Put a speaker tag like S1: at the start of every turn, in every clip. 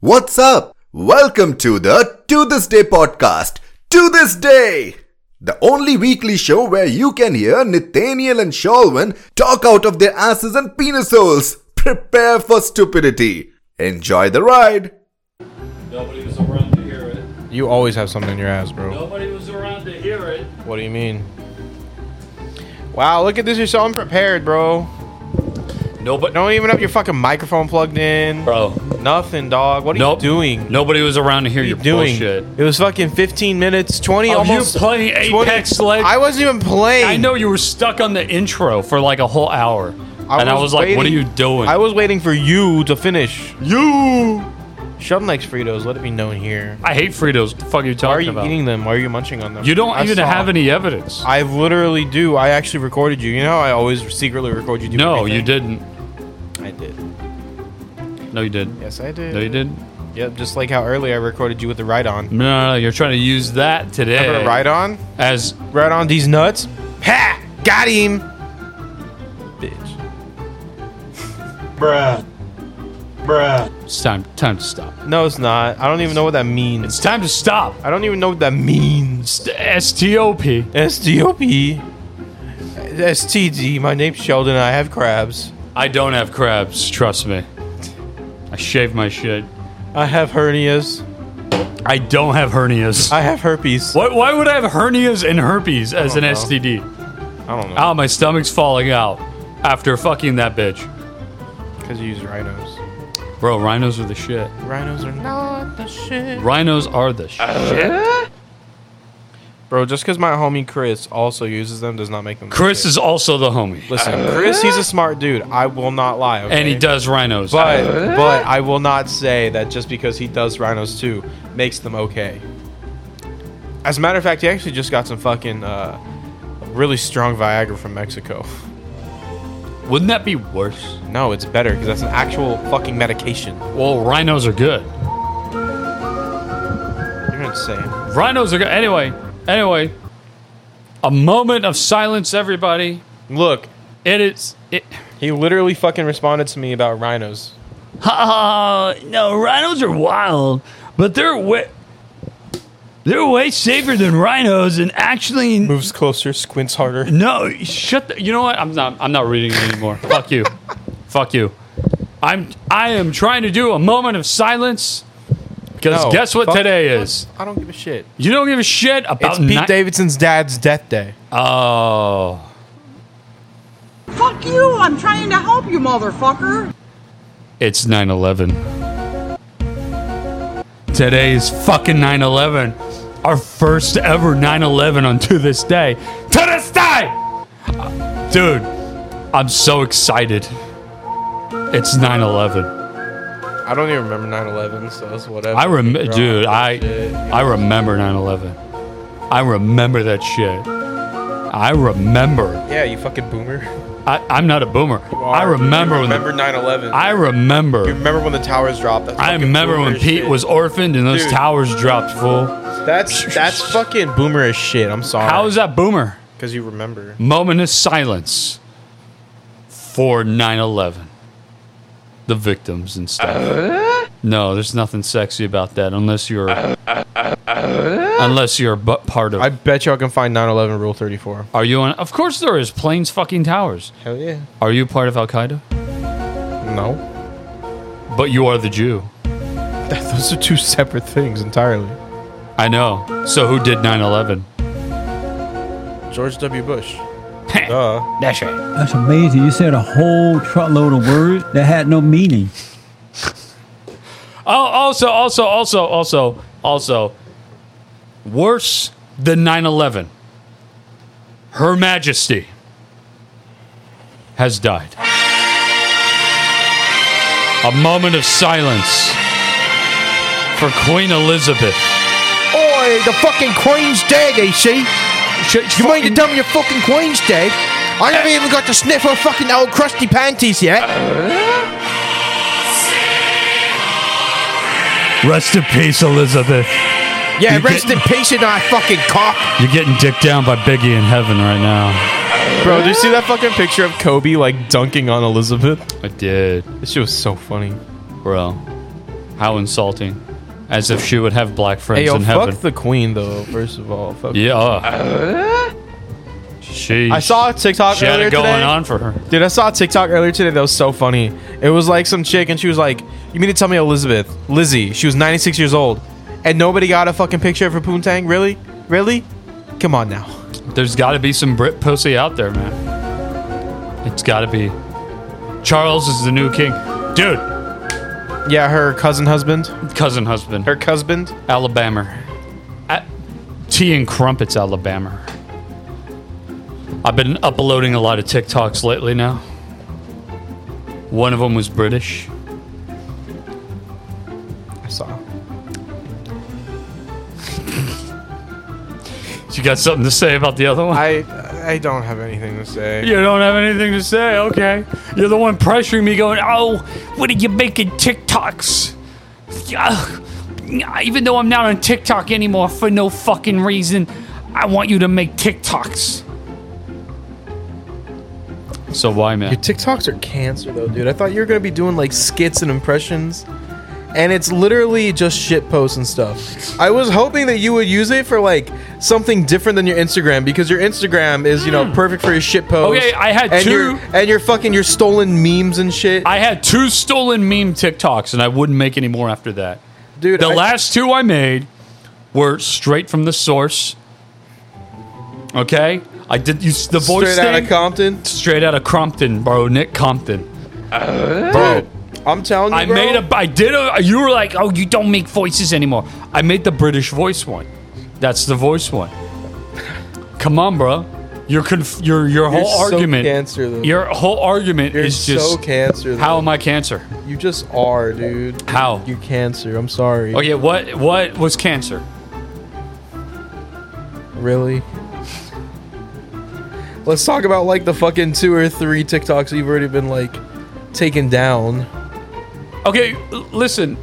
S1: What's up? Welcome to the To This Day podcast. To This Day! The only weekly show where you can hear Nathaniel and Shalwin talk out of their asses and penis holes. Prepare for stupidity. Enjoy the ride.
S2: Nobody was around to hear it.
S3: You always have something in your ass, bro.
S2: Nobody was around to hear it.
S3: What do you mean? Wow, look at this. You're so unprepared, bro.
S2: Nobody.
S3: Don't even have your fucking microphone plugged in.
S2: Bro.
S3: Nothing, dog. What are
S2: Nope.
S3: you doing?
S2: Nobody was around to hear
S3: What
S2: your
S3: are you doing?
S2: bullshit.
S3: It was fucking 15 minutes, 20
S2: Of you
S3: almost.
S2: playing
S3: 20
S2: Apex Legends?
S3: I wasn't even playing.
S2: I know you were stuck on the intro for like a whole hour. and I was like, what are
S3: waiting-
S2: you doing?
S3: I was waiting for you to finish. You. Sheldon likes Fritos. Let it be known here.
S2: I hate Fritos. What the fuck are you talking
S3: Why are you
S2: about?
S3: eating them? Why are you munching on them?
S2: you don't
S3: I
S2: even
S3: saw.
S2: have any evidence.
S3: I literally do. I actually recorded you. You know how I always secretly record you? doing
S2: no, you
S3: everything?
S2: didn't.
S3: I did.
S2: No, you did.
S3: Yes, I did.
S2: No, you didn't.
S3: Yep, just like how earlier I recorded you with the ride on.
S2: No, no, no, you're trying to use that
S3: Remember
S2: today
S3: the ride on?
S2: as
S3: Ride on these nuts? Ha! Got him! Bitch.
S2: it's time. Time to stop.
S3: No, it's not. I don't even know what that means.
S2: It's time to stop.
S3: I don't even know what that means.
S2: S T O P.
S3: STOP. STD. My name's Sheldon. I have crabs.
S2: I don't have crabs. Trust me. I shave my shit.
S3: I have hernias.
S2: I don't have hernias.
S3: I have herpes.
S2: Why, why would I have hernias and herpes as an
S3: don't know.
S2: STD?
S3: I don't know.
S2: Oh, my stomach's falling out after fucking that bitch.
S3: Because you use rhinos.
S2: Bro, rhinos are the shit.
S3: Rhinos are not the shit.
S2: Rhinos are the shit.
S3: Bro, just because my homie Chris also uses them does not make them. the
S2: Chris
S3: shit.
S2: is also the homie.
S3: Listen, Chris, he's a smart dude. I will not lie. Okay?
S2: And he does rhinos.
S3: But but I will not say that just because he does rhinos too makes them okay. As a matter of fact, he actually just got some fucking uh, really strong Viagra from Mexico.
S2: Wouldn't that be worse?
S3: No, it's better because that's an actual fucking medication.
S2: Well, rhinos are good.
S3: You're insane.
S2: Rhinos are good. Anyway, anyway. A moment of silence, everybody.
S3: Look,
S2: It is. It,
S3: he literally fucking responded to me about rhinos.
S2: Uh, no, rhinos are wild, but they're way, they're way safer than rhinos. And actually,
S3: Moves closer, squints harder.
S2: no, shut. The, you know what? I'm not. I'm not reading it anymore. Fuck you. Fuck you. I'm. I am trying to do a moment of silence because
S3: No,
S2: guess what
S3: fuck-
S2: today is?
S3: I don't give a shit.
S2: You don't give a shit about
S3: It's Pete
S2: ni-
S3: Davidson's dad's death day.
S2: Oh,
S4: Fuck you! I'm trying to help you, motherfucker!
S2: it's 9/11. Today is fucking 9/11. Our first ever 9/11 on to this day. To this day, dude, I'm so excited. It's 9/11.
S3: I don't even remember 9/11, so that's whatever.
S2: I remember,
S3: Bro,
S2: dude. I
S3: shit.
S2: I remember 9/11. I remember that shit. I remember.
S3: Yeah, you fucking boomer.
S2: I, I'm not a boomer. I remember
S3: You
S2: when.
S3: remember 9/11.
S2: I remember.
S3: You remember when the towers dropped? That's
S2: I
S3: fucking
S2: remember when
S3: boomer as
S2: Pete
S3: shit.
S2: was orphaned and those
S3: Dude.
S2: towers dropped full.
S3: That's that's fucking boomer as shit. I'm sorry.
S2: How is that boomer?
S3: Because you remember.
S2: Moment of silence for 9 11. The victims and stuff. No, there's nothing sexy about that unless you're. unless you're but part of.
S3: I bet y'all can find 9/11 Rule 34.
S2: are you on. Of course there is. Planes fucking towers.
S3: Hell yeah.
S2: Are you part of Al Qaeda?
S3: No,
S2: But you are the Jew.
S3: That- those are two separate things entirely.
S2: I know. So who did 9 11?
S3: George W. Bush. Duh.
S2: That's right.
S5: That's amazing. You said a whole truckload of words that had no meaning.
S2: Oh, also, also, also, also, also, worse than 9 11. Her Majesty has died. A moment of silence for Queen Elizabeth.
S6: Oi, the fucking Queen's dead, EC.
S2: She,
S6: You mean to tell me your fucking Queen's dead? I haven't even got to sniff her fucking old crusty panties yet.
S2: Rest in peace, Elizabeth.
S6: Yeah,
S2: you
S6: rest in peace in our fucking cock.
S2: You're getting dicked down by Biggie in heaven right now.
S3: Bro, do you see that fucking picture of Kobe like dunking on Elizabeth?
S2: I did,
S3: This shit was so funny.
S2: bro. How insulting. As if she would have black friends
S3: Hey, yo,
S2: in
S3: fuck
S2: heaven.
S3: the queen though. First of all, fuck.
S2: yeah. she.
S3: I saw a TikTok
S2: She had
S3: earlier
S2: it going
S3: today.
S2: on for her.
S3: Dude, I saw a TikTok earlier today that was so funny. It was like some chick, and she was like, "You mean to tell me Elizabeth, Lizzie? She was 96 years old, and nobody got a fucking picture of her poontang? Really? Really? Come on now."
S2: There's got to be some Brit pussy out there, man. It's got to be. Charles is the new king. Dude,
S3: Yeah, her cousin husband,
S2: cousin husband.
S3: her husband.
S2: Alabama. A- tea and crumpets, Alabama. I've been uploading a lot of TikToks lately now. One of them was British.
S3: I saw.
S2: You got something to say about the other one?
S3: I I don't have anything to say.
S2: You don't have anything to say, okay. You're the one pressuring me, going, oh, what are you making TikToks? Ugh. Even though I'm not on TikTok anymore for no fucking reason, I want you to make TikToks. So why, man?
S3: Your TikToks are cancer though, dude. I thought you were gonna be doing like skits and impressions. And it's literally just shit posts and stuff. I was hoping that you would use it for like something different than your Instagram because your Instagram is, you know, perfect for your shit posts.
S2: Hmm. Okay, I had
S3: and
S2: two-
S3: Your, and your fucking your stolen memes and shit.
S2: I had two stolen meme TikToks, and I wouldn't make any more after that.
S3: dude,
S2: The
S3: I-
S2: last two I made were straight from the source. Okay, I did. You, the voice
S3: straight out
S2: thing-
S3: of Compton.
S2: straight out of Compton, bro. Nick Compton.
S3: Bro, I'm telling you,
S2: I
S3: bro,
S2: made a. I did a. You were like, oh, you don't make voices anymore. I made the British voice one. That's the voice one. Come on, bro. Your conf- your your whole
S3: so
S2: argument.
S3: cancer, though.
S2: your whole argument
S3: You're
S2: is
S3: so
S2: just
S3: cancer.
S2: how am I cancer?
S3: though. you just are, dude.
S2: How?
S3: You cancer. I'm sorry.
S2: Okay, what what was cancer?
S3: Really? Let's talk about like the fucking two or three TikToks you've already been like taken down.
S2: Okay, l- listen.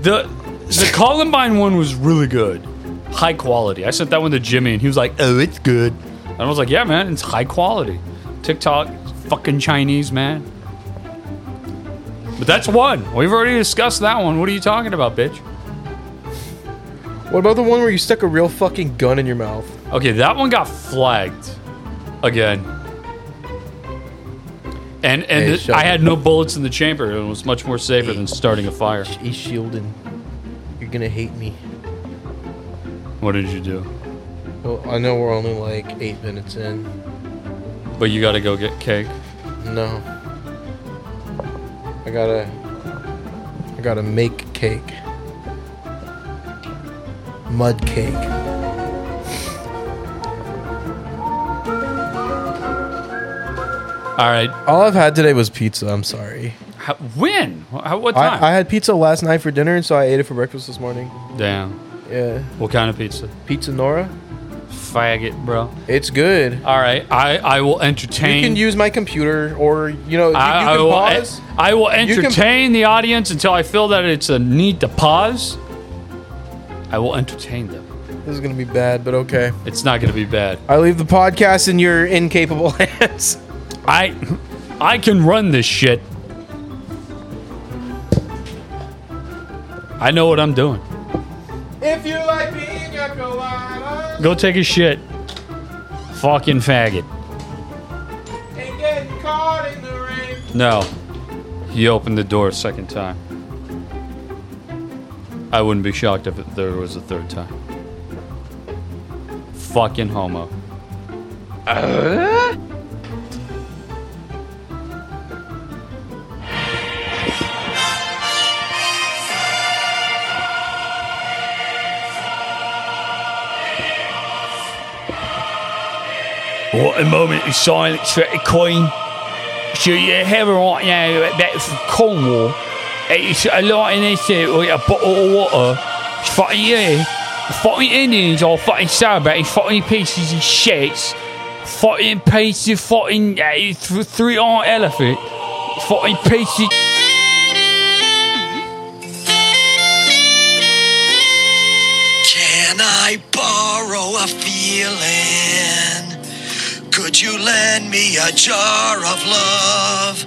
S2: The the Columbine one was really good. High quality. I sent that one to Jimmy and he was like, "Oh, it's good." And I was like, "Yeah, man, it's high quality." TikTok fucking Chinese, man. But that's one. We've already discussed that one. What are you talking about, bitch?
S3: What about the one where you stuck a real fucking gun in your mouth?
S2: Okay, that one got flagged again. And
S3: Hey,
S2: and
S3: shut
S2: I
S3: up.
S2: had no bullets in the chamber and it was much more safer than starting a fire.
S3: He's shielding. You're gonna hate me.
S2: What did you do?
S3: Well, Oh, I know we're only like eight minutes in.
S2: But you got to go get cake.
S3: No. I gotta. I gotta make cake. Mud cake.
S2: All right.
S3: All I've had today was pizza. I'm sorry.
S2: How, when? How, what time?
S3: I, I had pizza last night for dinner, and so I ate it for breakfast this morning.
S2: Damn.
S3: Yeah.
S2: What kind of pizza?
S3: Pizza Nora?
S2: Faggot, bro.
S3: It's good.
S2: All right. I, I will entertain.
S3: You can use my computer or, you know, you,
S2: I,
S3: you
S2: I
S3: can
S2: will,
S3: pause.
S2: I will
S3: can-
S2: entertain the audience until I feel that it's a need to pause. I will entertain them.
S3: This is going to be bad, but okay.
S2: It's not going to be bad.
S3: I leave the podcast in your incapable hands.
S2: I I can run this shit. I know what I'm doing.
S3: If you like pina colada
S2: Go take a shit. Fucking faggot.
S3: and get caught in the rain.
S2: No. He opened the door a second time. I wouldn't be shocked if there was a third time. Fucking homo. What a moment of silence for the Queen. So you hear right now that from Cornwall, it's a lot in this uh, like a bottle of water. It's fucking yeah. Fucking Indians are fucking celebrating fucking pieces of shit. Fucking pieces of fucking uh, th- three arm elephant. Fucking pieces.
S7: Can I borrow a feeling? Could you lend me a jar of love?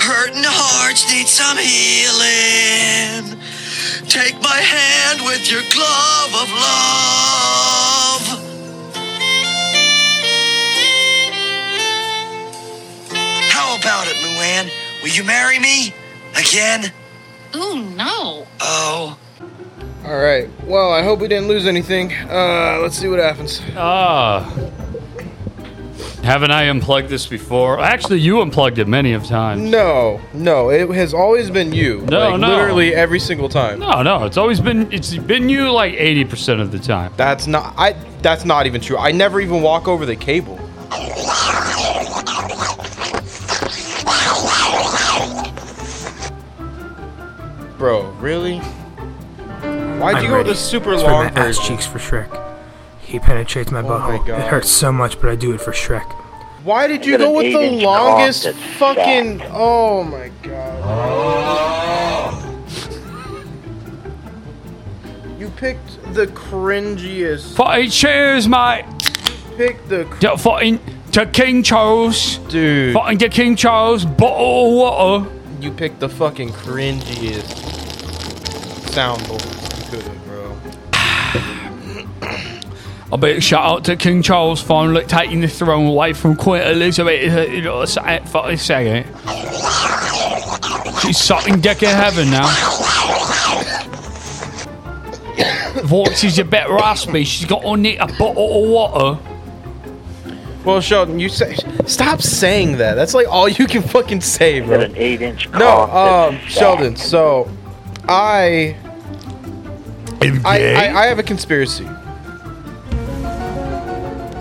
S7: Hurting hearts need some healing. Take my hand with your glove of love. How about it, Luann? Will you marry me? Again?
S8: Ooh, no.
S7: Oh.
S3: All right. Well, I hope we didn't lose anything. Uh, let's see what happens.
S2: Ah. Haven't I unplugged this before? Actually, you unplugged it many of times.
S3: No, no, it has always been you.
S2: No,
S3: like,
S2: no.
S3: Literally every single time.
S2: No, no, it's always been it's been you like 80% of the time.
S3: That's not. I. That's not even true. I never even walk over the cable. Bro, really? Why'd you go with the super
S6: That's
S3: long
S6: right, my ass
S3: version?
S6: cheeks for Shrek. He penetrates Oh my
S3: my
S6: butthole.
S3: God.
S6: it hurts so much, but I do it for Shrek.
S3: Why did you go with the longest fucking? Oh my god! You picked the cringiest.
S2: Fucking cheers, mate.
S3: Pick the cr-
S2: To fucking to King Charles.
S3: dude.
S2: Fucking to King Charles bottle of water.
S3: You picked the fucking cringiest soundboard you could have, bro.
S2: A big shout out to King Charles finally taking the throne away from Queen Elizabeth. uh, You know, say it, fucking say it. She's sucking dick in heaven now. Voice is a bit raspy. She's got on it a bottle of water.
S3: Well, Sheldon, you say stop saying that. That's like all you can fucking say, bro.
S9: an eight inch
S3: No, um, Sheldon. So, I, I, I, I have a conspiracy.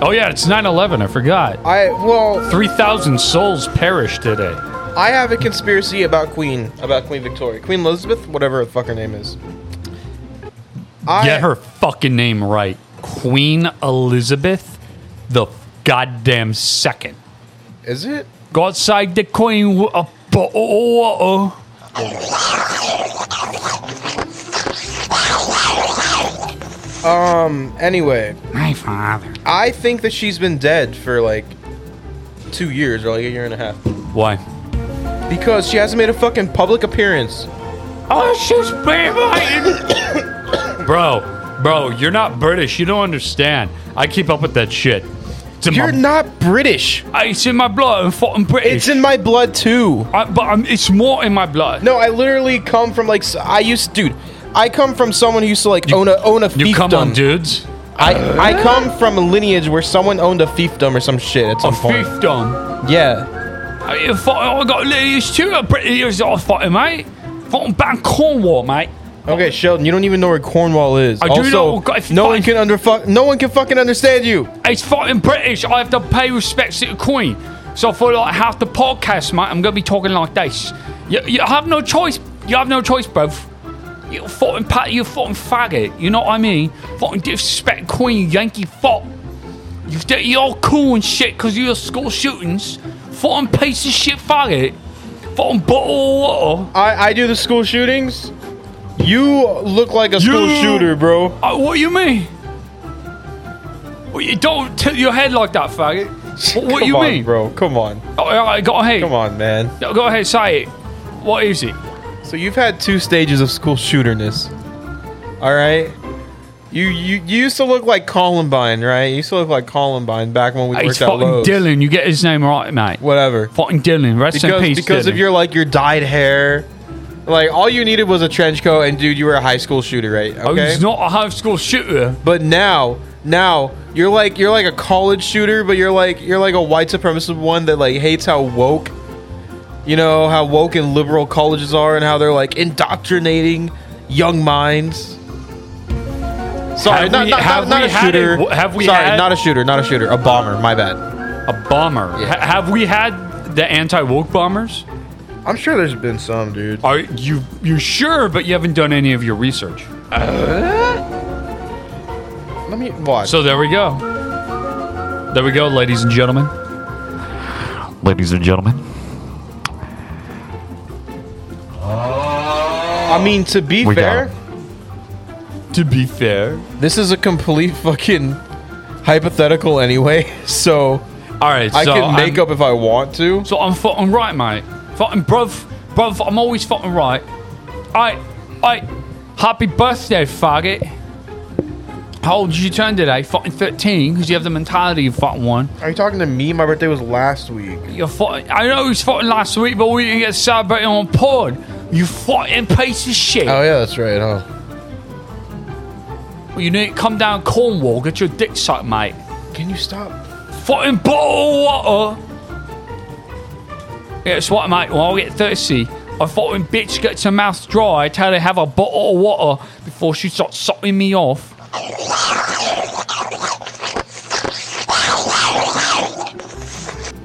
S2: oh yeah, it's 9/11. I forgot.
S3: I well,
S2: 3,000 souls perished today.
S3: I have a conspiracy about Queen, about Queen Victoria, Queen Elizabeth, whatever the fuck her name is. I,
S2: Get her fucking name right. Queen Elizabeth the goddamn second.
S3: Is it?
S2: Go outside the queen with a bottle of water.
S3: Anyway,
S2: My father.
S3: I think that she's been dead for like two years or like a year and a half.
S2: Why?
S3: Because she hasn't made a fucking public appearance.
S2: Oh, she's baby. bro, bro, you're not British. You don't understand. I keep up with that shit. It's in
S3: You're
S2: my,
S3: not British.
S2: I- it's in my blood. I'm fucking British.
S3: It's in my blood too.
S2: I, but I'm, it's more in my blood.
S3: No, I literally come from like s- I used, dude. I come from someone who used to like own a own a fiefdom.
S2: you come on, dudes.
S3: I I come from a lineage where someone owned a fiefdom or some shit at
S2: A
S3: some point.
S2: fiefdom.
S3: Yeah.
S2: I, I fucking- I got ladies too. I'm British. I fucking mate. Fucking ban Cornwall, mate.
S3: Okay, Sheldon, you don't even know where Cornwall is.
S2: I do know-
S3: also,
S2: God,
S3: no one
S2: fuck.
S3: can under fuck, no one can fucking understand you.
S2: It's fucking British. I have to pay respects to the Queen. So for like half the podcast, mate, I'm gonna be talking like this. You, you have no choice. You have no choice, bruv. You fucking pat. You fucking faggot. You know what I mean? Fucking disrespect Queen, you Yankee fuck. You think you're all cool and shit because you're school shootings. Fucking piece of shit faggot. Fucking bottle of water.
S3: I I do the school shootings. You look like a school
S2: You-
S3: shooter, bro.
S2: Uh, what do you mean? Well, you don't tilt your head like that, faggot. What, what do
S3: Come
S2: you
S3: on,
S2: mean?
S3: bro? Come on,
S2: Oh, I got a head.
S3: come on, man.
S2: No, go ahead, say it. What is it?
S3: So you've had two stages of school shooterness. All right. You, you you used to look like Columbine, right? You used to look like Columbine back when we
S2: It's
S3: worked out
S2: fucking
S3: Lowe's.
S2: Dylan. You get his name right, mate.
S3: Whatever.
S2: Fucking Dylan. Rest
S3: Because
S2: in peace,
S3: because
S2: Dylan.
S3: of your like your dyed hair, like all you needed was a trench coat, and dude, you were a high school shooter, right?
S2: Oh,
S3: Okay.
S2: he's not a high school shooter.
S3: but now now you're like you're like a college shooter, but you're like you're like a white supremacist one that like hates how woke, you know how woke and liberal colleges are, and how they're like indoctrinating young minds. Sorry,
S2: Have
S3: not,
S2: we-
S3: not,
S2: have
S3: not, not
S2: we
S3: a
S2: had
S3: shooter.
S2: a- have we
S3: Sorry,
S2: had-
S3: not a shooter, not a shooter, a bomber. My bad.
S2: A bomber. Ha- have we had the anti woke bombers?
S3: I'm sure there's been some, dude.
S2: Are you you sure? But you haven't done any of your research.
S3: Let me watch.
S2: So there we go. There we go, ladies and gentlemen. Ladies and gentlemen.
S3: I mean, to be
S2: We got
S3: fair.
S2: him. To be fair.
S3: This is a complete fucking hypothetical anyway, so
S2: All right.
S3: I
S2: so
S3: can
S2: I'm-
S3: make up if I want to.
S2: So I'm fucking right, mate. Fucking bruv, bruv, I'm always fucking right. I, I, Happy birthday, faggot. How old did you turn today? Fucking 13, because you have the mentality of fucking one.
S3: Are you talking to me? My birthday was last week.
S2: You're fucking. I know it was fucking last week, but we didn't get celebrated on pod. You fucking piece of shit.
S3: Oh yeah, that's right. Huh?
S2: You need to come down Cornwall, get your dick sucked, mate.
S3: Can you stop?
S2: Fucking bottle of water. Yeah, it's what, mate. When I get thirsty, I fucking bitch gets her mouth dry. I tell her to have a bottle of water before she starts sucking me off.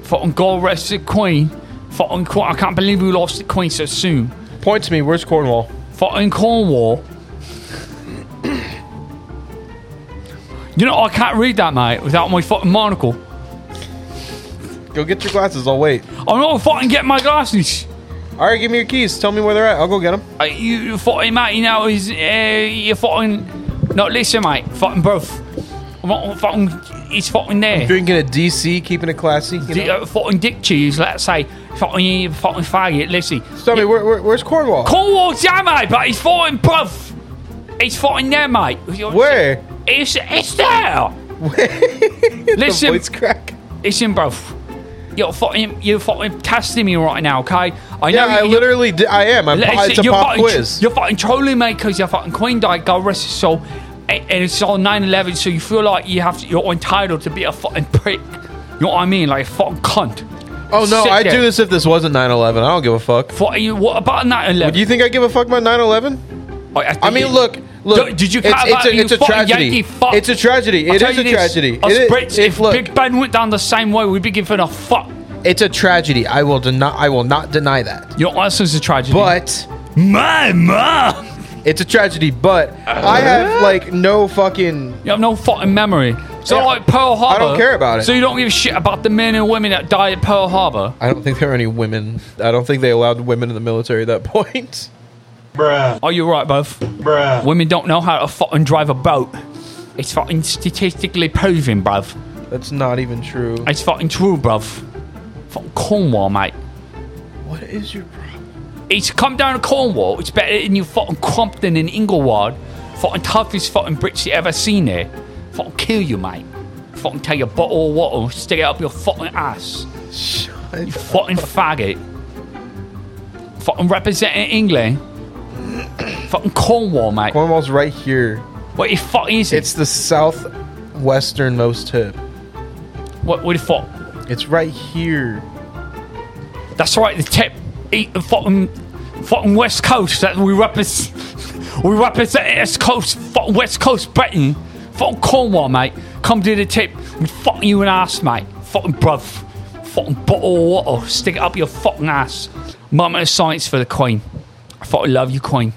S2: Fucking God rest the Queen. Fucking Queen. I can't believe we lost the Queen so soon.
S10: Point to me. Where's Cornwall?
S2: Fucking Cornwall. you know, I can't read that, mate, without my fucking monocle.
S10: Go get your glasses. I'll wait.
S2: I'm not fucking getting my glasses.
S10: All right, give me your keys. Tell me where they're at. I'll go get them.
S2: Uh, you you fucking mate, you know is uh, you fucking no listen mate, fucking bruv. I'm not fucking he's fucking there.
S10: Drinking a DC, keeping it classy. You
S2: D-
S10: know?
S2: uh, fucking dick cheese, let's say fucking you fucking faggot, listen.
S10: Tell me where, where, where's Cornwall?
S2: Cornwall's there mate, but he's fucking bruv. He's fucking there mate. You're-
S10: where?
S2: It's it's there.
S10: The
S2: listen,
S10: voice crack.
S2: listen bruv. You're fucking you're fucking testing me right now, okay? I
S10: Yeah, I
S2: you-
S10: literally di- I am. I'm,
S2: Like,
S10: po- it's a
S2: you're
S10: pop
S2: fucking,
S10: quiz.
S2: You're fucking trolling, mate, because you're fucking Queen died, God rest his soul. And, and it's on 9 11, so you feel like you have to, you're entitled to be a fucking prick. You know what I mean? Like a fucking cunt.
S10: Oh no,
S2: Sit
S10: I'd
S2: there.
S10: do this if this wasn't 9/11. I don't give a fuck.
S2: What, are you, what about 9
S10: Do
S2: 11?
S10: you think I give a fuck about 9/11? I mean, look, look.
S2: Did you
S10: it's,
S2: care
S10: it's
S2: about
S10: a,
S2: you
S10: it's a
S2: fucking
S10: tragedy.
S2: Yankee fuck?
S10: It's a tragedy.
S2: I'll
S10: It
S2: tell
S10: is
S2: you
S10: a
S2: this,
S10: tragedy.
S2: Us
S10: It is.
S2: Brits,
S10: it-
S2: if
S10: look,
S2: Big Ben went down the same way, we'd be giving a fuck.
S3: It's a tragedy. I will deny. I will not deny that.
S2: Your ass is a tragedy.
S3: But
S2: my mom!
S3: it's a tragedy. But I have like no fucking.
S2: You have no fucking memory. So,
S3: Yeah.
S2: like Pearl Harbor.
S3: care about it.
S2: So, you don't give a shit about the men and women that died at Pearl Harbor.
S3: I don't think there are any women. I don't think they allowed women in the military at that point.
S2: Are you right, both? Bruh. Women don't know how to fucking drive a boat. It's fucking statistically proven, bruv.
S3: That's not even true.
S2: It's fucking true, bruv. Fucking Cornwall, mate.
S3: What is your problem?
S2: It's come down to Cornwall. It's better than you fucking Crompton and Inglewood. Fucking toughest fucking Brits you ever seen there. Fucking kill you, mate. Fucking take a bottle of water and stick it up your fucking ass. You fucking faggot. Fucking representing England. fucking Cornwall, mate.
S3: Cornwall's right here.
S2: What the fuck is it?
S3: It's the southwesternmost tip.
S2: What, what the fuck?
S3: It's right here.
S2: That's right, the tip. Eat the fucking, fucking West Coast that we represent. We represent West Coast, fucking West Coast Britain. Fucking Cornwall, mate. Come do the tip. We fuck you in ass, mate. Fucking bruv. Fucking bottle of water. Stick it up your fucking ass. Moment of science for the Queen. I fucking love you, Queen.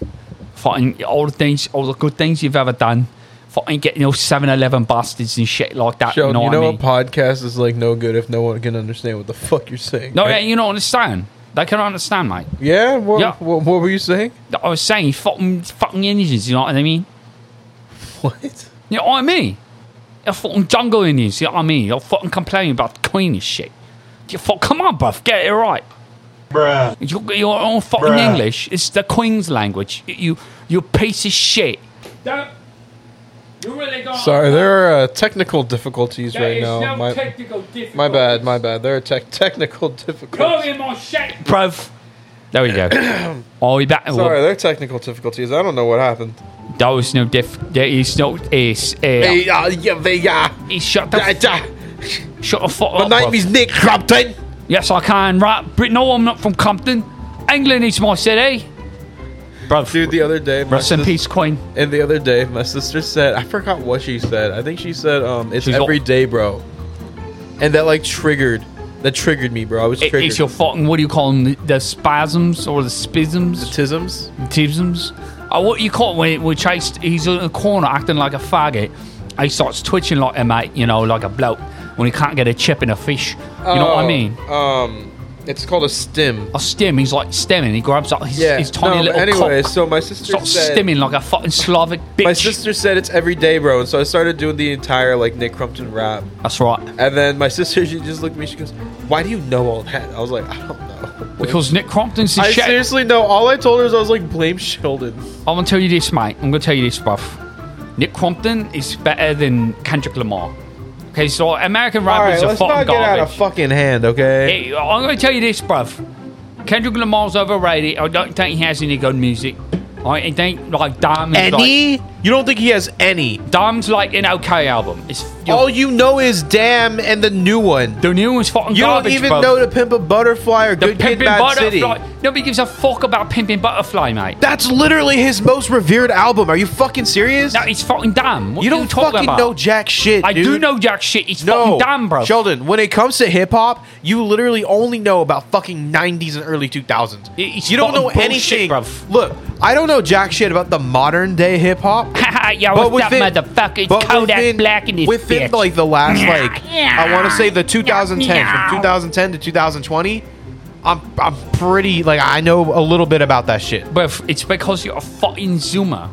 S2: Fucking all the things, all the good things you've ever done. Fucking getting those 7 Eleven bastards and shit like that.
S3: Sheldon,
S2: know
S3: you
S2: what
S3: know
S2: I
S3: a
S2: mean?
S3: podcast is like no good if no one can understand what the fuck you're saying.
S2: No, yeah,
S3: right?
S2: you don't understand. They can understand, mate.
S3: yeah. What,
S2: Yeah.
S3: What, what were you saying?
S2: I was saying fucking fucking Indians, you know what I mean?
S3: What?
S2: You know what I mean? They're fucking jungle Indians, you know what I mean? You're fucking complaining about the Queen and shit. You fuck, come on, bruv, get it right. Bruh. You, you're all fucking English. It's the Queen's language. You, you, you piece of shit. Don't. You really don't.
S3: Sorry, there are uh, technical difficulties
S2: There
S3: right
S2: is
S3: now.
S2: no
S3: my,
S2: technical difficulty.
S3: my bad, my bad. There are tech technical
S2: Go
S3: difficulties.
S2: in my shape, bruv. There we go. oh, we back.
S3: Sorry, there are technical difficulties. I don't know what happened.
S2: There was no diff. There is no. It's. Uh,
S3: yeah, yeah, yeah.
S2: it's shut the. shut the fuck up. bruv.
S3: Nick Crompton.
S2: Yes, I can, right? But no, I'm not from Compton. England is my city. Bruv,
S3: Dude, the other day, my
S2: rest in
S3: sis-
S2: peace, Queen.
S3: And the other day, my sister said, I forgot what she said. I think she said, um, it's
S2: She's all-
S3: every day, bro. And that like triggered, that triggered me, bro. I was
S2: It,
S3: triggered.
S2: it's your fucking, what do you call them? The, the spasms or the spasms?
S3: tisms.
S2: Tisms? Uh, what you call it when, when Chase, he's in a corner acting like a faggot. and He starts twitching like a mate, you know, like a bloke when he can't get a chip in a fish. You know what I
S3: Oh,
S2: mean?
S3: Um, it's called a stim.
S2: A stem, he's like stemming. He grabs up his,
S3: Yeah.
S2: his tiny
S3: no, but
S2: little
S3: anyway,
S2: cock.
S3: so my sister
S2: Starts
S3: said,
S2: stemming like a fucking Slavic bitch.
S3: my sister said it's every day, bro. And so I started doing the entire like Nick Crumpton rap.
S2: That's right.
S3: And then my sister, she just looked at me. She goes, "Why do you know all that?" I was like, "I don't know."
S2: because Nick Crompton's the
S3: I
S2: shit.
S3: seriously no. All I told her is I was like, blame Sheldon.
S2: I'm gonna tell you this, mate. I'm gonna tell you this, bruv. Nick Crompton is better than Kendrick Lamar. Okay, so American
S3: All right,
S2: rappers are
S3: let's not
S2: fucking
S3: get out of
S2: garbage.
S3: fucking hand, okay?
S2: Hey, I'm gonna tell you this, bruv. Kendrick Lamar's overrated. I don't think he has any good music. I it ain't like Diamond's like
S11: Any? You don't think he has any?
S2: Diamond's like an okay album. It's
S11: All you know is damn and the new one.
S2: the new one's fucking
S11: You
S2: garbage,
S11: don't even
S2: bruv.
S11: know to pimp a butterfly or
S2: the
S11: good kid,
S2: pimping
S11: bad
S2: butterfly.
S11: city.
S2: Nobody gives a fuck about pimping butterfly, mate.
S11: That's literally his most revered album. Are you fucking serious?
S2: No, it's fucking damn. What
S11: you
S2: are
S11: don't
S2: talking
S11: fucking
S2: about?
S11: know jack shit.
S2: I do
S11: dude.
S2: know jack shit. It's
S11: No,
S2: fucking damn, bro.
S11: Sheldon. When it comes to hip hop, you literally only know about fucking '90s and early 2000s.
S2: It- it's
S11: you don't
S2: fucking
S11: know
S2: bullshit,
S11: anything.
S2: bruv.
S11: Look, I don't know jack shit about the modern day hip hop.
S2: yeah,
S11: But
S2: what's
S11: within,
S2: that motherfucker? It's
S11: but
S2: Kodak
S11: within-
S2: Black in this
S11: within
S2: bitch.
S11: like the last like I want to say the 2010
S2: Meow.
S11: from 2010 to 2020. I'm I'm pretty like I know a little bit about that shit.
S2: Bruv, it's because you're a fucking Zoomer.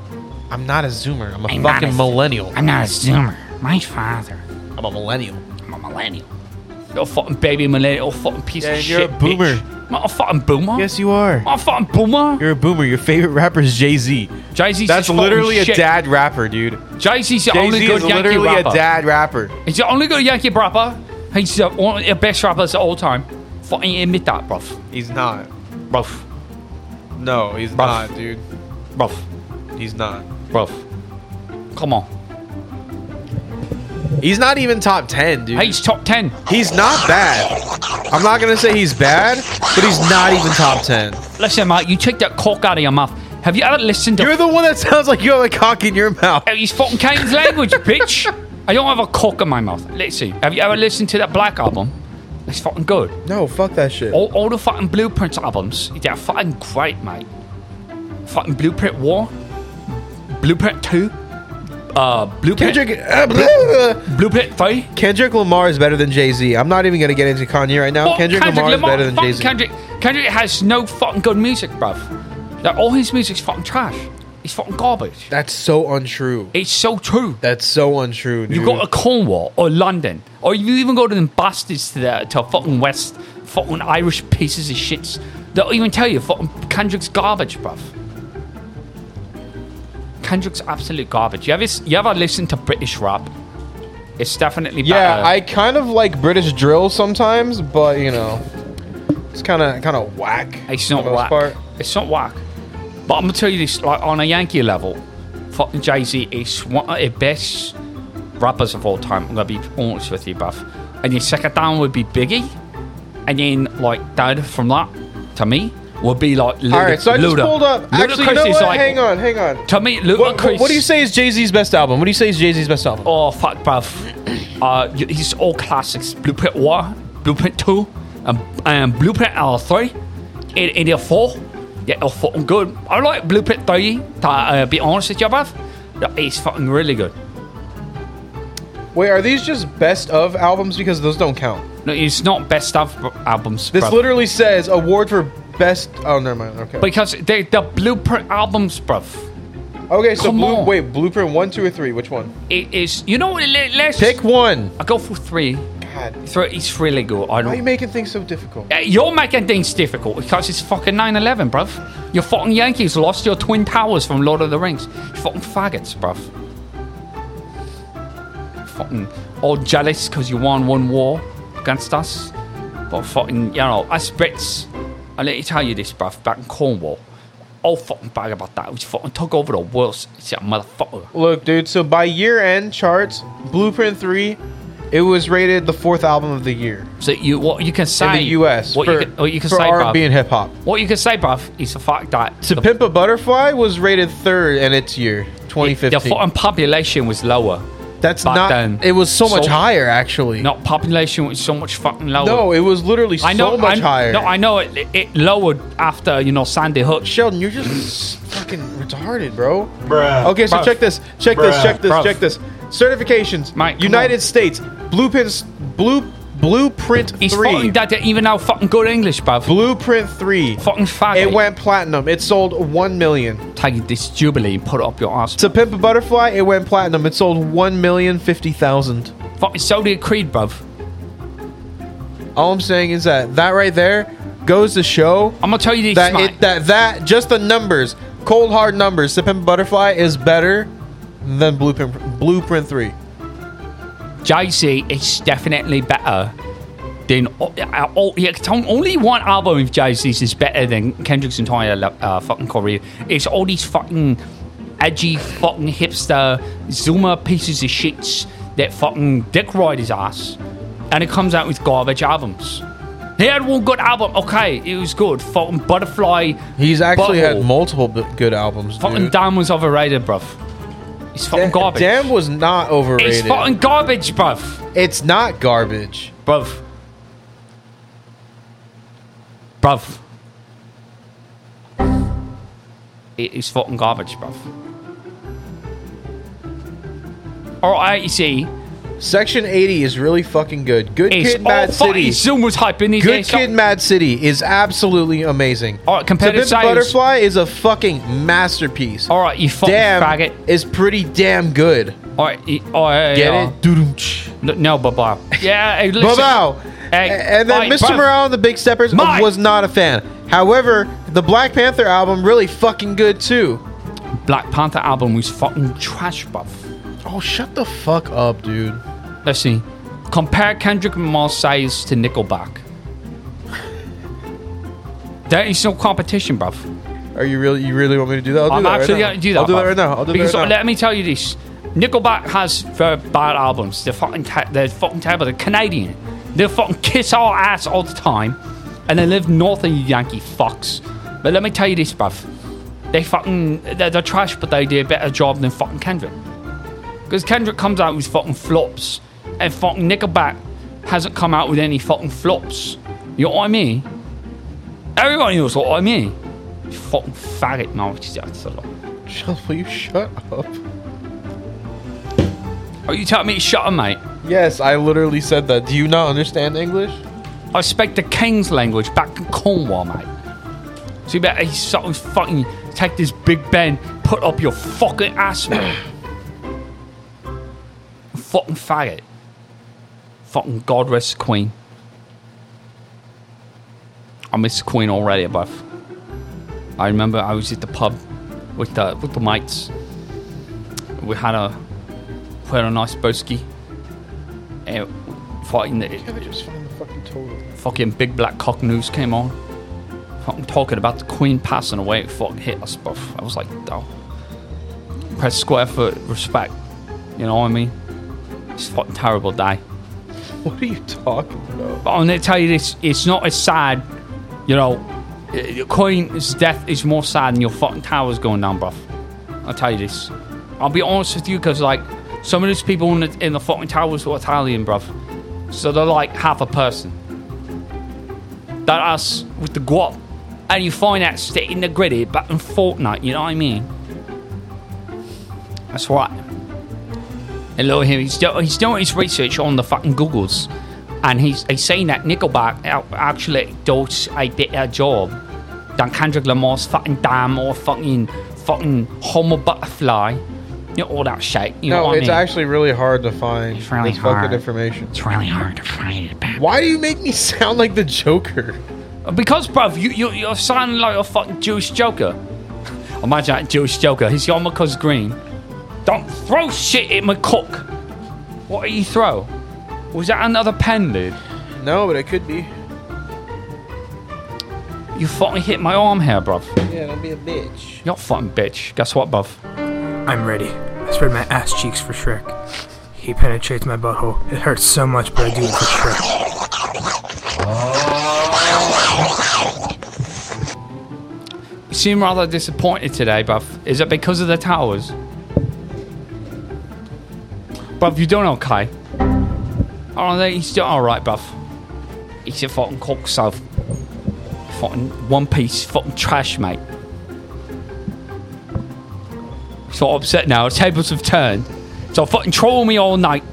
S11: I'm not a zoomer. I'm a
S2: I'm not
S11: fucking
S2: a-
S11: millennial.
S2: I'm not a Zoomer. My father.
S11: I'm a millennial.
S2: I'm a millennial. Little fucking baby millennial. Little fucking piece
S11: Yeah,
S2: of
S11: you're
S2: shit.
S11: a boomer.
S2: Bitch. I'm not a fucking boomer.
S11: Yes, you are.
S2: I'm a fucking boomer.
S11: You're a boomer. Your favorite rapper is Jay Z.
S2: Jay Z's
S3: That's literally a
S2: shit.
S3: dad rapper, dude.
S2: Jay Z's the
S3: Jay
S2: only
S3: Z
S2: good
S3: is
S2: Yankee
S3: literally a
S2: rapper.
S3: dad rapper.
S2: He's the only good Yankee rapper. He's the, one of the best rappers of all time. Fucking admit that, bruv.
S3: He's not.
S2: Bruv.
S3: No, he's
S2: Bruh.
S3: not, dude.
S2: Bruv.
S3: He's not.
S2: Bruv. Come on.
S3: He's not even top ten, dude.
S2: Hey, he's top 10.
S3: He's not bad. I'm not gonna say he's bad, but he's not even top ten.
S2: Listen, mate, you take that cock out of your mouth. Have you ever listened to
S3: You're the one that sounds like you have a cock in your mouth.
S2: It's fucking Kane's language, bitch. I don't have a cock in my mouth. Let's see. Have you ever listened to that Black album? It's fucking good.
S3: No, fuck that shit.
S2: All, all the fucking Blueprint albums, they're fucking great, mate. Fucking Blueprint War, Blueprint 2, uh, Blueprint,
S3: Kendrick, uh, blah, blah, blah.
S2: Blueprint 3.
S3: Kendrick Lamar is better than Jay Z. I'm not even gonna get into Kanye right now.
S2: Fuck
S3: Kendrick, Lamar, is better than
S2: Fuck
S3: Jay Z.
S2: Kendrick. Kendrick has no fucking good music, bruv. Like, all his music's fucking trash. It's fucking garbage.
S3: That's so untrue.
S2: It's so true.
S3: That's so untrue, dude.
S2: You go to Cornwall or London, or you even go to them bastards to the to fucking West, fucking Irish pieces of shits. They'll even tell you fucking Kendrick's garbage, bruv. Kendrick's absolute garbage. You ever s- you ever listen to British rap? It's definitely
S3: yeah,
S2: better.
S3: I kind of like British drill sometimes, but you know, it's kind of kind of whack.
S2: It's
S3: for
S2: not
S3: the most
S2: whack.
S3: part.
S2: It's not whack. But I'm gonna tell you this, like on a Yankee level, fucking Jay Z is one of the best rappers of all time. I'm gonna be honest with you, bruv. And your second down would be Biggie, and then like Dad from that to me would be like Luda.
S3: All right, so I just
S2: Luda.
S3: pulled up. Actually, you
S2: Ludacris
S3: know
S2: is
S3: what?
S2: like
S3: hang on, hang on.
S2: to me. Ludacris.
S3: What, what do you say is Jay Z's best album? What do you say is Jay Z's best album?
S2: Oh fuck, bruv. Uh, y- he's all classics: Blueprint One, Blueprint Two, and, and Blueprint uh, Three, and, and they're four. Yeah, they're fucking good. I like Blueprint Three. To uh, be honest with you, bruv, Yeah, it's fucking really good.
S3: Wait, are these just best of albums? Because those don't count.
S2: No, it's not best of albums.
S3: This
S2: bruv.
S3: literally says award for best. Oh, never mind. Okay.
S2: because they the Blueprint albums, bruv.
S3: okay, so
S2: come
S3: blue,
S2: on.
S3: wait, Blueprint one, two, or three? Which one?
S2: It is you know what? let- Let's
S3: Pick one.
S2: I go for three.
S3: God,
S2: Three is really good. I
S3: why are you
S2: don't.
S3: making things so difficult?
S2: Uh, You're making things difficult because it's fucking 9 11, bruv. Your fucking Yankees lost your Twin Towers from Lord of the Rings. You fucking faggots, bruv. Fucking all jealous because you won one war against us. But fucking, you know, us Brits, I let you tell you this, bruv, back in Cornwall. All fucking bag about that. We fucking took over the world. It's that motherfucker.
S3: Look, dude. So by year end charts, Blueprint three, it was rated the fourth album of the year
S2: So you, what you can say.
S3: in the U.S.
S2: What
S3: for,
S2: you can, what you can
S3: for
S2: say,
S3: R&B
S2: bruv.
S3: and hip hop.
S2: What you can say, bruv, is the fact that.
S3: To Pimp a Butterfly was rated third in its year,
S2: The
S3: 2015.
S2: foreign population was lower.
S3: That's
S2: back
S3: not.
S2: then.
S3: It was so, much
S2: So-
S3: higher, actually.
S2: Not population was so much fucking lower.
S3: no, it was literally
S2: I know,
S3: so much
S2: I,
S3: higher.
S2: No, I know it. It lowered after you know Sandy Hook.
S3: Sheldon, you're just fucking retarded, bro. Okay, so
S2: Bruv.
S3: check this. Check this. Check this.
S2: Bruv.
S3: Check this. Certifications.
S2: Mike, come
S3: United
S2: on.
S3: States. Blueprints. Blue. Blueprint
S2: He's
S3: three.
S2: fucking that even now fucking good English, bruv.
S3: Blueprint three.
S2: fucking faggot.
S3: It went platinum. It sold one million.
S2: Take this jubilee and put it up your ass.
S3: To Pimp a Butterfly, it went platinum. It sold one million fifty thousand.
S2: fucking so did Creed, bruv.
S3: All I'm saying is that that right there, goes to show
S2: I'm gonna tell you these.
S3: that
S2: smart.
S3: it, that that just the numbers, cold hard numbers, the Pimp a Butterfly is better than Blueprint Blueprint Three.
S2: JC is definitely better than. oh, uh, oh, yeah, it's on- only one album of JC's is better than Kendrick's entire lo- uh, fucking career. It's all these fucking edgy, fucking hipster, Zuma pieces of shits that fucking dick ride his ass. And it comes out with garbage albums. He had one good album. Okay, it was good. Fucking Butterfly.
S3: He's actually
S2: Butthole.
S3: had multiple b- good albums.
S2: Fucking
S3: dude.
S2: Damn was overrated, bruv. He's fucking
S3: Da-
S2: garbage.
S3: Damn was not overrated.
S2: He's fucking garbage, bruv.
S3: It's not garbage.
S2: Bruv. Bruv. It is fucking garbage, bruv. Alright, you see,
S3: Section 80 is really fucking good. Good
S2: it's
S3: Kid,
S2: all
S3: Mad
S2: fucking
S3: City.
S2: Zoom was hyping these
S3: Good
S2: days.
S3: Kid, Mad City is absolutely amazing.
S2: All right, compared to
S3: Pimp a
S2: Cyrus.
S3: Butterfly is a fucking masterpiece.
S2: Alright, you fucking
S3: damn
S2: faggot.
S3: is pretty damn good.
S2: Alright, you- oh, yeah,
S3: Get
S2: yeah.
S3: it? Doo-doo-ch.
S2: No, no, bye-bye. Yeah, hey, listen.
S3: Bow
S2: Hey,
S3: and then
S2: hey,
S3: Mr.
S2: bruv.
S3: Morale and the Big Steppers uh,
S2: Mike.
S3: was not a fan. However, the Black Panther album really fucking good too.
S2: Black Panther album was fucking trash, bruv.
S3: Oh, shut the fuck up, dude.
S2: Let's see. Compare Kendrick Lamar's size to Nickelback. There is no competition, bruv.
S3: Are you really you really want me to do that? I'll do
S2: I'm
S3: that right
S2: actually
S3: now.
S2: gonna do that.
S3: I'll do that
S2: bruv.
S3: right now. I'll do
S2: because
S3: that right now.
S2: let me tell you this: Nickelback has very bad albums. They're fucking ta- they're fucking terrible. They're Canadian. They fucking kiss our ass all the time, and they live north of you Yankee fucks. But let me tell you this, bruv. They fucking they're, they're trash, but they did a better job than fucking Kendrick. Because Kendrick comes out with fucking flops, and fucking Nickelback hasn't come out with any fucking flops. You know what I mean? Everyone knows what I mean. You fucking faggot. No, it's just- that's a lot.
S3: Shut- Will you shut up?
S2: Are Oh, you telling me to shut up, mate?
S3: Yes, I literally said that. Do you not understand English?
S2: I speak the king's language back in Cornwall, mate. So you better sort of fucking take this Big Ben, put up your fucking ass, mate. fucking faggot. Fucking God rest the Queen. I miss the Queen already, bruv. I remember I was at the pub with the with the mates. We had a we had a nice broski. And fighting the fucking big black cock news came on. Fucking talking about the Queen passing away, it fucking hit us both. I was like, oh. Press square for respect. You know what I mean? It's a fucking terrible day.
S3: What are you talking about?
S2: But I'm gonna tell you this, it's not as sad, you know, uh, your Queen's death is more sad than your fucking towers going down, bruv. I'll tell you this. I'll be honest with you, because, like, some of these people in the, in the fucking towers were Italian, bruv. So they're like half a person. That us with the guap. And you find out stay in the gritty back in Fortnite, you know what I mean? That's right. Hello, him. He's, do- he's doing his research on the fucking Googles. And he's, he's saying that Nickelback out- actually does a better job than Kendrick Lamar's fucking damn or fucking fucking homo butterfly. You know, all that shit. You know
S3: No,
S2: what
S3: it's
S2: I mean?
S3: actually really hard to find
S2: It's really
S3: this fucking
S2: hard.
S3: information.
S2: It's really hard to find it back.
S3: Why do you make me sound like the Joker?
S2: Because, bruv, you, you, you're sounding like a fucking Jewish joker. Imagine that Jewish joker. His yarmulke's green. Don't throw shit at my cook. What did you throw? Was that another pen, dude?
S3: No, but it could be.
S2: You fucking hit my arm here, bruv.
S3: Yeah, don't be a bitch.
S2: You're a fucking bitch. Guess what, bruv?
S12: I'm ready. I spread my ass cheeks for Shrek. He penetrates my butthole. It hurts so much, but I do it for Shrek.
S2: You seem rather disappointed today, bruv. Is it because of the towers? Bruv, you doing okay? Oh, no, he's doing alright, bruv. He's a fucking cock self. Fucking one piece, fucking trash, mate. So upset now, the tables have turned. So fucking troll me all night.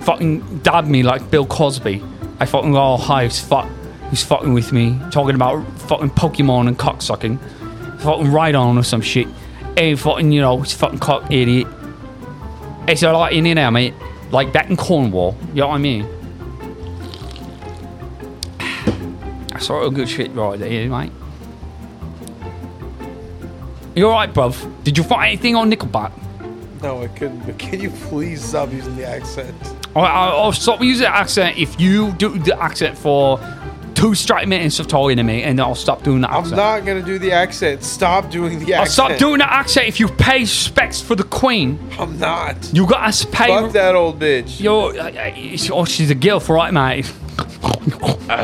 S2: Fucking dab me like Bill Cosby. I fucking go, oh, hi, who's fuck. Who's fucking with me? Talking about fucking Pokemon and cocksucking. Fucking Rhydon or some shit. Hey, fucking, you know, it's fucking cock idiot. It's a lot in here now, mate. Like back in Cornwall. You know what I mean? That's all good shit right there, mate. You alright, bruv? Did you find anything on Nickelback?
S3: No, I couldn't. But can you please stop using the accent?
S2: I, I, I'll stop using the accent if you do the accent for two straight minutes of talking to me, and I'll stop doing the
S3: I'm
S2: accent.
S3: not gonna do the accent. Stop doing the accent.
S2: I'll stop doing the accent if you pay respects for the Queen.
S3: I'm not.
S2: You gotta pay.
S3: Fuck that old bitch.
S2: Yo, uh, uh, it's- oh, she's a gilf, right, mate?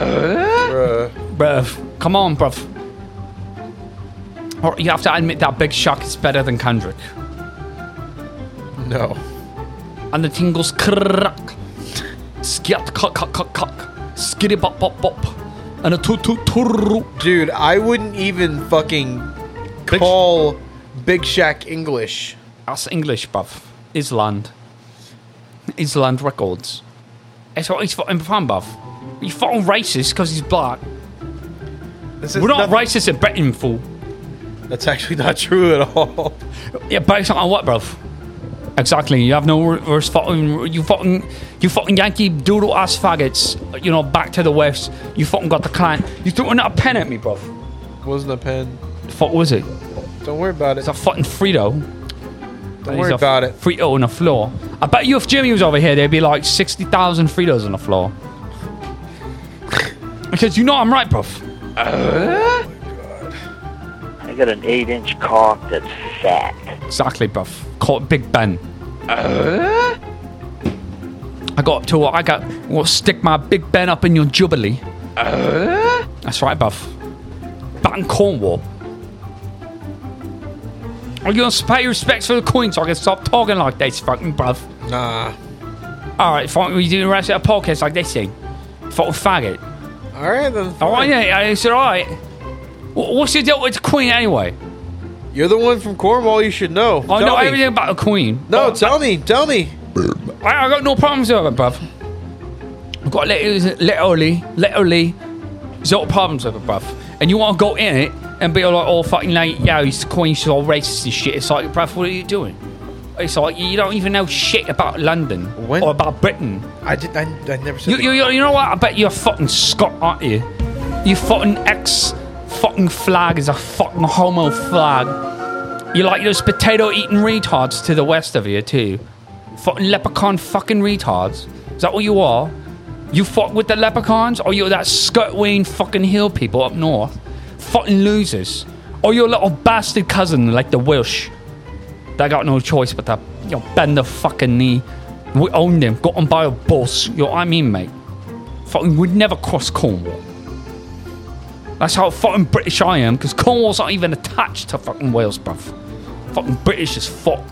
S3: Bruh.
S2: bruv, come on, bruv. Or you have to admit that Big Shock is better than Kendrick.
S3: No.
S2: And the tingles crack. Skit cock cock cock cock. Skitty bop bop bop. And a toot toot toot.
S3: Dude, I wouldn't even fucking call Big Shack English.
S2: That's English, bruv. Island. Island Records. That's what he's fucking from, bruv. You fucking racist because he's black.
S3: This is
S2: We're not
S3: nothing-
S2: racist in Britain, fool.
S3: That's actually not true at all.
S2: Yeah, based on what, bruv? Exactly. You have no worse fucking you fucking you fucking Yankee doodle ass faggots. You know, back to the west. You fucking got the client. You throwing a pen at me, bruv.
S3: Wasn't a pen.
S2: The fuck was it?
S3: Don't worry about it.
S2: It's a fucking Frito.
S3: Don't worry about it.
S2: Frito on the floor. I bet you if Jimmy was over here, there'd be like sixty thousand Fritos on the floor. because you know I'm right, bruv.
S7: I got an eight inch cock that's fat.
S2: Exactly, bruv. Caught Big Ben. Uh? I got up to I got. Well, stick my Big Ben up in your jubilee. Uh? That's right, bruv. Back in Cornwall. Are you going to pay respects for the Queen so I can stop talking like this, fucking bruv?
S3: Nah.
S2: Alright, fine, we do the rest of the podcast like this thing. Fucking faggot.
S3: Alright then.
S2: Alright, yeah, it's alright. Wh- What's your deal with the Queen anyway?
S3: You're the one from Cornwall, you should know.
S2: Oh, I
S3: Tell
S2: know
S3: me.
S2: everything about the Queen.
S3: No, tell me, tell me.
S2: I, I got no problems with it, bruv. I've got lit- literally, literally zero problems with it, bruv. And you want to go in it and be like, oh, fucking, like, yeah, he's the queen, she's all racist and shit. It's like, bruv, what are you doing? It's like, you don't even know shit about London
S3: When-
S2: or about Britain.
S3: I did. I, I never said.
S2: You, you, you, you know what? I bet you're fucking Scot, aren't you? You fucking ex fucking flag is a fucking homo flag. You like those potato eating retards to the west of you, too. Fucking leprechaun fucking retards. Is that what you are? You fuck with the leprechauns, or you're that skirtwing fucking hill people up north? Fucking losers. Or your little bastard cousin like the Welsh. They got no choice but to you know, bend their fucking knee. We own them, got them by a boss. You know what I mean, mate? Fucking, we'd never cross Cornwall. That's how fucking British I am, because Cornwall's not even attached to fucking Wales, bruv. Fucking British as fuck.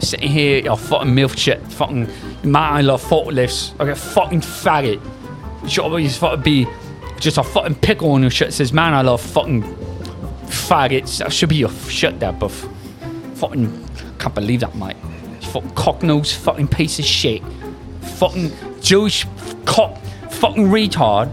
S2: Sitting here, you fucking milk shit, fucking man, I love forklifts. Like a fucking faggot. You should always fucking be just a fucking pickle on your shit that says, man, I love fucking faggots. That should be your shit there, buff. Fucking can't believe that, mate. Fucking cocknose, fucking piece of shit. Fucking Jewish cock, fucking retard.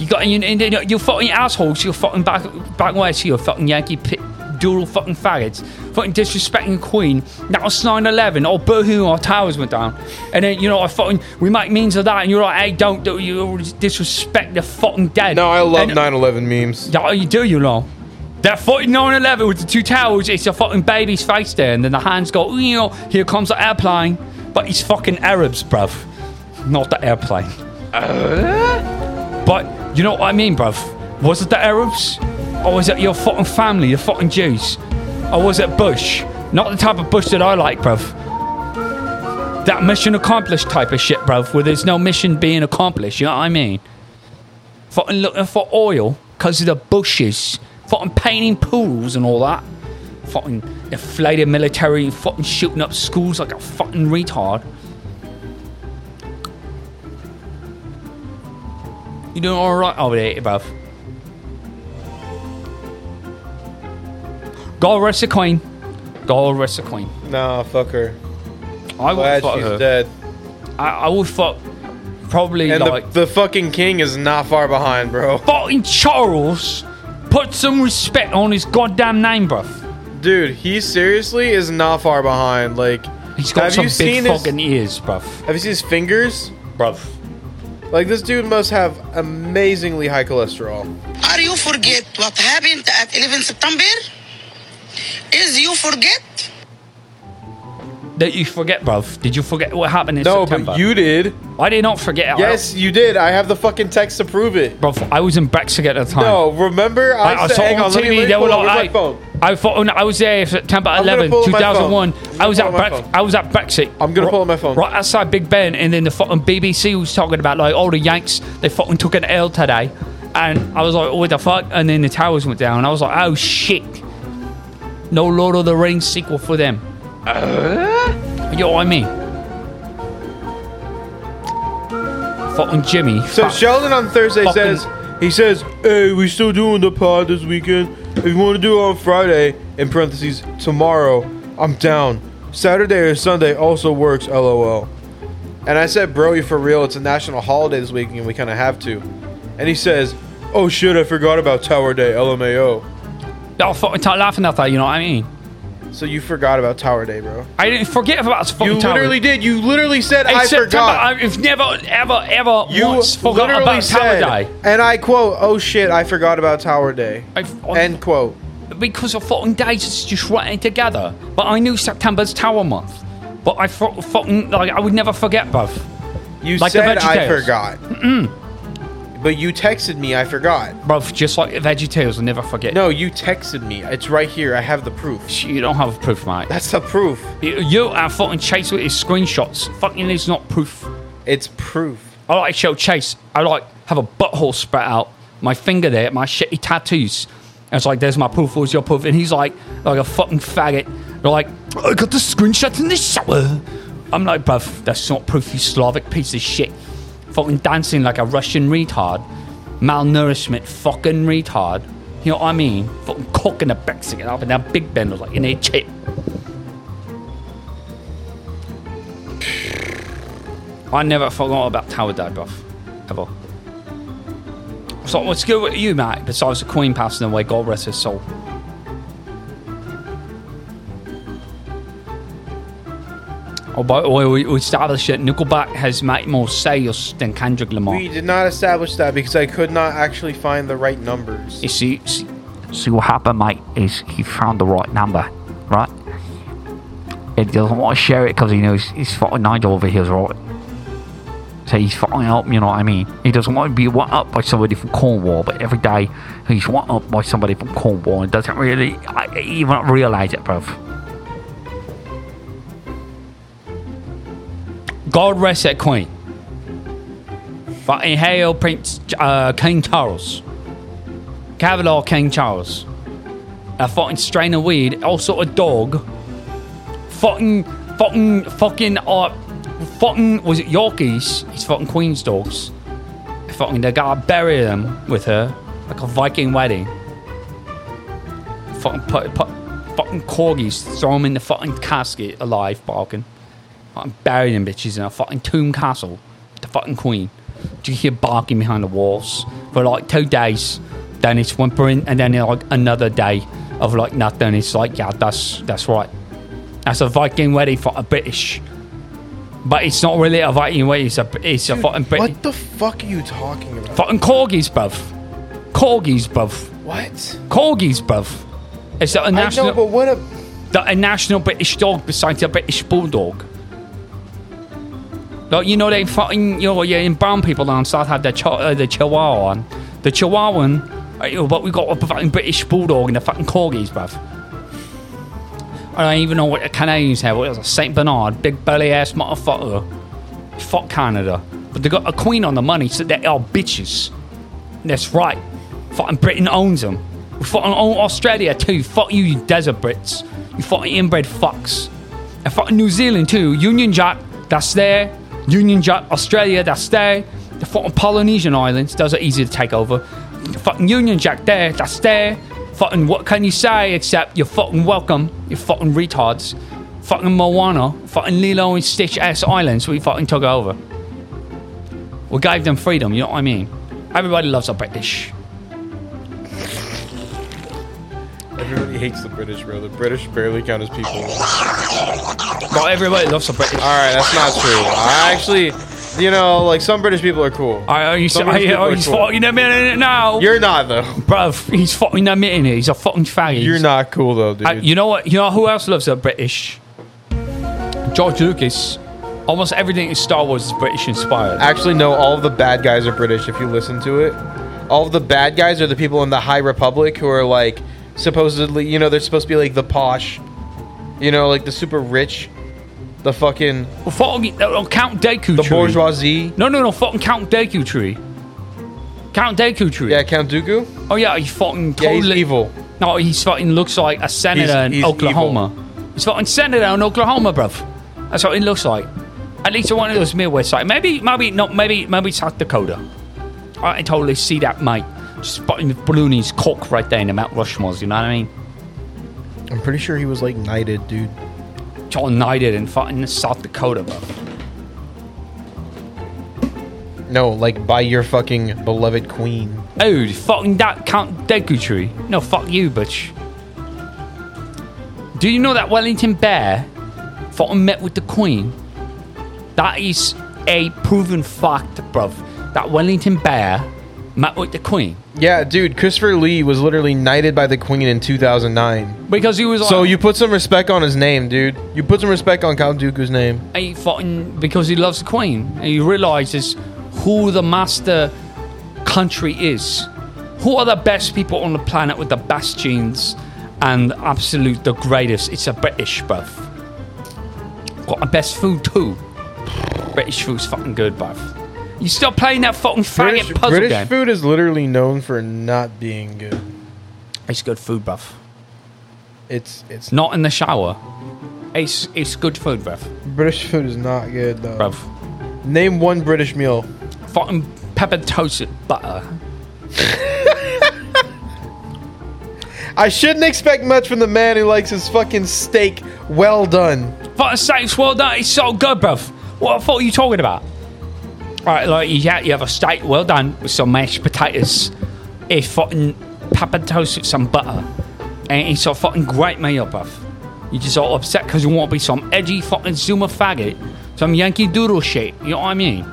S2: You got you, you, you, you fucking assholes. You're fucking back back west. You're fucking Yankee pit, dual fucking faggots. Fucking disrespecting Queen. That was 9/11. Or boohoo. Our towers went down. And then you know I fucking we make memes of that. And you're like, hey, don't do you disrespect the fucking dead.
S10: No, I love
S2: And-
S10: 9/11 memes.
S2: yeah, you do, you know. That 49 11 with the two towers, it's a fucking baby's face there, and then the hands go, "Ooh, you know, here comes the airplane. But it's fucking Arabs, bruv. Not the airplane. But you know what I mean, bruv? Was it the Arabs? Or was it your fucking family, your fucking Jews? Or was it Bush? Not the type of Bush that I like, bruv. That mission accomplished type of shit, bruv, where there's no mission being accomplished, you know what I mean? fucking looking for oil because of the bushes, fucking painting pools and all that. Fucking inflated military, fucking shooting up schools like a fucking retard. You doing alright over there, bruv? God rest the queen. God rest the queen.
S3: Nah, fuck her.
S2: I would
S3: Glad
S2: fuck
S3: she's
S2: her.
S3: dead.
S2: I, I would fuck probably
S3: And
S2: like
S3: the, the fucking king is not far behind, bro.
S2: fucking Charles put some respect on his goddamn name, bruv.
S3: Dude, he seriously is not far behind. Like,
S2: He's got
S3: have
S2: some
S3: you
S2: big
S3: seen his,
S2: fucking ears, bruv.
S3: Have you seen his fingers?
S2: Bruv.
S3: Like this dude must have amazingly high cholesterol.
S7: Are you forget what happened at 11 September? Is you forget?
S2: That you forget, bruv. Did you forget what happened in
S3: No,
S2: September?
S3: but you did.
S2: I did not forget.
S3: Yes, you did. I have the fucking text to prove it.
S2: I, bruv, I was in Brexit at the time.
S3: No, remember I,
S2: I, I
S3: said,
S2: saw
S3: hang
S2: on
S3: on, let me,
S2: TV.
S3: let me
S2: they were
S3: pull up.
S2: like,
S3: Where's my phone?
S2: I, I, thought, I was there September
S3: gonna
S2: 11,
S3: pull up my
S2: 2001.
S3: phone.
S2: I was
S3: I'm
S2: at
S3: gonna pull up my
S2: Brex-
S3: phone.
S2: I was at Brexit.
S3: I'm gonna
S2: Ri-
S3: pull up my phone.
S2: Right outside Big Ben, and then the fucking BBC was talking about like, oh, the Yanks, they fucking took an L today, and I was like, what the fuck? And then the towers went down. I was like, oh shit, no Lord of the Rings sequel for them.
S3: Uh?
S2: You know what I mean? Fucking Jimmy.
S3: So
S2: fuck.
S3: Sheldon on Thursday
S2: Fucking-
S3: says he says, "Hey, we still doing the pod this weekend. If you want to do it on Friday, in parentheses tomorrow, I'm down. Saturday or Sunday also works. LOL." And I said, "Bro, you for real? It's a national holiday this weekend. We kind of have to." And he says, "Oh shit, I forgot about Tower Day. LMAO."
S2: Y'all fucking start laughing at that, you know what I mean?
S3: So you forgot about Tower Day, bro.
S2: I didn't forget about fucking
S3: You
S2: towers.
S3: literally did. You literally said, "I
S2: September,
S3: forgot."
S2: I've never, ever, ever
S3: You
S2: once forgot
S3: literally
S2: about
S3: said,
S2: Tower Day.
S3: and I quote, "Oh shit, I forgot about Tower Day."
S2: I've-
S3: End quote.
S2: because of fucking days it's just running together. But I knew September's Tower Month. But I fu- fucking, like, I would never forget, bruv.
S3: You
S2: Like the
S3: said I
S2: VeggieTales.
S3: forgot. But you texted me, I forgot.
S2: Bruv, just like VeggieTales, I'll never forget.
S3: No, you texted me. It's right here. I have the proof.
S2: You don't have proof, mate.
S3: That's the proof.
S2: You- You are fucking Chase with his screenshots. Fucking is not proof.
S3: It's proof.
S2: I like show Chase. I like have a butthole spread out, my finger there, my shitty tattoos. And it's like, there's my proof, where's your proof? And he's like, like a fucking faggot. They're like, I got the screenshots in the shower. I'm like, bruv, that's not proof, you Slavic piece of shit. Fucking dancing like a Russian retard. Malnourishment, fucking retard. You know what I mean? Fucking cocking a Mexican up and down Big Ben was like in a chip. I never forgot about Tower Day, bruv. Ever. So what's good with you, Matt, besides the Queen passing away, God rest his soul? Oh, by the way, we, we established that Nickelback has made more sales than Kendrick Lamar.
S3: We did not establish that because I could not actually find the right numbers.
S2: You see, see, see what happened, mate, is he found the right number, right? He doesn't want to share it because he knows he's fucking Nigel over here, right? So he's fucking up, you know what I mean? He doesn't want to be one up by somebody from Cornwall, but every day he's one up by somebody from Cornwall and doesn't really I, even realize it, bruv. God rest that queen. Fucking hail Prince uh, King Charles. Cavalier King Charles. A fucking strain of weed, also a dog. Fucking, fucking, fucking, uh, fucking, was it Yorkies? It's fucking Queen's dogs. Fucking, they gotta bury them with her, like a Viking wedding. Fucking put, put fucking corgis, throw them in the fucking casket alive, barking. Fucking bury them bitches in a fucking tomb castle. The fucking Queen. Do you hear barking behind the walls for like two days? Then it's whimpering, and then like another day of like nothing. It's like, yeah, that's that's right. That's a Viking wedding for a British. But it's not really a Viking wedding. It's a it's a fucking British.
S3: What the fuck are you talking about?
S2: Fucking corgis, bruv. Corgis, bruv.
S3: What?
S2: Corgis, bruv. It's a
S3: I know, but
S2: national,
S3: what a.
S2: the- a national British dog besides a British bulldog. Like you know, they fucking you know, yeah, in brown people down south had the ch- uh, the Chihuahua, on. the Chihuahua, on, uh, you know, but we got a fucking British bulldog and the fucking corgis, bruv. I don't even know what the Canadians have. What is a Saint Bernard, big belly ass motherfucker. Fuck Canada, but they got a queen on the money, so they are bitches. That's right. Fucking Britain owns them. We fucking own Australia too. Fuck you, you desert Brits. You fucking inbred fucks. And fucking New Zealand too. Union Jack, that's there. Union Jack, Australia, that's there. The fucking Polynesian islands, those are easy to take over. The fucking Union Jack there, that's there. Fucking what can you say except you're fucking welcome, you fucking retards. Fucking Moana, fucking Lilo and Stitch ass islands we fucking took over. We gave them freedom, you know what I mean? Everybody loves a British.
S3: Everybody hates the British, bro. The British barely count as people.
S2: But everybody loves a British.
S3: All right, that's not true. I actually, You know, like some British people are cool.
S2: I, I, he's,
S3: Some of
S2: I,
S3: these people are
S2: he's
S3: cool.
S2: fucking admitting it now.
S3: You're not though.
S2: Bruv, he's fucking admitting it. He's a fucking faggot.
S3: You're not cool though, dude.
S2: I- you know what? You know who else loves the British? George Lucas. Almost everything in Star Wars is British inspired.
S3: Actually, no. All of the bad guys are British. If you listen to it, all of the bad guys are the people in the High Republic who are like supposedly, you know, they're supposed to be like the posh, you know, like the super rich, the fucking
S2: Well, fucking uh, Count Deku
S3: the
S2: tree.
S3: bourgeoisie.
S2: No, no, no. Fucking Count Deku tree. Count Deku tree.
S3: Yeah, Count Dooku.
S2: Oh yeah, he's fucking
S3: Yeah,
S2: totally
S3: he's evil.
S2: No, he's fucking looks like a senator
S3: He's-
S2: in
S3: he's
S2: Oklahoma. He's fucking senator in Oklahoma, bruv. That's what he looks like. At least one of those Midwest side. Maybe, maybe not. Maybe, maybe South Dakota. I can totally see that, mate. Just fucking ballooning cock right there in the Mount Rushmores. You know what I mean?
S3: I'm pretty sure he was like knighted, dude.
S2: John knighted in fucking South Dakota, bruv.
S3: No, like by your fucking beloved queen.
S2: Dude, Oh, fucking that Count Deku tree. No, fuck you, bitch. Do you know that Wellington Bear fucking met with the Queen? That is a proven fact, bruv. That Wellington Bear met with the Queen.
S3: Yeah, dude. Christopher Lee was literally knighted by the queen in 2009.
S2: Because he was like,
S3: So you put some respect on his name, dude. You put some respect on Count Dooku's name.
S2: he fucking, because he loves the Queen. And he realizes who the master country is. Who are the best people on the planet with the best genes and absolute the greatest? It's a British, bruv. Got the best food too. British food's fucking good, bruv. You still playing that fucking faggot
S3: British,
S2: puzzle
S3: British
S2: game?
S3: food is literally known for not being good.
S2: It's good food, bruv.
S3: It's it's
S2: Not in the shower. It's it's good food, bruv.
S3: British food is not good though.
S2: Bruv.
S3: Name one British meal.
S2: Fucking pepper toasted butter.
S3: I shouldn't expect much from the man who likes his fucking steak well done.
S2: Fucking steaks well done. It's so good, bruv. What the fuck are you talking about? All right, like yeah, you have a steak well done with some mashed potatoes, a fucking pepper toast with some butter, and it's a fucking great meal, bruv. You just all upset because you want to be some edgy fucking Zuma faggot, some Yankee Doodle shit. You know what I mean?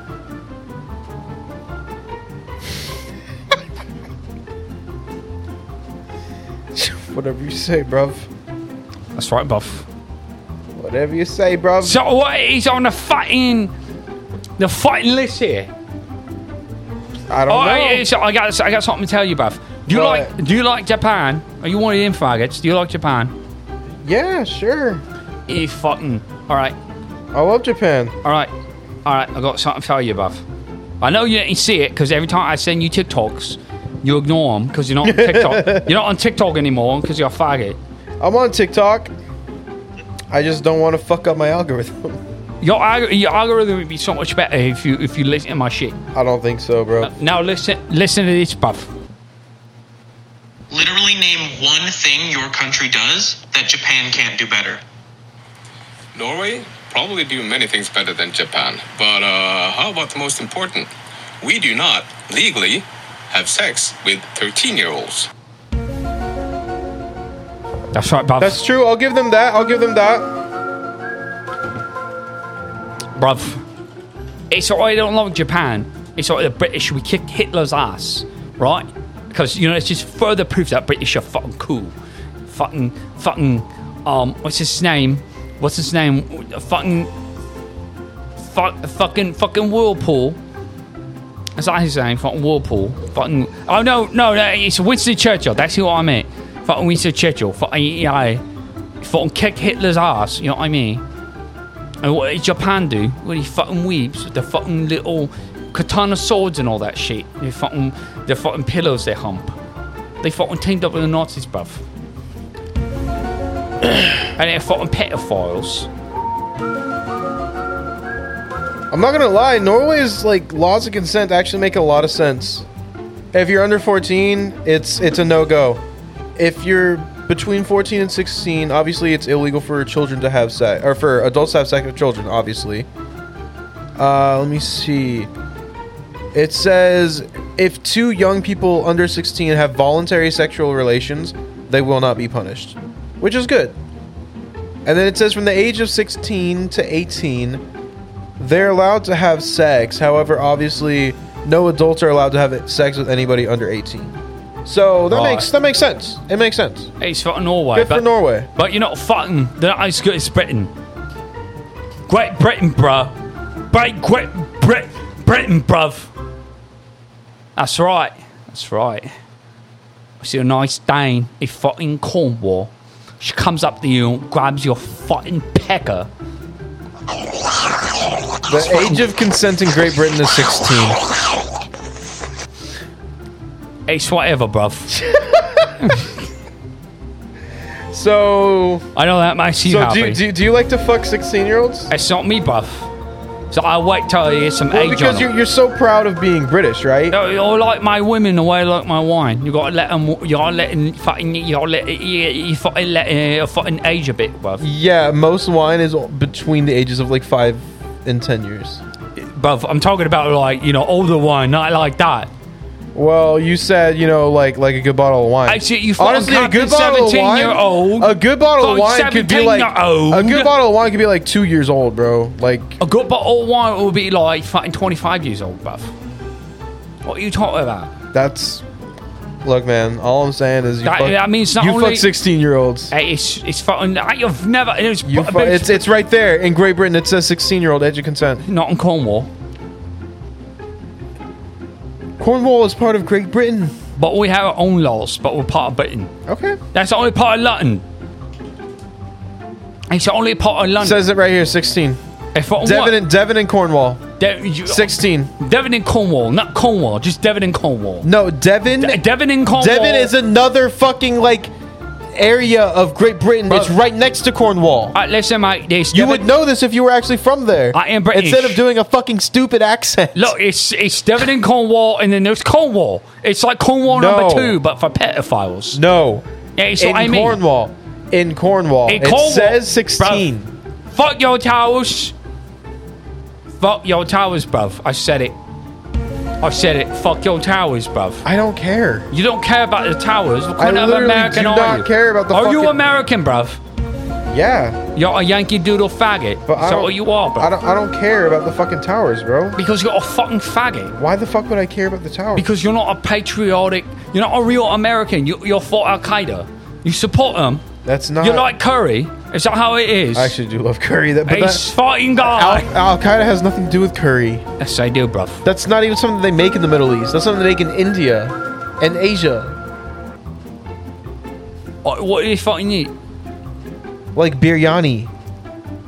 S3: Whatever you say, bruv.
S2: That's right, bruv.
S3: Whatever you say, bruv.
S2: So what is on the fucking the fucking list here?
S3: I don't
S2: Oh,
S3: know.
S2: I, it's- I got, I got something to tell you, bruv. Do you
S3: What?
S2: like, do you like Japan? Are you one of them faggots? Do you like Japan?
S3: yeah, sure.
S2: You fucking. All right,
S3: I love Japan.
S2: all right, all right. I got something to tell you, bruv. I know you didn't see it because every time I send you TikToks, you ignore them because you're not on TikTok. you're not on TikTok anymore because you're a faggot.
S3: I'm on TikTok. I just don't want to fuck up my algorithm.
S2: Your, alg- your algorithm would be so much better if you if you listen to my shit.
S3: I don't think so, bro.
S2: Now listen, listen to this, bruv.
S7: Literally name one thing your country does that Japan can't do better.
S13: Norway probably do many things better than Japan, but uh, how about the most important? We do not legally have sex with 13 year olds.
S2: That's right, bruv.
S3: That's true. I'll give them that. I'll give them that.
S2: bruv. It's why I don't love Japan. It's why the British, we kicked Hitler's ass, right? Because, you know, it's just further proof that British are fucking cool. Fucking, fucking, um, what's his name? What's his name? Fucking, fuck, fucking, fucking Whirlpool. Is that his name? Fucking Whirlpool. Fucking, oh no, no, no, it's Winston Churchill. That's who I meant. Fucking Winston Churchill. Fucking, yeah. Fucking kick Hitler's ass, you know what I mean? And what did Japan do? Well, he fucking weeps with the fucking little katana swords and all that shit. They fucking, the fucking pillows they hump. They fucking teamed up with the Nazis, bruv. and they're fucking pedophiles.
S3: I'm not gonna lie. Norway's like laws of consent actually make a lot of sense. If you're under 14, it's it's a no go. If you're between 14 and 16, obviously it's illegal for children to have sex or for adults to have sex with children. Obviously. Uh, let me see. It says if two young people under 16 have voluntary sexual relations, they will not be punished, which is good. And then it says from the age of 16 to 18, they're allowed to have sex. However, obviously, no adults are allowed to have sex with anybody under 18. So that
S2: Right.
S3: makes that makes sense. It makes sense.
S2: It's for Norway.
S3: Good for
S2: but-
S3: Norway.
S2: But you're not fucking. They're not as good as Britain. Great Britain, bruh. Great, great Brit, Britain, bruv. That's right. That's right. I see a nice Dane in fucking Cornwall. She comes up to you and grabs your fucking pecker.
S3: The age of consent in Great Britain is 16.
S2: It's whatever, bruv.
S3: So
S2: I know that makes you
S3: so do,
S2: happy.
S3: you- do, you- do you like to fuck 16 year olds?
S2: it's not me, bruv. So I wait till I get some
S3: Well,
S2: age
S3: because
S2: on 'em.
S3: you're, you're so proud of being British, right?
S2: No, you're like my women the way I like my wine. You gotta let them. You gotta let 'em fucking. You gotta let. You, you fucking let. Uh, fucking age a bit, bruv.
S3: Yeah, most wine is between the ages of like five and 10 years.
S2: Bruv, I'm talking about like you know older wine, not like that.
S3: Well, you said you know like like a good bottle of wine.
S2: Actually, you fucking Captain 17 year old.
S3: A good bottle of
S2: Fucking
S3: wine could be
S2: 17
S3: like
S2: year old.
S3: a good bottle of wine could be like two years old, bro. Like
S2: A good bottle of wine will be like fucking 25 years old, bruv. What are you talking about?
S3: that's look, man. All I'm saying is you
S2: That-
S3: fuck,
S2: that means not
S3: you
S2: only-
S3: fuck 16 year olds.
S2: Hey, it's it's fucking. I- You've never. It's,
S3: You fu- it's it's right there in Great Britain. It says 16 year old age of consent.
S2: not in Cornwall,
S3: Cornwall is part of Great Britain.
S2: but we have our own laws. But we're part of Britain.
S3: Okay,
S2: That's the only part of London. It's the only part of London.
S3: says it right here. 16.
S2: If I
S3: Devon
S2: want-
S3: and Devon and Cornwall.
S2: De- you-
S3: 16.
S2: Devon and Cornwall, not Cornwall, just Devon and Cornwall.
S3: No, Devon.
S2: De- Devon and Cornwall.
S3: Devon is another fucking like area of Great Britain.
S2: Bro.
S3: It's right next to Cornwall.
S2: Alright, listen, mate. This
S3: you
S2: Devon-
S3: would know this if you were actually from there.
S2: I am British.
S3: Instead of doing a fucking stupid accent.
S2: Look, it's it's Devon and Cornwall, and then there's Cornwall. It's like Cornwall
S3: No.
S2: number two, but for pedophiles.
S3: no.
S2: Yeah, it's
S3: in
S2: what I mean.
S3: Cornwall. In Cornwall.
S2: In
S3: it
S2: Cornwall,
S3: says 16.
S2: Fuck your towels. Fuck your towels, bruv. I said it. I said it. Fuck your towers, bruv.
S3: I don't care.
S2: You don't care about the towers. What kind
S3: I
S2: of
S3: literally
S2: American
S3: do
S2: are
S3: not
S2: you?
S3: care about the
S2: Are you
S3: fucking-
S2: American, bruv?
S3: Yeah.
S2: You're a Yankee Doodle faggot.
S3: But I
S2: so
S3: don't-
S2: what you are, bruv.
S3: I don't I don't care about the fucking towers, bro.
S2: Because you're a fucking faggot.
S3: Why the fuck would I care about the towers?
S2: Because you're not a patriotic. You're not a real American. You, you're for Al Qaeda. You support them.
S3: That's not
S2: You like curry. Is that how it is?
S3: I actually do love curry that but
S2: it's
S3: that,
S2: fighting
S3: Al,
S2: God.
S3: Al Qaeda has nothing to do with curry.
S2: yes, I do, bruv.
S3: That's not even something they make in the Middle East. That's something they make in India and Asia.
S2: Uh, What do you fucking eat?
S3: Like biryani.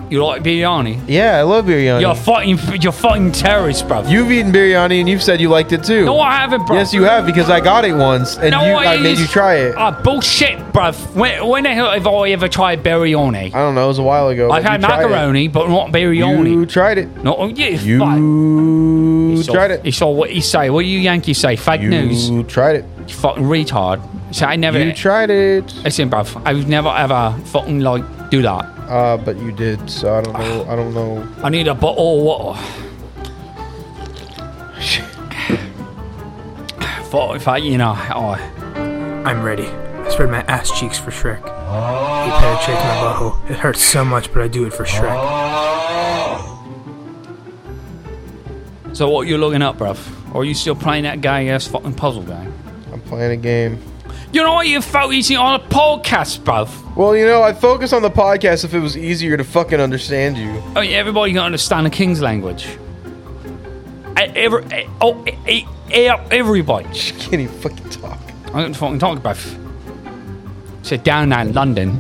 S2: You like biryani?
S3: Yeah, I love biryani.
S2: You're a fucking. You're fucking terrorist, bruv.
S3: You've eaten biryani and you've said you liked it too.
S2: no, I haven't, bruv.
S3: Yes, you have because I got it once and
S2: No,
S3: you, I
S2: it
S3: made
S2: is-
S3: you try it.
S2: Ah, bullshit, bruv. When, when the hell have I ever tried biryani?
S3: I don't know. It was a while ago.
S2: I've
S3: but
S2: had
S3: you tried it.
S2: macaroni, but not
S3: You
S2: biryoni.
S3: tried it.
S2: No, oh, yeah,
S3: You
S2: fuck. It's all-
S3: tried it.
S2: It's all what you say. What do you Yankees say? Fake news.
S3: You tried it.
S2: You fucking retard. So I never. e-,
S3: You tried it.
S2: Listen, bruv. I would never ever fucking like do that.
S3: Uh, but you did. So I don't know. I don't know.
S2: I need a bottle of water. Fuck if I, you know, oh,
S12: I'm ready. I spread my ass cheeks for Shrek. He penetrates my butthole. It hurts so much, but I do it for Shrek.
S2: so what you looking up, bruv? Or are you still playing that guy ass fucking puzzle game?
S3: I'm playing a game.
S2: You know what you felt easy on a podcast, bruv?
S3: Well, you know, I focus on the podcast if it was easier to fucking understand you.
S2: I mean, Oh, everybody can understand the king's language. Eh, Every, eh, oh, eh, eh, eh, everybody.
S3: Can't even fucking talk.
S2: I don't fucking talk about. Sit down now, London.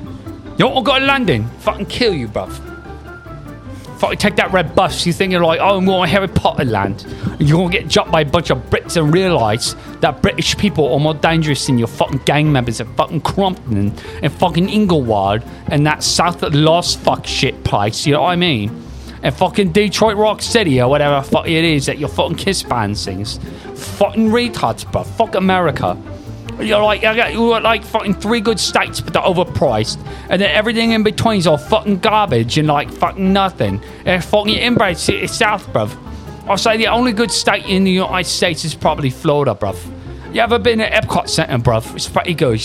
S2: You all got to London. Fucking kill you, bruv. Fucking take that red bus. You think you're like, oh, I'm going to Harry Potter land. You're going to get jumped by a bunch of Brits and realise that British people are more dangerous than your fucking gang members at fucking Crompton and fucking Inglewood and that South of Lost fuck shit place. You know what I mean? And fucking Detroit Rock City or whatever the fuck it is that your fucking kiss band sings. Fucking retards, bruv. Fuck America. You're like, I got- you got like fucking three good states, but they're overpriced. And then everything in between is all fucking garbage and like fucking nothing. And fucking inbred city south, bruv. I'll say the only good state in the United States is probably Florida, bruv. You ever been at Epcot Center, bruv? It's pretty good.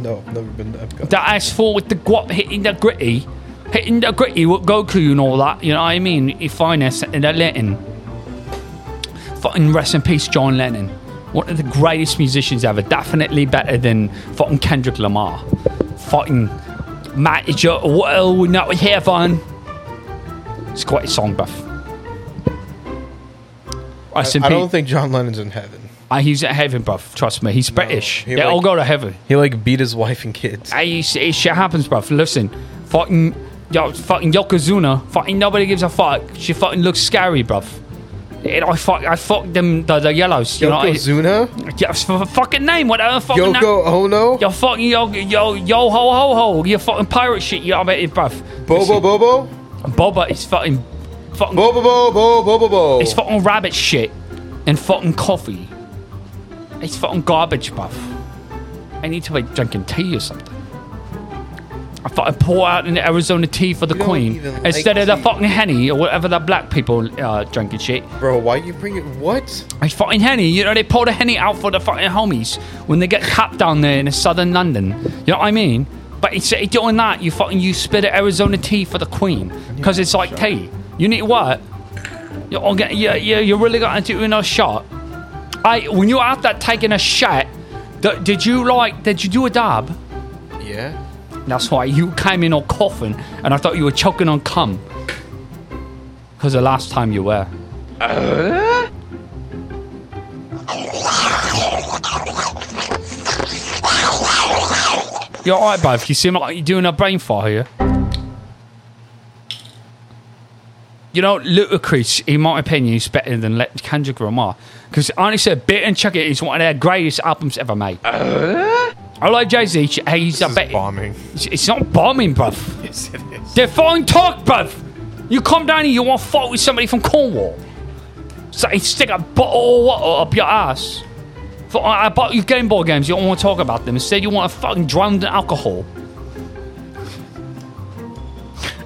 S3: No, I've never been to Epcot.
S2: The asphalt with the guap hitting the gritty hitting the gritty with Goku and all that. You know what I mean? He finest and that Lennon. Fucking rest in peace, John Lennon. One of the greatest musicians ever. Definitely better than fucking Kendrick Lamar. Fucking manager. Well, we're not here, fun. It's quite a song, buff.
S3: I, I don't think John Lennon's in heaven.
S2: Uh, he's at heaven, bruv. Trust me. He's British.
S3: he
S2: They all
S3: like-
S2: go to heaven.
S3: He like beat his wife and kids.
S2: Hey, sh- hey, shit happens, bruv. Listen, fucking, yo, fucking Yokozuna, fucking nobody gives a fuck. She fucking looks scary, bruv. And I fuck, I fuck them, the, the yellows. You
S3: Yokozuna?
S2: Know? Yeah, it's for- for fucking name, whatever fucking name.
S3: Yoko Ono?
S2: Yo, fucking, yo, yo, yo, ho, ho, ho. You fucking pirate shit, you know what I mean, bruv.
S3: Bobo Bobo?
S2: Boba is fucking, fucking.
S3: Bobo Bobo Bobo Bobo.
S2: It's fucking rabbit shit and fucking coffee. It's fucking garbage, buff. I need to be drinking tea or something. I fucking pour out an Arizona tea for the queen
S3: even like
S2: instead of the
S3: tea.
S2: fucking henny or whatever the black people uh, drinking shit.
S3: Bro, why you bring it? What?
S2: It's fucking henny. You know they pour the henny out for the fucking homies when they get capped down there in the southern London. You know what I mean? But instead of doing that, you fucking you spit at Arizona tea for the queen because it's like tea. You need what? You're, all get- you you you really got into in a shot. I when you after taking a shot, th- did you like did you do a dab?
S3: Yeah.
S2: That's why you came in all coughing, and I thought you were choking on cum. Because the last time you were. You're alright, bruv. You seem like you're doing a brain fart here. You know, Ludacris, in my opinion, is better than Le- Kendrick Lamar. Because honestly, Bit and Chuck It is one of their greatest albums ever made. I like Jay Z. He's a bit.
S10: Bombing.
S2: It's- It's not bombing, bruv.
S10: Yes, it is.
S2: They're fucking talk, bruv. You come down here, you want to fight with somebody from Cornwall. So they stick a bottle of water up your ass. For, uh, I I bought you Game Boy games, you don't want to talk about them. Instead, you want to fucking drown in alcohol.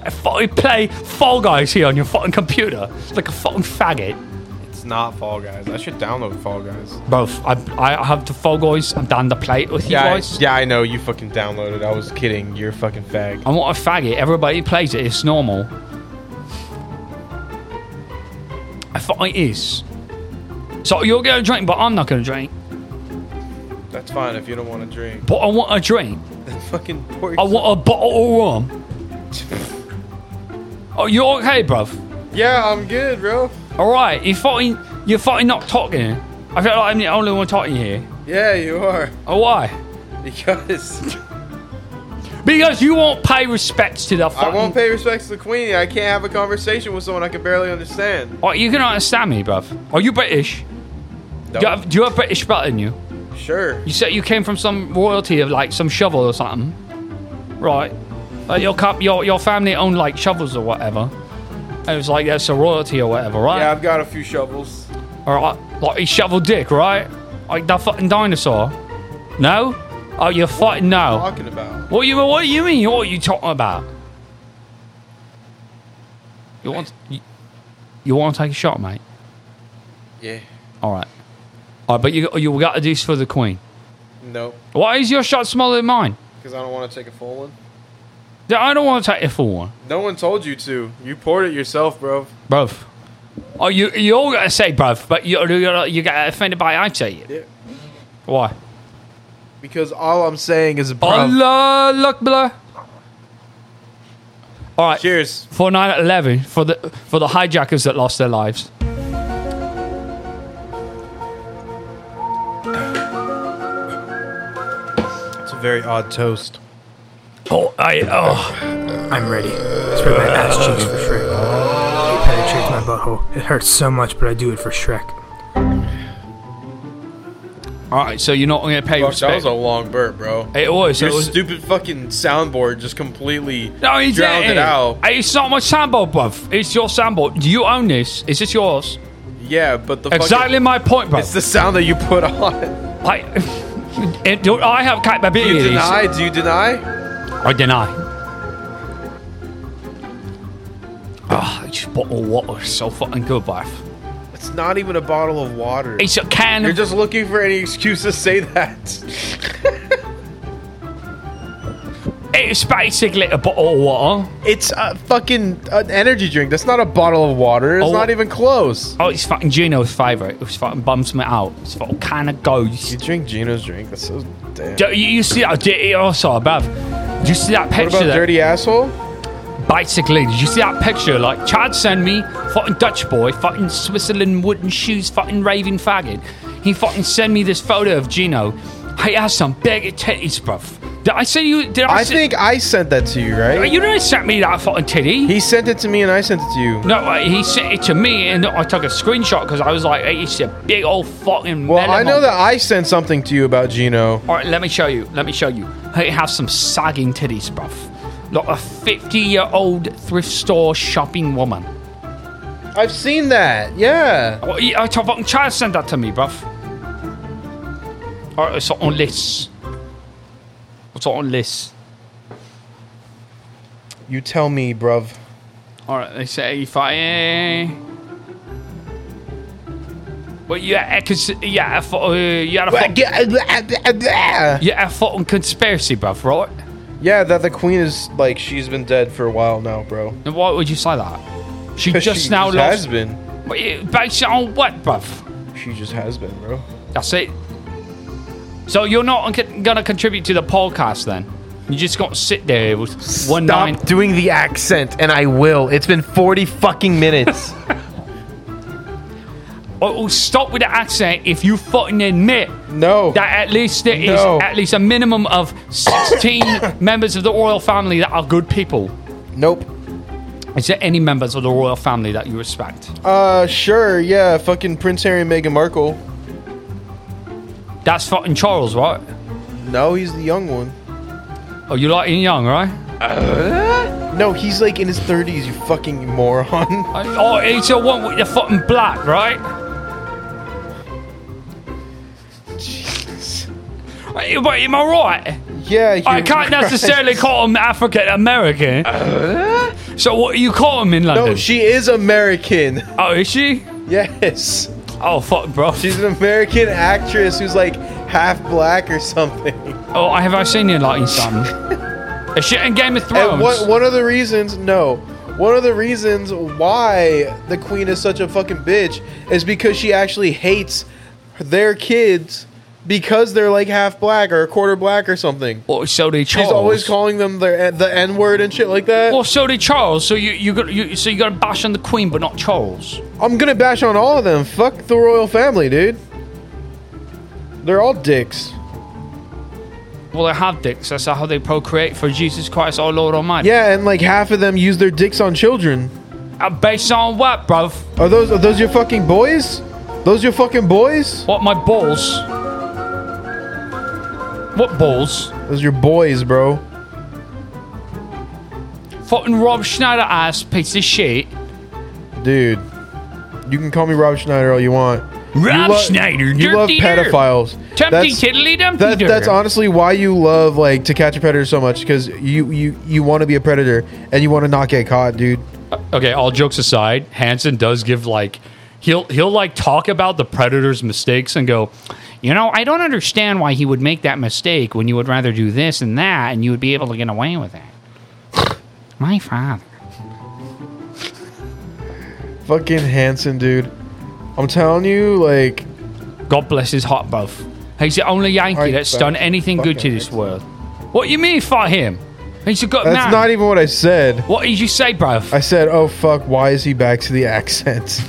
S2: And fucking play Fall Guys here on your fucking computer. Like a fucking faggot.
S10: It's not Fall Guys. I should download Fall Guys.
S2: Both. I, I have the Fall Guys, I'm down to play it with you
S10: Yeah, I,
S2: guys.
S10: yeah, I know. You fucking downloaded. I was kidding. You're a fucking fag.
S2: I'm not a faggot. Everybody plays it. It's normal. I thought it is. So you're going to drink, but I'm not going to drink.
S10: That's fine if you don't want to drink.
S2: But I want a drink.
S10: Then fucking pour
S2: I want a bottle of rum. oh, you're okay, bruv?
S3: Yeah, I'm good, bro.
S2: All right. You're fucking, you're fucking not talking. I feel like I'm the only one talking here.
S3: Yeah, you are.
S2: Oh, why?
S3: Because
S2: Because you won't pay respects to the
S3: I
S2: fucking...
S3: won't pay respects to the queen. I can't have a conversation with someone I can barely understand.
S2: Oh, you can understand me, bruv. Are you British? Do, you have, do you have British blood in you?
S3: Sure.
S2: You said you came from some royalty of like some shovel or something, right? Like your cup, your your family owned like shovels or whatever. And it was like that's a royalty or whatever, right?
S3: Yeah, I've got a few shovels.
S2: All right, like he shovel dick, right? Like that fucking dinosaur. No? Oh, you're fighting now.
S3: Talking about.
S2: What you what do you mean? What are you talking about? You want you, you want to take a shot, mate?
S3: Yeah.
S2: All right, all right, but you you got to do this for the queen.
S3: Nope.
S2: Why is your shot smaller than mine?
S3: Because I don't want to take a full one.
S2: I don't want to take it for one.
S3: No one told you to. You poured it yourself, bro.
S2: Bruv. Oh, you you all gotta say bruv, but you you you get offended by I say it.
S3: Yeah.
S2: Why?
S3: Because all I'm saying is, bro.
S2: Allah Akbar. All right.
S3: Cheers.
S2: For 9/11, for the for the hijackers that lost their lives.
S10: It's a very odd toast.
S2: Oh, I oh.
S12: I'm ready. Spread my ass cheeks for Shrek. He penetrates my butthole. It hurts so much, but I do it for Shrek.
S2: All right. So you're not gonna pay
S3: Fuck, that
S2: respect.
S3: was a long burp, bro.
S2: it was.
S3: Your
S2: It was.
S3: stupid fucking soundboard just completely
S2: No, he
S3: drowned
S2: didn't.
S3: it out.
S2: Hey, It's not my sambo, bruv. It's your sambo. Do you own this? Is this yours?
S3: Yeah, but the
S2: Exactly
S3: Fucking,
S2: my point, bruv.
S3: it's the sound that you put on.
S2: I, it, do I have
S3: Do you
S2: capabilities.
S3: deny? Do you deny?
S2: I deny. Ah, it's bottled water is so fucking good, Barf.
S3: It's not even a bottle of water.
S2: It's a can.
S3: You're
S2: of
S3: just looking for any excuse to say that.
S2: it it's basically a bottle of water.
S3: It's a fucking an energy drink. That's not a bottle of water. It's
S2: Oh.
S3: not even close.
S2: Oh, it's fucking Gino's favorite. It's fucking bums me out. It's fucking kind of goes.
S3: You drink Gino's drink. That's so damn.
S2: Do- You, you see that dirty also above. Do you see that picture?
S3: What about
S2: there?
S3: dirty asshole?
S2: Basically, did you see that picture? Like, Chad sent me, fucking Dutch boy, fucking Switzerland wooden shoes, fucking raving faggot. He fucking sent me this photo of Gino. He has some big titties, bruv. Did I send you? Did I,
S3: I
S2: se-
S3: think I sent that to you, right?
S2: You didn't send me that fucking titty.
S3: He sent it to me and I sent it to you.
S2: No, uh, he sent it to me, and I took a screenshot because I was like, hey, "It's a big old fucking."
S3: Well, I
S2: melon
S3: know
S2: on-
S3: that I sent something to you about Gino.
S2: All right, let me show you. Let me show you. Hey, have some sagging titties, bruv. Like a fifty-year-old thrift store shopping woman.
S3: I've seen that. Yeah.
S2: Well, yeah, I told fucking Chad sent that to me, bruv. All right, it's on this. What's on this?
S3: You tell me, bruv.
S2: All right, they say if I. eh. Well, yeah, cause yeah, I thought, uh, you had a fucking,
S3: Yeah,
S2: yeah, a fucking conspiracy, bruv, right?
S3: that the queen is like she's been dead for a while now, bro.
S2: Then why would you say that? She
S3: 'Cause
S2: just
S3: she
S2: now
S3: just
S2: lost.
S3: has been.
S2: But it- Based it on what, bruv?
S3: She just has been, bro.
S2: That's it. So you're not con- gonna contribute to the podcast then? You just got to sit there with one
S3: Stop
S2: nine.
S3: doing the accent, and I will. It's been forty fucking minutes.
S2: Oh, oh, stop with the accent if you fucking admit
S3: no,
S2: that at least there is
S3: No.
S2: at least a minimum of sixteen members of the royal family that are good people.
S3: nope.
S2: Is there any members of the royal family that you respect?
S3: Uh, sure, yeah. Fucking Prince Harry and Meghan Markle.
S2: That's fucking Charles, right?
S3: No, he's the young one.
S2: Oh, you like him young, right?
S3: No, he's like in his thirties. You fucking moron.
S2: Oh, it's the one with the fucking black, right? Jeez. Wait, am I right?
S3: Yeah, you're
S2: I can't
S3: right.
S2: necessarily call him African American. so what do you call him in London?
S3: Uh? No, she is American.
S2: oh, is she?
S3: Yes,
S2: Oh fuck, bro.
S3: she's an American actress who's like half black or something.
S2: oh, I have I seen you like in something? is she in Game of
S3: And
S2: Thrones?
S3: one one of the reasons, no, one of the reasons why the queen is such a fucking bitch is because she actually hates their kids because they're like half black or a quarter black or something.
S2: Or so did Charles.
S3: She's always calling them their, the N word and shit like that.
S2: Or so did Charles. So you you got you, so you got to bash on the Queen, but not Charles.
S3: I'm gonna bash on all of them. Fuck the royal family, dude. They're all dicks.
S2: Well, they have dicks. That's how they procreate for Jesus Christ, our Lord Almighty.
S3: Yeah, and like half of them use their dicks on children.
S2: Uh, based on what, bruv?
S3: Are those are those your fucking boys? Those your fucking boys?
S2: What my balls? What balls?
S3: Those your boys, bro.
S2: Fucking Rob Schneider ass piece of shit.
S3: Dude, you can call me Rob Schneider all you want.
S2: Rob
S3: you lo-
S2: Schneider,
S3: You love
S2: derp-de-derp.
S3: pedophiles.
S2: Tempty tiddly dumpty.
S3: that,
S2: derp.
S3: that's honestly why you love like to catch a predator so much because you you you want to be a predator and you want to not get caught, dude.
S2: okay, all jokes aside, Hansen does give like he'll he'll like talk about the predator's mistakes and go, you know, I don't understand why he would make that mistake when you would rather do this and that and you would be able to get away with it. My father.
S3: Fucking Hanson, dude. I'm telling you, like
S2: God bless his heart both. He's the only Yankee
S3: Right,
S2: that's
S3: but
S2: done anything good to
S3: fucking
S2: this world. What you mean for him? He's a good
S3: that's
S2: man.
S3: not even what I said.
S2: what did you say, bro?
S3: I said, oh fuck, why is he back to the accent?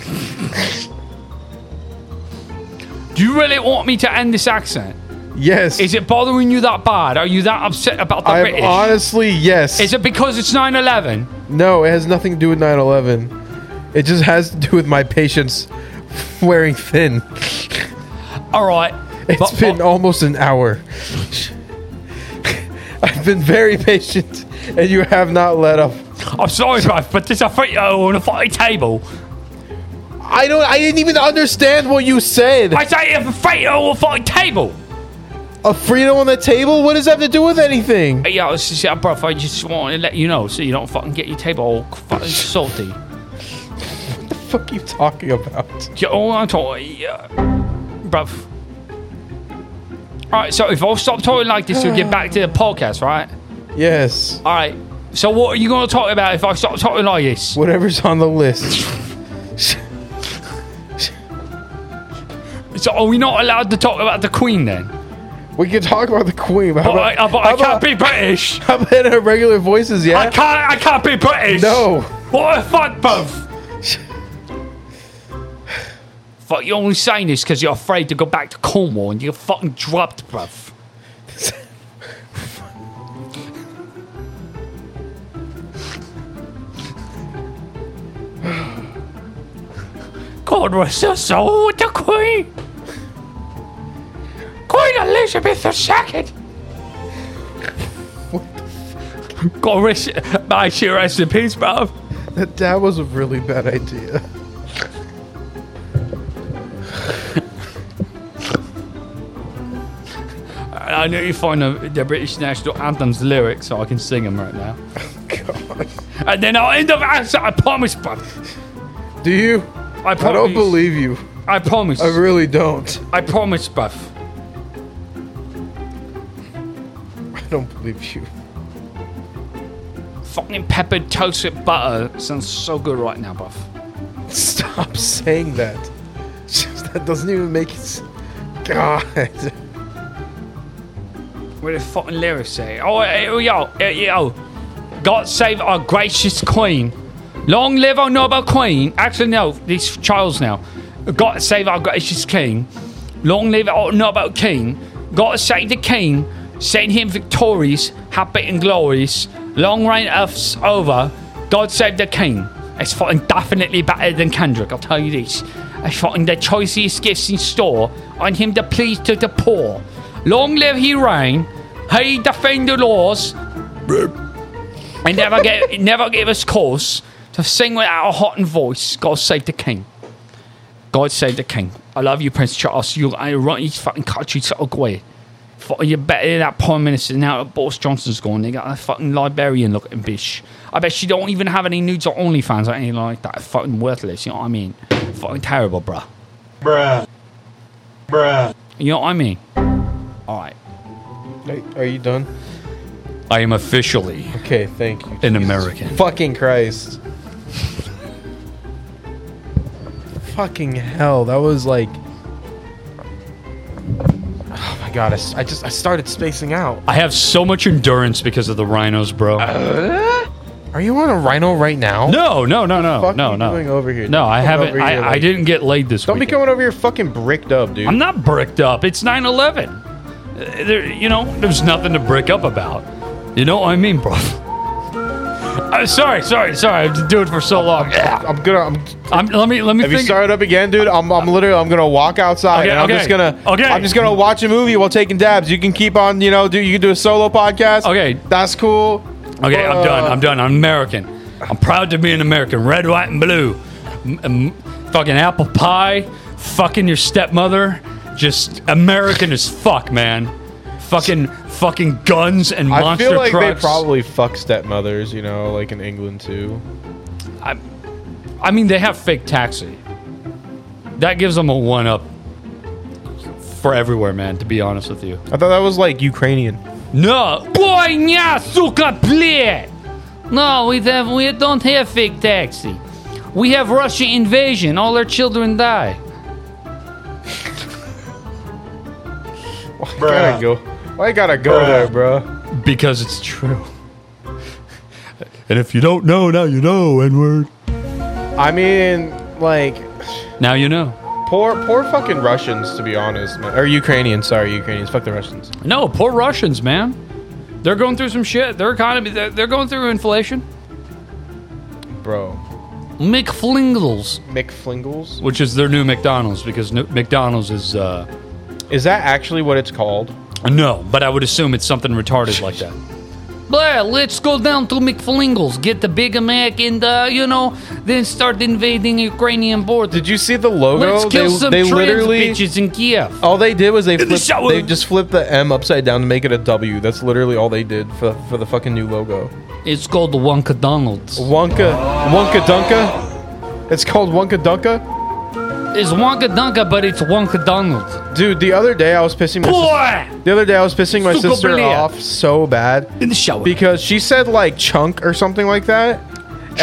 S2: Do you really want me to end this accent?
S3: yes.
S2: Is it bothering you that bad? Are you that upset about the
S3: I'm
S2: British?
S3: honestly yes.
S2: Is it because it's 9 11?
S3: No, it has nothing to do with 9 11. It just has to do with my patience wearing thin.
S2: All right.
S3: It's
S2: But-
S3: been
S2: but-
S3: almost an hour. I've been very patient, and you have not let up.
S2: I'm sorry, bruv, but there's a free oh, on a fucking table.
S3: I don't. I didn't even understand what you said.
S2: I say it's a free uh, on a fucking table.
S3: A Frito on the table? What does that have to do with anything?
S2: Hey, yo, it's just, yeah, bruv, I just want to let you know so you don't fucking get your table all fucking salty.
S3: What the fuck are you talking about?
S2: You know what I'm talking, yeah. bruv. All right, so if I stop talking like this, you'll get back to the podcast, right?
S3: Yes.
S2: All right. So what are you going to talk about if I start talking like this?
S3: Whatever's on the list.
S2: So are we not allowed to talk about the Queen then?
S3: We can talk about the Queen. But
S2: But I, I- but I can't be British.
S3: How about in our regular voices, yeah?
S2: I can't. I can't be British.
S3: No.
S2: What the fuck, bruv? fuck, you're only saying this because you're afraid to go back to Cornwall and you're fucking dropped, bruv. God rest her soul with the Queen. Queen Elizabeth II. God rest my she rest in peace, bruv.
S3: That, that was a really bad idea.
S2: I need to find the, the British national anthem's lyrics so I can sing them right now. And then I'll end up outside. I promise, bruv.
S3: Do you?
S2: I
S3: I don't
S2: promise.
S3: believe you.
S2: I promise.
S3: I really don't.
S2: I promise, bruv.
S3: I don't believe you.
S2: Fucking peppered toast with butter sounds so good right now, bruv.
S3: Stop saying that. Just- that doesn't even make it. God.
S2: What the fucking lyrics say? Oh, eh, oh, yo, eh, yo. God save our gracious queen. Long live our noble queen. Actually, no, these Charles now. God save our gracious king. Long live our noble king. God save the king. Send him victorious, happy and glorious. Long reign us over. God save the king. It's fucking definitely better than Kendrick, I'll tell you this. It's fucking the choicest gifts in store. On him to please to the poor. Long live he reign. He defend the laws. and never get never give us cause to sing without a heart and voice. God save the king. God save the king. I love you, Prince Charles. You I run your fucking country to Ogway. Fucking you're better than that Prime Minister now that Boris Johnson's gone. They got a fucking librarian looking bitch. I bet she don't even have any nudes or OnlyFans or anything like that. Fucking worthless, you know what I mean? Fucking terrible, bruh.
S14: Bruh. Bruh.
S2: You know what I mean? Alright.
S3: Are you done?
S2: I am officially
S3: Okay, thank you.
S2: an American.
S3: Fucking Christ. Fucking hell, that was like. Oh my god, I, s- I just I started spacing out.
S2: I have so much endurance because of the rhinos, bro.
S3: Uh, Are you on a rhino right now?
S2: no, no, no, no,
S3: Fuck
S2: no,
S3: you
S2: no.
S3: doing over here?
S2: No,
S3: Don't
S2: I
S3: come
S2: haven't.
S3: over here
S2: I, I
S3: like-
S2: didn't get laid this
S3: Don't
S2: week.
S3: be coming over here fucking bricked up, dude.
S2: I'm not bricked up. It's 9/11. Uh, There, you know, there's nothing to brick up about. You know what I mean, bro? I'm sorry, sorry, sorry. I've been doing it for so long.
S3: I'm gonna. I'm,
S2: I'm, let me let me
S3: Have you
S2: think.
S3: started up again, dude? I'm, I'm literally I'm gonna walk outside
S2: Okay,
S3: and I'm
S2: okay,
S3: just gonna
S2: okay.
S3: I'm just gonna watch a movie while taking dabs. You can keep on, you know, do you can do a solo podcast.
S2: Okay.
S3: That's cool.
S2: Okay, I'm
S3: Uh,
S2: done. I'm done. I'm American. I'm proud to be an American. Red, white, and blue. M- m- fucking apple pie. Fucking your stepmother. Just American as fuck, man. Fucking fucking guns and
S3: I
S2: monster
S3: feel like
S2: trucks.
S3: they probably fuck stepmothers, you know, like in England too.
S2: I mean, they have fake taxi. That gives them a one up for everywhere, man. To be honest with you.
S3: I thought that was like Ukrainian.
S2: No. Ой, ня, сука, блядь! No, we have we don't have fake taxi. We have Russian invasion. All our children die.
S3: Why gotta go? Why gotta go there, bro?
S2: Because it's true. and if you don't know, now you know, N word.
S3: I mean, like
S2: Now you know.
S3: poor poor fucking Russians, to be honest, man. Or Ukrainians, sorry, Ukrainians. Fuck the Russians.
S2: No, poor Russians, man. They're going through some shit. Their economy, they're, they're going through inflation.
S3: Bro.
S2: McFlingles,
S3: McFlingles?
S2: which is their new McDonald's, because no, McDonald's is uh,
S3: Is that actually what it's called?
S2: no, but I would assume it's something retarded like that. Blair, let's go down to McFlingles, get the Big Mac, and uh, you know, then start invading Ukrainian border.
S3: Did you see the logo?
S2: Let's kill
S3: they
S2: some
S3: they
S2: trans
S3: literally
S2: bitches in Kiev.
S3: all they did was they
S2: the
S3: flipped,
S2: shower.
S3: they just flipped the M upside down to make it a W. That's literally all they did for for the fucking new logo.
S2: It's called the Wonka Donald's.
S3: Wonka Wonka Dunka. It's called Wonka Dunka.
S2: It's Wonka Dunka, but it's Wonka Donald.
S3: Dude, the other day I was pissing my
S2: Boy!
S3: sis- the other day I was pissing my
S2: Suko
S3: sister
S2: Belia.
S3: off so bad
S2: in the shower
S3: because she said like chunk or something like that,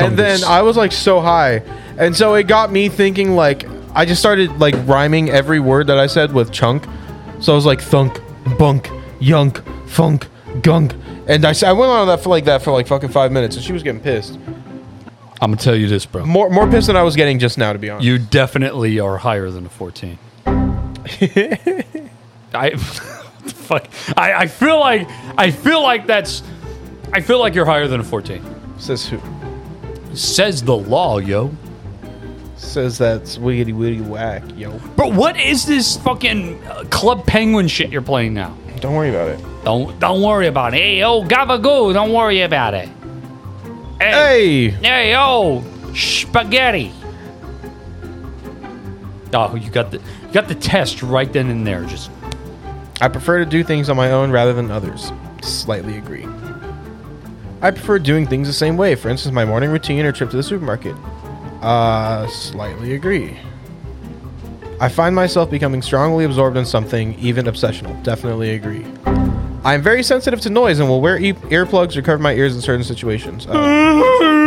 S3: and then
S2: Chungus.
S3: I was like so high, and so it got me thinking like I just started like rhyming every word that I said with chunk, so I was like thunk, bunk, yunk, funk, gunk, and I, s- I went on that for like that for like fucking five minutes, and she was getting pissed,
S2: I'm gonna tell you this, bro.
S3: more more pissed than I was getting just now to be honest.
S2: You definitely are higher than a 14. I what the fuck. I, I feel like I feel like that's I feel like you're higher than a 14.
S3: Says who?
S2: Says the law, yo.
S3: Says that's wiggity witty whack, yo.
S2: Bro, what is this fucking uh, Club Penguin shit you're playing now?
S3: Don't worry about it.
S2: Don't don't worry about it. Hey, yo, Gabagoo, don't worry about it.
S3: Hey.
S2: Hey, yo, spaghetti. Oh, you got the you got the test right then and there. Just
S3: I prefer to do things on my own rather than others. Slightly agree. I prefer doing things the same way. For instance, my morning routine or trip to the supermarket. Uh, slightly agree. I find myself becoming strongly absorbed in something, even obsessional. Definitely agree. I am very sensitive to noise and will wear e- earplugs or cover my ears in certain situations. Uh,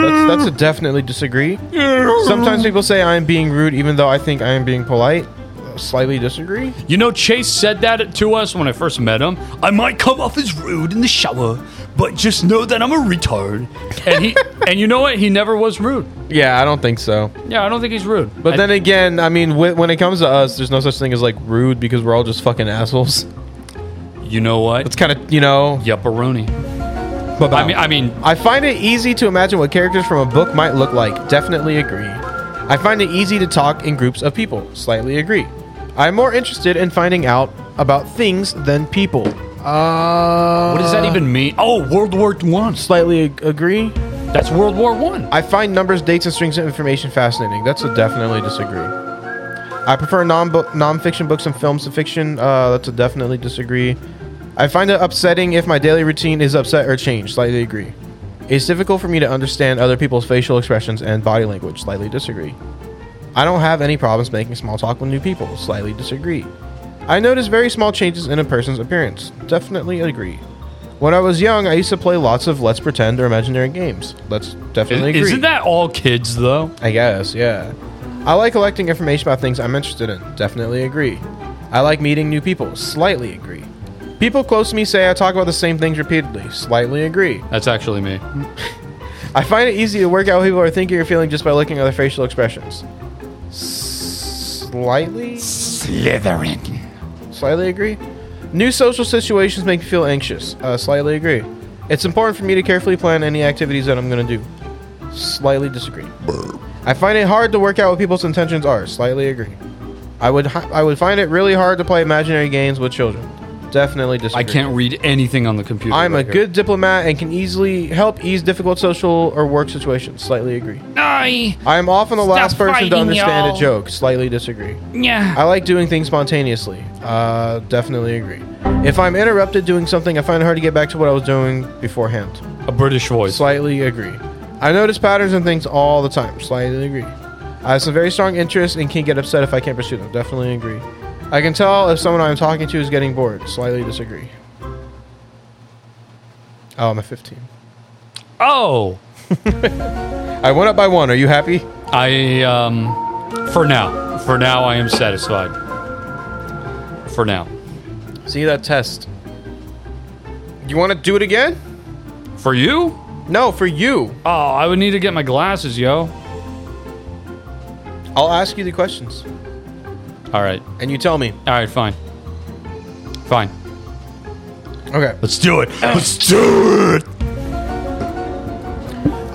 S3: that's, that's a definitely disagree. Sometimes people say I am being rude, even though I think I am being polite. Uh, Slightly disagree.
S2: You know, Chase said that to us when I first met him. I might come off as rude in the shower, but just know that I'm a retard. And he, and you know what? He never was rude.
S3: Yeah, I don't think so.
S2: Yeah, I don't think he's rude.
S3: But
S2: I-
S3: then again, I mean, wh- when it comes to us, there's no such thing as like rude because we're all just fucking assholes.
S2: you know what?
S3: It's kind of you know.
S2: Yeah, baroni.
S3: But
S2: I mean, I mean,
S3: I find it easy to imagine what characters from a book might look like. Definitely agree. I find it easy to talk in groups of people. Slightly agree. I'm more interested in finding out about things than people. Uh,
S2: what does that even mean? Oh, World War One.
S3: Slightly ag- agree.
S2: That's World War One.
S3: I find numbers, dates, and strings of information fascinating. That's a definitely disagree. I prefer non nonfiction books and films to fiction. Uh, that's a definitely disagree. I find it upsetting if my daily routine is upset or changed. Slightly agree. It's difficult for me to understand other people's facial expressions and body language. Slightly disagree. I don't have any problems making small talk with new people. Slightly disagree. I notice very small changes in a person's appearance. Definitely agree. When I was young, I used to play lots of let's pretend or imaginary games. Let's definitely agree.
S2: Isn't that all kids though?
S3: I guess, yeah. I like collecting information about things I'm interested in. Definitely agree. I like meeting new people. Slightly agree. People close to me say I talk about the same things repeatedly. Slightly agree.
S2: That's actually me.
S3: I find it easy to work out what people are thinking or feeling just by looking at their facial expressions. Slightly?
S2: Slithering.
S3: Slightly agree. New social situations make me feel anxious. Uh, slightly agree. It's important for me to carefully plan any activities that I'm going to do. Slightly disagree. I find it hard to work out what people's intentions are. Slightly agree. I would hi- I would find it really hard to play imaginary games with children. Definitely disagree.
S2: I can't read anything on the computer.
S3: I'm
S2: right
S3: a
S2: here.
S3: good diplomat and can easily help ease difficult social or work situations. Slightly agree.
S2: I,
S3: I am often the
S2: Stop
S3: last person to
S2: fighting,
S3: understand
S2: y'all.
S3: a joke. Slightly disagree.
S2: yeah.
S3: I like doing things spontaneously. Uh, definitely agree. If I'm interrupted doing something, I find it hard to get back to what I was doing beforehand.
S2: A British voice.
S3: Slightly agree. I notice patterns and things all the time. Slightly agree. I have some very strong interests and can get upset if I can't pursue them. Definitely agree. I can tell if someone I'm talking to is getting bored. Slightly disagree. Oh, I'm at 15.
S2: oh,
S3: I went up by one. Are you happy?
S2: I um, for now, for now, I am satisfied. For now,
S3: See that test. You want to do it again?
S2: for you.
S3: No, for you.
S2: Oh, I would need to get my glasses, yo.
S3: I'll ask you the questions
S2: All right.
S3: and you tell me.
S2: All right, fine. Fine.
S3: Okay.
S2: Let's do it. Let's do it.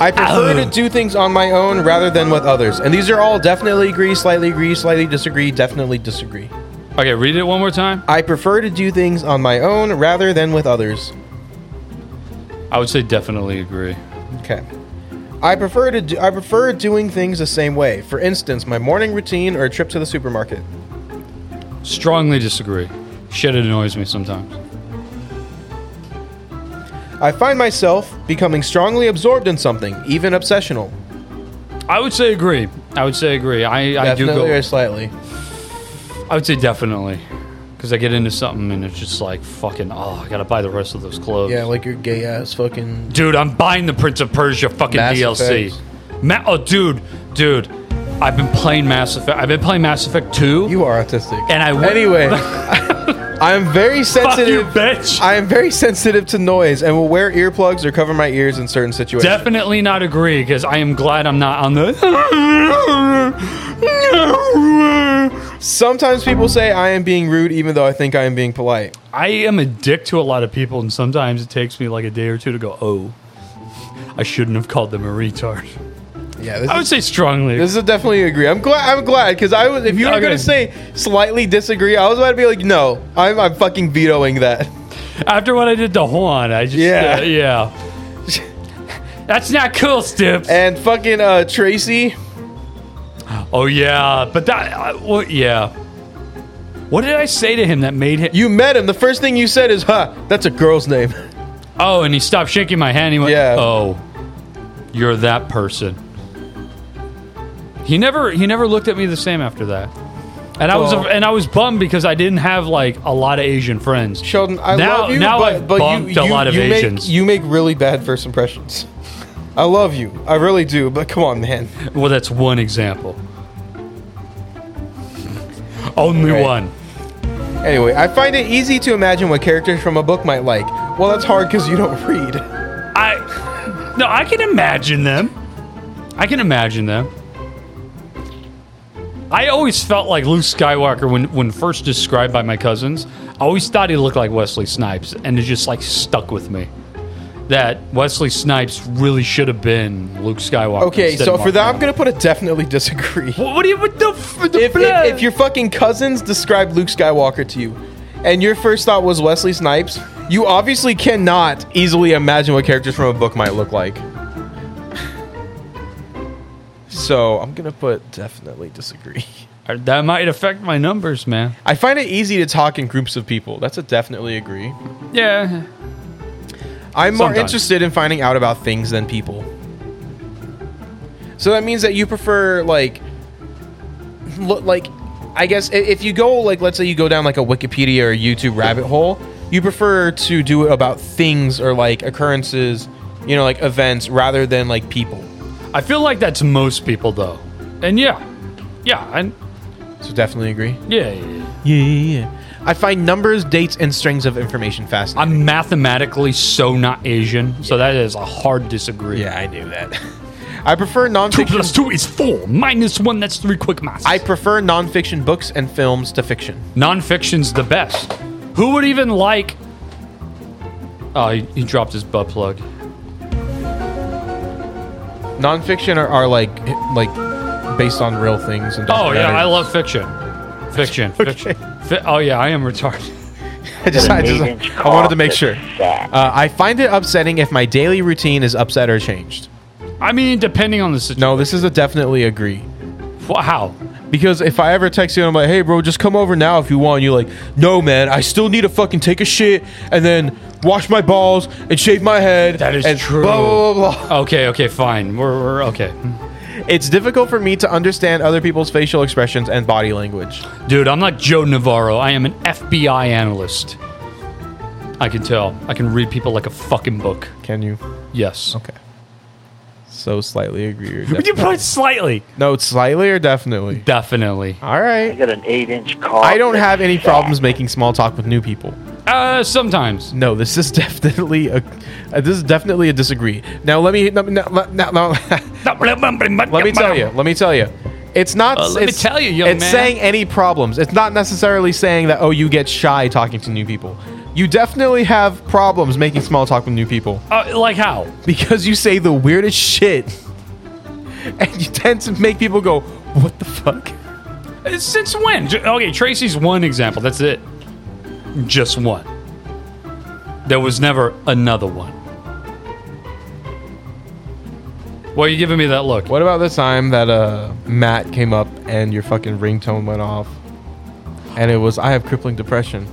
S3: I prefer to do things on my own rather than with others. And these are all definitely agree, slightly agree, slightly disagree, definitely disagree.
S2: Okay, read it one more time.
S3: I prefer to do things on my own rather than with others.
S2: I would say definitely agree.
S3: Okay. I prefer to do, I prefer doing things the same way. For instance, my morning routine or a trip to the supermarket.
S2: Strongly disagree. Shit annoys me sometimes.
S3: I find myself becoming strongly absorbed in something, even obsessional.
S2: I would say agree. I would say agree. I, I do
S3: Definitely
S2: go
S3: or slightly.
S2: I would say definitely. Because I get into something and it's just like fucking, oh, I gotta buy the rest of those clothes.
S3: Yeah, like your gay ass fucking.
S2: Dude, I'm buying the Prince of Persia fucking
S3: Mass
S2: DLC. Ma- oh, dude, dude. I've been playing Mass Effect. I've been playing Mass Effect 2. You
S3: are autistic.
S2: And I w-
S3: Anyway, I'm very sensitive.
S2: bitch.
S3: I am very sensitive to noise and will wear earplugs or cover my ears in certain situations.
S2: definitely not agree because I am glad I'm not on the.
S3: Sometimes people say I am being rude, even though I think I am being polite.
S2: I am a dick to a lot of people, and sometimes it takes me like a day or two to go, oh, I shouldn't have called them a retard.
S3: Yeah, this
S2: I would say strongly.
S3: This is definitely agree. I'm glad. I'm glad because I was. If you were
S2: Okay.
S3: gonna say slightly disagree, I was about to be like, no, I'm, I'm fucking vetoing that.
S2: After what I did to Juan, I just
S3: Yeah.
S2: yeah yeah. That's not cool, Stips.
S3: And fucking uh, Tracy.
S2: Oh yeah, but that uh, well, yeah. What did I say to him that made him?
S3: You met him. The first thing you said is, "Huh, that's a girl's name."
S2: Oh, and he stopped shaking my hand. He went,
S3: Yeah.
S2: "Oh, you're that person." He never he never looked at me the same after that. And I was
S3: Well-
S2: and I was bummed because I didn't have like a lot of Asian friends.
S3: Sheldon, I
S2: now,
S3: love you,
S2: now
S3: but,
S2: I've
S3: but
S2: bumped
S3: you,
S2: a
S3: you-
S2: lot of
S3: you make-
S2: Asians.
S3: you make really bad first impressions. I love you, I really do. But come on, man.
S2: Well, that's one example. Only
S3: Right.
S2: one.
S3: Anyway, I find it easy to imagine what characters from a book might like. Well, that's hard because you don't read.
S2: I no, I can imagine them. I can imagine them. I always felt like Luke Skywalker when when first described by my cousins. I always thought he looked like Wesley Snipes, and it just like stuck with me that Wesley Snipes really should have been Luke Skywalker.
S3: Okay,
S2: instead
S3: so
S2: of
S3: for
S2: Mark
S3: that, I'm
S2: Hamill.
S3: gonna put a definitely disagree.
S2: What, do you? What the? F- the
S3: if, if, if your fucking cousins described Luke Skywalker to you, and your first thought was Wesley Snipes, you obviously cannot easily imagine what characters from a book might look like. So I'm gonna put definitely disagree.
S2: Uh, that might affect my numbers, man.
S3: I find it easy to talk in groups of people. That's a definitely agree.
S2: Yeah.
S3: I'm more
S2: Sometimes.
S3: interested in finding out about things than people. So that means that you prefer like look like I guess i- if you go like let's say you go down like a Wikipedia or YouTube rabbit hole, you prefer to do it about things or like occurrences, you know, like events rather than like people.
S2: I feel like that's most people though, and yeah, yeah, and
S3: So definitely agree.
S2: yeah. yeah.
S3: Yeah, yeah, yeah. I find numbers, dates, and strings of information fascinating.
S2: I'm mathematically so not Asian, so that is a hard disagree.
S3: Yeah, I knew that. I prefer
S2: Two
S3: nonfiction.
S2: plus two is four. Minus one, that's three quick maths.
S3: I prefer nonfiction books and films to fiction.
S2: Nonfiction's the best. Who would even like? Oh, he, he dropped his butt plug.
S3: Nonfiction are, are like like based on real things and.
S2: Oh yeah,
S3: documentaries.
S2: I love fiction. Fiction, fiction. Fi- oh yeah, I am retarded.
S3: I just, I, just I wanted to make sure. Uh, I find it upsetting if my daily routine is upset or changed.
S2: I mean, depending on the situation.
S3: No, this is a definitely agree.
S2: Wow.
S3: Because if I ever text you and I'm like, hey, bro, just come over now if you want, and you're like, no, man, I still need to fucking take a shit and then wash my balls and shave my head.
S2: That is
S3: and
S2: true.
S3: Blah, blah, blah, blah.
S2: Okay, okay, fine. We're, we're okay.
S3: It's difficult for me to understand other people's facial expressions and body language.
S2: Dude, I'm not Joe Navarro. I am an FBI analyst. I can tell. I can read people like a fucking book.
S3: Can you?
S2: Yes.
S3: Okay. So slightly agree. Or
S2: Would you
S3: definitely.
S2: put slightly?
S3: no, it's slightly or definitely.
S2: Definitely.
S3: All right.
S15: got an eight-inch car.
S3: I don't have any problems making small talk with new people.
S2: Uh, sometimes.
S3: No, this is definitely a uh, this is definitely a disagree. Now let me now, now, now, now- let me tell you. Let me tell you. It's not.
S2: Uh, let me
S3: it's,
S2: tell you, young
S3: it's
S2: man.
S3: saying any problems. It's not necessarily saying that oh you get shy talking to new people. You definitely have problems making small talk with new people
S2: Uh, like how?
S3: because you say the weirdest shit, and you tend to make people go what the fuck.
S2: Uh, Since when? J- Okay, Tracy's one example. That's it. Just one. There was never another one. Why are you giving me that look?
S3: What about the time that uh, Matt came up and your fucking ringtone went off? And it was, I have crippling depression.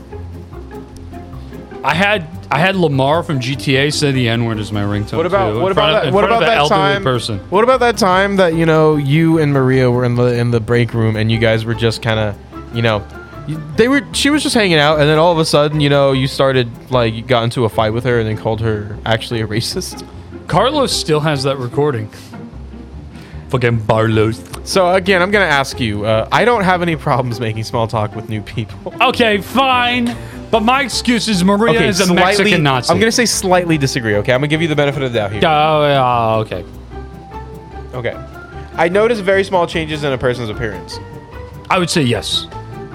S2: I had I had Lamar from GTA say the N word as my ringtone.
S3: What about
S2: too, in
S3: what
S2: front
S3: about
S2: of-
S3: that,
S2: in
S3: what
S2: front
S3: about
S2: of the
S3: that
S2: elderly
S3: time?
S2: person?
S3: What about that time that you know you and Maria were in the in the break room and you guys were just kind of you know you- they were she was just hanging out and then all of a sudden you know you started like you got into a fight with her and then called her actually a racist.
S2: Carlos still has that recording. Fucking Barlos.
S3: So again, I'm gonna ask you. Uh, I don't have any problems making small talk with new people.
S2: Okay, fine. But my excuse is Maria is a Mexican Nazi.
S3: I'm gonna say slightly disagree. Okay, I'm gonna give you the benefit of the doubt here.
S2: Oh, yeah, okay.
S3: Okay. I noticed very small changes in a person's appearance.
S2: I would say yes,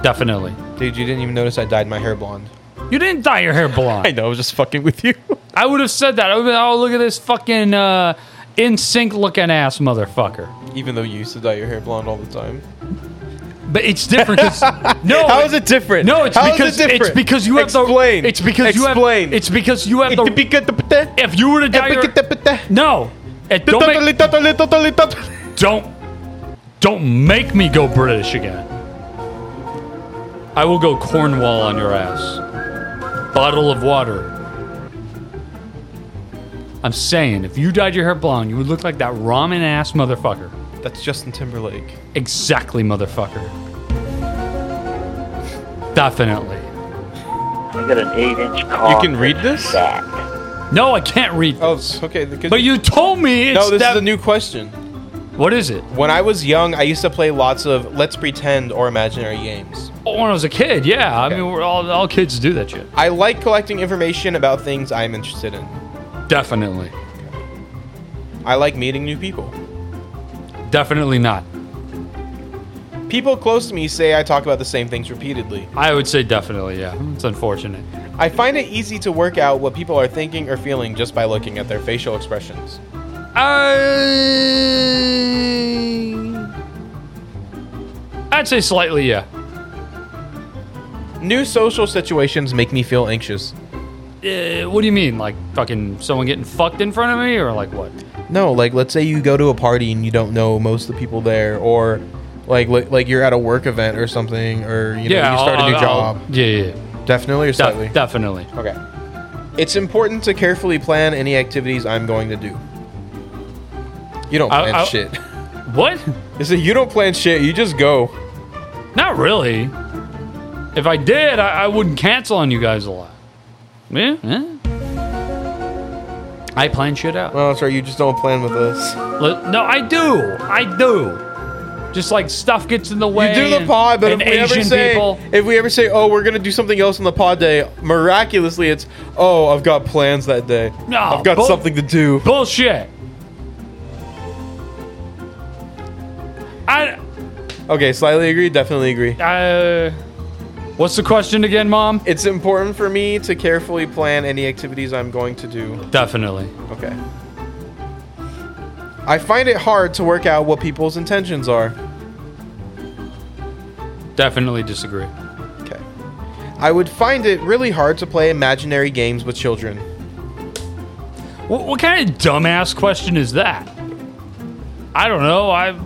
S2: definitely.
S3: Dude, you didn't even notice I dyed my hair blonde.
S2: You didn't dye your hair blonde. I
S3: know. I was just fucking with you.
S2: I would have said that. I would have been, oh, look at this fucking uh, in sync looking ass motherfucker.
S3: Even though you used to dye your hair blonde all the time.
S2: But it's different. 'cause- no,
S3: How is it different?
S2: Oh, No, it's
S3: How is it
S2: because it's
S3: different?
S2: because you have
S3: Explain.
S2: the. It's because you have.
S3: Explain.
S2: It's because you have the. If you were to dye your, no, Eh, don't make, don't don't make me go British again. I will go Cornwall on your ass. Bottle of water. I'm saying, if you dyed your hair blonde, you would look like that ramen ass motherfucker.
S3: That's Justin Timberlake.
S2: Exactly, motherfucker. Definitely.
S16: I got an eight-inch
S3: You can read this?
S2: No, I can't read.
S3: Oh, it's- okay. because-
S2: But you told me it's
S3: No, this
S2: that-
S3: is a new question.
S2: What is it?
S3: When I was young, I used to play lots of let's pretend or imaginary games.
S2: When I was a kid, yeah. I mean, we're all, all kids do that shit.
S3: I like collecting information about things I'm interested in.
S2: Definitely.
S3: I like meeting new people.
S2: Definitely not.
S3: People close to me say I talk about the same things repeatedly.
S2: I would say definitely, yeah. It's unfortunate.
S3: I find it easy to work out what people are thinking or feeling just by looking at their facial expressions.
S2: I'd say slightly, yeah.
S3: New social situations make me feel anxious.
S2: Uh, what do you mean? Like fucking someone getting fucked in front of me or like what?
S3: No, like let's say you go to a party and you don't know most of the people there, or like like, like you're at a work event or something, or you know you start a
S2: I'll-
S3: new
S2: I'll-
S3: job.
S2: Yeah, yeah.
S3: Definitely or
S2: Def-
S3: slightly?
S2: definitely.
S3: Okay. It's important to carefully plan any activities I'm going to do. You don't
S2: I-
S3: plan
S2: I-
S3: shit.
S2: What?
S3: Is it you don't plan shit? You just go.
S2: Not really. If I did, I, I wouldn't cancel on you guys a lot. Yeah, yeah. I plan shit out.
S3: Well, sorry, you just don't plan with us.
S2: Let- No, I do. I do. Just like stuff gets in the way.
S3: You do the
S2: and-
S3: pod, but if
S2: and
S3: we ever
S2: Asian
S3: say
S2: people.
S3: if we ever say, oh, we're gonna do something else on the pod day, miraculously, it's oh, I've got plans that day.
S2: No,
S3: I've got
S2: bull-
S3: something to do.
S2: Bullshit. I.
S3: Okay, slightly agree. Definitely agree.
S2: Uh, what's the question again, Mom?
S3: It's important for me to carefully plan any activities I'm going to do.
S2: Definitely.
S3: Okay. I find it hard to work out what people's intentions are.
S2: Definitely disagree.
S3: Okay. I would find it really hard to play imaginary games with children.
S2: What, what kind of dumbass question is that? I don't know. I.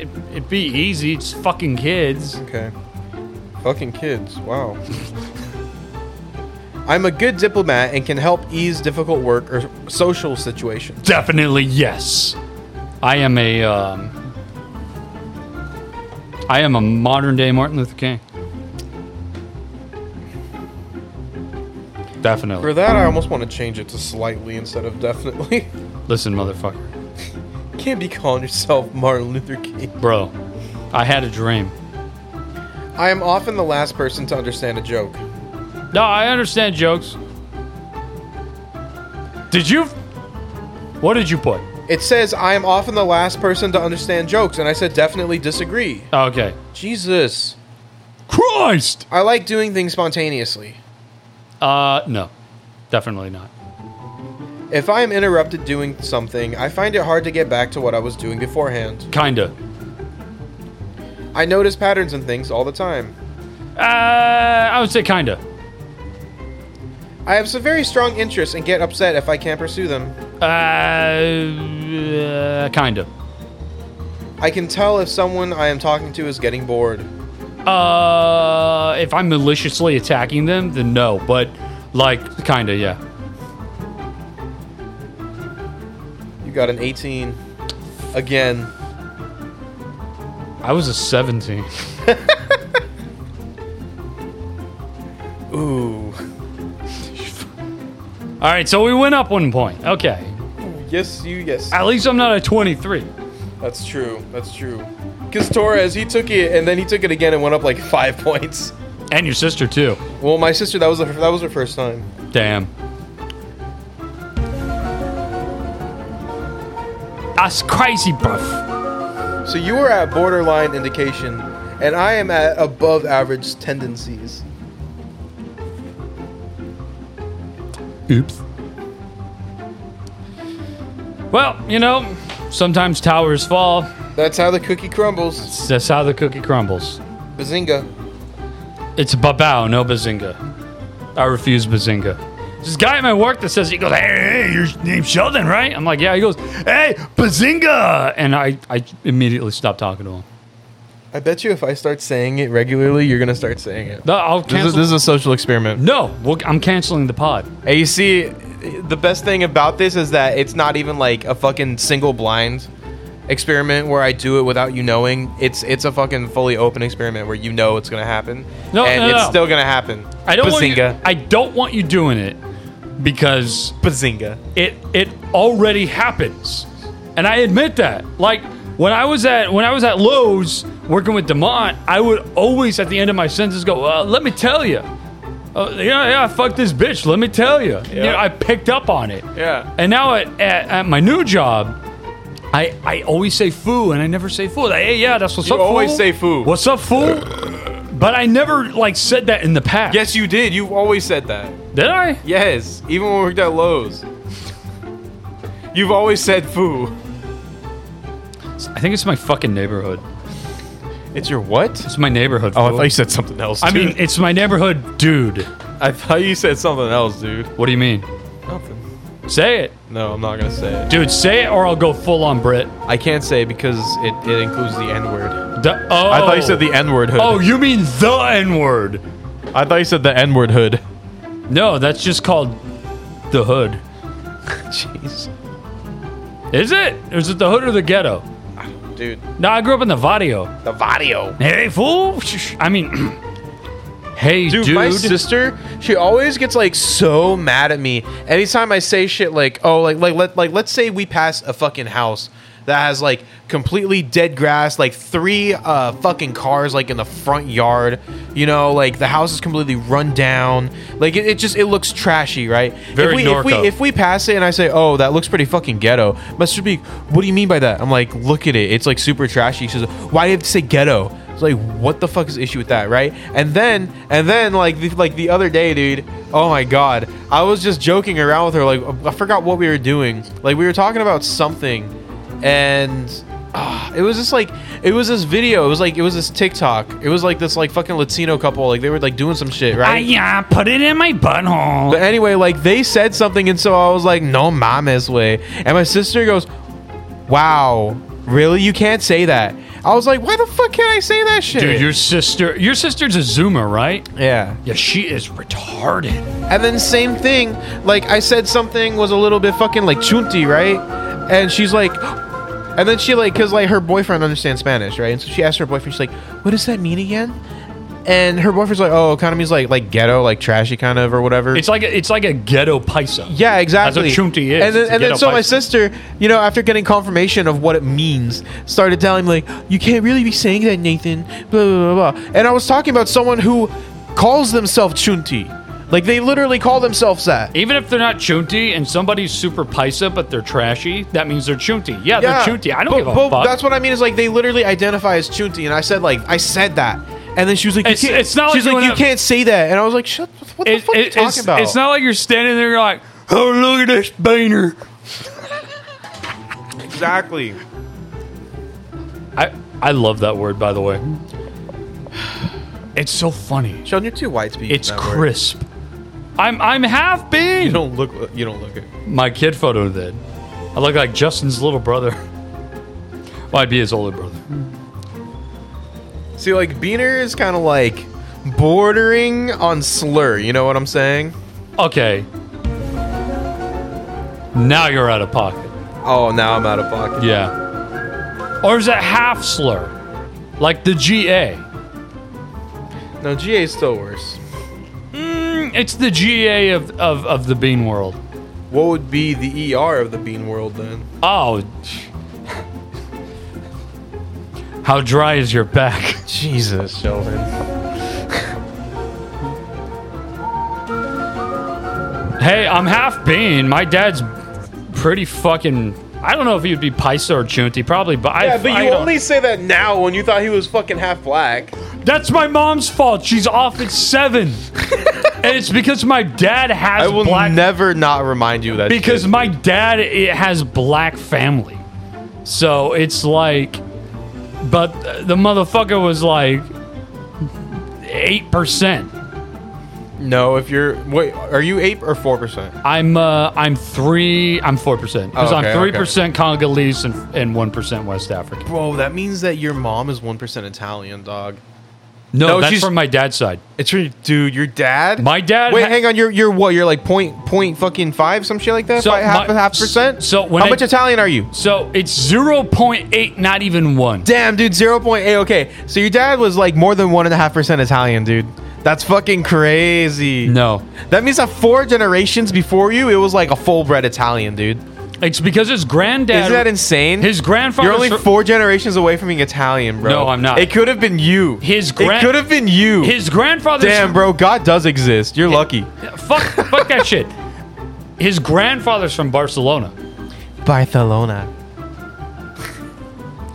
S2: It, it'd be easy. It's fucking kids.
S3: Okay. Fucking kids. Wow. I'm a good diplomat and can help ease difficult work or social situations.
S2: Definitely yes. I am a. Um, I am a modern day Martin Luther King. Definitely.
S3: For that, I almost want to change it to slightly instead of definitely.
S2: Listen, motherfucker.
S3: Can't be calling yourself Martin Luther King.
S2: Bro, I had a dream.
S3: I am often the last person to understand a joke.
S2: No, I understand jokes. Did you. What did you put?
S3: It says I am often the last person to understand jokes, and I said definitely disagree.
S2: Okay.
S3: Jesus.
S2: Christ!
S3: I like doing things spontaneously.
S2: Uh, no. Definitely not.
S3: If I am interrupted doing something, I find it hard to get back to what I was doing beforehand.
S2: Kinda.
S3: I notice patterns in things all the time.
S2: Uh, I would say kinda.
S3: I have some very strong interests and get upset if I can't pursue them.
S2: Uh, uh kinda.
S3: I can tell if someone I am talking to is getting bored.
S2: Uh, if I'm maliciously attacking them, then no. But Like, kinda, yeah.
S3: You got an 18 again.
S2: I was a 17.
S3: Ooh.
S2: All right, so we went up one point. Okay.
S3: Yes, you, yes.
S2: At least I'm not a 23.
S3: That's true. That's true. Because Torres, he took it, and then he took it again and went up like five points.
S2: And your sister too.
S3: Well, my sister, that was the, that was her first time.
S2: Damn. That's crazy, bruv.
S3: So you were at borderline indication, and I am at above average tendencies.
S2: Oops. Well, you know, sometimes towers fall.
S3: That's how the cookie crumbles.
S2: That's how the cookie crumbles.
S3: Bazinga.
S2: It's babao, no bazinga. I refuse bazinga. This guy at my work that says he goes, "Hey, hey, your name's Sheldon, right?" I'm like, "Yeah." He goes, "Hey, bazinga!" And I, I immediately stop talking to him.
S3: I bet you if I start saying it regularly, you're gonna start saying it.
S2: No, I'll
S3: This is,
S2: cancel.
S3: this is a social experiment.
S2: no, well, I'm canceling the pod.
S3: Hey, you see, the best thing about this is that it's not even like a fucking single blind experiment where I do it without you knowing. It's it's a fucking fully open experiment where you know it's gonna happen.
S2: No,
S3: and
S2: no,
S3: it's
S2: no.
S3: still gonna happen.
S2: I don't want you,
S3: Bazinga.
S2: I don't want you doing it because
S3: Bazinga.
S2: it it already happens. And I admit that. Like when I was at when I was at Lowe's working with Demont, I would always at the end of my sentences go, uh, "Let me tell you, uh, yeah, yeah, fuck this bitch. Let me tell you." You know, I picked up on it.
S3: Yeah.
S2: And now at, at, at my new job, I I always say "foo" and I never say "fool." Like, hey, yeah, that's what's
S3: You
S2: up.
S3: always
S2: fool.
S3: say "foo."
S2: What's up, fool? but I never like said that in the past.
S3: Yes, you did. You always said that.
S2: Did I?
S3: Yes, even when we worked at Lowe's. You've always said foo.
S2: I think it's my fucking neighborhood.
S3: It's your what?
S2: It's my neighborhood.
S3: Oh, I
S2: fool.
S3: thought you said something else.
S2: I
S3: dude.
S2: mean, it's my neighborhood, dude.
S3: I thought you said something else, dude.
S2: What do you mean?
S3: Nothing.
S2: Say it,
S3: No, I'm not gonna say it.
S2: dude. Say it, or I'll go full on Brit.
S3: I can't say because it, it includes the N word.
S2: The- oh,
S3: I thought you said the N word hood.
S2: Oh, you mean the N word?
S3: I thought you said the N word hood.
S2: No, that's just called the hood.
S3: Jeez,
S2: Is it? Or is it the hood or the ghetto?
S3: dude,
S2: No, I grew up in the Vadio.
S3: the Vadio.
S2: Hey, fool. I mean, hey,
S3: Dude,
S2: dude.
S3: my sister, she always gets like so mad at me anytime I say shit like, oh, like like let like let's say we pass a fucking house that has like completely dead grass, like three uh fucking cars like in the front yard, you know, like the house is completely run down, like it, it just it looks trashy, right?
S2: Very
S3: if we, if we
S2: Norco.
S3: if we pass it and I say, oh, that looks pretty fucking ghetto, my sister be, what do you mean by that? I'm like, look at it, it's like super trashy. She says, why do you have to say ghetto? It's like, what the fuck is the issue with that, right? And then, and then, like, the, like the other day, dude. Oh my god, I was just joking around with her. Like, I forgot what we were doing. Like, we were talking about something, and ah, it was just like, it was this video. It was like, it was this TikTok. It was like this like fucking Latino couple. Like, they were like doing some shit,
S2: I,
S3: right?
S2: yeah, put it in my butthole.
S3: But anyway, like they said something, and so I was like, "No mames way." And my sister goes, "Wow, really? You can't say that." I was like, "Why the fuck can't I say that shit?"
S2: Dude, your sister. Your sister's a Zoomer, right?
S3: yeah.
S2: Yeah, she is retarded.
S3: And then same thing, like I said something was a little bit fucking like chunti, right? And she's like, and then she like, cause like her boyfriend understands Spanish, right? And so she asked her boyfriend, she's like, "What does that mean again?" And her boyfriend's like, "Oh, kind of means like like ghetto, like trashy, kind of or whatever."
S2: It's like a, it's like a ghetto paisa.
S3: Yeah, exactly.
S2: chunti is.
S3: And then,
S2: It's a
S3: and then
S2: ghetto
S3: so my
S2: paisa.
S3: sister, you know, after getting confirmation of what it means, started telling me, like, you can't really be saying that, Nathan. Blah, blah, blah, blah. And I was talking about someone who calls themselves Chunti. Like, they literally call themselves that.
S2: Even if they're not chunti and somebody's super paisa but they're trashy, that means they're chunti. Yeah, they're chunti. I don't
S3: but,
S2: give a
S3: but
S2: fuck.
S3: That's what I mean is, like, they literally identify as Chunti. And I said, like, I said that. And then she was like, you
S2: It's-
S3: can't,
S2: it's not like
S3: she's
S2: you
S3: like,
S2: went
S3: you
S2: up-
S3: can't say that. And I was like, shut what the
S2: It-
S3: fuck are you
S2: it-
S3: talking
S2: it's,
S3: about?
S2: it's not like you're standing there you're like, oh, look at this beaner.
S3: exactly.
S2: I, I love that word, by the way. It's so funny.
S3: Sheldon, you're too white to be using
S2: It's
S3: that word.
S2: crisp. I'm I'm half
S3: You
S2: bean.
S3: don't look. You don't look it.
S2: My kid photo did. I look like Justin's little brother. Well, I'd be his older brother.
S3: See, like Beaner is kind of like bordering on slur. You know what I'm saying?
S2: Okay. Now you're out of pocket.
S3: Oh, now I'm out of pocket.
S2: Yeah. Or is it half slur? Like the GA?
S3: No, GA is still worse.
S2: Mm, it's the GA of, of, of the bean world.
S3: What would be the ER of the bean world then?
S2: Oh. How dry is your back?
S3: Jesus, Sheldon.
S2: hey, I'm half bean. My dad's pretty fucking. I don't know if he would be Paisa or Chunti, probably, but I.
S17: yeah, but
S2: I
S17: you
S2: don't-
S17: only say that now when you thought he was fucking half black.
S2: That's my mom's fault. She's off at seven. and it's because my dad has
S3: I will
S2: black
S3: never not remind you of that.
S2: because
S3: shit.
S2: my dad it has black family. So it's like but the motherfucker was like 8%.
S3: no, if you're wait, are you eight or four percent?
S2: I'm uh I'm 3 I'm 4% cuz
S3: Oh, okay,
S2: I'm
S3: okay.
S2: 3% Congolese and and 1% West African.
S3: Bro, that means that your mom is one percent Italian, dog.
S2: No,
S3: No,
S2: that's
S3: she's-
S2: from my dad's side.
S3: It's your dude, your dad.
S2: My dad
S3: Wait,
S2: ha-
S3: hang on. You're you're what? You're like point point fucking five, some shit like that. Fi- half
S2: my-
S3: half percent.
S2: So when
S3: how
S2: I-
S3: much Italian are you?
S2: So it's 0.8 not even 1.
S3: Damn, dude, zero point eight. Okay, so your dad was like more than one and a half percent Italian, dude. That's fucking crazy.
S2: No.
S3: that means that four generations before you, it was like a full bred Italian, dude.
S2: It's because his granddad
S3: Isn't that insane?
S2: His grandfather
S3: You're only four generations away from being Italian, bro.
S2: No, I'm not.
S3: It could have been you.
S2: His
S3: it
S2: gran-
S3: could have been you.
S2: His grandfather's
S3: Damn, bro, God does exist. You're lucky.
S2: fuck fuck that shit. His grandfather's from Barcelona.
S3: Barcelona.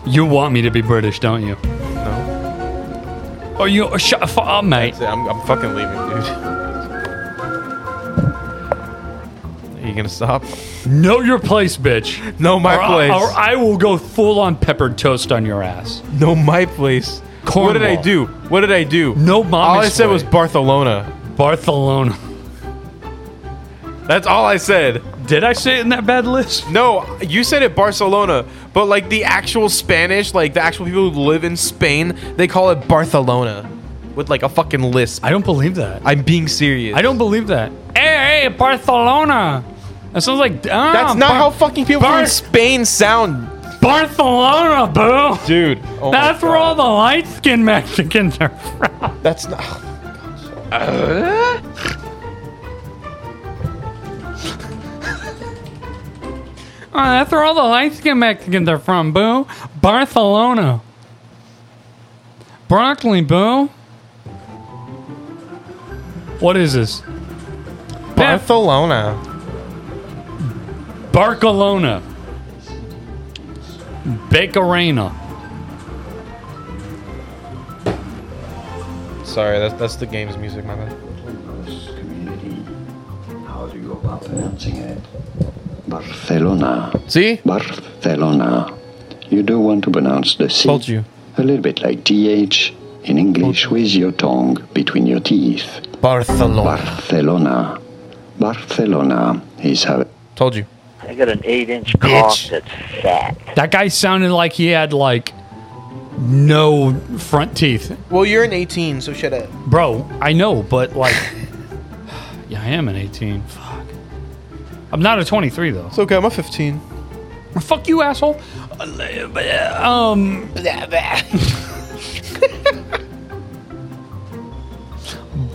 S2: You want me to be British, don't you?
S3: No.
S2: Or you oh, shut the fuck up, mate.
S3: That's it. I'm, I'm fucking leaving, dude. Are you gonna stop?
S2: Know your place, bitch.
S3: No, my
S2: or
S3: place.
S2: I, or I will go full on peppered toast on your ass.
S3: No, my place. What did I
S2: Cornwall.
S3: do? What did I do?
S2: No, mom.
S3: all I said was Barcelona.
S2: Barcelona.
S3: That's all I said.
S2: Did I say it in that bad list?
S3: No, you said it Barcelona, but like the actual Spanish, like the actual people who live in Spain, they call it Barcelona with like a fucking lisp.
S2: I don't believe that.
S3: I'm being serious.
S2: I don't believe that. Hey, hey, Barcelona. That sounds like ah,
S3: That's not
S2: Bar-
S3: how fucking people
S2: Bar-
S3: from Spain sound,
S2: Barcelona, boo.
S3: dude. Oh my
S2: That's where all the light skinned Mexicans are from.
S3: God. That's not. oh
S2: Oh, that's where all the light skinned Mexicans are from, boo. Barcelona. Broccoli, boo. What is this? Bar-
S3: Barcelona.
S2: Barcelona. Bacarena.
S3: Sorry, that's that's the game's music, my man.
S7: Community. How do you go about pronouncing it? Barcelona.
S3: See?
S7: Barcelona. You do want to pronounce the C.
S3: Told you.
S7: A little bit like TH in English with your tongue between your teeth.
S3: Barcelona.
S7: Barcelona. Barcelona is how.
S3: Told you.
S7: I got an 8 inch cock that's fat.
S2: That guy sounded like he had, like, no front teeth.
S17: Well, you're an 18, so shut up.
S2: Bro, I know, but, like. yeah, I am an 18. Fuck. I'm not a 23, though.
S17: It's okay, I'm a 15.
S2: Fuck you, asshole. Uh, Um.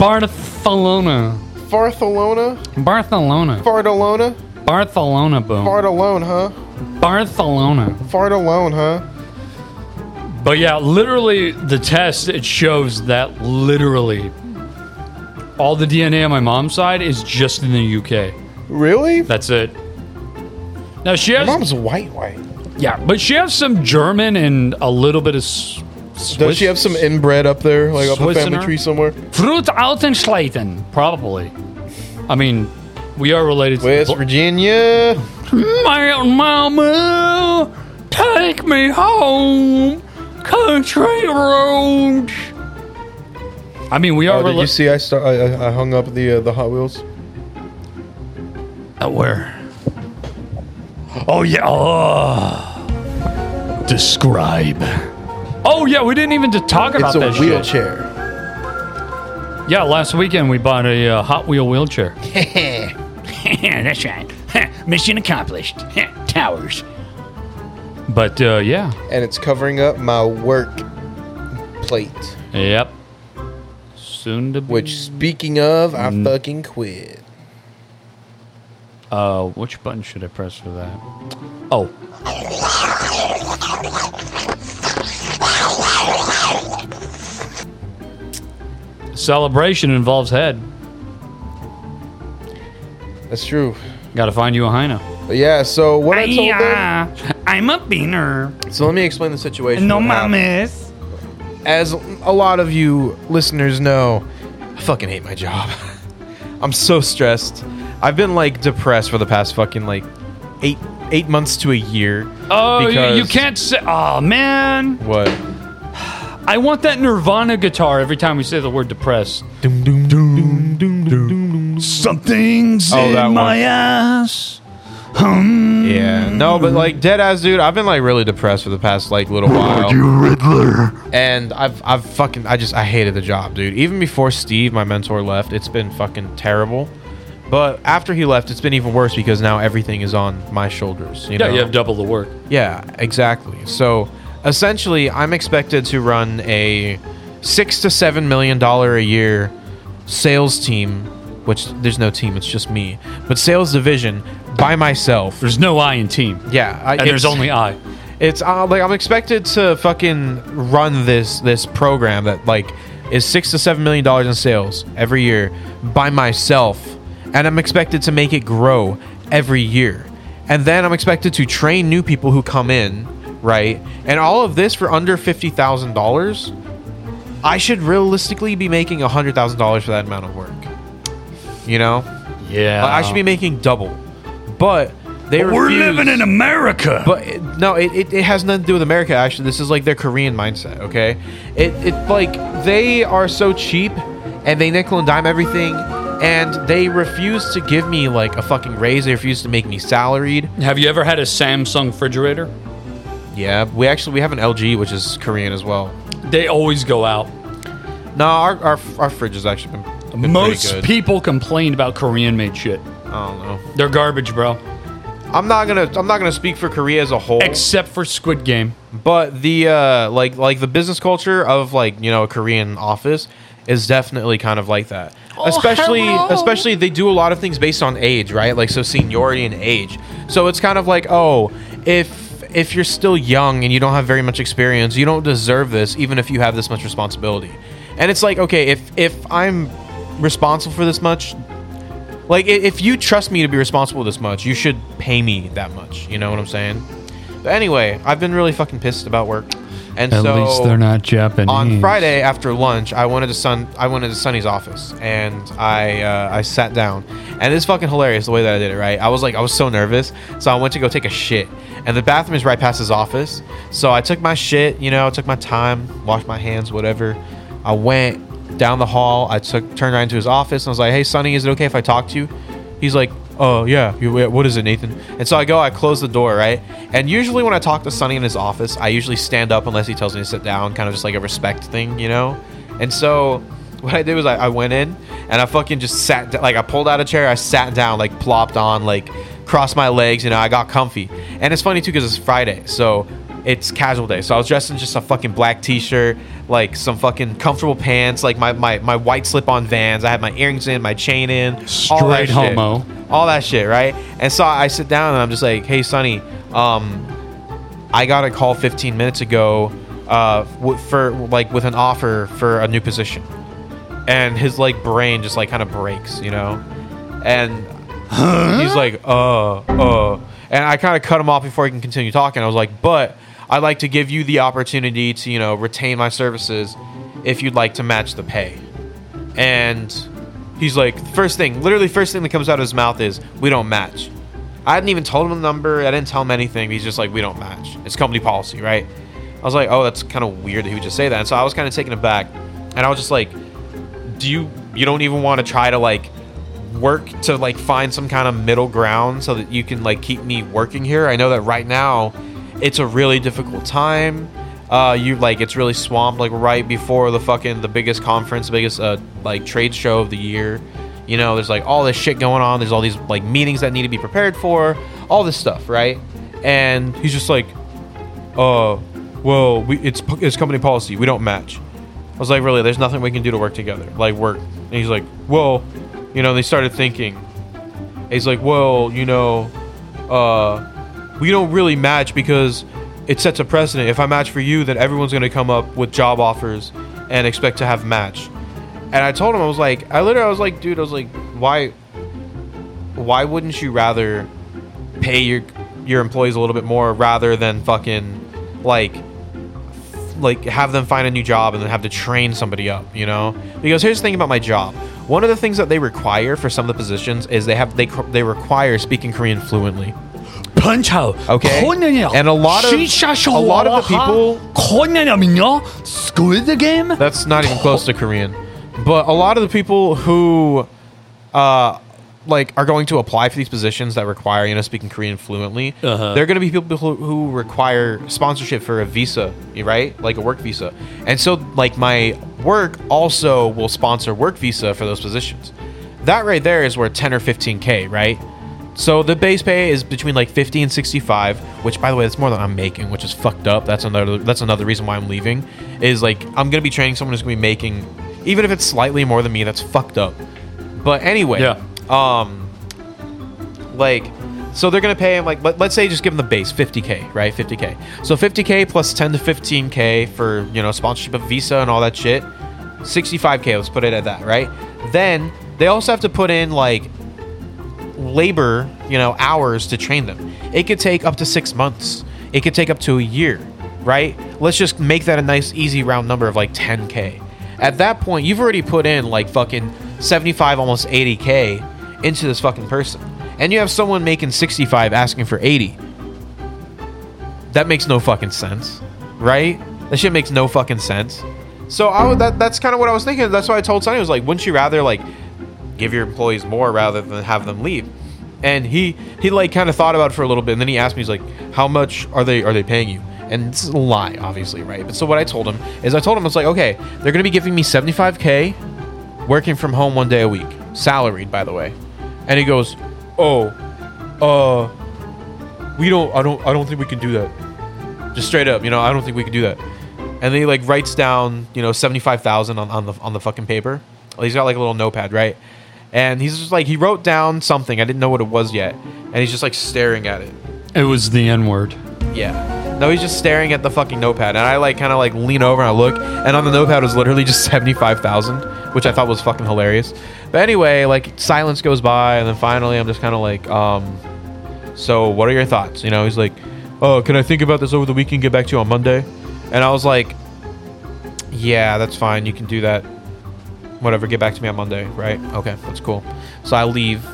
S2: Barcelona.
S17: Barcelona?
S2: Barcelona.
S17: Barcelona?
S2: Barcelona, boom.
S17: Fart alone, huh?
S2: Barcelona.
S17: Fart alone, huh?
S2: But yeah, literally, the test it shows that literally all the DNA on my mom's side is just in the UK.
S17: Really?
S2: That's it. Now she has,
S17: Mom's white, white.
S2: yeah, but she has some German and a little bit of. S- Swiss.
S17: Does she have some inbred up there, like up the
S2: Swiss in
S17: family
S2: her?
S17: tree somewhere?
S2: Fruit Altenschleiten, probably. I mean, we are related to
S17: West Virginia.
S3: Oh,
S2: My mama, take me home, country road. I mean, we are
S17: Oh, did you
S2: related.
S17: see? I start. I, I- I hung up the uh, the Hot Wheels.
S2: where? Oh yeah. Oh. Describe. Oh yeah, we didn't even to talk about
S17: It's a
S2: that shit.
S17: wheelchair.
S2: Yeah, last weekend we bought a uh, Hot Wheel wheelchair.
S18: That's right. Mission accomplished. Towers.
S2: But uh, yeah,
S3: and it's covering up my work plate.
S2: Yep. Soon to be.
S3: Which, speaking of, I fucking quit.
S2: Uh, which button should I press for that? Oh. Celebration involves head.
S3: That's true.
S2: Got to find you a hyena.
S3: But yeah, so what I told them.
S18: I'm a beaner.
S3: So let me explain the situation.
S18: No
S3: what happened.
S18: mames.
S3: As a lot of you listeners know, I fucking hate my job. I'm so stressed. I've been like depressed for the past fucking like eight eight months to a year.
S2: Oh, you, you
S3: because-
S2: can't say. Oh man,
S3: What?
S2: I want that Nirvana guitar every time we say the word depressed.
S3: Doom,
S2: doom, doom, doom, doom, doom. Something's
S3: Oh,
S2: in
S3: that one.
S2: my ass.
S3: Yeah. No, but like dead ass dude, I've been like really depressed for the past like little while. You Riddler. And I've I've fucking I just I hated the job, dude. Even before Steve, my mentor left, it's been fucking terrible. But after he left, it's been even worse because now everything is on my shoulders. You
S2: yeah,
S3: know?
S2: you have double the work.
S3: Yeah, exactly. So essentially, I'm expected to run a six to seven million dollar a year sales team, which there's no team, it's just me, but sales division by myself.
S2: There's no I in team.
S3: Yeah, I,
S2: And there's
S3: it's-
S2: only I.
S3: It's uh, like I'm expected to fucking run this this program that like is six to seven million dollars in sales every year by myself, and I'm expected to make it grow every year, and then I'm expected to train new people who come in, right? And all of this for under fifty thousand dollars. I should realistically be making hundred thousand dollars for that amount of work. You know?
S2: Yeah.
S3: Like, I should be making double, but they
S18: But we're
S3: refuse.
S18: living in America.
S3: But it, no, it, it, it has nothing to do with America. Actually, this is like their Korean mindset. Okay, it it like they are so cheap, and they nickel and dime everything, and they refuse to give me like a fucking raise. They refuse to make me salaried.
S2: Have you ever had a Samsung refrigerator?
S3: Yeah, we actually we have an LG, which is Korean as well.
S2: They always go out.
S3: No, our our, our fridge has actually been, been pretty
S2: Most
S3: good.
S2: people complain about Korean made shit.
S3: I don't know.
S2: They're garbage, bro.
S3: I'm not gonna I'm not gonna speak for Korea as a whole.
S2: Except for Squid Game.
S3: But the uh, like like the business culture of like you know a Korean office is definitely kind of like that. especially
S18: hello.
S3: especially they do a lot of things based on age, right? Like so seniority and age. So it's kind of like oh if if you're still young and you don't have very much experience, you don't deserve this, even if you have this much responsibility. And it's like okay if if I'm responsible for this much. Like i- if you trust me to be responsible this much, you should pay me that much. You know what I'm saying? But anyway, I've been really fucking pissed about work. And
S2: At
S3: so
S2: least they're not Japanese.
S3: on Friday after lunch, I went to Sun I went into Sunny's office and I uh, I sat down. And it's fucking hilarious the way that I did it, right? I was like I was so nervous. So I went to go take a shit. And the bathroom is right past his office. So I took my shit, you know, I took my time, washed my hands, whatever. I went down the hall. I took turned right into his office and I was like, "Hey Sonny, is it okay if I talk to you?" He's like, "Oh yeah, you, yeah, what is it, Nathan?" And so I go, I close the door, right? And usually when I talk to Sonny in his office, I usually stand up unless he tells me to sit down, kind of just like a respect thing, you know. And so what I did was I, I went in and I fucking just sat d- like I pulled out a chair, I sat down, like plopped on, like crossed my legs, you know, I got comfy. And it's funny too because it's Friday, so it's casual day. So I was dressed in just a fucking black t-shirt, like some fucking comfortable pants, like my my, my white slip-on Vans. I had my earrings in, my chain in, all
S2: Straight
S3: that shit.
S2: homo.
S3: all that shit, right? And so I sit down and I'm just like, hey, Sonny, um, I got a call 15 minutes ago, uh, w- for like with an offer for a new position, and his like brain just like kind of breaks, you know, and he's like, uh, uh, and I kind of cut him off before he can continue talking. I was like, but I'd like to give you the opportunity to you know retain my services if you'd like to match the pay, and he's like, first thing, literally first thing that comes out of his mouth is, we don't match. I hadn't even told him the number. I didn't tell him anything. He's just like, we don't match. It's company policy, right? I was like, oh, that's kind of weird that he would just say that. And so I was kind of taken aback, and I was just like, do you you don't even want to try to like work to like find some kind of middle ground so that you can like keep me working here? I know that right now it's a really difficult time. uh, you like it's really swamped like right before the fucking the biggest conference, the biggest uh, like trade show of the year. You know, there's like all this shit going on. There's all these like meetings that need to be prepared for, all this stuff, right? And he's just like, uh, well, we, it's it's company policy. We don't match. I was like, really? There's nothing we can do to work together, like work. And he's like, well, you know, they started thinking. And he's like, well, you know, uh, we don't really match because it sets a precedent. If I match for you, then everyone's gonna come up with job offers and expect to have match. And I told him, I was like, I literally, I was like, dude, I was like, why, why wouldn't you rather pay your your employees a little bit more rather than fucking like like have them find a new job and then have to train somebody up, you know? Because here's the thing about my job. One of the things that they require for some of the positions is they have they cr- they require speaking Korean fluently.
S2: Punch out.
S3: Okay. And a lot of a lot of the people
S2: Squid game?
S3: That's not even close to Korean. But a lot of the people who uh like are going to apply for these positions that require you know speaking Korean fluently.
S2: Uh-huh.
S3: They're going to be people who, who require sponsorship for a visa, right? Like a work visa. And so like my work also will sponsor work visa for those positions. That right there is where 10 or 15k, right? So the base pay is between like 50 and 65, which by the way, that's more than I'm making, which is fucked up. That's another that's another reason why I'm leaving is like I'm going to be training someone who's going to be making even if it's slightly more than me, that's fucked up. But anyway,
S2: Yeah.
S3: um like so they're gonna pay him like let, let's say just give him the base 50k right 50k so 50k plus 10 to 15k for you know sponsorship of visa and all that shit 65k let's put it at that right then they also have to put in like labor you know hours to train them it could take up to six months it could take up to a year right let's just make that a nice easy round number of like 10k at that point you've already put in like fucking 75 almost 80k into this fucking person and you have someone making 65 asking for 80 that makes no fucking sense, right? That shit makes no fucking sense. So I would, that that's kind of what I was thinking. That's why I told Sonny I was like, wouldn't you rather like give your employees more rather than have them leave? And he he like kind of thought about it for a little bit, and then he asked me, he's like, how much are they are they paying you? And it's a lie, obviously, right? But so what I told him is I told him I was like, okay, they're gonna be giving me seventy five k, working from home one day a week, salaried by the way. And he goes, oh, uh, we don't I don't I don't think we can do that. Just straight up, you know, I don't think we can do that. And then he like writes down, you know, seventy five thousand on, on the on the fucking paper. Well, He's got like a little notepad, right? And he's just like he wrote down something. I didn't know what it was yet. And he's just like staring at it.
S2: It was the N word.
S3: Yeah. No, he's just staring at the fucking notepad. And I like kind of like lean over and I look, and on the notepad was literally just seventy five thousand, which I thought was fucking hilarious. But anyway, like silence goes by, and then finally I'm just kind of like, um, so what are your thoughts? You know, he's like, oh, can I think about this over the weekend? Get back to you on Monday. And I was like, yeah, that's fine. You can do that. Whatever. Get back to me on Monday, right? Okay, that's cool. So I leave,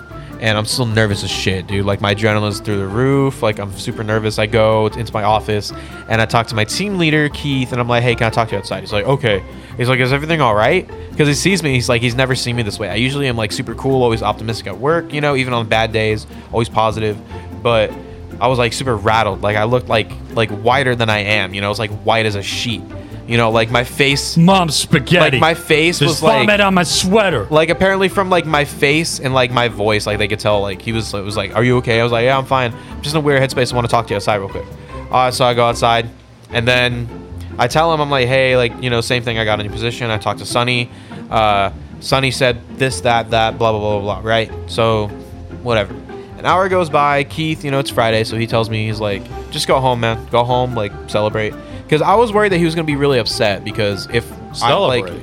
S3: and I'm still nervous as shit, dude. Like my adrenaline's through the roof. Like I'm super nervous. I go into my office, and I talk to my team leader Keith, and I'm like, "Hey, can I talk to you outside?" He's like, "Okay." He's like, "Is everything all right?" Because he sees me. He's like, he's never seen me this way. I usually am like super cool, always optimistic at work. You know, even on bad days, always positive. But I was like super rattled. Like I looked like like whiter than I am. You know, I was like white as a sheet. You know, like my face
S2: Mom spaghetti.
S3: like my face
S2: There's
S3: was like
S2: vomit on my sweater.
S3: like apparently from like my face and like my voice, like they could tell like he was it was like, "Are you okay?" I was like, "Yeah, I'm fine. I'm just in a weird headspace. I want to talk to you outside real quick." Uh, so I go outside, and then I tell him, "I'm like, hey, like you know, same thing. I got a new position. I talked to Sonny. Uh, Sonny said this, that, that, blah, blah, blah, blah, blah. Right? So, whatever." An hour goes by. Keith, you know, it's Friday, so he tells me he's like, "Just go home, man. Go home, like celebrate." Because I was worried that he was gonna be really upset because if I like
S2: Celebrate.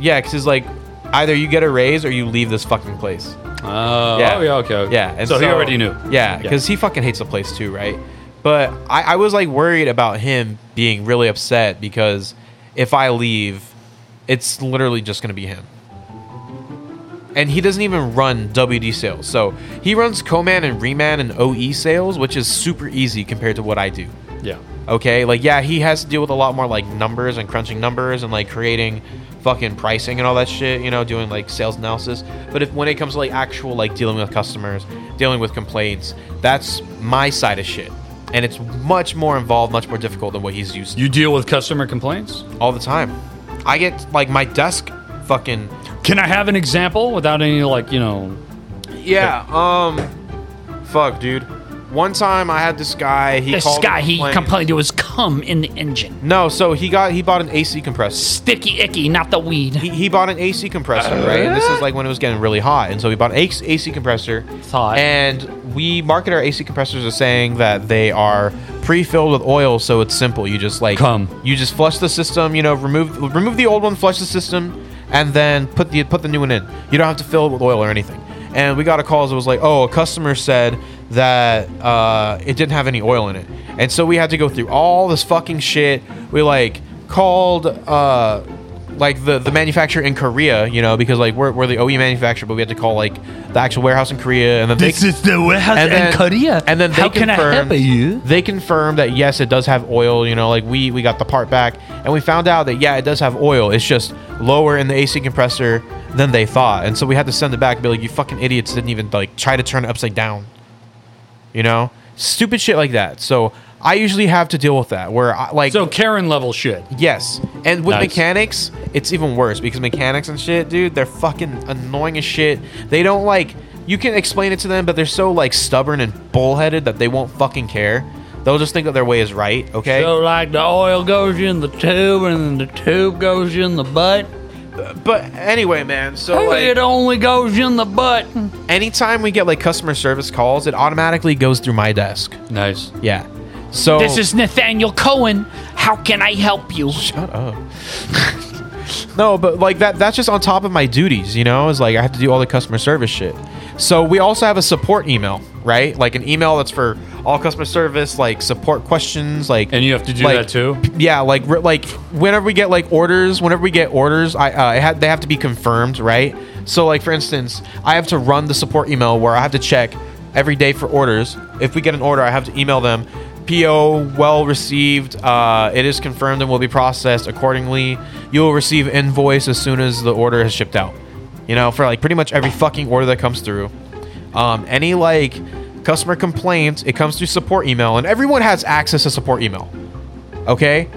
S3: yeah, because it's like either you get a raise or you leave this fucking place.
S2: Oh,
S3: yeah.
S2: yeah. Oh, yeah, okay. okay.
S3: Yeah. And
S2: so, he already knew.
S3: Yeah, because he fucking hates the place too, right? But I, I was like worried about him being really upset because if I leave, it's literally just going to be him. And he doesn't even run WD sales. So he runs Coman and Reman and OE sales, which is super easy compared to what I do.
S2: Yeah.
S3: Okay, like yeah, he has to deal with a lot more like numbers and crunching numbers and like creating fucking pricing and all that shit, you know, doing like sales analysis. But if when it comes to like actual like dealing with customers, dealing with complaints, that's my side of shit. and it's much more involved, much more difficult than what he's used to.
S2: You deal with customer complaints
S3: all the time. I get like my desk fucking
S2: Can I have an example without any like you know?
S3: Yeah. Um. Fuck, dude. One time I had this guy. He
S18: this
S3: called
S18: guy,
S3: and
S18: he
S3: complained.
S18: complained it was cum in the engine.
S3: No, so he got he bought an AC compressor.
S18: Sticky icky, not the weed.
S3: He, he bought an AC compressor, right? And this is like when it was getting really hot, and so we bought an AC, compressor.
S18: hot.
S3: And we market our AC compressors as saying that they are pre-filled with oil, so it's simple. You just like
S2: Come.
S3: You just flush the system. You know, remove remove the old one, flush the system, and then put the put the new one in. You don't have to fill it with oil or anything. And we got a call that was like, oh, a customer said that uh, it didn't have any oil in it, and so we had to go through all this fucking shit. We like called. Uh, like the the manufacturer in Korea, you know, because like we're, we're the OE manufacturer, but we had to call like the actual warehouse in Korea, and then
S18: This is the warehouse in Korea.
S3: and then they
S18: How can I
S3: confirmed,
S18: help you?
S3: They confirmed that yes, it does have oil. You know, like we we got the part back, and we found out that yeah, it does have oil. It's just lower in the AC compressor than they thought, and so we had to send it back and be like, you fucking idiots didn't even like try to turn it upside down you know stupid shit like that so i usually have to deal with that where I, like so
S2: karen level shit
S3: yes and with
S2: Nice.
S3: mechanics it's even worse because mechanics and shit dude they're fucking annoying as shit they don't like you can explain it to them but they're so like stubborn and bullheaded that they won't fucking care they'll just think that their way is right okay
S18: So like the oil goes in the tube and then the tube goes in the butt.
S3: but anyway man so like-
S18: it only goes in the butt.
S3: anytime we get like customer service calls it automatically goes through my desk
S2: nice
S3: yeah so
S18: This is Nathaniel Cohen. How can I help you? Shut
S3: up. No, but like that that's just on top of my duties, you know? It's like I have to do all the customer service shit. So we also have a support email, right? Like an email that's for all customer service, like support questions, like
S2: And you have to do
S3: like-
S2: that too.
S3: Yeah, like re- like whenever we get like orders, whenever we get orders, I uh, I ha- they have to be confirmed, right? So like for instance, I have to run the support email where I have to check every day for orders. If we get an order, I have to email them. PO well received. Uh, it is confirmed and will be processed accordingly. You will receive invoice as soon as the order has shipped out. You know, for like pretty much every fucking order that comes through. Um, any like customer complaints, it comes through support email, and everyone has access to support email okay?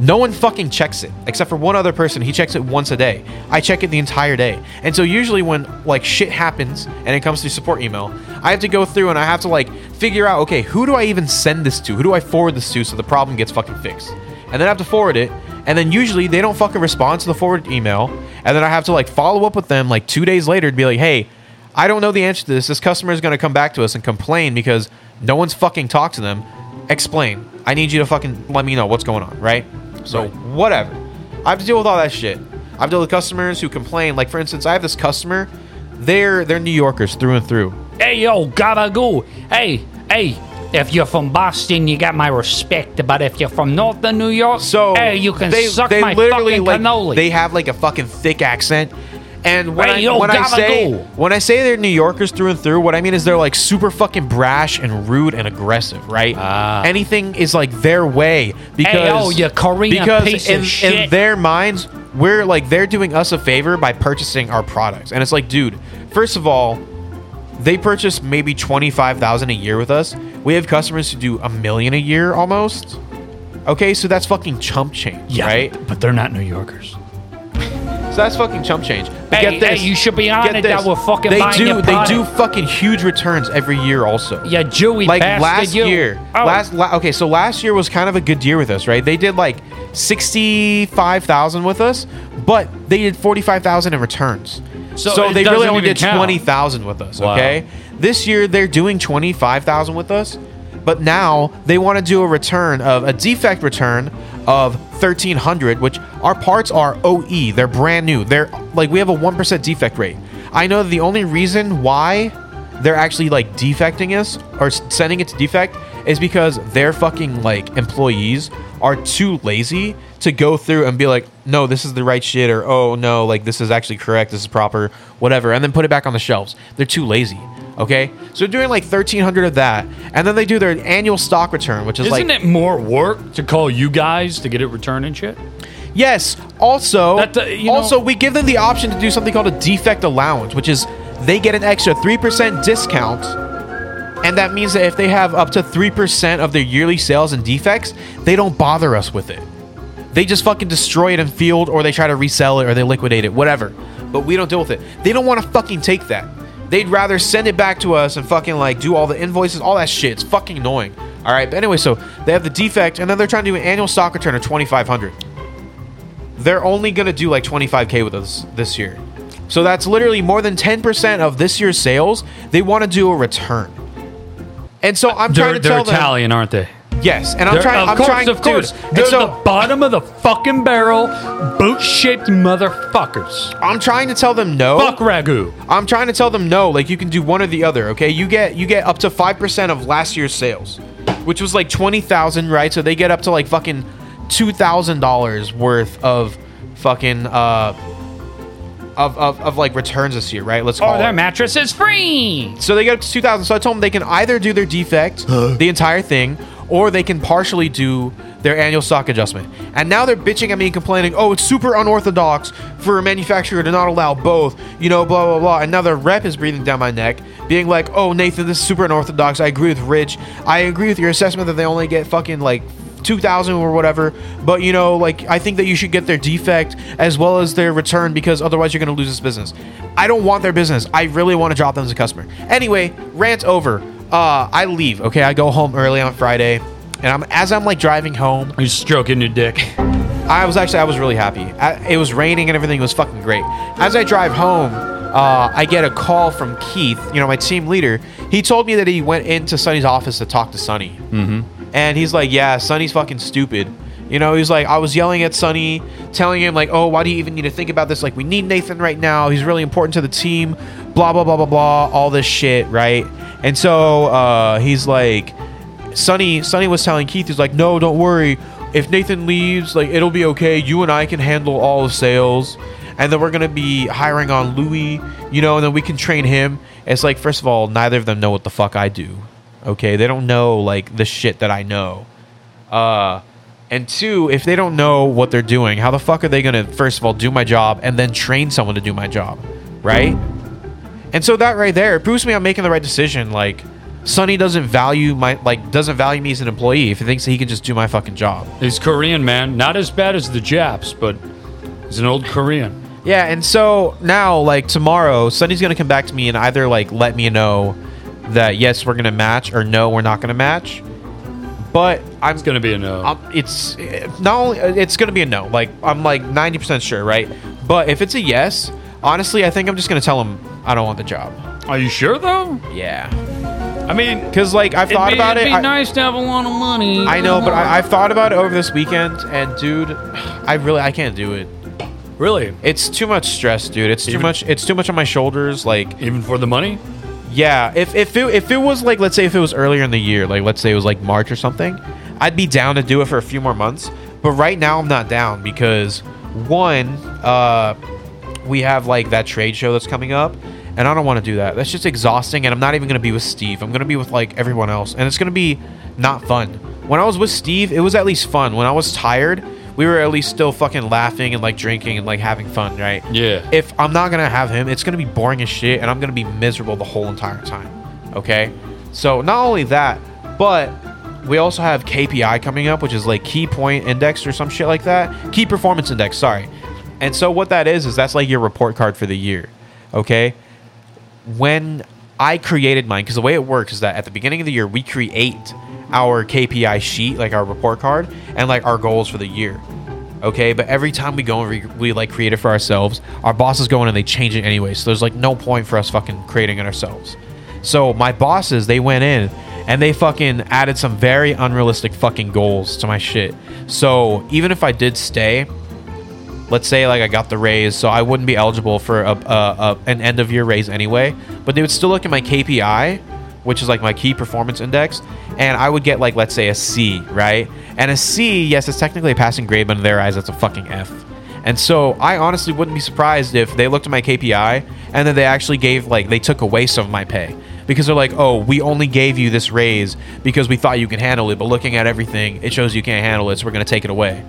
S3: No one fucking checks it except for one other person. He checks it once a day. I check it the entire day. And so usually when like shit happens and it comes through support email, I have to go through and I have to like figure out, okay, who do I even send this to? Who do I forward this to so the problem gets fucking fixed? And then I have to forward it. And then usually they don't fucking respond to the forward email. And then I have to like follow up with them like 2 days later to be like, "Hey, I don't know the answer to this. This customer is going to come back to us and complain because no one's fucking talked to them. Explain. I need you to fucking let me know what's going on, right? So, whatever. I have to deal with all that shit. I've dealt with customers who complain. Like, for instance, I have this customer. They're they're New Yorkers through and through.
S18: Hey, yo, gabagool. Hey, hey. If you're from Boston, you got my respect. But if you're from northern New York, so hey, you can suck my fucking
S3: like
S18: cannoli.
S3: they have like a fucking thick accent. And when
S18: Hey,
S3: I
S18: yo,
S3: when I
S18: gotta
S3: say
S18: go.
S3: when I say they're New Yorkers through and through, what I mean is they're like super fucking brash and rude and aggressive, right? Anything is like their way because
S18: Ah. yo, you Korean
S3: because
S18: piece of
S3: in, in
S18: shit.
S3: their minds we're like they're doing us a favor by purchasing our products, and it's like, dude, first of all, they purchase maybe 25,000 a year with us. We have customers who do a million a year almost. Okay, so that's fucking chump change,
S18: Yeah,
S3: right?
S18: but they're not New Yorkers.
S3: So that's fucking chump change. But
S18: Hey,
S3: get this,
S18: hey, you should be
S3: get
S18: honored that
S3: this.
S18: we're fucking
S3: They
S18: buying
S3: do.
S18: your
S3: they
S18: product.
S3: do fucking huge returns every year. Also,
S18: Yeah, Jewy
S3: like
S18: bastard,
S3: last
S18: you.
S3: year.
S18: Oh.
S3: Last la- okay, so last year was kind of a good year with us, right? They did like sixty five thousand with us, but they did forty five thousand in returns.
S2: So
S3: So,
S2: it
S3: they really
S2: doesn't
S3: only
S2: even
S3: did
S2: count.
S3: twenty thousand with us.
S2: Wow.
S3: Okay, this year they're doing twenty five thousand with us, but now they want to do a return of a defect return of thirteen hundred, which our parts are OE. They're brand new. They're like we have a one percent defect rate. I know the only reason why they're actually like defecting us or s- sending it to defect is because their fucking like employees are too lazy to go through and be like, no, this is the right shit, or oh no, like this is actually correct, this is proper, whatever, and then put it back on the shelves. They're too lazy. Okay, so they're doing like thirteen hundred of that, and then they do their annual stock return, which is
S2: Isn't
S3: like
S2: it more work to call you guys to get it returned and shit?
S3: Yes. Also,
S2: That, uh, you know-
S3: also we give them the option to do something called a defect allowance, which is they get an extra three percent discount And that means that if they have up to 3% of their yearly sales and defects, they don't bother us with it. They just fucking destroy it in field or they try to resell it or they liquidate it, whatever. But we don't deal with it. They don't want to fucking take that. They'd rather send it back to us and fucking like do all the invoices, all that shit. It's fucking annoying. All right. But anyway, so they have the defect and then they're trying to do an annual stock return of 2500 they're only going to do like 25k with us this year. So that's literally more than 10% of this year's sales. They want to do a return. And so I'm
S2: They're,
S3: trying to
S2: they're
S3: tell them
S2: Italian, aren't they?
S3: Yes, and I'm
S2: They're-
S3: trying-
S2: Of
S3: I'm
S2: course,
S3: trying-
S2: of course.
S3: dude,
S2: They're
S3: and so-
S2: the bottom of the fucking barrel, boot-shaped motherfuckers.
S3: I'm trying to tell them no.
S2: Fuck ragu.
S3: I'm trying to tell them no, like you can do one or the other, okay? You get you get up to 5% of last year's sales, which was like 20,000, right? So they get up to like fucking $2,000 worth of fucking uh of, of, of like returns this year, right? Let's call
S18: Or
S3: it.
S18: Oh, their mattress is free.
S3: So they get up to 2,000. So I told them they can either do their defect, the entire thing, or they can partially do their annual stock adjustment. And now they're bitching at me and complaining, oh, it's super unorthodox for a manufacturer to not allow both, you know, blah, blah, blah. And now their rep is breathing down my neck, being like, oh, Nathan, this is super unorthodox. I agree with Rich. I agree with your assessment that they only get fucking like 2000 or whatever but you know like i think that you should get their defect as well as their return because otherwise you're going to lose this business i don't want their business i really want to drop them as a customer anyway rant over uh i leave okay i go home early on friday and i'm as i'm like driving home
S2: you're stroking your dick
S3: i was actually i was really happy I, it was raining and everything was fucking great as i drive home uh, I get a call from Keith, you know, my team leader. He told me that he went into Sonny's office to talk to Sonny.
S2: Mm-hmm.
S3: And he's like, yeah, Sonny's fucking stupid. You know, he's like, I was yelling at Sonny, telling him, like, oh, why do you even need to think about this? Like, we need Nathan right now. He's really important to the team. Blah, blah, blah, blah, blah. All this shit, right? And so uh, he's like, Sonny, Sonny was telling Keith, he's like, no, don't worry. If Nathan leaves, like, it'll be okay. You and I can handle all the sales. And then we're going to be hiring on Louis, you know, and then we can train him. It's like, first of all, neither of them know what the fuck I do okay they don't know like the shit that i know uh and two if they don't know what they're doing how the fuck are they gonna first of all do my job and then train someone to do my job right and so that right there proves to me i'm making the right decision like sonny doesn't value my like doesn't value me as an employee if he thinks that he can just do my fucking job
S2: He's Korean, man. Not as bad as the Japs, but he's an old Korean.
S3: Yeah, and so now, like tomorrow, Sunny's gonna come back to me and either like let me know that yes, we're gonna match, or no, we're not gonna match. But I'm it's
S2: gonna be a no.
S3: it's eh, not only eh, it's gonna be a no. Like I'm like ninety percent sure, right? But if it's a yes, honestly, I think I'm just gonna tell him I don't want the job.
S2: Are you sure though?
S3: Yeah,
S2: I mean,
S3: because like I've thought
S18: it'd be,
S3: about
S18: it'd
S3: it.
S18: be
S3: I-
S18: nice to have a lot of money.
S3: I know, but I, I've thought about it over this weekend, and dude, I really I can't do it.
S2: Really?
S3: It's too much stress, dude. It's too much. It's too much on my shoulders. Like
S2: even for the money.
S3: Yeah. If if it, if it was like let's say if it was earlier in the year, like let's say it was like March or something, I'd be down to do it for a few more months. But right now I'm not down because one, uh, we have like that trade show that's coming up. And I don't want to do that. That's just exhausting. And I'm not even going to be with Steve. I'm going to be with like everyone else. And it's going to be not fun. When I was with Steve, it was at least fun. When I was tired, we were at least still fucking laughing and like drinking and like having fun, right?
S2: Yeah.
S3: If I'm not gonna have him, it's gonna be boring as shit, and I'm gonna be miserable the whole entire time. Okay. So not only that, but we also have KPI coming up, which is like key point index or some shit like that. Key performance index, sorry. And so what that is is that's like your report card for the year. Okay. When I created mine, because the way it works is that at the beginning of the year we create our KPI sheet, like our report card, and like our goals for the year okay but every time we go and we, we like create it for ourselves our bosses go in and they change it anyway so there's like no point for us fucking creating it ourselves so my bosses they went in and they fucking added some very unrealistic fucking goals to my shit so even if i did stay let's say like I got the raise, so I wouldn't be eligible for a, a, a an end of year raise anyway. But they would still look at my KPI, which is like my key performance index, and I would get like let's say a C, right? And a C, yes, it's technically a passing grade, but in their eyes, that's a fucking F. And so I honestly wouldn't be surprised if they looked at my KPI and then they actually gave like they took away some of my pay because they're like, "Oh, we only gave you this raise because we thought you could handle it, but looking at everything, it shows you can't handle it, so we're going to take it away."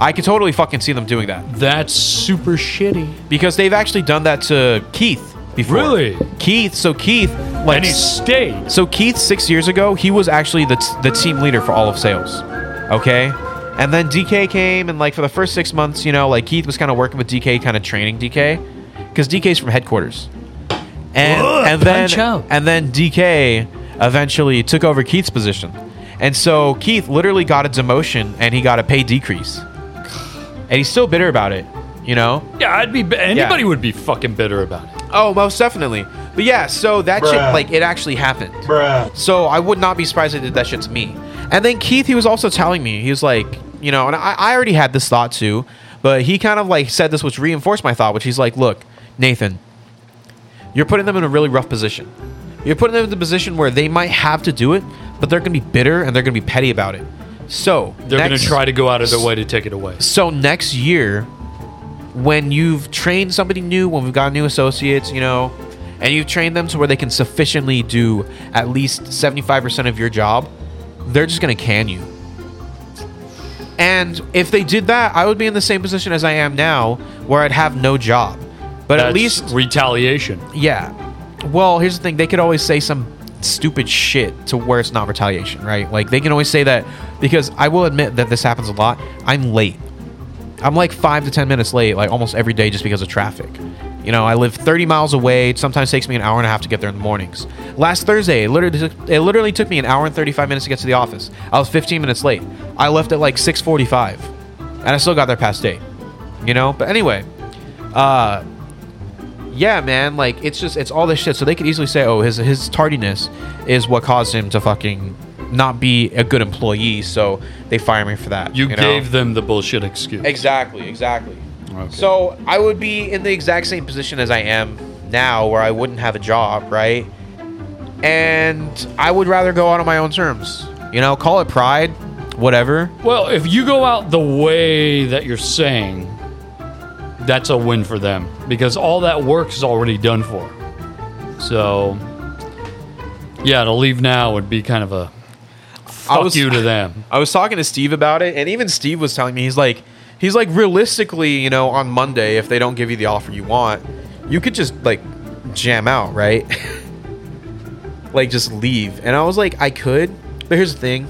S3: I could totally fucking see them doing that.
S2: That's super shitty.
S3: Because they've actually done that to Keith before.
S2: Really?
S3: Keith, so Keith Like,
S2: and he stayed.
S3: So Keith, six years ago, he was actually the, t- the team leader for all of sales. Okay. And then DK came, and like for the first six months, you know, like Keith was kind of working with DK, kind of training DK, because DK's from headquarters. And
S18: Ugh,
S3: and then
S18: punch out.
S3: and then DK eventually took over Keith's position, and so Keith literally got a demotion and he got a pay decrease, and he's still bitter about it, you know.
S2: Yeah, I'd be. Anybody would be fucking bitter about it.
S3: Oh, most definitely. But yeah, so that shit,
S2: Bruh.
S3: like, it actually happened. So I would not be surprised if they did that shit to me. And then Keith, he was also telling me, he was like, you know, and I, I already had this thought too, but he kind of like said this, which reinforced my thought, which he's like, look, Nathan, you're putting them in a really rough position. You're putting them in the position where they might have to do it, but they're going to be bitter and they're going to be petty about it. So
S2: They're going
S3: next-
S2: to try to go out of their way to take it away.
S3: so next year, when you've trained somebody new, when we've got new associates, you know, and you've trained them to where they can sufficiently do at least 75% of your job, they're just going to can you. And if they did that, I would be in the same position as I am now, where I'd have no job. But at
S2: That's
S3: least
S2: retaliation.
S3: yeah. Well, here's the thing. They could always say some stupid shit to where it's not retaliation, right? Like they can always say that because I will admit that this happens a lot. I'm late. I'm like five to ten minutes late, like almost every day, just because of traffic. You know, I live 30 miles away. It sometimes takes me an hour and a half to get there in the mornings. Last Thursday, it literally took, it literally took me an hour and 35 minutes to get to the office. I was 15 minutes late. I left at like 6:45, and I still got there past eight. You know, but anyway, uh, yeah, man, like it's just it's all this shit. So they could easily say, oh, his his tardiness is what caused him to fucking not be a good employee. So they fire me for that.
S2: You,
S3: know?
S2: gave them the bullshit excuse.
S3: Exactly, exactly. So I would be in the exact same position as I am now, where I wouldn't have a job, right? And I would rather go out on my own terms. You know, call it pride, whatever.
S2: Well, if you go out the way that you're saying, that's a win for them because all that work is already done for. So, yeah, to leave now would be kind of a fuck
S3: was-
S2: you to them.
S3: I was talking to Steve about it, and even Steve was telling me he's like, he's like, realistically, you know, on Monday, if they don't give you the offer you want, you could just like jam out, right? like just leave. And I was like, I could, but here's the thing: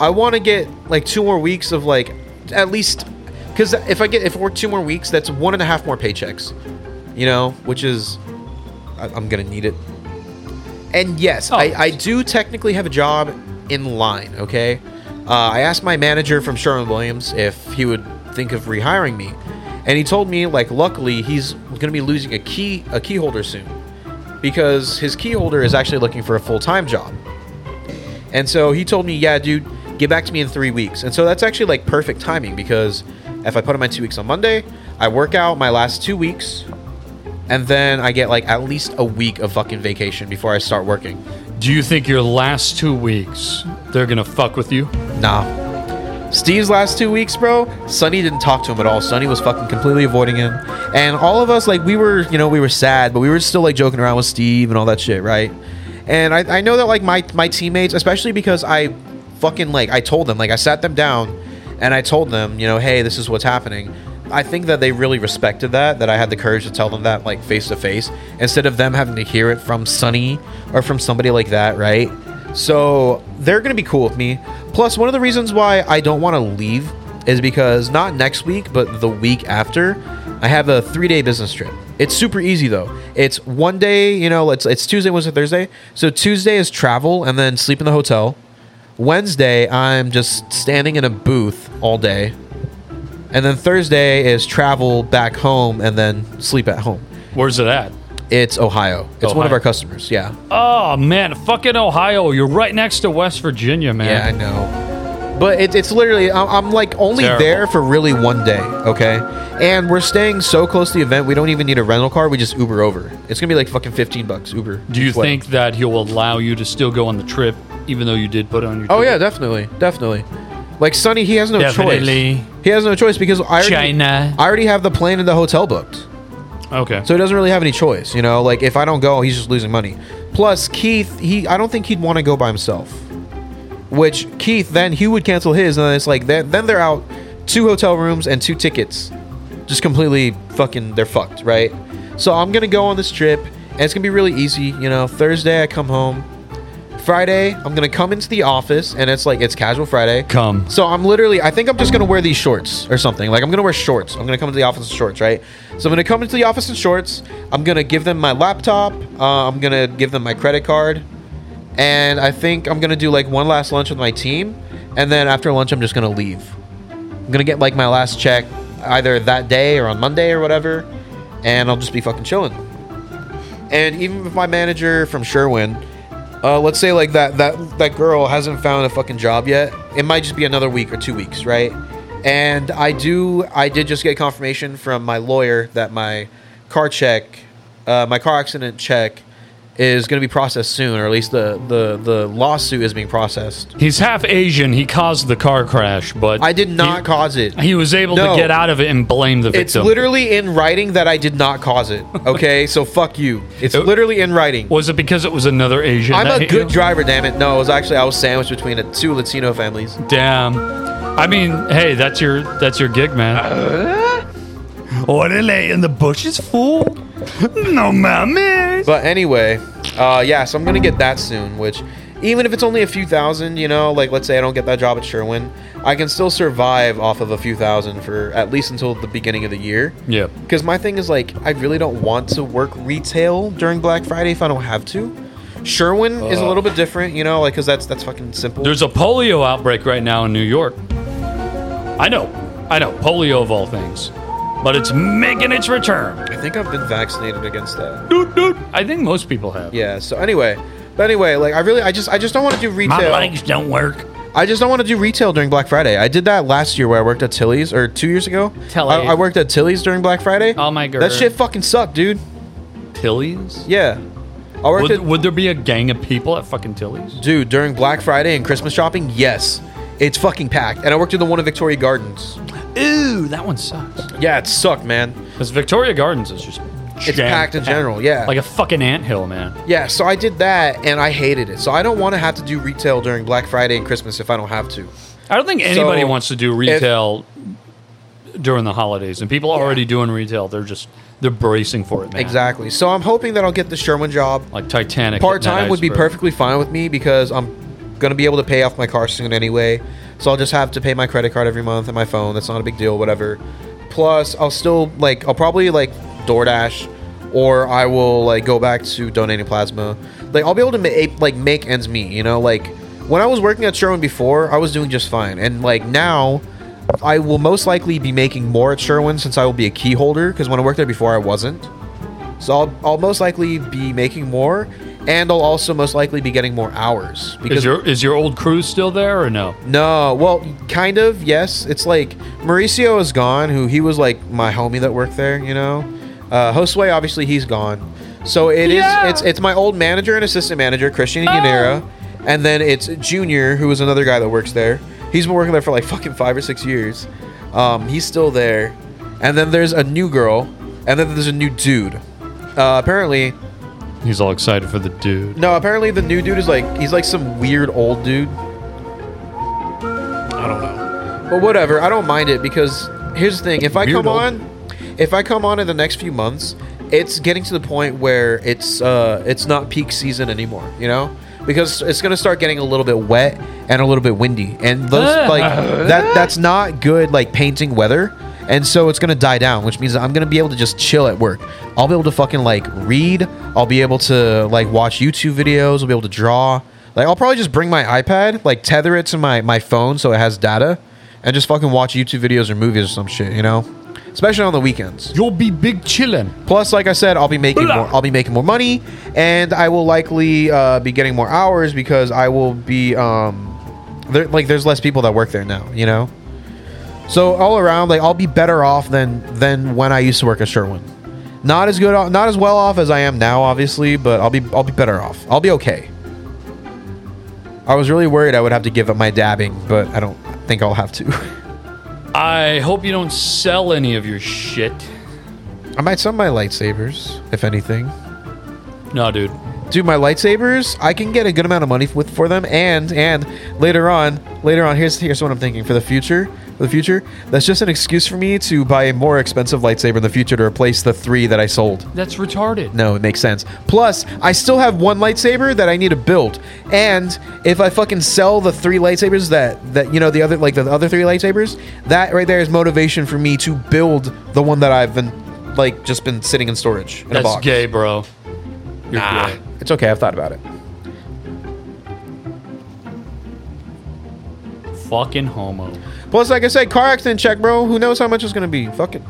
S3: I want to get like two more weeks of like at least because if I get if I work two more weeks, that's one and a half more paychecks, you know, which is I, I'm gonna need it. And yes, I, I do technically have a job in line, okay? Uh, I asked my manager from Sherwin Williams if he would think of rehiring me. And he told me, like, luckily he's going to be losing a key a key holder soon because his key holder is actually looking for a full time job. And so he told me, yeah, dude, get back to me in three weeks. And so that's actually like perfect timing because if I put in my two weeks on Monday, I work out my last two weeks, and then I get like at least a week of fucking vacation before I start working.
S2: Do you think your last two weeks they're gonna fuck with you?
S3: Nah. Steve's last two weeks, bro, Sonny didn't talk to him at all. Sonny was fucking completely avoiding him. And all of us, like, we were, you know, we were sad, but we were still, like, joking around with Steve and all that shit, right? And I, I know that, like, my, my teammates, especially because I fucking, like, I told them, like, I sat them down and I told them, you know, hey, this is what's happening. I think that they really respected that, that I had the courage to tell them that, like, face to face, instead of them having to hear it from Sonny or from somebody like that, right? So they're going to be cool with me. Plus, one of the reasons why I don't want to leave is because not next week, but the week after, I have a three day business trip. It's super easy though. It's one day, you know, it's, it's Tuesday, Wednesday, Thursday. So Tuesday is travel and then sleep in the hotel. Wednesday, I'm just standing in a booth all day. And then Thursday is travel back home and then sleep at home.
S2: Where's it at?
S3: It's Ohio. It's one of
S2: Ohio.
S3: our customers. Yeah.
S2: Oh man, fucking Ohio! You're right next to West Virginia, man.
S3: Yeah, I know. But it, it's literally, I'm, I'm like only
S2: Terrible.
S3: there for really one day, okay? And we're staying so close to the event, we don't even need a rental car. We just Uber over. It's gonna be like fucking 15 bucks Uber.
S2: Do you
S3: each way.
S2: think that he'll allow you to still go on the trip, even though you did put on your?
S3: Oh, yeah, definitely. Definitely. Like Sonny, he has no
S2: Definitely.
S3: choice. He has no choice because I already,
S2: China.
S3: I already have the plane and the hotel booked.
S2: Okay.
S3: So he doesn't really have any choice, you know. Like if I don't go, he's just losing money. Plus Keith, he I don't think he'd want to go by himself. Which Keith then he would cancel his, and then it's like then then they're out two hotel rooms and two tickets, just completely fucking they're fucked, right? So I'm gonna go on this trip, And it's gonna be really easy, you know. Thursday I come home. Friday I'm gonna come into the office, and it's like it's casual Friday.
S2: Come.
S3: So I'm literally, I think I'm just gonna wear these shorts or something. Like I'm gonna wear shorts. I'm gonna come into the office in shorts, right? So I'm gonna come into the office in shorts. I'm gonna give them my laptop. Uh, I'm gonna give them my credit card, and I think I'm gonna do like one last lunch with my team, and then after lunch I'm just gonna leave. I'm gonna get like my last check either that day or on Monday or whatever, and I'll just be fucking chilling. And even if my manager from Sherwin, uh, let's say like that that that girl hasn't found a fucking job yet, it might just be another week or two weeks, right? And I do I did just get confirmation from my lawyer that my car check, uh, my car accident check, is going to be processed soon, or at least the the the lawsuit is being processed.
S2: He's half Asian. He caused the car crash, but
S3: I did not cause it.
S2: He was able
S3: No.
S2: to get out of it and blame the victim.
S3: It's literally in writing that I did not cause it. Okay, so fuck you. It's literally in writing.
S2: Was it because it was another Asian?
S3: I'm
S2: that
S3: a
S2: hit
S3: good
S2: you?
S3: driver, damn it. No, it was actually I was sandwiched between uh, two Latino families.
S2: Damn. I mean, hey, that's your that's your gig, man. Uh? what a lay in the bushes, fool. No mames.
S3: But anyway, uh, yeah, so I'm gonna get that soon. Which, even if it's only a few thousand, you know, like let's say I don't get that job at Sherwin, I can still survive off of a few thousand for at least until the beginning of the year.
S2: Yeah.
S3: Because my thing is like, I really don't want to work retail during Black Friday if I don't have to. Sherwin is a
S2: Ugh.
S3: little bit different, you know, like because that's that's fucking simple.
S2: Uh. There's a polio outbreak right now in New York. I know, I know, polio of all things, but it's making its return.
S3: I think I've been vaccinated against that.
S2: Dude, dude, I think most people have.
S3: Yeah. So anyway, but anyway, like I really, I just, I just don't want to do retail.
S2: legs don't work.
S3: I just don't want to do retail during Black Friday. I did that last year where I worked at Tilly's, or two years ago.
S2: Tilly.
S3: I, I worked at Tilly's during Black Friday.
S2: Oh my god.
S3: That shit fucking sucked, dude.
S2: Tilly's?
S3: Yeah. I worked
S2: Would,
S3: at,
S2: would there be a gang of people at fucking Tilly's?
S3: dude during Black Friday and Christmas shopping. Yes, it's fucking packed. And I worked at the one in Victoria Gardens.
S2: Ooh, that one sucks.
S3: Yeah, it sucked, man.
S2: Because Victoria Gardens is just
S3: It's packed in general, yeah.
S2: like a fucking anthill, man.
S3: Yeah, so I did that and I hated it. So I don't want to have to do retail during Black Friday and Christmas if I don't have to.
S2: I don't think
S3: So,
S2: anybody wants to do
S3: if-
S2: retail during the holidays, and people are already doing retail. They're just they're bracing for it, man.
S3: Exactly. So I'm hoping that I'll get the Sherwin job.
S2: Like Titanic.
S3: Part
S2: hitting
S3: time
S2: that
S3: would be
S2: iceberg.
S3: perfectly fine with me because I'm gonna be able to pay off my car soon anyway. So I'll just have to pay my credit card every month and my phone. That's not a big deal, whatever. Plus, I'll still like I'll probably like DoorDash, or I will like go back to donating plasma. Like I'll be able to make like make ends meet. You know, like when I was working at Sherwin before, I was doing just fine, and like now. I will most likely be making more at Sherwin since I will be a key holder because when I worked there before I wasn't. So I'll, I'll most likely be making more, and I'll also most likely be getting more hours
S2: Is your is your old crew still there or no?
S3: no, well, kind of. Yes, it's like Mauricio is gone. Who he was like my homie that worked there. You know, uh, Josue obviously he's gone. So it is. It's it's my old manager and assistant manager Christian Yanera, and then it's Junior who is another guy that works there. He's been working there for like fucking five or six years. Um, he's still there, and then there's a new girl, and then there's a new dude. Uh, apparently,
S2: He's all excited for the dude.
S3: no, apparently the new dude is like he's like some weird old dude. I don't know. But whatever, I don't mind it because here's the thing, if I
S11: Weird
S3: come
S11: old-
S3: on if I come on in the next few months, it's getting to the point where it's uh it's not peak season anymore, you know? Because it's gonna start getting a little bit wet and a little bit windy. And those like that that's not good like painting weather. And so it's gonna die down, which means I'm gonna be able to just chill at work. I'll be able to fucking like read. I'll be able to like watch YouTube videos. I'll be able to draw. Like I'll probably just bring my iPad, like tether it to my my phone so it has data, and just fucking watch YouTube videos or movies or some shit, you know. Especially on the weekends.
S2: You'll be big chillin'.
S3: Plus, like I said, I'll be making more. I'll be making more money, and I will likely uh, be getting more hours because I will be um, there, like there's less people that work there now, you know. So all around, like I'll be better off than than when I used to work at Sherwin. Not as good, o- not as well off as I am now, obviously, but I'll be I'll be better off. I'll be okay. I was really worried I would have to give up my dabbing, but I don't think I'll have to.
S2: I hope you don't sell any of your shit.
S3: I might sell my lightsabers, if anything.
S2: No, dude.
S3: do my lightsabers, I can get a good amount of money with for them. And and later on, later on, here's here's what I'm thinking for the future. For the future, that's just an excuse for me to buy a more expensive lightsaber in the future to replace the three that I sold.
S2: That's retarded.
S3: No, it makes sense. Plus, I still have one lightsaber that I need to build. And if I fucking sell the three lightsabers that that you know the other like the other three lightsabers, that right there is motivation for me to build the one that I've been like just been sitting in storage in a
S2: That's
S3: box.
S2: gay, bro. You're
S3: Nah,
S2: gay.
S3: it's okay. I've thought about it.
S2: Fucking homo.
S3: Plus, like I said, car accident check, bro. Who knows how much it's gonna be? Fuck it.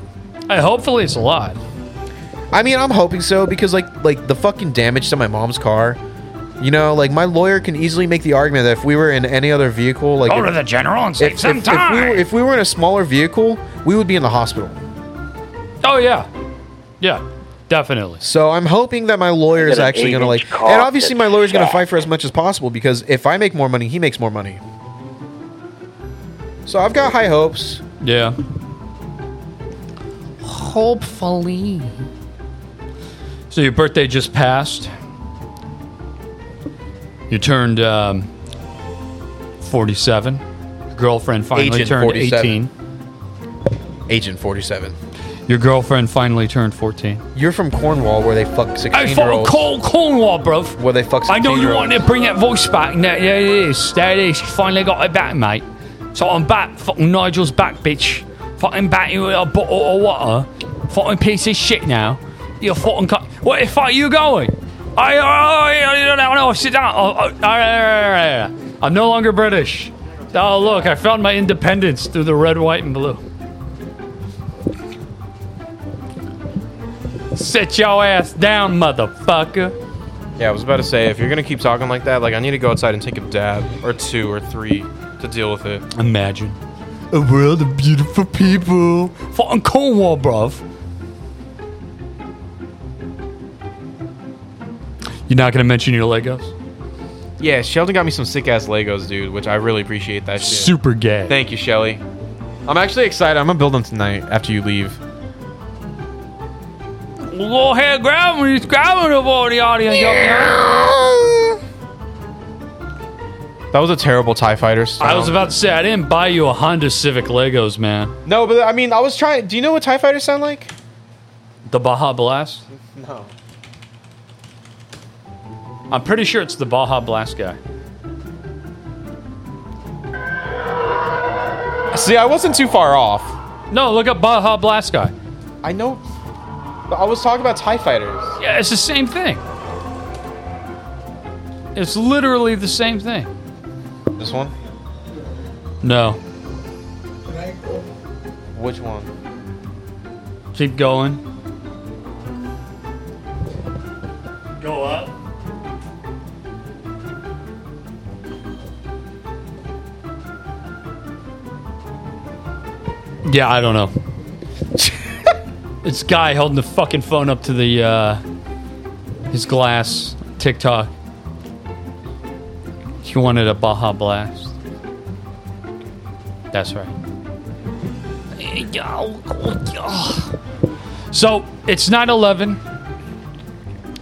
S2: Hey, hopefully it's a lot.
S3: I mean, I'm hoping so because like like the fucking damage to my mom's car. You know, like my lawyer can easily make the argument that if we were in any other vehicle, like
S18: Go
S3: if-
S18: to the general and
S3: if-
S18: save
S3: if,
S18: some
S3: if we
S18: time.
S3: were, if we were in a smaller vehicle, we would be in the hospital.
S2: Oh yeah, yeah, definitely.
S3: So I'm hoping that my lawyer is
S2: Get an
S3: actually gonna like,
S2: eight-inch
S3: and
S2: cock
S3: obviously my
S2: that's
S3: lawyer's gonna
S2: fat.
S3: fight for as much as possible because if I make more money, he makes more money. So I've got high hopes.
S2: Yeah.
S18: Hopefully.
S2: So your birthday just passed. You turned um, 47. Your girlfriend finally
S3: Agent
S2: turned
S3: 47. Agent 47.
S2: 18. Your girlfriend finally turned 14.
S3: You're from Cornwall where they fuck
S2: I
S3: 16 year
S2: fucking
S3: olds.
S2: call Cornwall, bro.
S3: Where they fuck 16
S2: I know you want to bring that voice back. No, there it is. There it is. You finally got it back, mate. So I'm back. Fucking Nigel's back, bitch. Fucking back you with a bottle of water. Fucking piece of shit now. You fucking cut. Where the fuck are you going? I, I, I don't know. Sit down. Oh, oh, all right, all right, all right. I'm no longer British. Oh, look. I found my independence through the red, white, and blue. Sit your ass down, motherfucker.
S10: Yeah, I was about to say if you're gonna keep talking like that, like I need to go outside and take a dab or two or three to deal with it.
S2: Imagine. A world of beautiful people. Fucking Cornwall, bruv. You're not gonna mention your Legos?
S10: Yeah, Sheldon got me some sick ass Legos, dude, which I really appreciate that shit.
S2: Super gay.
S10: Thank you, Shelly. I'm actually excited. I'm gonna build them tonight after you leave.
S2: Go ahead, grab him. He's grabbing him over the audience. up there.
S10: That was a terrible Tie Fighter. Style.
S2: I was about to say I didn't buy you a Honda Civic Legos, man.
S10: No, but I mean, I was trying. Do you know what Tie Fighters sound like?
S2: The Baja Blast.
S10: No.
S2: I'm pretty sure it's the Baja Blast guy.
S10: See, I wasn't too far off.
S2: No, look up Baja Blast guy.
S10: I know. But I was talking about Tie Fighters.
S2: Yeah, it's the same thing. It's literally the same thing.
S10: This one?
S2: No.
S10: Which one?
S2: Keep going. Go up. Yeah, I don't know. this guy holding the fucking phone up to the uh, his glass TikTok. He wanted a Baja Blast. That's right. So it's 9 11.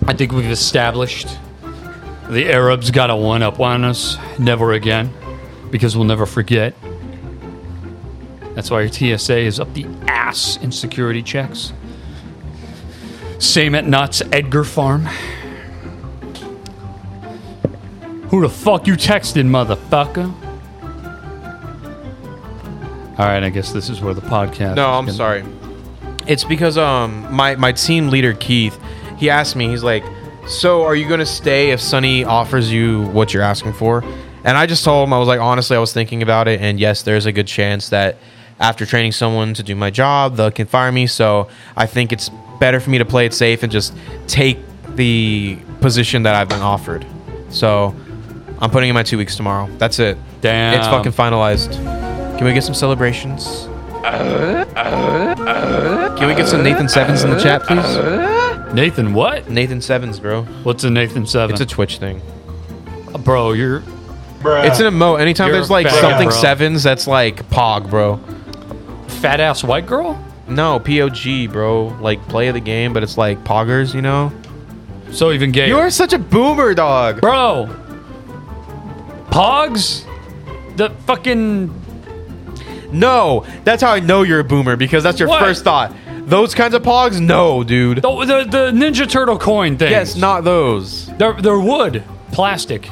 S2: I think we've established the Arabs got a one up on us. Never again. Because we'll never forget. That's why your TSA is up the ass in security checks. Same at Knott's Edgar Farm. Who the fuck you texting, motherfucker? All right, I guess this is where the podcast.
S10: No,
S2: is
S10: I'm
S2: gonna-
S10: sorry. It's because um my my team leader Keith, he asked me. He's like, "So are you gonna stay if Sunny offers you what you're asking for?" And I just told him I was like, honestly, I was thinking about it, and yes, there's a good chance that after training someone to do my job, they can fire me. So I think it's better for me to play it safe and just take the position that I've been offered. So I'm putting in my two weeks tomorrow. That's it.
S2: Damn.
S10: It's fucking finalized. Can we get some celebrations? Can we get some Nathan Sevens in the chat, please?
S2: Nathan what?
S10: Nathan Sevens, bro.
S2: What's a Nathan Seven?
S10: It's a Twitch thing.
S2: Bro, you're.
S10: It's an emote. Anytime
S2: You're
S10: there's like
S2: a fat
S10: something
S2: bro.
S10: sevens, that's like pog, bro.
S2: Fat ass white girl?
S10: No, pog, bro. Like play of the game, but it's like poggers, you know.
S2: So even gay.
S3: You are such a boomer dog.
S2: Bro. Pogs? The fucking
S3: No, that's how I know you're a boomer because that's your
S2: What?
S3: first thought. Those kinds of pogs, no, dude.
S2: the, the, the Ninja Turtle coin thing.
S3: Yes, not those.
S2: They're, they're wood, plastic.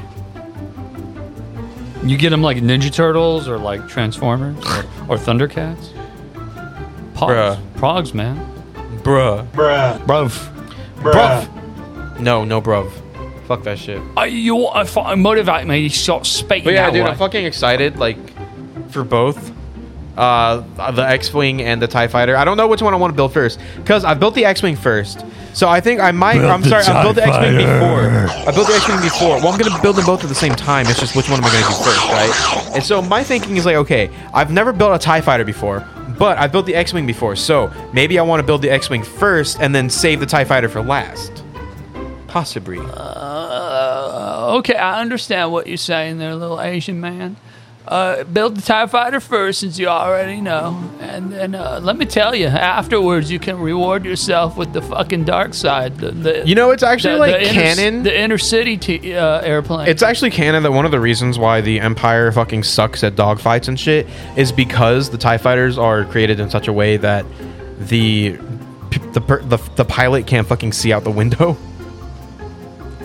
S2: You get them like Ninja Turtles or like Transformers or, or Thundercats. Pogs. Progs, man.
S3: Bruh.
S14: Bruh.
S2: Bruv.
S3: Bruv. No, no, bruv. Fuck that shit.
S2: I, you I, fi- motivate me, shot spate
S3: But yeah,
S2: that
S3: dude,
S2: way.
S3: I'm fucking excited, like, for both. Uh, the X-Wing and the TIE Fighter. I don't know which one I want to build first. Because I built the X-Wing first. So I think I might...
S10: Build
S3: I'm
S10: the
S3: sorry, I E
S10: TIE
S3: built the X-Wing
S10: Fighter.
S3: before. I built the X-Wing before. Well, I'm going to build them both at the same time. It's just which one am I going to do first, right? And so my thinking is like, okay, I've never built a TIE Fighter before. But I've built the X-Wing before. So maybe I want to build the X-Wing first and then save the TIE Fighter for last. Possibly.
S18: Uh, okay, I understand what you're saying there, little Asian man. Uh, build the TIE fighter first, since you already know. And then uh, let me tell you, afterwards, you can reward yourself with the fucking dark side. The, the,
S3: You know, it's actually, like,
S18: inner-
S3: canon.
S18: the inner city t- uh, airplane.
S3: It's actually canon that one of the reasons why the Empire fucking sucks at dogfights and shit is because the Tie Fighters are created in such a way that the p- the per- the, the pilot can't fucking see out the window.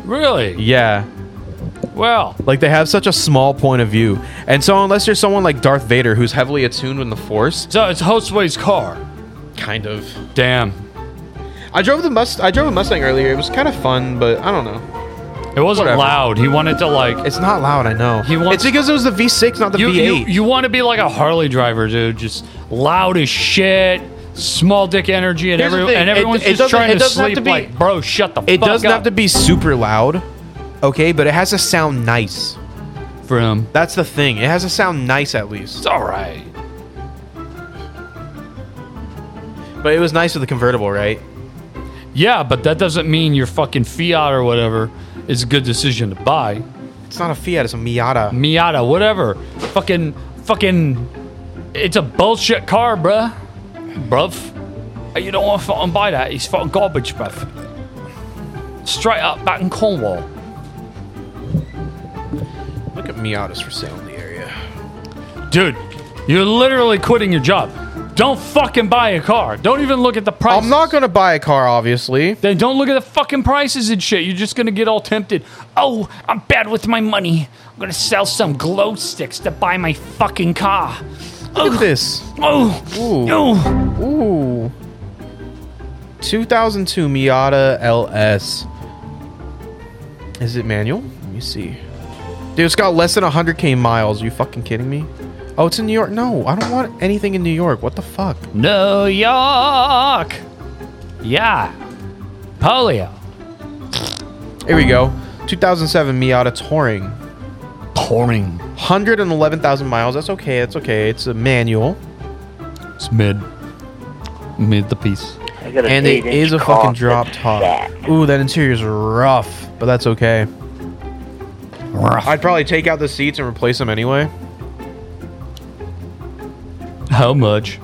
S2: Really?
S3: Yeah,
S2: Well,
S3: like they have such a small point of view, and so unless you're someone like Darth Vader who's heavily attuned in the Force,
S2: so it's Hostway's car.
S3: kind of.
S2: Damn.
S3: I drove the must. I drove a Mustang earlier. It was kind of fun, but I don't know.
S2: It wasn't
S3: Whatever.
S2: loud. He wanted to like.
S3: It's not loud. I know.
S2: He wants.
S3: It's because it was the V6, not the
S2: you,
S3: V8.
S2: You, you want to be like a Harley driver, dude. Just loud as shit, small dick energy, and,
S3: Here's the
S2: every,
S3: thing,
S2: and
S3: it-
S2: everyone's
S3: it
S2: just
S3: doesn't-
S2: trying
S3: it
S2: to
S3: doesn't have
S2: sleep.
S3: to be-
S2: like, bro, shut the
S3: It
S2: fuck
S3: doesn't have
S2: up.
S3: to be super loud, okay, but it has to sound nice.
S2: For him.
S3: That's the thing. It has to sound nice at least. It's
S2: all right.
S3: But it was nice with the convertible, right?
S2: Yeah, but that doesn't mean your fucking Fiat or whatever is a good decision to buy.
S3: It's not a Fiat. It's a Miata.
S2: Miata, whatever. Fucking, fucking. It's a bullshit car, bruh. Bruv. You don't want to fucking buy that. It's fucking garbage, bruv. Straight up back in Cornwall.
S3: Look at Miatas for sale in the area.
S2: Dude, you're literally quitting your job. Don't fucking buy a car. Don't even look at the price.
S3: I'm not gonna buy a car, obviously.
S2: Then don't look at the fucking prices and shit. You're just gonna get all tempted.
S18: Oh, I'm bad with my money. I'm gonna sell some glow sticks to buy my fucking car.
S3: Look at this.
S18: Oh,
S3: Ooh. Ooh. 2002 Miata LS. Is it manual? Let me see. Dude, it's got less than 100k miles. Are you fucking kidding me? Oh, it's in New York. No, I don't want anything in New York. What the fuck?
S18: New York.
S2: Yeah. Polio.
S3: Here we go. 2007 Miata Touring.
S2: Touring.
S3: 111,000 miles. That's okay. That's okay. It's a manual.
S2: It's mid. Mid the piece.
S19: got an
S3: And it
S19: eight-inch
S3: is a
S19: car
S3: fucking drop top. Ooh, that interior's rough, but that's okay. I'd probably take out the seats and replace them anyway.
S2: How much?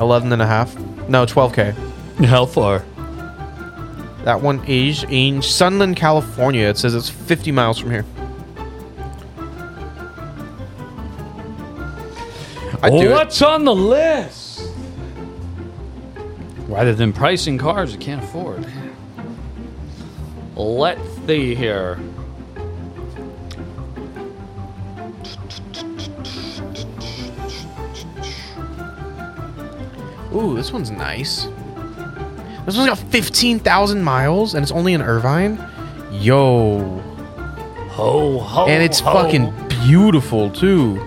S3: 11 and a half. No, 12K.
S2: How far?
S3: That one is in Sunland, California. It says it's 50 miles from here. I do it.
S2: What's on the list? Rather than pricing cars you can't afford. Let's see here.
S3: Ooh, this one's nice. This one's got 15,000 miles and it's only in Irvine. Yo.
S2: Ho, ho.
S3: and it's
S2: Oh, ho.
S3: fucking beautiful too.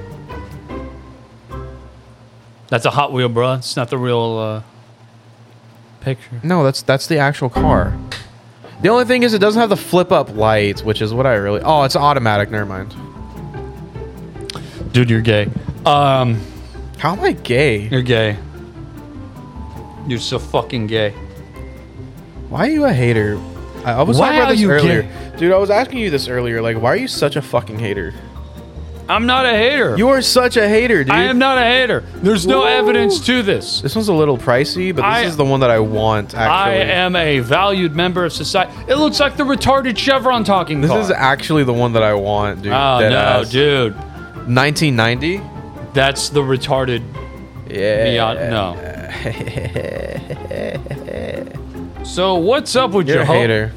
S2: That's a Hot Wheel, bro. It's not the real uh, picture.
S3: No, that's that's the actual car. The only thing is it doesn't have the flip up lights, which is what I really Oh, it's automatic, never mind.
S2: Dude, you're gay. Um,
S3: How am I gay?
S2: You're gay. You're so fucking gay.
S3: Why are you a hater? I, I was
S2: Why
S3: talking about
S2: are
S3: this
S2: you
S3: earlier. Dude, I was asking you this earlier, like why are you such a fucking hater?
S2: I'm not a hater.
S3: You are such a hater, dude.
S2: I am not a hater. There's no evidence to this.
S3: This one's a little pricey, but
S2: I-
S3: this is the one that I want.
S2: I
S3: Actually,
S2: am a valued member of society. It looks like the retarded Chevron talking
S3: this
S2: car.
S3: is actually the one that I want, dude.
S2: Oh
S3: Dead
S2: no,
S3: ass.
S2: dude.
S3: 1990.
S2: That's the retarded.
S3: Yeah.
S2: Beyond, no. so what's up with
S3: You're
S2: your
S3: a
S2: ho-
S3: hater.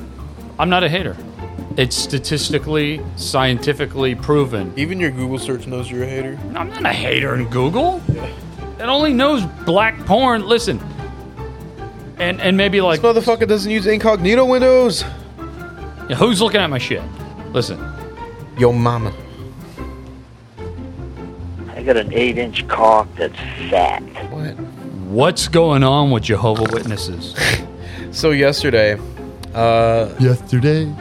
S2: I'm not a hater. It's statistically, scientifically proven.
S3: Even your Google search knows you're a hater.
S2: I'm not a hater in Google. It only knows black porn. Listen, and and maybe like
S3: This motherfucker doesn't use incognito windows.
S2: Yeah, who's looking at my shit? Listen,
S3: Yo, mama.
S19: I got an eight inch cock that's fat. What?
S2: what's going on with Jehovah Witnesses?
S3: So yesterday, uh,
S2: Yesterday.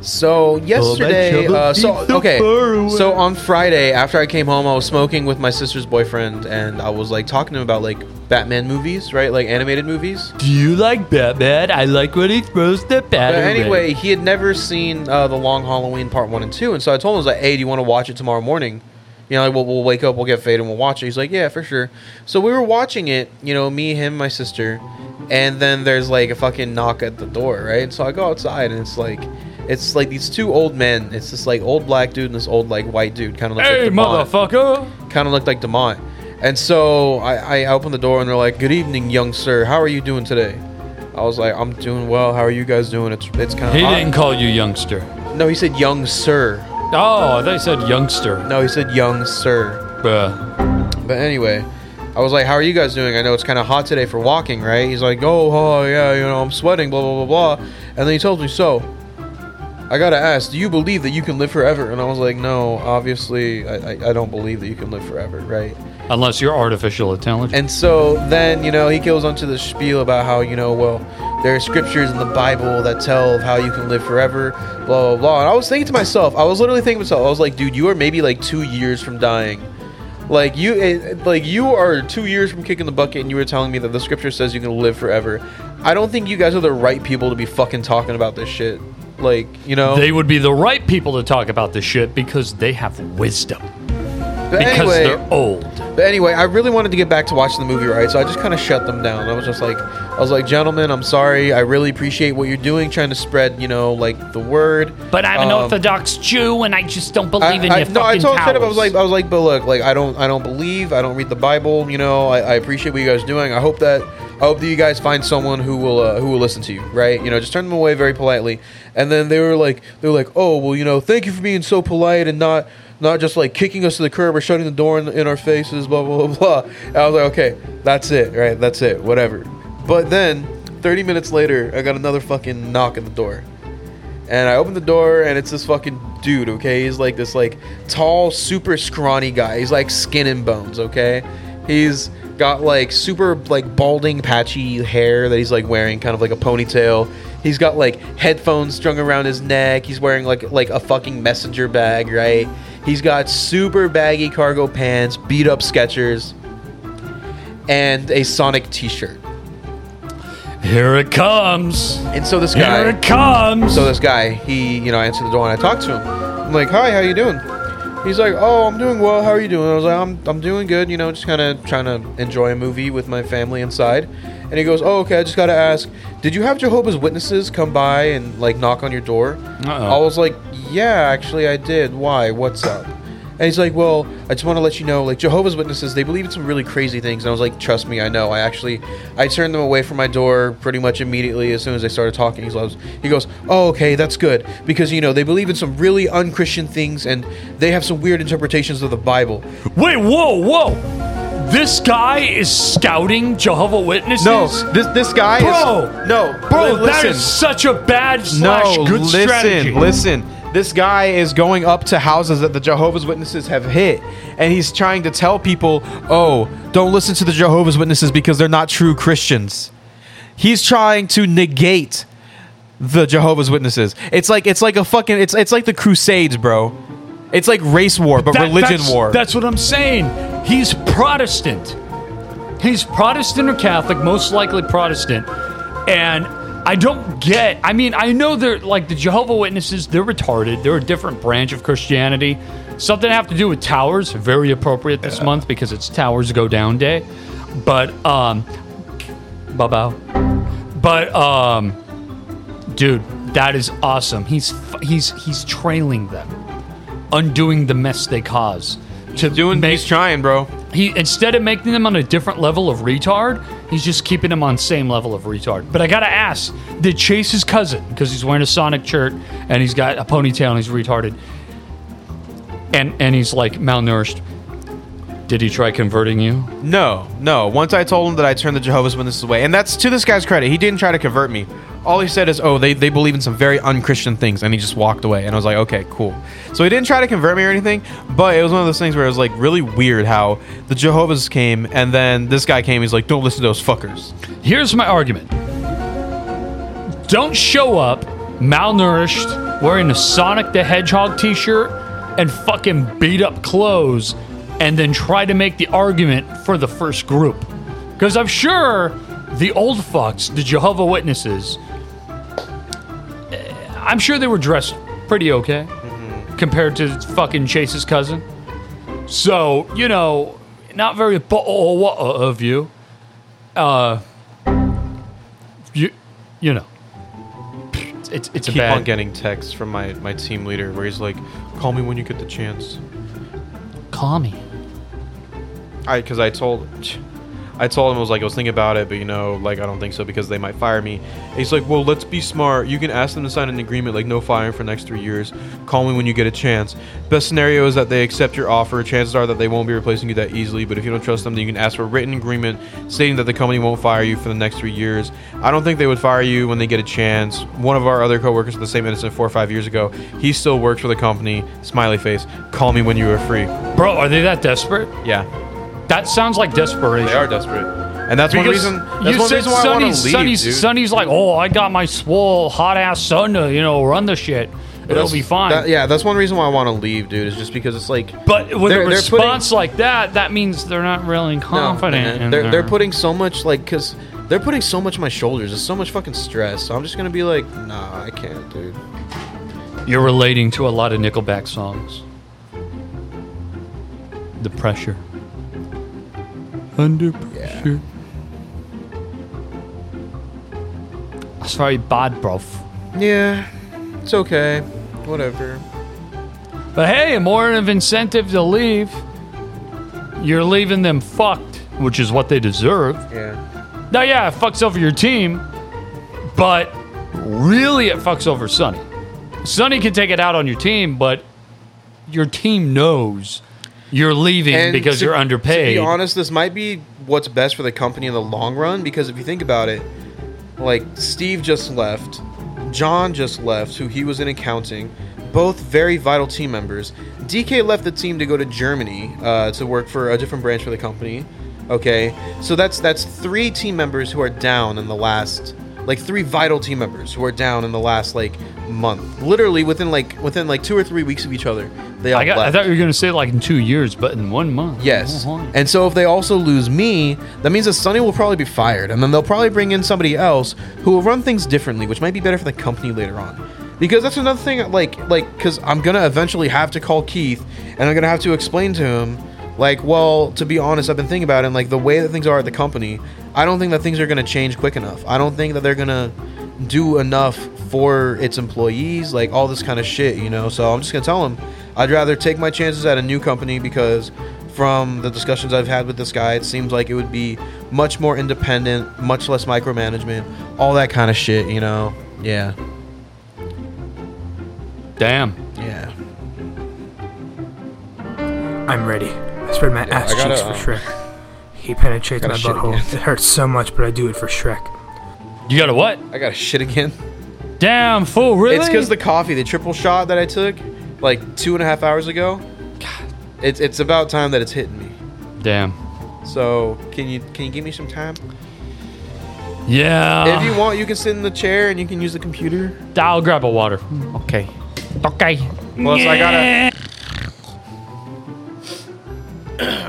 S3: So yesterday,
S2: trouble
S3: uh, so
S2: keeps so
S3: okay,
S2: far away.
S3: so on Friday after I came home, I was smoking with my sister's boyfriend, and I was like talking to him about like Batman movies, right, like animated movies.
S2: Do you like Batman? I like when he throws the bat.
S3: But anyway, he had never seen uh, the Long Halloween Part One and Two, and so I told him, I was like, "Hey, do you want to watch it tomorrow morning?" You know, like, we'll, we'll wake up, we'll get faded, and we'll watch it. He's like, "Yeah, for sure." So we were watching it, you know, me, him, my sister, and then there's like a fucking knock at the door, right? So I go outside, and it's like, it's like these two old men. It's this like old black dude and this old like white dude, kind of like
S2: Hey,
S3: Demont
S2: motherfucker!
S3: kind of looked like Demont. And so I, I opened the door and they're like, "Good evening, young sir. How are you doing today?" I was like, "I'm doing well. How are you guys doing?" It's it's kind of
S2: He didn't call you youngster.
S3: No, he said young sir.
S2: Oh, they said youngster.
S3: No, he said young sir.
S2: Bruh.
S3: But anyway, I was like, "How are you guys doing?" I know it's kind of hot today for walking, right? He's like, "Oh, oh yeah, you know, I'm sweating, blah blah blah blah." And then he tells me, "So, I gotta ask, do you believe that you can live forever?" And I was like, "No, obviously, I, I, I don't believe that you can live forever, right?"
S2: Unless you're artificial intelligence.
S3: And so then, you know, he goes on to the spiel about how, you know, well, there are scriptures in the Bible that tell of how you can live forever, blah, blah, blah. And I was thinking to myself, I was literally thinking to myself, I was like, dude, you are maybe like two years from dying. Like you, eh, like you are two years from kicking the bucket, and you were telling me that the scripture says you can live forever. I don't think you guys are the right people to be fucking talking about this shit. Like you know,
S2: They would be the right people to talk about this shit because they have wisdom.
S3: But
S2: because
S3: anyway-
S2: they're old.
S3: But anyway, I really wanted to get back to watching the movie, right? So I just kind of shut them down. I was just like, I was like, gentlemen, I'm sorry. I really appreciate what you're doing, trying to spread, you know, like the word.
S18: But I'm an
S3: Um,
S18: Orthodox Jew, and I just don't believe in
S3: I,
S18: your
S3: no, I
S18: fucking
S3: told
S18: powers.
S3: Caleb, I was like, I was like, but look, like I don't, I don't believe, I don't read the Bible. You know, I, I appreciate what you guys are doing. I hope that, I hope that you guys find someone who will, uh, who will listen to you, right? You know, just turn them away very politely. And then they were like, they were like, oh well, you know, thank you for being so polite and not, not just like kicking us to the curb or shutting the door in, in our faces, blah blah blah blah. And I was like, okay, that's it, right? That's it, whatever. But then, 30 minutes later, I got another fucking knock at the door. And I open the door, and it's this fucking dude. Okay, he's like this like tall, super scrawny guy. He's like skin and bones. Okay, he's got like super like balding, patchy hair that he's like wearing, kind of like a ponytail. He's got like headphones strung around his neck. He's wearing like like a fucking messenger bag, right? He's got super baggy cargo pants, beat up Skechers, and a Sonic T-shirt.
S2: Here it comes.
S3: And so this guy.
S2: Here it comes.
S3: So this guy, he, you know, I answered the door and I talked to him. I'm like, hi, how you doing? He's like, oh, I'm doing well. How are you doing? I was like, I'm, I'm doing good. You know, just kind of trying to enjoy a movie with my family inside. And he goes, oh, okay. I just got to ask, did you have Jehovah's Witnesses come by and like knock on your door?
S2: Uh-oh.
S3: I was like, yeah, actually, I did. Why? What's up? And he's like, well, I just want to let you know, like Jehovah's Witnesses, they believe in some really crazy things. And I was like, trust me, I know. I actually, I turned them away from my door pretty much immediately as soon as they started talking. He's loves. He goes, oh, okay, that's good because you know they believe in some really unchristian things and they have some weird interpretations of the Bible.
S2: Wait, whoa, whoa! This guy is scouting Jehovah Witnesses.
S3: No, this this guy is-
S2: bro,
S3: no,
S2: bro,
S3: li-
S2: that
S3: listen.
S2: is such a bad slash good
S3: listen,
S2: strategy.
S3: listen. This guy is going up to houses that the Jehovah's Witnesses have hit, and he's trying to tell people, "Oh, don't listen to the Jehovah's Witnesses because they're not true Christians." He's trying to negate the Jehovah's Witnesses. It's like it's like a fucking it's it's like the Crusades, bro. It's like race war, but,
S2: That-
S3: religion
S2: that's-
S3: war.
S2: That's what I'm saying. He's Protestant. He's Protestant or Catholic, most likely Protestant. And I don't get. I mean, I know they're like the Jehovah Witnesses. They're retarded. They're a different branch of Christianity. Something have to do with towers. Very appropriate this month because it's Towers Go Down Day. But um, bow bow. But um, dude, that is awesome. He's f- he's he's trailing them, undoing the mess they cause. To doing, he's
S3: trying, bro.
S2: He instead of making them on a different level of retard, he's just keeping them on same level of retard. But I gotta ask, did Chase his cousin because he's wearing a Sonic shirt and he's got a ponytail and he's retarded, and and he's like malnourished? Did he try converting you?
S3: No, no. Once I told him that I turned the Jehovah's Witnesses away, and that's to this guy's credit. He didn't try to convert me. All he said is, "Oh, they, they believe in some very unchristian things," and he just walked away. And I was like, "Okay, cool." So he didn't try to convert me or anything, but it was one of those things where it was like really weird how the Jehovah's came, and then this guy came. He's like, "Don't listen to those fuckers."
S2: Here's my argument. Don't show up malnourished, wearing a Sonic the Hedgehog t shirt and fucking beat up clothes, and then try to make the argument for the first group. Because I'm sure the old fucks, the Jehovah Witnesses, eh, I'm sure they were dressed pretty okay
S3: Mm-hmm.
S2: compared to fucking Chase's cousin. So, you know, not very bu- oh, what of you. Uh, you, you know, it's it's a
S3: Keep
S2: bad.
S3: on getting texts from my my team leader where he's like, "Call me when you get the chance."
S2: Call me.
S3: I because I told, I told him I was like I was thinking about it, but you know, like I don't think so because they might fire me. And he's like, well, let's be smart. You can ask them to sign an agreement like no firing for the next three years. Call me when you get a chance. Best scenario is that they accept your offer. Chances are that they won't be replacing you that easily. But if you don't trust them, then you can ask for a written agreement stating that the company won't fire you for the next three years. I don't think they would fire you when they get a chance. One of our other coworkers at the same incident four or five years ago, he still works for the company. Smiley face. Call me when you are free.
S2: Bro, are they that desperate?
S3: Yeah.
S2: That sounds like desperation. They
S3: are desperate. And that's one reason. That's
S2: you
S3: one
S2: said
S3: reason why I want to
S2: Sonny's,
S3: leave,
S2: Sonny's,
S3: dude.
S2: Sonny's like, oh, I got my swole, hot ass son to, you know, run the shit. It'll
S3: That's-
S2: be fine.
S3: that- yeah, that's one reason why I want to leave, dude. Is just because it's like,
S2: But with
S3: They're-
S2: a
S3: they're putting-
S2: response like that, that means they're not really confident.
S3: man,
S2: in
S3: they're,
S2: their-
S3: they're putting so much like because they're putting so much on my shoulders. It's so much fucking stress. So I'm just gonna be like, nah, I can't, dude.
S2: You're relating to a lot of Nickelback songs. The pressure. Under pressure. That's very bad, bro.
S3: Yeah, it's okay. Whatever.
S2: But hey, more of an incentive to leave. You're leaving them fucked, which is what they deserve.
S3: Yeah.
S2: Now, yeah, it fucks over your team, but really it fucks over Sonny. Sonny can take it out on your team, but your team knows you're leaving because
S3: to-
S2: you're underpaid.
S3: To be honest, this might be what's best for the company in the long run because if you think about it, like Steve just left, John just left, who he was in accounting, both very vital team members. DK left the team to go to Germany uh, to work for a different branch for the company. Okay, so that's that's three team members who are down in the last like three vital team members who are down in the last like month literally within like within like two or three weeks of each other they all
S2: I, got, I
S3: left
S2: thought you were going to say like in two years, but in one month.
S3: Yes.
S2: Oh,
S3: And so if they also lose me, that means that Sonny will probably be fired, and then they'll probably bring in somebody else who will run things differently, which might be better for the company later on. Because that's another thing, like, like, because I'm gonna eventually have to call Keith, and I'm gonna have to explain to him, like, well, to be honest, I've been thinking about it, and like the way that things are at the company, I don't think that things are gonna change quick enough. I don't think that they're gonna do enough for its employees, like all this kind of shit, you know. So I'm just gonna tell him, I'd rather take my chances at a new company because from the discussions I've had with this guy, it seems like it would be much more independent, much less micromanagement, all that kind of shit, you know? Yeah.
S2: Damn.
S3: Yeah.
S18: I'm ready. I spread my
S20: Yeah,
S18: ass
S20: I gotta,
S18: cheeks
S20: um,
S18: for
S3: uh,
S18: Shrek. He penetrates
S20: gotta
S18: my
S20: shit
S18: butthole.
S20: again.
S18: It hurts so much, but I do it for Shrek.
S2: You got a what?
S3: I got to shit again.
S2: Damn, fool, really?
S3: It's because the coffee, the triple shot that I took like two and a half hours ago, it's, it's about time that it's hitting me.
S2: Damn.
S3: So can you can you give me some time?
S2: Yeah.
S3: if you want, you can sit in the chair and you can use the computer.
S2: I'll grab a water.
S3: Okay.
S2: Okay.
S3: Plus, I gotta.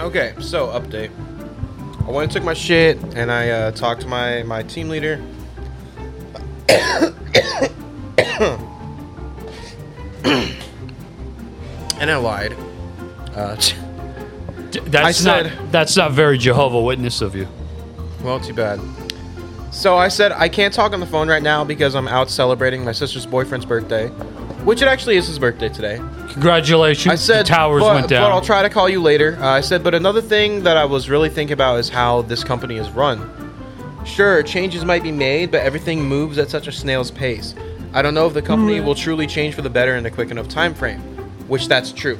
S3: okay, so update. I went and took my shit, and I uh, talked to my my team leader. and I lied. Uh,
S2: D- that's not that's not very Jehovah Witness of you.
S3: Well, too bad. So I said I can't talk on the phone right now because I'm out celebrating my sister's boyfriend's birthday, which it actually is his birthday today.
S2: Congratulations.
S3: I said
S2: the towers
S3: but,
S2: went
S3: But
S2: down.
S3: I'll try to call you later. Uh, I said, but another thing that I was really thinking about is how this company is run. Sure, changes might be made, but everything moves at such a snail's pace. I don't know if the company will truly change for the better in a quick enough time frame, which that's true.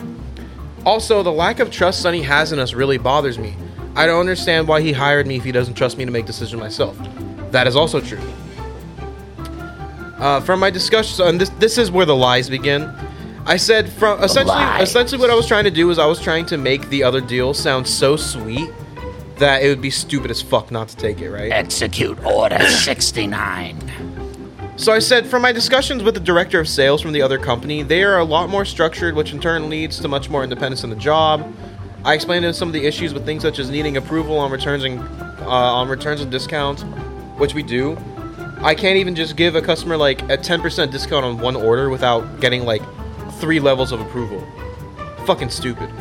S3: Also, the lack of trust Sonny has in us really bothers me. I don't understand why he hired me if he doesn't trust me to make decisions myself. That is also true. Uh, from my discussions, and this this is where the lies begin. I said from essentially essentially what I was trying to do is I was trying to make the other deal sound so sweet that it would be stupid as fuck not to take it, right?
S7: Execute Order 69.
S3: So I said, from my discussions with the director of sales from the other company, they are a lot more structured, which in turn leads to much more independence in the job. I explained to him some of the issues with things such as needing approval on returns and uh, on returns and discounts, which we do. I can't even just give a customer like a 10% discount on one order without getting like three levels of approval. Fucking stupid.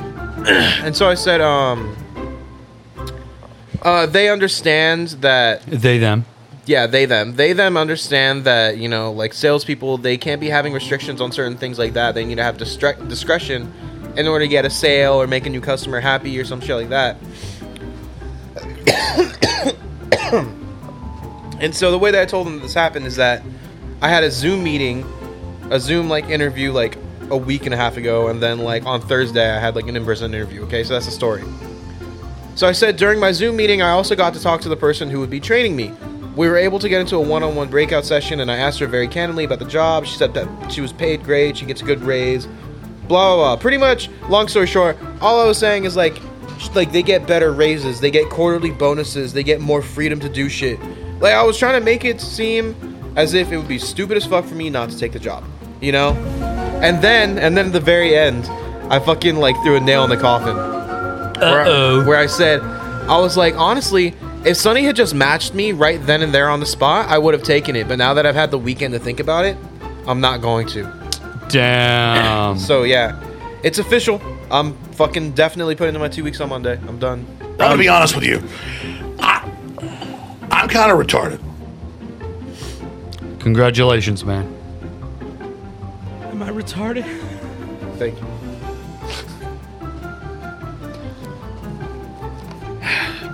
S3: and so I said, um, uh, they understand that
S2: they them.
S3: yeah, they them. They them understand that, you know, like salespeople, they can't be having restrictions on certain things like that. They need to have distre- discretion in order to get a sale or make a new customer happy or some shit like that. and so the way that I told them this happened is that I had a Zoom meeting, a Zoom like interview like a week and a half ago, and then like on Thursday I had like an in person interview. Okay, so that's the story. So I said during my Zoom meeting, I also got to talk to the person who would be training me. We were able to get into a one on one breakout session, and I asked her very candidly about the job. She said that she was paid great, she gets a good raise, blah, blah, blah. Pretty much, long story short, all I was saying is like, sh- like they get better raises, they get quarterly bonuses, they get more freedom to do shit. Like, I was trying to make it seem as if it would be stupid as fuck for me not to take the job, you know? And then, and then at the very end, I fucking like threw a nail in the coffin where, where I said, I was like, honestly, if Sonny had just matched me right then and there on the spot, I would have taken it. But now that I've had the weekend to think about it, I'm not going to.
S2: Damn.
S3: So yeah, it's official. I'm fucking definitely putting in my two weeks on Monday. I'm done.
S21: I'm gonna be honest with you. I, I'm kind of retarded.
S2: Congratulations, man.
S10: Am I retarded?
S3: Thank you.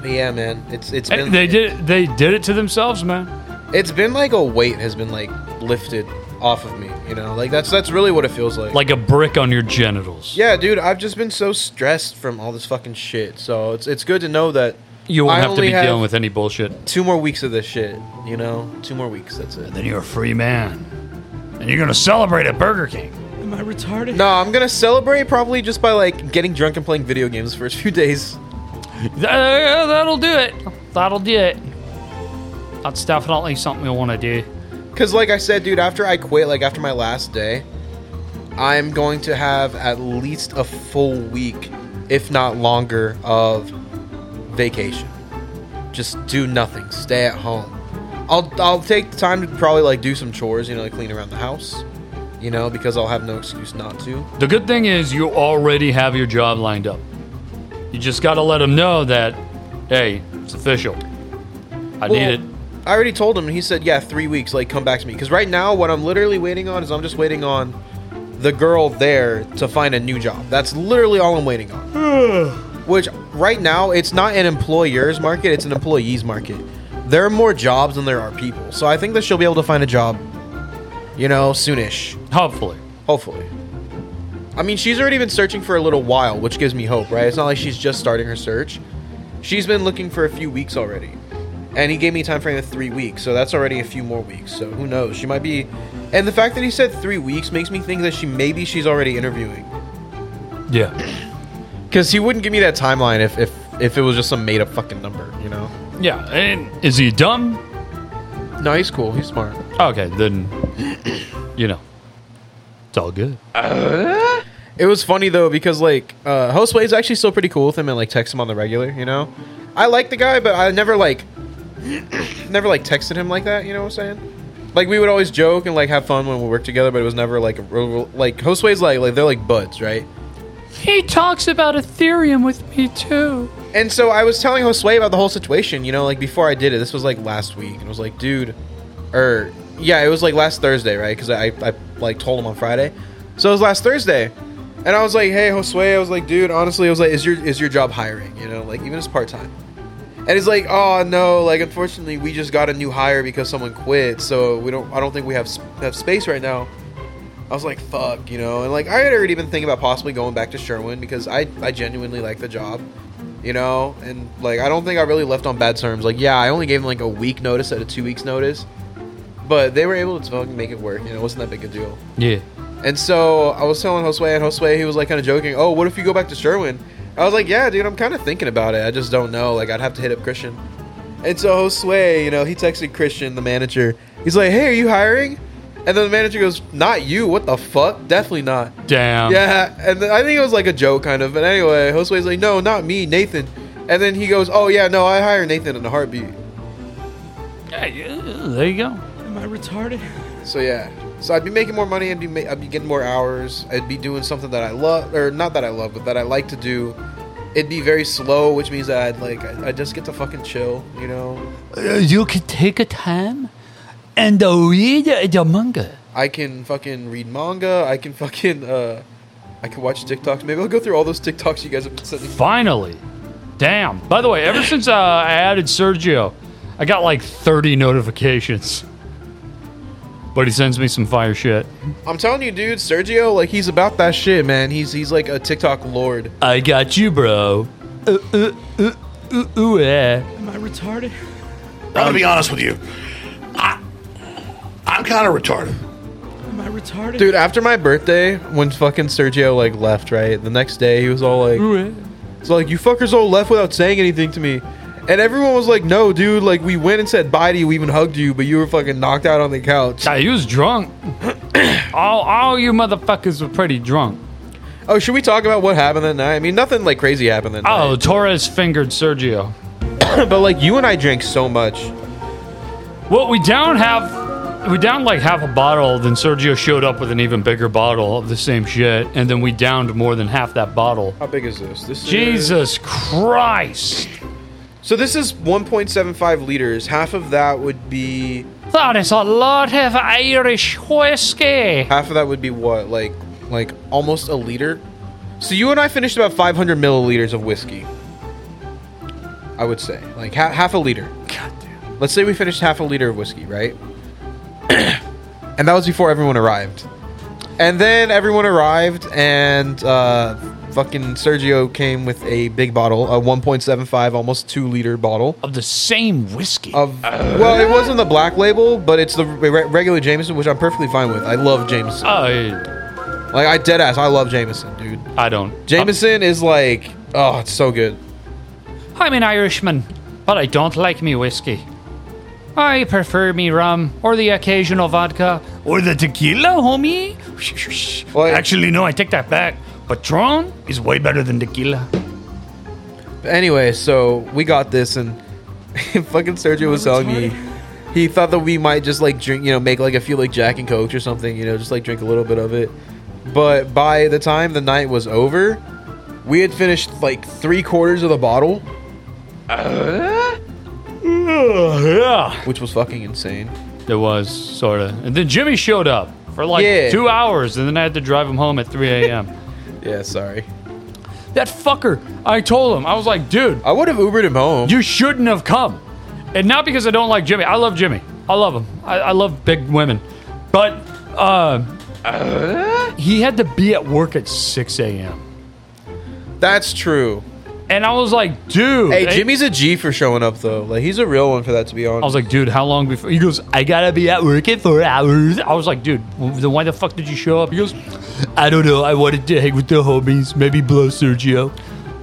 S3: But yeah, man, it's it's
S2: Hey,
S3: been
S2: they did they did it to themselves, man.
S3: it's been like a weight has been like lifted off of me. You know, like that's that's really what it feels like.
S2: Like a brick on your genitals.
S3: Yeah, dude, I've just been so stressed from all this fucking shit. So it's it's good to know that
S2: You won't
S3: I
S2: have to
S3: only
S2: be dealing with any bullshit.
S3: Two more weeks of this shit, you know. Two more weeks. That's it. And
S21: then you're a free man, and you're gonna celebrate at Burger King.
S3: Am I retarded? No, I'm gonna celebrate probably just by like getting drunk and playing video games the first few days.
S2: Th- uh, that'll do it. That'll do it. That's definitely something we want to do.
S3: Cause like I said, dude, after I quit, like after my last day, I'm going to have at least a full week, if not longer, of vacation. Just do nothing. Stay at home. I'll I'll take the time to probably like do some chores, you know, like clean around the house. You know, because I'll have no excuse not to.
S2: The good thing is you already have your job lined up. You just got to let them know that, hey, it's official. I
S3: Well,
S2: need it.
S3: I already told him, and he said, "Yeah, three weeks. Like, come back to me." Because right now, what I'm literally waiting on is I'm just waiting on the girl there to find a new job. That's literally all I'm waiting on. Which right now, it's not an employer's market; it's an employee's market. There are more jobs than there are people, so I think that she'll be able to find a job, you know, soonish.
S2: Hopefully.
S3: Hopefully. I mean, she's already been searching for a little while, which gives me hope, right? It's not like she's just starting her search. She's been looking for a few weeks already. And he gave me a time frame of three weeks, so that's already a few more weeks. So who knows? She might be and the fact that he said three weeks makes me think that she maybe she's already interviewing.
S2: Yeah.
S3: Cause he wouldn't give me that timeline if if, if it was just some made up fucking number, you know?
S2: Yeah. And is he dumb?
S3: No, he's cool. He's smart.
S2: Okay, then, you know, it's all good.
S3: It was funny though because like uh, Hostway's actually still pretty cool with him and like texts him on the regular. You know, I like the guy, but I never like never like texted him like that. You know what I'm saying? Like we would always joke and like have fun when we worked together, but it was never like a real- like Hostway's like like they're like buds, right?
S18: He talks about Ethereum with me too.
S3: And so I was telling Josue about the whole situation, you know, like before I did it. This was like last week, and I was like, dude, or yeah, it was like last Thursday, right? Because I, I like told him on Friday, so it was last Thursday, and I was like, hey, Josue, I was like, dude, honestly, I was like, is your is your job hiring? You know, like even it's part time. And he's like, oh no, like unfortunately, we just got a new hire because someone quit, so we don't. I don't think we have sp- have space right now. I was like, fuck, you know, and like I had already been thinking about possibly going back to Sherwin because I I genuinely like the job you know and like i don't think i really left on bad terms like yeah i only gave them like a week notice at a two weeks notice but they were able to fucking make it work you know it wasn't that big a deal
S2: Yeah.
S3: and so i was telling josue and josue he was like kind of joking oh what if you go back to sherwin i was like yeah dude i'm kind of thinking about it i just don't know like i'd have to hit up christian and so josue you know he texted christian the manager he's like hey are you hiring and then the manager goes not you what the fuck definitely not
S2: Damn.
S3: yeah, and then I think it was like a joke, kind of. But anyway, Josue's like, no, not me, Nathan. And then he goes, oh, yeah, no, I hire Nathan in a heartbeat.
S18: There you go.
S3: Am I retarded? So, yeah. So I'd be making more money, I'd be, ma- I'd be getting more hours, I'd be doing something that I love, or not that I love, but that I like to do. It'd be very slow, which means that I'd like, I, I just get to fucking chill, you know?
S18: Uh, you can take a time and uh, read uh, the manga.
S3: I can fucking read manga, I can fucking, uh, I can watch TikToks. Maybe I'll go through all those TikToks you guys have been sending.
S2: Finally. Damn. By the way, ever since uh, I added Sergio, I got like 30 notifications. But he sends me some fire shit.
S3: I'm telling you, dude, Sergio, like he's about that shit, man. He's he's like a TikTok lord.
S2: I got you, bro. Uh, uh, uh, uh, uh, yeah.
S11: Am I retarded?
S21: I'm gonna be honest with you. I, I'm kind of retarded.
S11: Am I retarded?
S3: Dude, after my birthday, when fucking Sergio like left, right? The next day he was all like It's like you fuckers all left without saying anything to me. And everyone was like, No, dude, like we went and said bye to you, we even hugged you, but you were fucking knocked out on the couch.
S2: Yeah, he was drunk. all, all you motherfuckers were pretty drunk.
S3: Oh, should we talk about what happened that night? I mean nothing like crazy happened that
S2: Oh, Torres fingered Sergio.
S3: night. but like you and I drank so much.
S2: Well, we down half, we downed like half a bottle. Then Sergio showed up with an even bigger bottle of the same shit, and then we downed more than half that bottle.
S3: How big is this? This is
S2: Jesus Christ!
S3: So this is 1.75 liters. Half of that would be
S2: That is a lot of Irish whiskey.
S3: Half of that would be what, like, like almost a liter. So you and I finished about 500 milliliters of whiskey. I would say, like ha- half a liter. God damn. Let's say we finished half a liter of whiskey, right? and that was before everyone arrived. And then everyone arrived, and uh, fucking Sergio came with a big bottle, a 1.75, almost two liter bottle
S2: of the same whiskey.
S3: Of well, it wasn't the black label, but it's the re- regular Jameson, which I'm perfectly fine with. I love Jameson. Like I dead ass, I love Jameson, dude.
S2: I don't.
S3: Jameson is like, oh, it's so good.
S2: I'm an Irishman, but I don't like me whiskey. I prefer me rum or the occasional vodka or the tequila, homie. Actually, no, I take that back. Patron is way better than tequila.
S3: But anyway, so we got this, and fucking Sergio was telling me he thought that we might just like drink, you know, make like a few like Jack and Coke or something, you know, just like drink a little bit of it. But by the time the night was over, we had finished like three quarters of the bottle.
S2: yeah.
S3: Which was fucking insane.
S2: It was, sort of. And then Jimmy showed up for like
S3: Yeah.
S2: two hours, and then I had to drive him home at 3 a.m.
S3: Yeah, sorry.
S2: that fucker, I told him, I was like, dude.
S3: I would have Ubered him home.
S2: You shouldn't have come. And not because I don't like Jimmy. I love Jimmy. I love him. I, I love big women. But uh, he had to be at work at 6 a.m.
S3: That's true.
S2: And I was like, dude.
S3: Hey,
S2: eh?
S3: Jimmy's a G for showing up though. Like he's a real one for that, to be honest.
S2: I was like, dude, how long before? He goes, I gotta be at work at four hours. I was like, dude, then why the fuck did you show up? He goes, I don't know. I wanted to hang with the homies, maybe blow Sergio.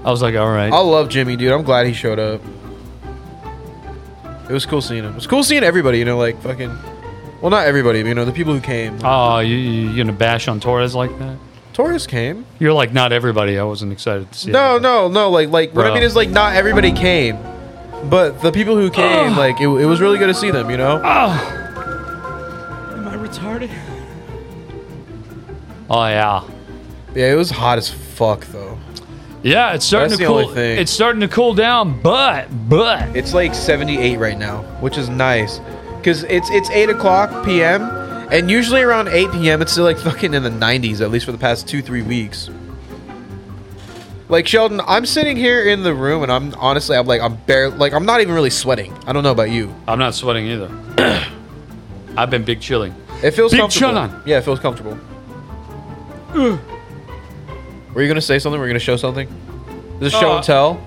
S2: I was like, all right.
S3: I love Jimmy, dude. I'm glad he showed up. It was cool seeing him. It was cool seeing everybody, you know, like fucking. Well, not everybody, but you know, the people who came.
S2: Oh, you, you you gonna bash on Torres like that?
S3: Torres came.
S2: You're like, not everybody. I wasn't excited to see.
S3: No, no, no. Like, like what I
S2: Bro.
S3: mean is like not everybody came, but the people who came, like it, it was really good to see them, you know.
S11: Am I retarded?
S2: Oh yeah.
S3: Yeah, it was hot as fuck though.
S2: Yeah, it's starting
S3: That's
S2: to
S3: the only
S2: cool.
S3: thing.
S2: It's starting to cool down, but but
S3: It's like 78 right now, which is nice, because it's it's 8 o'clock p.m. and usually around 8 p.m. it's still like fucking in the 90s at least for the past two three weeks. Like Sheldon, I'm sitting here in the room and I'm honestly I'm like I'm barely like I'm not even really sweating. I don't know about you.
S2: I'm not sweating either. I've been big chilling.
S3: It feels
S2: Big
S3: comfortable.
S2: chillin'.
S3: Yeah, it feels comfortable. Were you gonna say something? Were you gonna show something? Is this show
S2: Uh,
S3: and tell?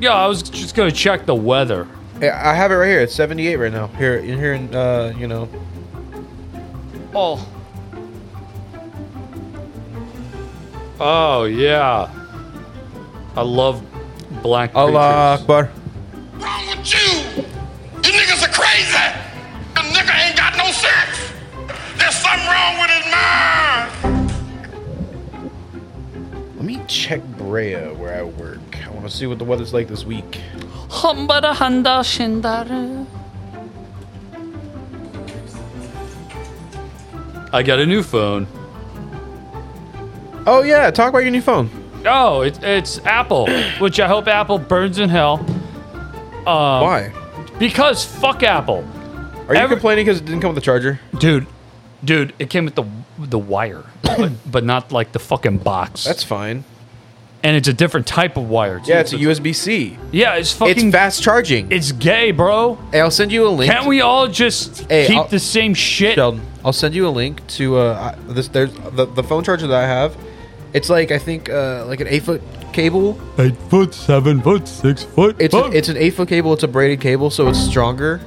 S2: Yeah, I was just gonna check the weather.
S3: Yeah, I have it right here. It's 78 right now. Here, in here, in, uh, you know.
S18: Oh,
S2: Oh yeah, I love black.
S3: Allah
S2: creatures.
S3: Akbar.
S7: You, you niggas are crazy. A nigga ain't got no sense. There's something wrong with his mind.
S3: Let me check Brea where I work. I want to see what the weather's like this week.
S18: humbada handa shindara.
S2: I got a new phone.
S3: Oh yeah, talk about your new phone.
S2: Oh, it, it's Apple, which I hope Apple burns in hell. Um,
S3: Why?
S2: Because fuck Apple,
S3: Are you complaining because it didn't come with a charger?
S2: dude. Dude, it came with the the wire, but, but not like the fucking box.
S3: That's fine.
S2: And it's a different type of wire. Too.
S3: Yeah, it's a USB C.
S2: Yeah, it's
S3: It's
S2: fucking.
S3: fast charging.
S2: It's gay, bro.
S3: Hey, I'll send you a link.
S2: Can't we all just
S3: Hey,
S2: keep
S3: I'll-
S2: the same shit?
S3: Sheldon, I'll send you a link to uh I- this. There's the, the phone charger that I have. It's like I think uh like an eight foot cable.
S2: Eight foot, seven foot, six foot.
S3: It's a, it's an eight foot cable. It's a braided cable, so it's stronger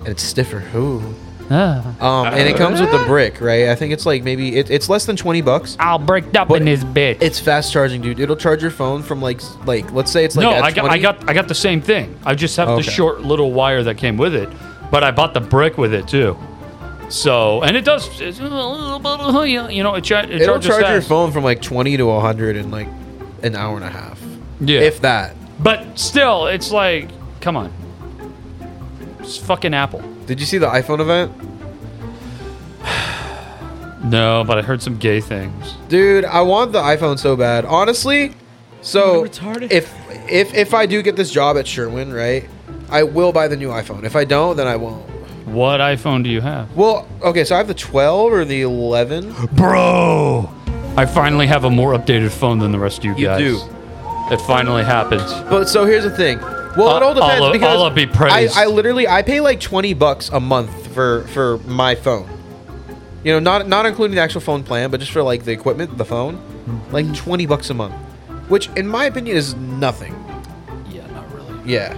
S3: and it's stiffer. Ooh.
S18: Ah.
S3: Um, and it comes with a brick, right? I think it's like maybe it, it's less than twenty bucks.
S18: I'll break up in this bitch.
S3: It's fast charging, dude. It'll charge your phone from like s- like let's say it's like
S2: no,
S3: at
S2: I got, I
S3: 20.
S2: got I got the same thing. I just have the
S3: Okay.
S2: short little wire that came with it, but I bought the brick with it too. So and it does, it's a little bit of- you know, it, char- it
S3: it'll
S2: charges
S3: charge your
S2: fast.
S3: phone from like twenty to hundred in like an hour and a half.
S2: Yeah.
S3: if that.
S2: But still, it's like, come on, it's fucking Apple.
S3: Did you see the iPhone event?
S2: No, but I heard some gay things.
S3: Dude, I want the iPhone so bad. Honestly, so if if if I do get this job at Sherwin, right, I will buy the new iPhone. If I don't, then I won't.
S2: What iPhone do you have,
S3: Well, okay, so I have the 12 or the 11.
S2: bro? I finally have a more updated phone than the rest of you,
S3: You
S2: guys.
S3: do.
S2: It finally happens.
S3: But so here's the thing. Well, it
S2: Uh,
S3: all depends
S2: Allah-
S3: because
S2: Allah be
S3: I,
S2: praised.
S3: I literally I pay like 20 bucks a month for for my phone. You know, not not including the actual phone plan, but just for like the equipment, the phone, like
S2: Mm-hmm.
S3: 20 bucks a month, which in my opinion is nothing.
S2: Yeah, not really.
S3: Yeah.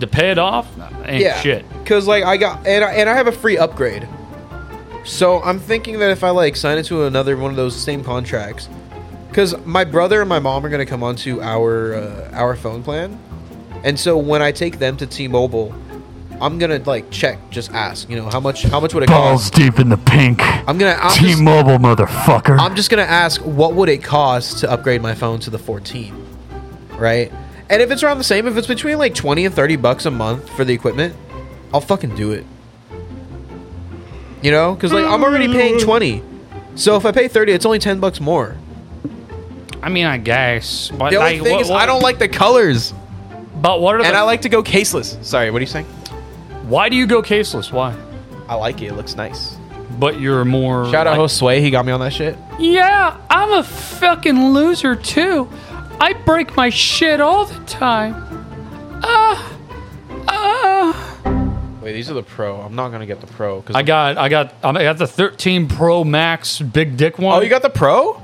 S2: To pay it off, ain't shit.
S3: Cause like I got and I, and I have a free upgrade, so I'm thinking that if I like sign into another one of those same contracts, cause my brother and my mom are gonna come onto our uh, our phone plan, and so when I take them to T-Mobile, I'm gonna like check, just ask, you know, how much how much would it
S21: Balls
S3: cost?
S21: deep in the pink.
S3: I'm gonna I'm just-
S21: T-Mobile, motherfucker.
S3: I'm just gonna ask what would it cost to upgrade my phone to the 14, right? And if it's around the same, if it's between like 20 and 30 bucks a month for the equipment, I'll fucking do it. You know, because like I'm already paying 20, so if I pay 30, it's only 10 bucks more.
S2: I mean, I guess. But
S3: The only
S2: like,
S3: thing
S2: what-
S3: is
S2: what-
S3: I don't like the colors,
S2: But what are
S3: and
S2: the,
S3: I like to go caseless. Sorry, what are you saying?
S2: Why do you go caseless? Why?
S3: I like it. It looks nice.
S2: But you're more.
S3: Shout out
S2: like,
S3: Josue, he got me on that shit.
S18: Yeah, I'm a fucking loser too. I break my shit all the time. Ah, ah.
S3: Wait, these are the pro. I'm not gonna get the pro because
S2: I got, I got, I got the 13 Pro Max big dick one.
S3: Oh, you got the pro?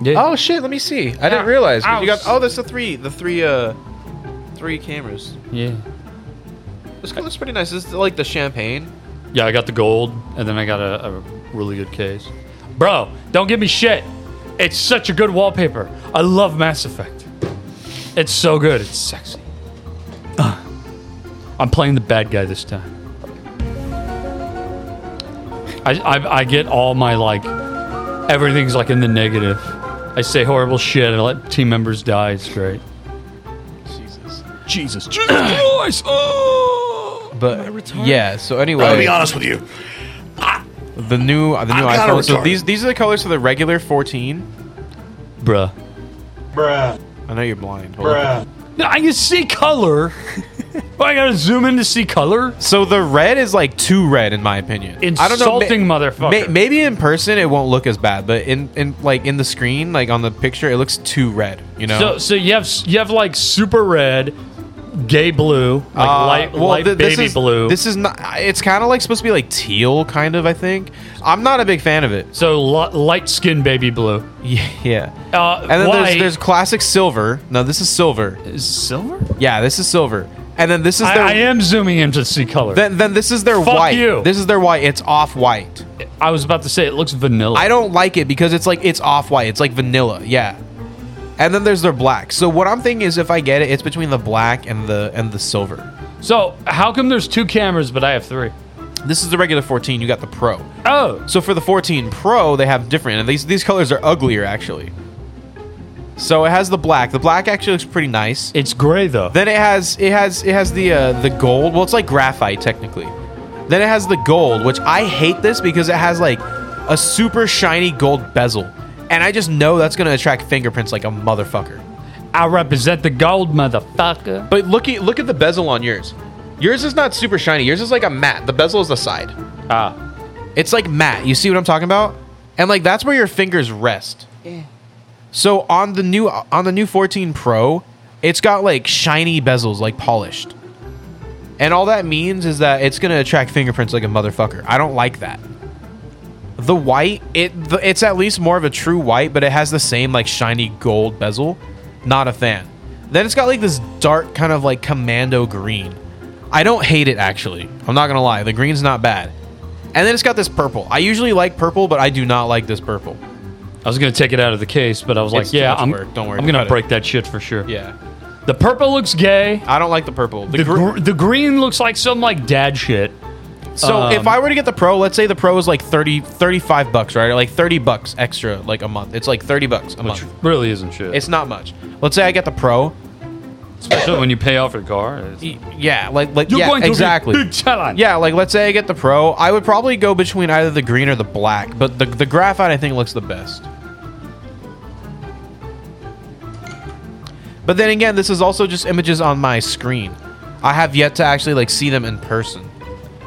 S2: Yeah.
S3: Oh shit, let me see. I
S2: Yeah.
S3: didn't realize. 'cause You
S2: Ouch.
S3: got oh, there's the three, the three, uh, three cameras.
S2: Yeah.
S3: This color's pretty nice. This is like the champagne.
S2: Yeah, I got the gold, and then I got a, a really good case. Bro, don't give me shit. It's such a good wallpaper. I love Mass Effect. It's so good. It's sexy. Ugh. I'm playing the bad guy this time. I, I, I get all my like everything's like in the negative. I say horrible shit. I let team members die. It's great.
S3: Jesus.
S21: Jesus, Jesus Christ! Oh!
S3: But yeah. So anyway,
S21: I'll be honest with you.
S3: The new, the new
S21: I'm kinda
S3: iPhone. So
S21: retarded.
S3: these, these are the colors for the regular 14.
S2: Bruh.
S22: Bruh.
S3: I know you're blind. Hold
S22: Bruh.
S3: up.
S2: No, I can see color. Why I gotta zoom in to see color?
S3: So the red is like too red, in my opinion.
S2: Insulting
S3: ma-
S2: motherfucker.
S3: ma- maybe in person it won't look as bad, but in, in like in the screen, like on the picture, it looks too red. You know.
S2: So, so you have you have like super red, gay blue, like
S3: Uh,
S2: light,
S3: well,
S2: light
S3: th- this
S2: baby
S3: is-
S2: blue.
S3: This is not. It's kind of like supposed to be like teal, kind of. I think. I'm not a big fan of it.
S2: So li- light skin baby blue.
S3: Yeah. yeah.
S2: Uh,
S3: and then
S2: white.
S3: there's, there's classic silver. No, this is silver.
S2: silver?
S3: Yeah, this is silver. And then this is
S2: I-
S3: their.
S2: I am zooming in to see color.
S3: Then, then this is their
S2: Fuck
S3: white.
S2: you.
S3: This is their white. It's off white.
S2: I was about to say it looks vanilla.
S3: I don't like it because it's like it's off white. It's like vanilla. Yeah. And then there's their black. So what I'm thinking is if I get it, it's between the black and the and the silver.
S2: So how come there's two cameras but I have three?
S3: This is the regular 14. You got the pro.
S2: Oh.
S3: So for the 14 Pro, they have different. And these these colors are uglier actually. So it has the black. The black actually looks pretty nice.
S2: It's gray though.
S3: Then it has it has it has the uh, the gold. Well, it's like graphite technically. Then it has the gold, which I hate this because it has like a super shiny gold bezel, and I just know that's gonna attract fingerprints like a motherfucker.
S2: I represent the gold motherfucker.
S3: But look at look at the bezel on yours. Yours is not super shiny. Yours is like a matte. The bezel is the side.
S2: Ah.
S3: It's like matte. You see what I'm talking about? And like that's where your fingers rest.
S23: Yeah.
S3: So on the new on the new 14 Pro, it's got like shiny bezels, like polished. And all that means is that it's gonna attract fingerprints like a motherfucker. I don't like that. The white, it the, it's at least more of a true white, but it has the same like shiny gold bezel. Not a fan. Then it's got like this dark kind of like commando green. I don't hate it actually. I'm not gonna lie. The green's not bad. And then it's got this purple. I usually like purple, but I do not like this purple.
S2: I was gonna take it out of the case, but I was
S3: It's
S2: like,
S3: too
S2: yeah,
S3: much
S2: I'm
S3: work. Don't worry
S2: I'm gonna
S3: about it.
S2: break that shit for sure.
S3: Yeah.
S2: The purple looks gay.
S3: I don't like the purple. The
S2: The, gr- the green looks like some like dad shit.
S3: So
S2: Um,
S3: if I were to get the pro, let's say the pro is like 30 35 bucks, right? Or like 30 bucks extra like a month. It's like 30 bucks a
S2: which
S3: month.
S2: really isn't shit,
S3: It's not much. Let's say I get the pro.
S2: especially when you pay off your car. It's-
S3: Yeah, like like
S2: You're
S3: yeah,
S2: going to be
S3: exactly.
S2: big challenge.
S3: Yeah, like let's say I get the pro, I would probably go between either the green or the black, but the the graphite I think looks the best. But then again, this is also just images on my screen. I have yet to actually like see them in person.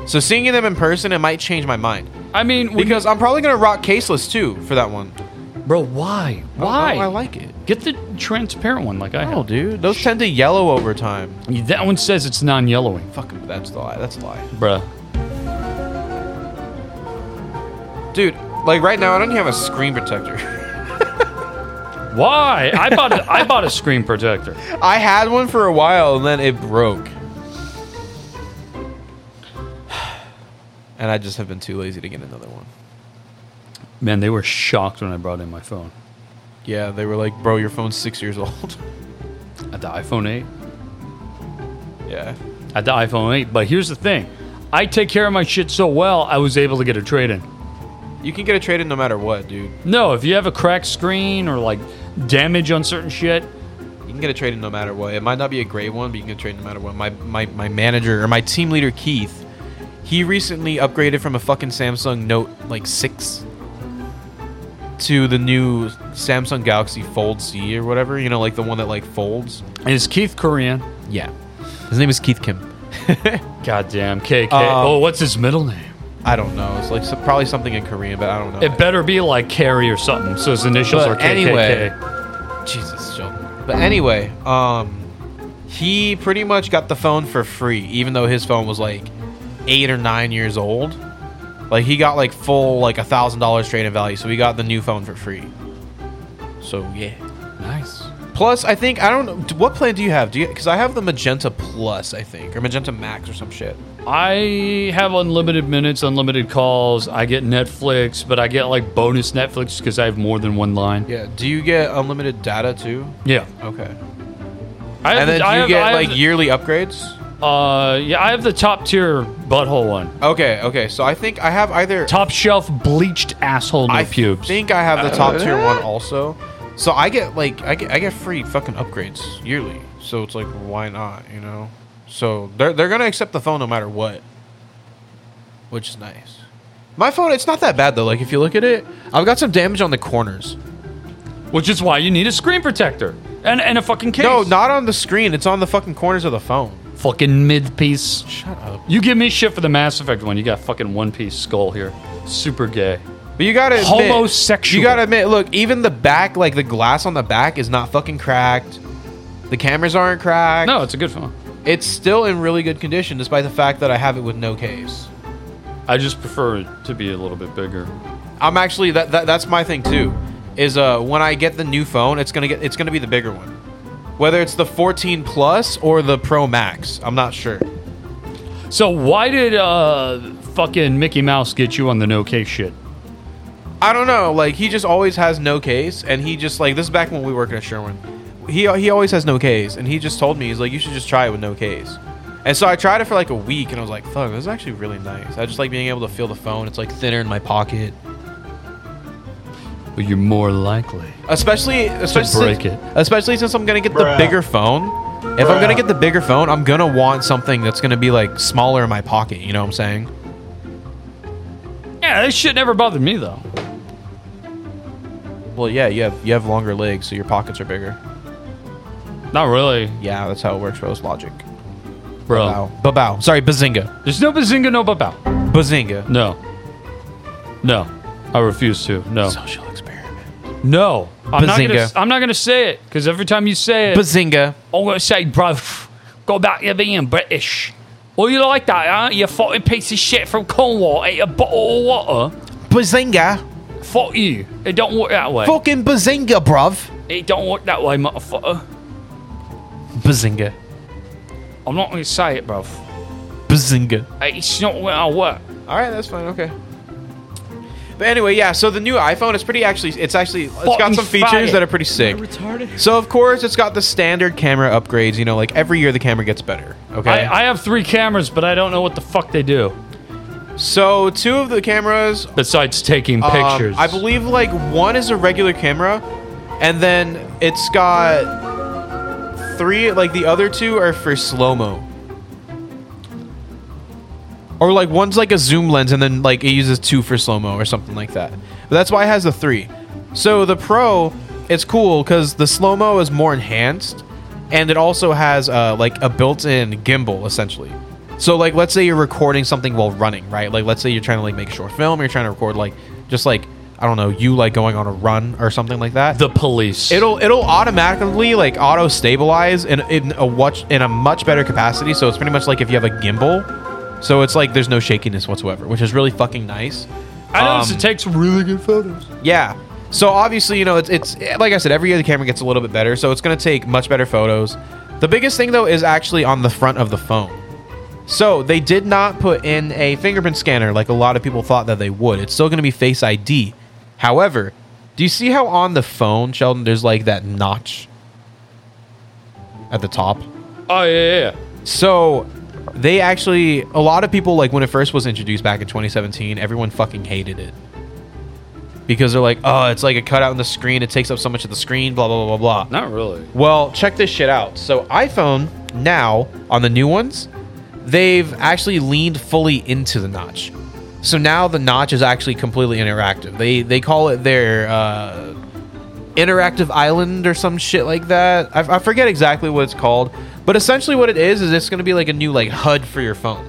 S3: So seeing them in person, it might change my mind.
S2: I mean, when
S3: because I'm probably gonna rock caseless too for that one. Oh,
S2: Bro, why? Why?
S3: I like it.
S2: Get the transparent one, like I
S3: No,
S2: have.
S3: dude, those tend to yellow over time.
S2: That one says it's non-yellowing,
S3: Fuck, that's the lie. That's a lie,
S2: bruh.
S3: dude. Like right now, I don't even have a screen protector.
S2: Why? I bought a, I bought a screen protector.
S3: I had one for a while and then it broke. And I just have been too lazy to get another one.
S2: Man, they were shocked when I brought in my phone.
S3: Yeah, they were like, bro, your phone's six years old.
S2: At the iPhone 8.
S3: yeah.
S2: At the iPhone 8. But here's the thing. I take care of my shit so well, I was able to get a trade in.
S3: You can get a trade in no matter what, dude.
S2: No, if you have a cracked screen or like damage on certain shit,
S3: You can get a trade in no matter what. It might not be a great one, but you can get a trade in no matter what. My, my, my manager or my team leader, Keith, he recently upgraded from a fucking Samsung Note like 6 to the new Samsung Galaxy Fold C or whatever. You know, like the one that like folds.
S2: is Keith Korean?
S3: Yeah. His name is Keith Kim.
S2: Goddamn KK.
S3: Um,
S2: oh, what's his middle name?
S3: I don't know. It's like so, probably something in Korean, but I don't know.
S2: It better be like Carrie or something. So his initials
S3: But
S2: are KKK.
S3: anyway- Jesus, Sheldon. But anyway, um, he pretty much got the phone for free, even though his phone was like eight or nine years old. Like he got like full like a thousand dollars trade in value, so he got the new phone for free. So yeah.
S2: Nice.
S3: Plus, I think I don't. What plan do you have? Do you? Because I have the Magenta Plus, I think, or Magenta Max, or some shit.
S2: I have unlimited minutes, unlimited calls. I get Netflix, but I get like bonus Netflix because I have more than one line.
S3: Yeah. Do you get unlimited data too?
S2: Yeah.
S3: Okay.
S2: I have
S3: and
S2: the-
S3: then do
S2: I
S3: you
S2: have-
S3: get
S2: I have
S3: like
S2: the-
S3: yearly upgrades?
S2: Uh, yeah, I have the top tier butthole one.
S3: Okay, okay. So I think I have either
S2: Top shelf bleached asshole no
S3: I
S2: pubes.
S3: think I have the top tier one also. So I get like I get I get free fucking upgrades yearly. So it's like why not, you know? So they're they're gonna accept the phone no matter what. Which is nice. My phone, it's not that bad though. Like if you look at it, I've got some damage on the corners.
S2: Which is why you need a screen protector and and a fucking case.
S3: No, not on the screen. It's on the fucking corners of the phone.
S2: Fucking mid piece. Shut up. You give me shit for the Mass Effect one. You got fucking one piece skull here. Super gay.
S3: But you gotta admit,
S2: Homosexual.
S3: You gotta admit, look, even the back, like the glass on the back, is not fucking cracked. The cameras aren't cracked.
S2: No, it's a good phone.
S3: It's still in really good condition, despite the fact that I have it with no case.
S2: I just prefer it to be a little bit bigger.
S3: I'm actually that, that that's my thing too. Is uh when I get the new phone, it's gonna get it's gonna be the bigger one, whether it's the 14 plus or the Pro Max. I'm not sure.
S2: So why did uh fucking Mickey Mouse get you on the no case shit?
S3: I don't know. Like he just always has no case, and he just like this is back when we worked at Sherwin. He he always has no case, and he just told me he's like you should just try it with no case. And so I tried it for like a week, and I was like, "Fuck, this is actually really nice." I just like being able to feel the phone. It's like thinner in my pocket,
S2: Well, you're more likely.
S3: especially especially
S2: break
S3: since,
S2: it.
S3: especially since I'm gonna get the
S2: Bruh.
S3: bigger phone. If I'm gonna
S2: Bruh.
S3: get the bigger phone, I'm gonna want something that's gonna be like smaller in my pocket. You know what I'm saying?
S2: Yeah, this shit never bothered me though.
S3: Well, yeah, you have you have longer legs, so your pockets are bigger.
S2: Not really.
S3: Yeah, that's how it works. Rose logic.
S2: Bro.
S3: Babow. Babow. Sorry, Bazinga.
S2: There's no bazinga, no babao.
S3: Bazinga.
S2: No. No. I refuse to. No.
S3: Social experiment.
S2: No. I'm not gonna,
S3: Bazinga.
S2: I'm not gonna say it because every time you say it,
S3: Bazinga.
S2: I'm gonna say, bro, go back to being British. Oh, you like that, huh? You fucking piece of shit from Cornwall ate a bottle of water.
S24: Bazinga.
S2: Fuck you. It don't work that way.
S24: Fucking bazinga, bruv.
S2: It don't work that way, motherfucker.
S3: Bazinga.
S2: I'm not gonna say it, bro.
S3: Bazinga.
S2: It's not where I work.
S3: All right, that's fine. Okay. But anyway, yeah. So the new iPhone is pretty actually. It's actually it's got
S18: Fucking
S3: some features
S18: fire.
S3: that are pretty sick.
S18: Retarded.
S3: So of course it's got the standard camera upgrades. You know, like every year the camera gets better. Okay.
S2: I, I have three cameras, but I don't know what the fuck they do.
S3: So two of the cameras
S2: besides taking
S3: Um,
S2: pictures.
S3: I believe like one is a regular camera, and then it's got three. Like the other two are for slow mo. Or like one's like a zoom lens, and then like it uses two for slow mo or something like that. But that's why it has the three. So the pro, it's cool because the slow mo is more enhanced, and it also has uh, like a built-in gimbal essentially. So like let's say you're recording something while running, right? Like let's say you're trying to like make a short film, or you're trying to record like just like I don't know, you like going on a run or something like that.
S2: The police.
S3: It'll it'll automatically like auto stabilize in in a watch in a much better capacity. So it's pretty much like if you have a gimbal. So it's like there's no shakiness whatsoever, which is really fucking nice.
S2: I noticed
S3: Um,
S2: it takes really good photos.
S3: yeah. So obviously, you know, it's it's like I said, every year the camera gets a little bit better, so it's going to take much better photos. The biggest thing though is actually on the front of the phone. So they did not put in a fingerprint scanner like a lot of people thought that they would. It's still going to be Face ID. However, do you see how on the phone, Sheldon, there's like that notch at the top?
S2: Oh yeah, yeah. yeah.
S3: So they actually a lot of people like when it first was introduced back in 2017, everyone fucking hated it. Because they're like, "Oh, it's like a cutout in the screen. It takes up so much of the screen, blah blah blah blah blah."
S2: Not really.
S3: Well, check this shit out. So iPhone now on the new ones, they've actually leaned fully into the notch. So now the notch is actually completely interactive. They they call it their uh, interactive island or some shit like that. I, I forget exactly what it's called, but essentially what it is is it's going to be like a new like HUD for your phone.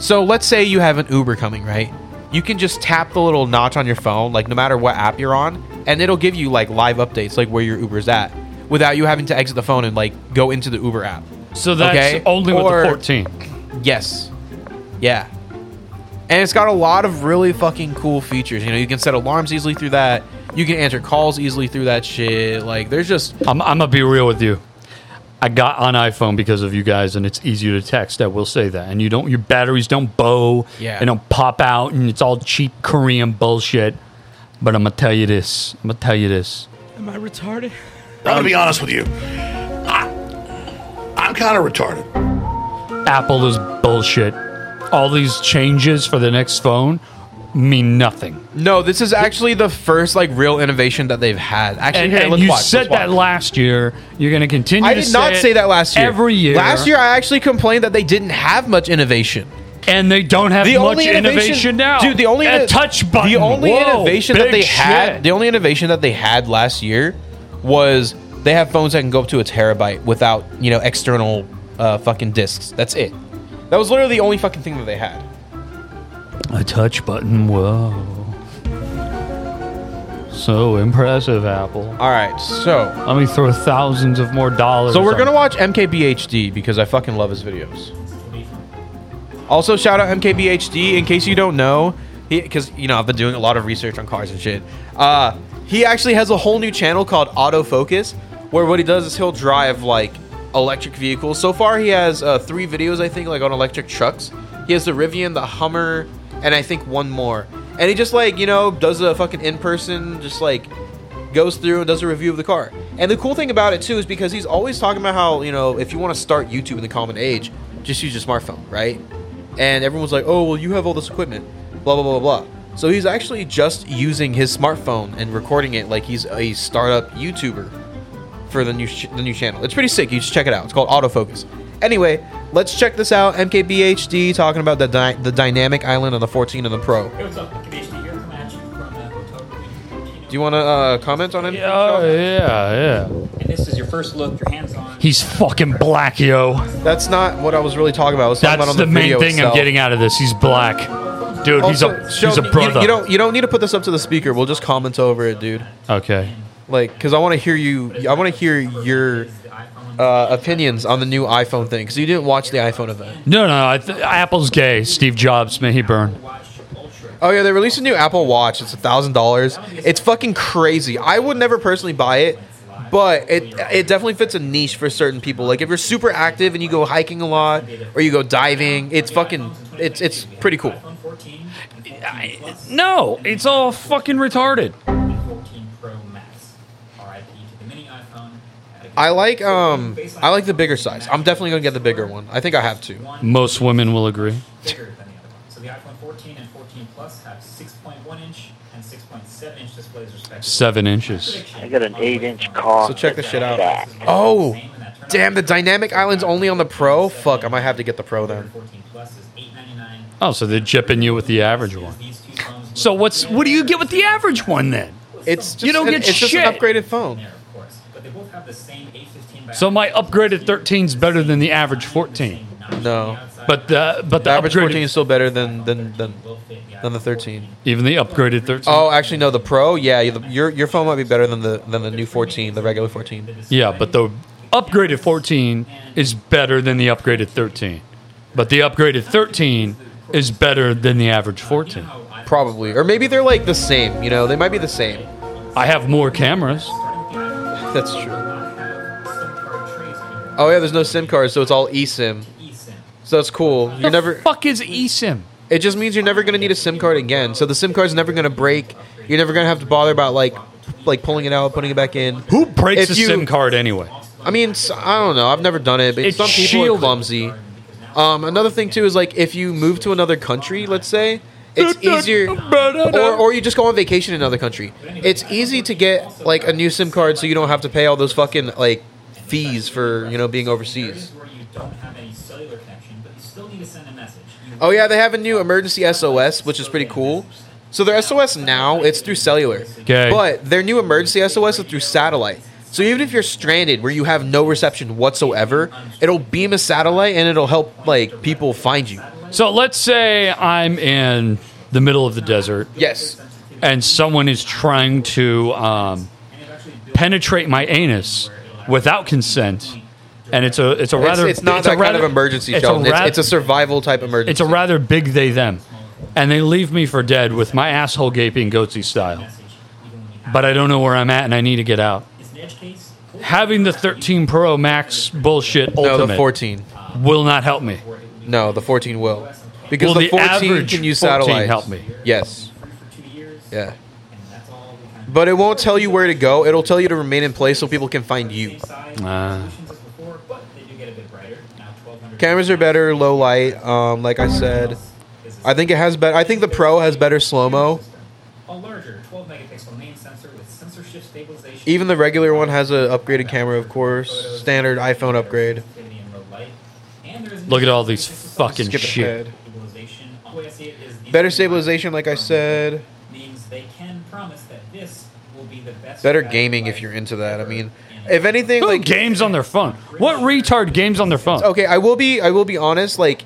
S3: So let's say you have an Uber coming, right? You can just tap the little notch on your phone, like no matter what app you're on, and it'll give you like live updates, like where your Uber's at, without you having to exit the phone and like go into the Uber app.
S2: So that's only with
S3: Or-
S2: the 14.
S3: Yes. Yeah. And it's got a lot of really fucking cool features. You know, you can set alarms easily through that. You can answer calls easily through that shit. Like, there's just
S2: I'm, I'm gonna be real with you. I got on iPhone because of you guys, and it's easier to text. I will say that, and you don't your batteries don't bow,
S3: Yeah.
S2: and don't pop out, and it's all cheap Korean bullshit. But I'm gonna tell you this. I'm gonna tell you this.
S25: Am I retarded?
S7: I'm gonna be honest with you. I, I'm kind of retarded.
S2: Apple is bullshit. All these changes for the next phone mean nothing.
S3: no. This is actually the first like real innovation that they've had. Actually,
S2: and
S3: here,
S2: and
S3: let's
S2: you
S3: watch, let's
S2: said that
S3: watch.
S2: last year. You're gonna continue.
S3: I
S2: to
S3: did not
S2: it
S3: say that last year.
S2: Every year.
S3: Last year, I actually complained that they didn't have much innovation.
S2: and they don't have much innovation, now.
S3: dude. The only
S2: a touch button.
S3: the only
S2: Whoa,
S3: innovation that
S2: big
S3: they
S2: shit.
S3: had, the only innovation that they had last year was they have phones that can go up to a terabyte without you know external uh, fucking discs. That's it. That was literally the only fucking thing that they had.
S2: A touch button. Whoa. So impressive, Apple.
S3: All right, so
S2: let me throw thousands of more dollars.
S3: So we're
S2: on-
S3: gonna watch MKBHD because I fucking love his videos. Also, shout out MKBHD in case you don't know, because you know I've been doing a lot of research on cars and shit. Uh, he actually has a whole new channel called Autofocus, where what he does is he'll drive like electric vehicles. So far, he has uh, three videos I think like on electric trucks. He has the Rivian, the Hummer, and I think one more. And he just like you know does a fucking in person, just like goes through and does a review of the car. And the cool thing about it too is because he's always talking about how you know if you want to start YouTube in the common age, just use your smartphone, right? And everyone's like, oh well, you have all this equipment, blah blah blah blah. blah. So he's actually just using his smartphone and recording it like he's a startup YouTuber for the new sh- the new channel. It's pretty sick. You should check it out. It's called Autofocus. Anyway, let's check this out. MKBHD talking about the dy- the dynamic island on the 14 of the Pro. Do
S6: uh,
S3: you want to uh, comment on it?
S2: Oh, yeah, yeah.
S6: And this is your first look, your hands on.
S2: He's fucking black, yo.
S3: That's not what I was really talking about. I was talking
S2: That's
S3: about on
S2: the,
S3: the,
S2: main
S3: video
S2: thing
S3: itself.
S2: I'm getting out of this. He's black, dude. he's a
S3: Also,
S2: he's
S3: Sheldon,
S2: a
S3: you-
S2: brother.
S3: You, don't you don't need to put this up to the speaker. We'll just comment over it, dude.
S2: Okay.
S3: Like, because I want to hear you. I want to hear your uh, opinions on the new iPhone thing. Because you didn't watch the iPhone event.
S2: no, no. I th- Apple's gay. Steve Jobs, may he burn.
S3: Oh yeah, they released a new Apple Watch. It's a thousand dollars. It's fucking crazy. I would never personally buy it, but it it definitely fits a niche for certain people. Like if you're super active and you go hiking a lot or you go diving, it's fucking it's it's pretty cool.
S2: No, it's all fucking retarded.
S3: I like um I like the bigger size. I'm definitely gonna get the bigger one. I think I have to.
S2: Most women will agree.
S6: bigger than the other one. So the iPhone 14 and 14 Plus have 6.1 inch and 6.7 inch displays respectively.
S2: Seven inches.
S7: I got an eight-inch car.
S3: So check this shit out.
S7: Fat.
S3: Oh, damn! The dynamic island's only on the Pro. Fuck, I might have to get the Pro then.
S2: Oh, so they're jipping you with the average one. So what's what do you get with the average one then?
S3: It's
S2: you don't
S3: an-
S2: get
S3: it's
S2: shit.
S3: just an upgraded phone.
S2: So my upgraded 13 is better than the average 14.
S3: No,
S2: but the but the
S3: average
S2: upgraded-
S3: 14 is still better than than than, than the 13.
S2: Even the upgraded 13.
S3: Oh, actually no, the Pro. Yeah, you- your your phone might be better than the than the new 14, the regular 14.
S2: Yeah, but the upgraded 14 is better than the upgraded 13. But the upgraded 13 is better than the average 14.
S3: Probably, or maybe they're like the same. You know, they might be the same.
S2: I have more cameras.
S3: That's true. Oh yeah, there's no SIM cards, so it's all eSIM. So that's cool. You're never
S2: fuck is eSIM?
S3: It just means you're never gonna need a SIM card again. So the SIM card's never gonna break. You're never gonna have to bother about like like pulling it out, putting it back in.
S2: Who breaks a SIM card anyway?
S3: I mean, s- I don't know. I've never done it, but
S2: It's
S3: some people
S2: shielded.
S3: are clumsy. Um, another thing too is like if you move to another country, let's say, it's easier, or, or you just go on vacation in another country. It's easy to get like a new SIM card, so you don't have to pay all those fucking like fees for you know being overseas. Oh yeah, they have a new emergency SOS, which is pretty cool. So their SOS now it's through cellular,
S2: Okay.
S3: but their new emergency SOS is through satellite. So even if you're stranded where you have no reception whatsoever, it'll beam a satellite and it'll help like people find you.
S2: So let's say I'm in the middle of the desert.
S3: Yes.
S2: And someone is trying to um, penetrate my anus without consent. And it's a it's a
S3: It's-
S2: rather
S3: it's, not
S2: a
S3: that kind
S2: rather-
S3: of emergency,
S2: it's a
S3: Sheldon. It's,
S2: rather-
S3: it's a survival type emergency.
S2: It's a rather big they them, and they leave me for dead with my asshole gaping goatsy style. But I don't know where I'm at, and I need to get out. Having the 13 Pro Max bullshit
S3: the
S2: ultimate
S3: 14.
S2: will not help me.
S3: No, the 14 will because
S2: Will
S3: the
S2: the
S3: 14
S2: average
S3: can use
S2: 14
S3: satellite.
S2: help me?
S3: Yes. Yeah. But it won't tell you where to go. It'll tell you to remain in place so people can find you.
S2: Ah.
S3: Cameras are better, low light. Um, like I said, I think it has better. I think the Pro has better slow mo.
S6: A larger 12 megapixel main sensor with sensor shift stabilization.
S3: Even the regular one has an upgraded camera, of course. Standard iPhone upgrade.
S2: Look at all these fucking
S3: Skip
S2: shit.
S3: ahead.
S6: stabilization. The way I see it is the
S3: Better stabilization, like I said.
S6: means they can promise that this will be the best.
S3: Better
S6: value
S3: gaming if you're into that. I mean, if anything,
S2: Who
S3: like
S2: games on their phone. What retard games on their phone?
S3: Okay, I will be. I will be honest. Like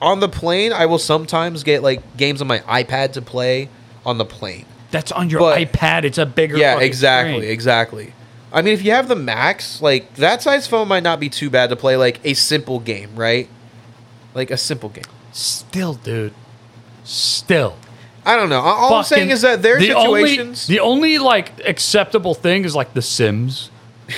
S3: on the plane, I will sometimes get like games on my iPad to play on the plane.
S2: That's on your
S3: But-
S2: iPad. It's a bigger.
S3: yeah,
S2: fucking
S3: exactly,
S2: screen.
S3: exactly. I mean, if you have the Max, like that size phone might not be too bad to play like a simple game, right? Like a simple game.
S2: Still, dude. Still.
S3: I don't know. All all I'm saying
S2: Fucking-
S3: is that their
S2: the only-
S3: situations.
S2: the only like acceptable thing is like The Sims,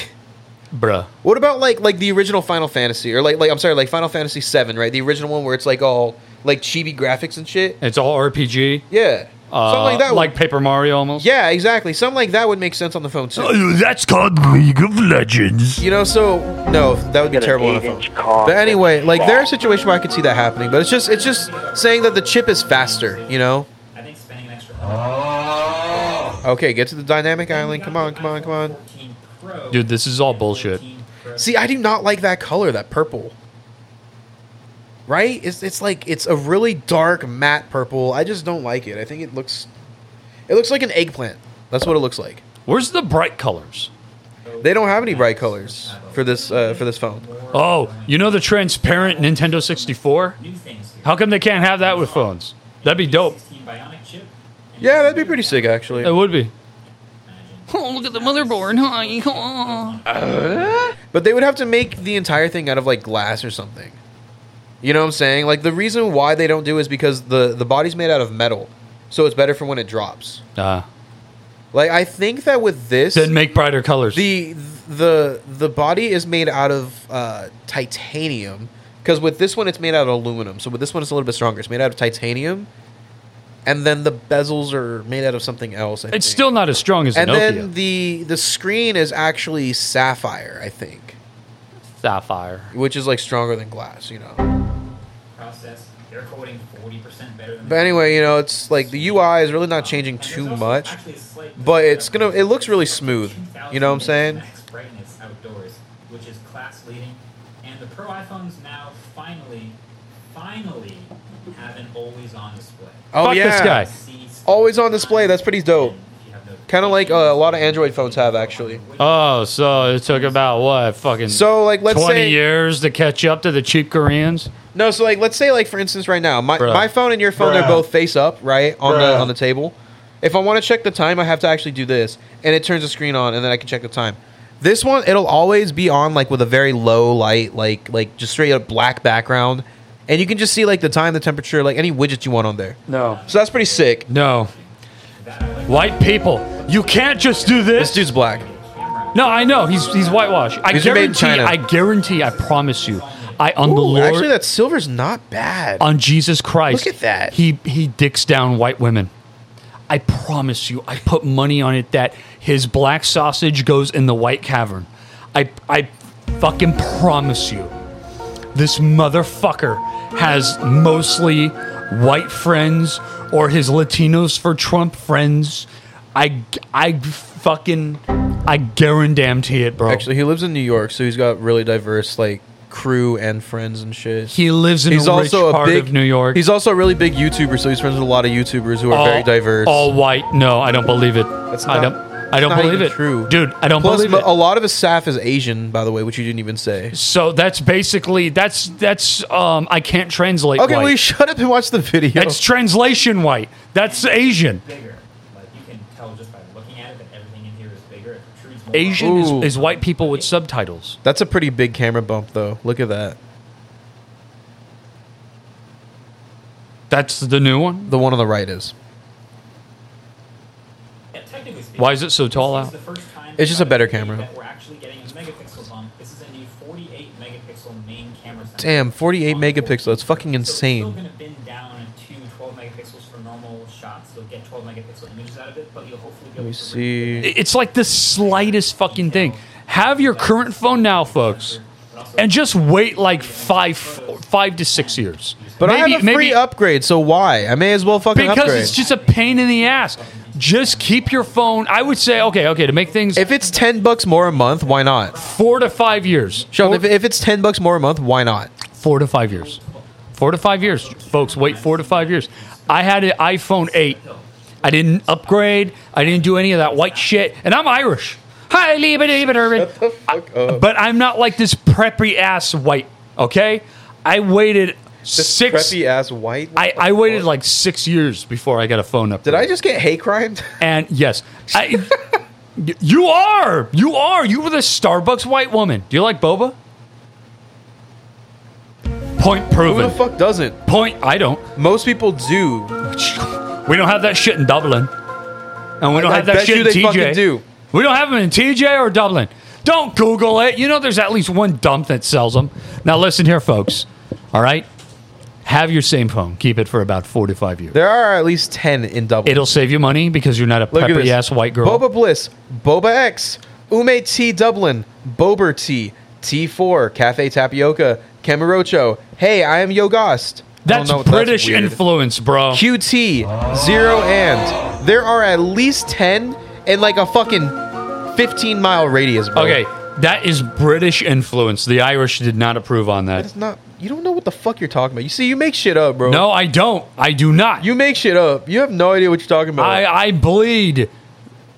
S2: bruh.
S3: What about like like the original Final Fantasy or like like I'm sorry, like Final Fantasy VII, right? The original one where it's like all like chibi graphics and shit.
S2: It's all RPG.
S3: Yeah,
S2: Uh,
S3: something like that. would-
S2: like Paper Mario almost.
S3: yeah, exactly. Something like that would make sense on the phone
S2: Uh,
S3: too.
S21: That's called League of Legends.
S3: You know, so no, that would be terrible on a phone. But anyway, like there are situations where I could see that happening, but it's just it's just saying that the chip is faster. You know. Okay, get to the dynamic island. Come on, come on, come on.
S2: Dude, this is all bullshit.
S3: See, I do not like that color, that purple. Right? It's it's like it's a really dark matte purple. I just don't like it. I think it looks it looks like an eggplant. That's what it looks like.
S2: Where's the bright colors?
S3: They don't have any bright colors for this uh, for this phone.
S2: Oh, you know the transparent Nintendo 64? How come they can't have that with phones? That'd be dope.
S3: Yeah, that'd be pretty sick actually.
S2: It would be.
S18: Oh, look at the motherboard. Huh? Oh.
S3: But they would have to make the entire thing out of like glass or something. You know what I'm saying? Like the reason why they don't do is because the the body's made out of metal, so it's better for when it drops.
S2: Uh,
S3: Like I think that with this,
S2: then make brighter colors.
S3: the the the body is made out of uh, titanium because with this one it's made out of aluminum. So with this one it's a little bit stronger. It's made out of titanium, and then the bezels are made out of something else. I
S2: it's
S3: think.
S2: still not as strong as
S3: and
S2: an Nokia.
S3: then the the screen is actually sapphire, I think,
S2: Sapphire.
S3: which is like stronger than glass, you know.
S6: Process. They're quoting 40% better than
S3: But anyway, you know, it's like the UI is really not changing too much, but it's gonna it looks really smooth. You know what I'm saying?
S6: max brightness outdoors, which is class leading. And the Pro iPhones now finally, finally have an always-on display.
S3: Oh yeah,
S6: See
S3: always on display. That's pretty dope. Kind of like uh, a lot of Android phones have actually.
S2: Oh, so it took about what fucking
S3: So, like, let's
S2: 20
S3: say-
S2: years to catch up to the cheap Koreans.
S3: No, so like let's say like for instance right now, my,
S2: Bruh.
S3: my phone and your phone they're
S2: Bruh.
S3: both face up, right? On the
S2: Bruh.
S3: on the table. If I want to check the time, I have to actually do this and it turns the screen on and then I can check the time. This one it'll always be on like with a very low light, like like just straight up black background and you can just see like the time, the temperature, like any widgets you want on there.
S2: No.
S3: So that's pretty sick.
S2: No. White people, you can't just do this. This
S3: dude's black.
S2: No, I know he's he's whitewashed. I
S3: These are
S2: guarantee.
S3: made in China.
S2: I guarantee. I promise you. I on the
S3: Ooh,
S2: Lord
S3: actually that silver's not bad.
S2: on Jesus Christ.
S3: Look at that.
S2: He he dicks down white women. I promise you. I put money on it that his black sausage goes in the white cavern. I I fucking promise you. This motherfucker has mostly white friends or his Latinos for Trump friends. I I fucking I guarantee it, bro.
S3: Actually, he lives in New York, so he's got really diverse like crew and friends and shit.
S2: He lives in a rich part
S3: big
S2: of New York.
S3: He's also a really big YouTuber, so he's friends with a lot of YouTubers who are
S2: all,
S3: very diverse.
S2: All white. No, I don't believe it. I
S3: not-
S2: don't. I
S3: it's
S2: don't
S3: not
S2: believe
S3: even
S2: it,
S3: true.
S2: dude. I don't
S3: Plus,
S2: believe
S3: mo-
S2: it.
S3: a lot of his staff is Asian, by the way, which you didn't even say.
S2: So that's basically that's that's um I can't translate.
S3: Okay,
S2: white.
S3: well, you shut up and watch the video.
S2: That's translation white. That's Asian.
S6: bigger. Like you can tell just by looking at it that everything in here is bigger. It protrudes more.
S2: Asian
S3: Ooh.
S2: is, is white people with subtitles.
S3: That's a pretty big camera bump, though. Look at that.
S2: That's the new one.
S3: The one on the right is.
S6: Yeah, technically speaking,
S2: Why is it so tall
S6: this
S2: out?
S6: is the first time
S3: It's just a better camera.
S6: that we're actually getting a megapixel bump. This is a new 48 megapixel main camera. sensor.
S3: Damn, 48 megapixels. That's fucking
S6: Still
S3: insane.
S6: gonna bend down to 12 megapixels for normal shots. You'll get 12 megapixel images out of it, but you'll hopefully be
S3: Let
S6: able
S3: me
S6: to
S3: see.
S2: I- It's like the slightest fucking thing. Have your current phone now, folks, and just wait like five five to six years.
S3: But I have a free upgrade, so why? I may as well fucking
S2: because
S3: upgrade.
S2: it's just a pain in the ass. Just keep your phone. I would say, okay, okay, to make things
S3: if it's 10 bucks more a month, why not?
S2: four to five years.
S3: Sheldon, if, if it's 10 bucks more a month, why not?
S2: Four to five years. Four to five years, folks. Wait four to five years. I had an iPhone eight. I didn't upgrade. I didn't do any of that white shit, and I'm Irish. Hi, leave it, leave it, Irvin. But I'm not like this preppy ass white. Okay, I waited six
S3: preppy ass white.
S2: I, I waited like six years before I got a phone upgrade.
S3: Did I just get hate crimed?
S2: And yes, I, y- you are. You are. You were the Starbucks white woman. Do you like boba? Point proven.
S3: Who the fuck doesn't?
S2: Point. I don't.
S3: Most people do.
S2: We don't have that shit in Dublin, and we don't
S3: I
S2: have that
S3: bet
S2: shit
S3: you
S2: in
S3: they
S2: TJ.
S3: fucking do.
S2: We don't have them in TJ or Dublin. Don't Google it. You know there's at least one dump that sells them. Now listen here, folks. All right, have your same phone. Keep it for about four to five years.
S3: There are at least ten in Dublin.
S2: It'll save you money because you're not a
S3: Look at
S2: peppery
S3: this.
S2: ass white girl.
S3: Boba Bliss, Boba X, Ume Tea Dublin, Bober Tea, T4, Cafe Tapioca, Camarocho. Hey, I am Yogast. I don't
S2: That's
S3: know what
S2: British
S3: weird.
S2: influence, bro.
S3: QT, Zero and. There are at least 10 in like a fucking 15 mile radius, bro.
S2: Okay, that is British influence. The Irish did not approve on that.
S3: It's not. You don't know what the fuck you're talking about. You see, you make shit up, bro.
S2: No, I don't. I do not.
S3: You make shit up. You have no idea what you're talking about.
S2: I, I bleed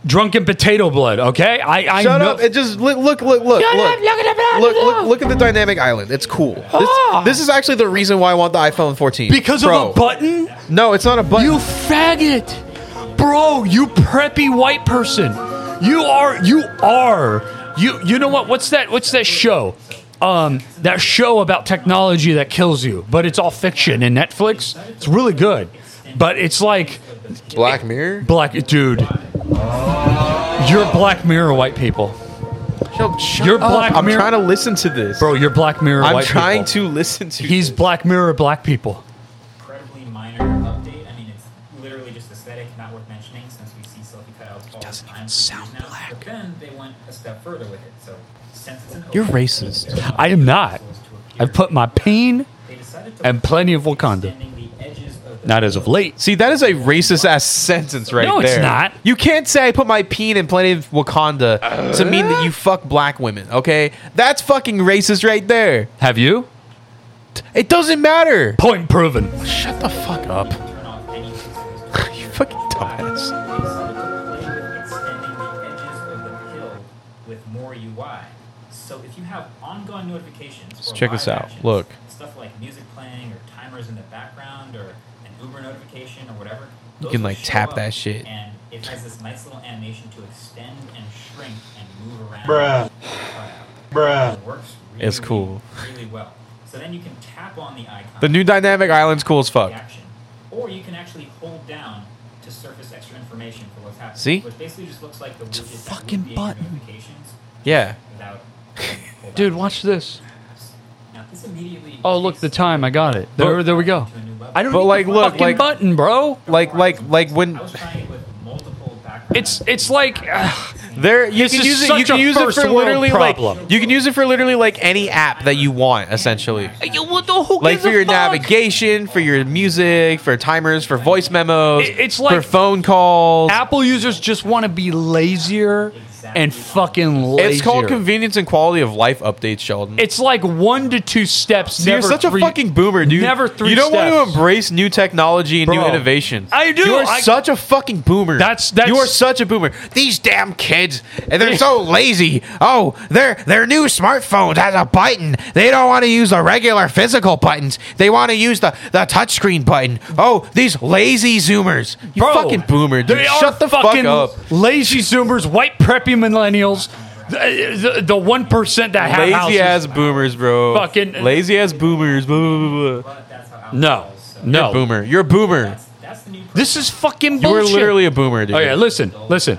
S2: drunken potato blood. Okay, I, I
S3: Shut
S2: know-
S3: up! It just look, look, look, look,
S2: Shut
S3: look.
S2: up, look at that,
S3: look, look, look at the dynamic island. It's cool. This,
S2: Ah.
S3: this is actually the reason why I want the iPhone 14
S2: Because of
S3: Pro.
S2: a button?
S3: No, it's not a button.
S2: You faggot, bro! You preppy white person. You are. You are. You. You know what? What's that? What's that show? Um, that show about technology that kills you, but it's all fiction. And Netflix, it's really good, but it's like
S3: Black Mirror.
S2: black dude. You're Black Mirror white people, You're Black
S3: I'm
S2: Mirror-
S3: trying to listen to this.
S2: bro. You're Black Mirror
S3: I'm
S2: white
S3: trying
S2: people.
S3: to listen to.
S2: He's Black Mirror black people.
S6: Incredibly minor update. I mean, it's literally just aesthetic, not worth mentioning since we see Sylvie cutouts all the time. for sound now. black. But then they went a step further with it. So since it's an
S2: You're
S6: open-
S2: racist. I am not. I've put my pain and plenty of Wakanda. Not as of late.
S3: See, that is a racist ass sentence right
S2: No,
S3: there.
S2: it's not.
S3: You can't say I put my peen in plenty of Wakanda to mean that
S2: Uh.
S3: you fuck black women. Okay, that's fucking racist right there.
S2: Have you?
S3: It doesn't matter.
S2: Point proven.
S3: Shut the fuck up. you fucking dumbass.
S6: extending the edges of the pill with more UI. So if you have ongoing notifications, or
S3: check this
S6: live
S3: out.
S6: actions,
S3: Look.
S6: stuff like music playing or timers in the background or an Uber notification or whatever.
S3: You
S6: those
S3: can,
S6: will
S3: like,
S6: show
S3: tap
S6: up,
S3: that shit.
S6: And it has this nice little animation to extend and shrink and move around.
S14: Bruh. Bruh.
S6: It works really,
S3: It's cool.
S6: really, really well. So then you can tap on the icon.
S3: The new dynamic island's cool as fuck.
S6: Action. Or you can actually hold down to surface extra information for what's happening.
S3: See?
S6: Which basically just looks like the it's widget that
S2: fucking
S6: would be in your
S2: button.
S6: notifications
S3: Yeah.
S6: without.
S2: Dude, watch this.
S6: Now, this immediately.
S2: Oh, look, the time. I got it. There, there we go. I don't
S3: But
S2: need
S3: like,
S2: the
S3: look,
S2: fucking
S3: like-
S2: button, bro.
S3: Like, like, like when
S2: It's it's like uh,
S3: there, you
S2: This
S3: can
S2: is
S3: use it.
S2: such
S3: You can
S2: a
S3: use it
S2: first
S3: for
S2: world
S3: literally
S2: problem.
S3: like you can use it for literally like any app that you want, essentially.
S2: what the who
S3: Like
S2: gives
S3: for
S2: a
S3: your
S2: fuck?
S3: navigation, for your music, for timers, for voice memos,
S2: It- it's like-
S3: for phone calls.
S2: Apple users just want to be lazier and fucking lazier.
S3: It's called convenience and quality of life updates, Sheldon.
S2: It's like one to two steps.
S3: See, you're
S2: never
S3: such a
S2: three-
S3: fucking boomer, dude.
S2: Never three.
S3: You don't want
S2: steps.
S3: to embrace new technology and new
S2: Bro.
S3: innovation.
S2: I do.
S3: You are
S2: I-
S3: such a fucking boomer.
S2: That's- that's-
S3: you are such a boomer. These damn kids, and they're so lazy. Oh, their their new smartphone has a button. They don't want to use the regular physical buttons. They want to use the the touchscreen button. Oh, these lazy zoomers. You
S2: Bro,
S3: fucking boomer, dude.
S2: They are
S3: Shut the
S2: fucking
S3: fuck up.
S2: Lazy Zoomers, white preppy millennials, the the one percent that have
S3: Lazy ass
S2: houses.
S3: boomers, bro.
S2: Fucking-
S3: lazy ass boomers. Blah, blah, blah, blah.
S2: No, no,
S3: Boomer, you're a boomer.
S2: This is fucking
S3: You
S2: bullshit. Oh,
S3: were literally a boomer, dude.
S2: Okay, listen, listen.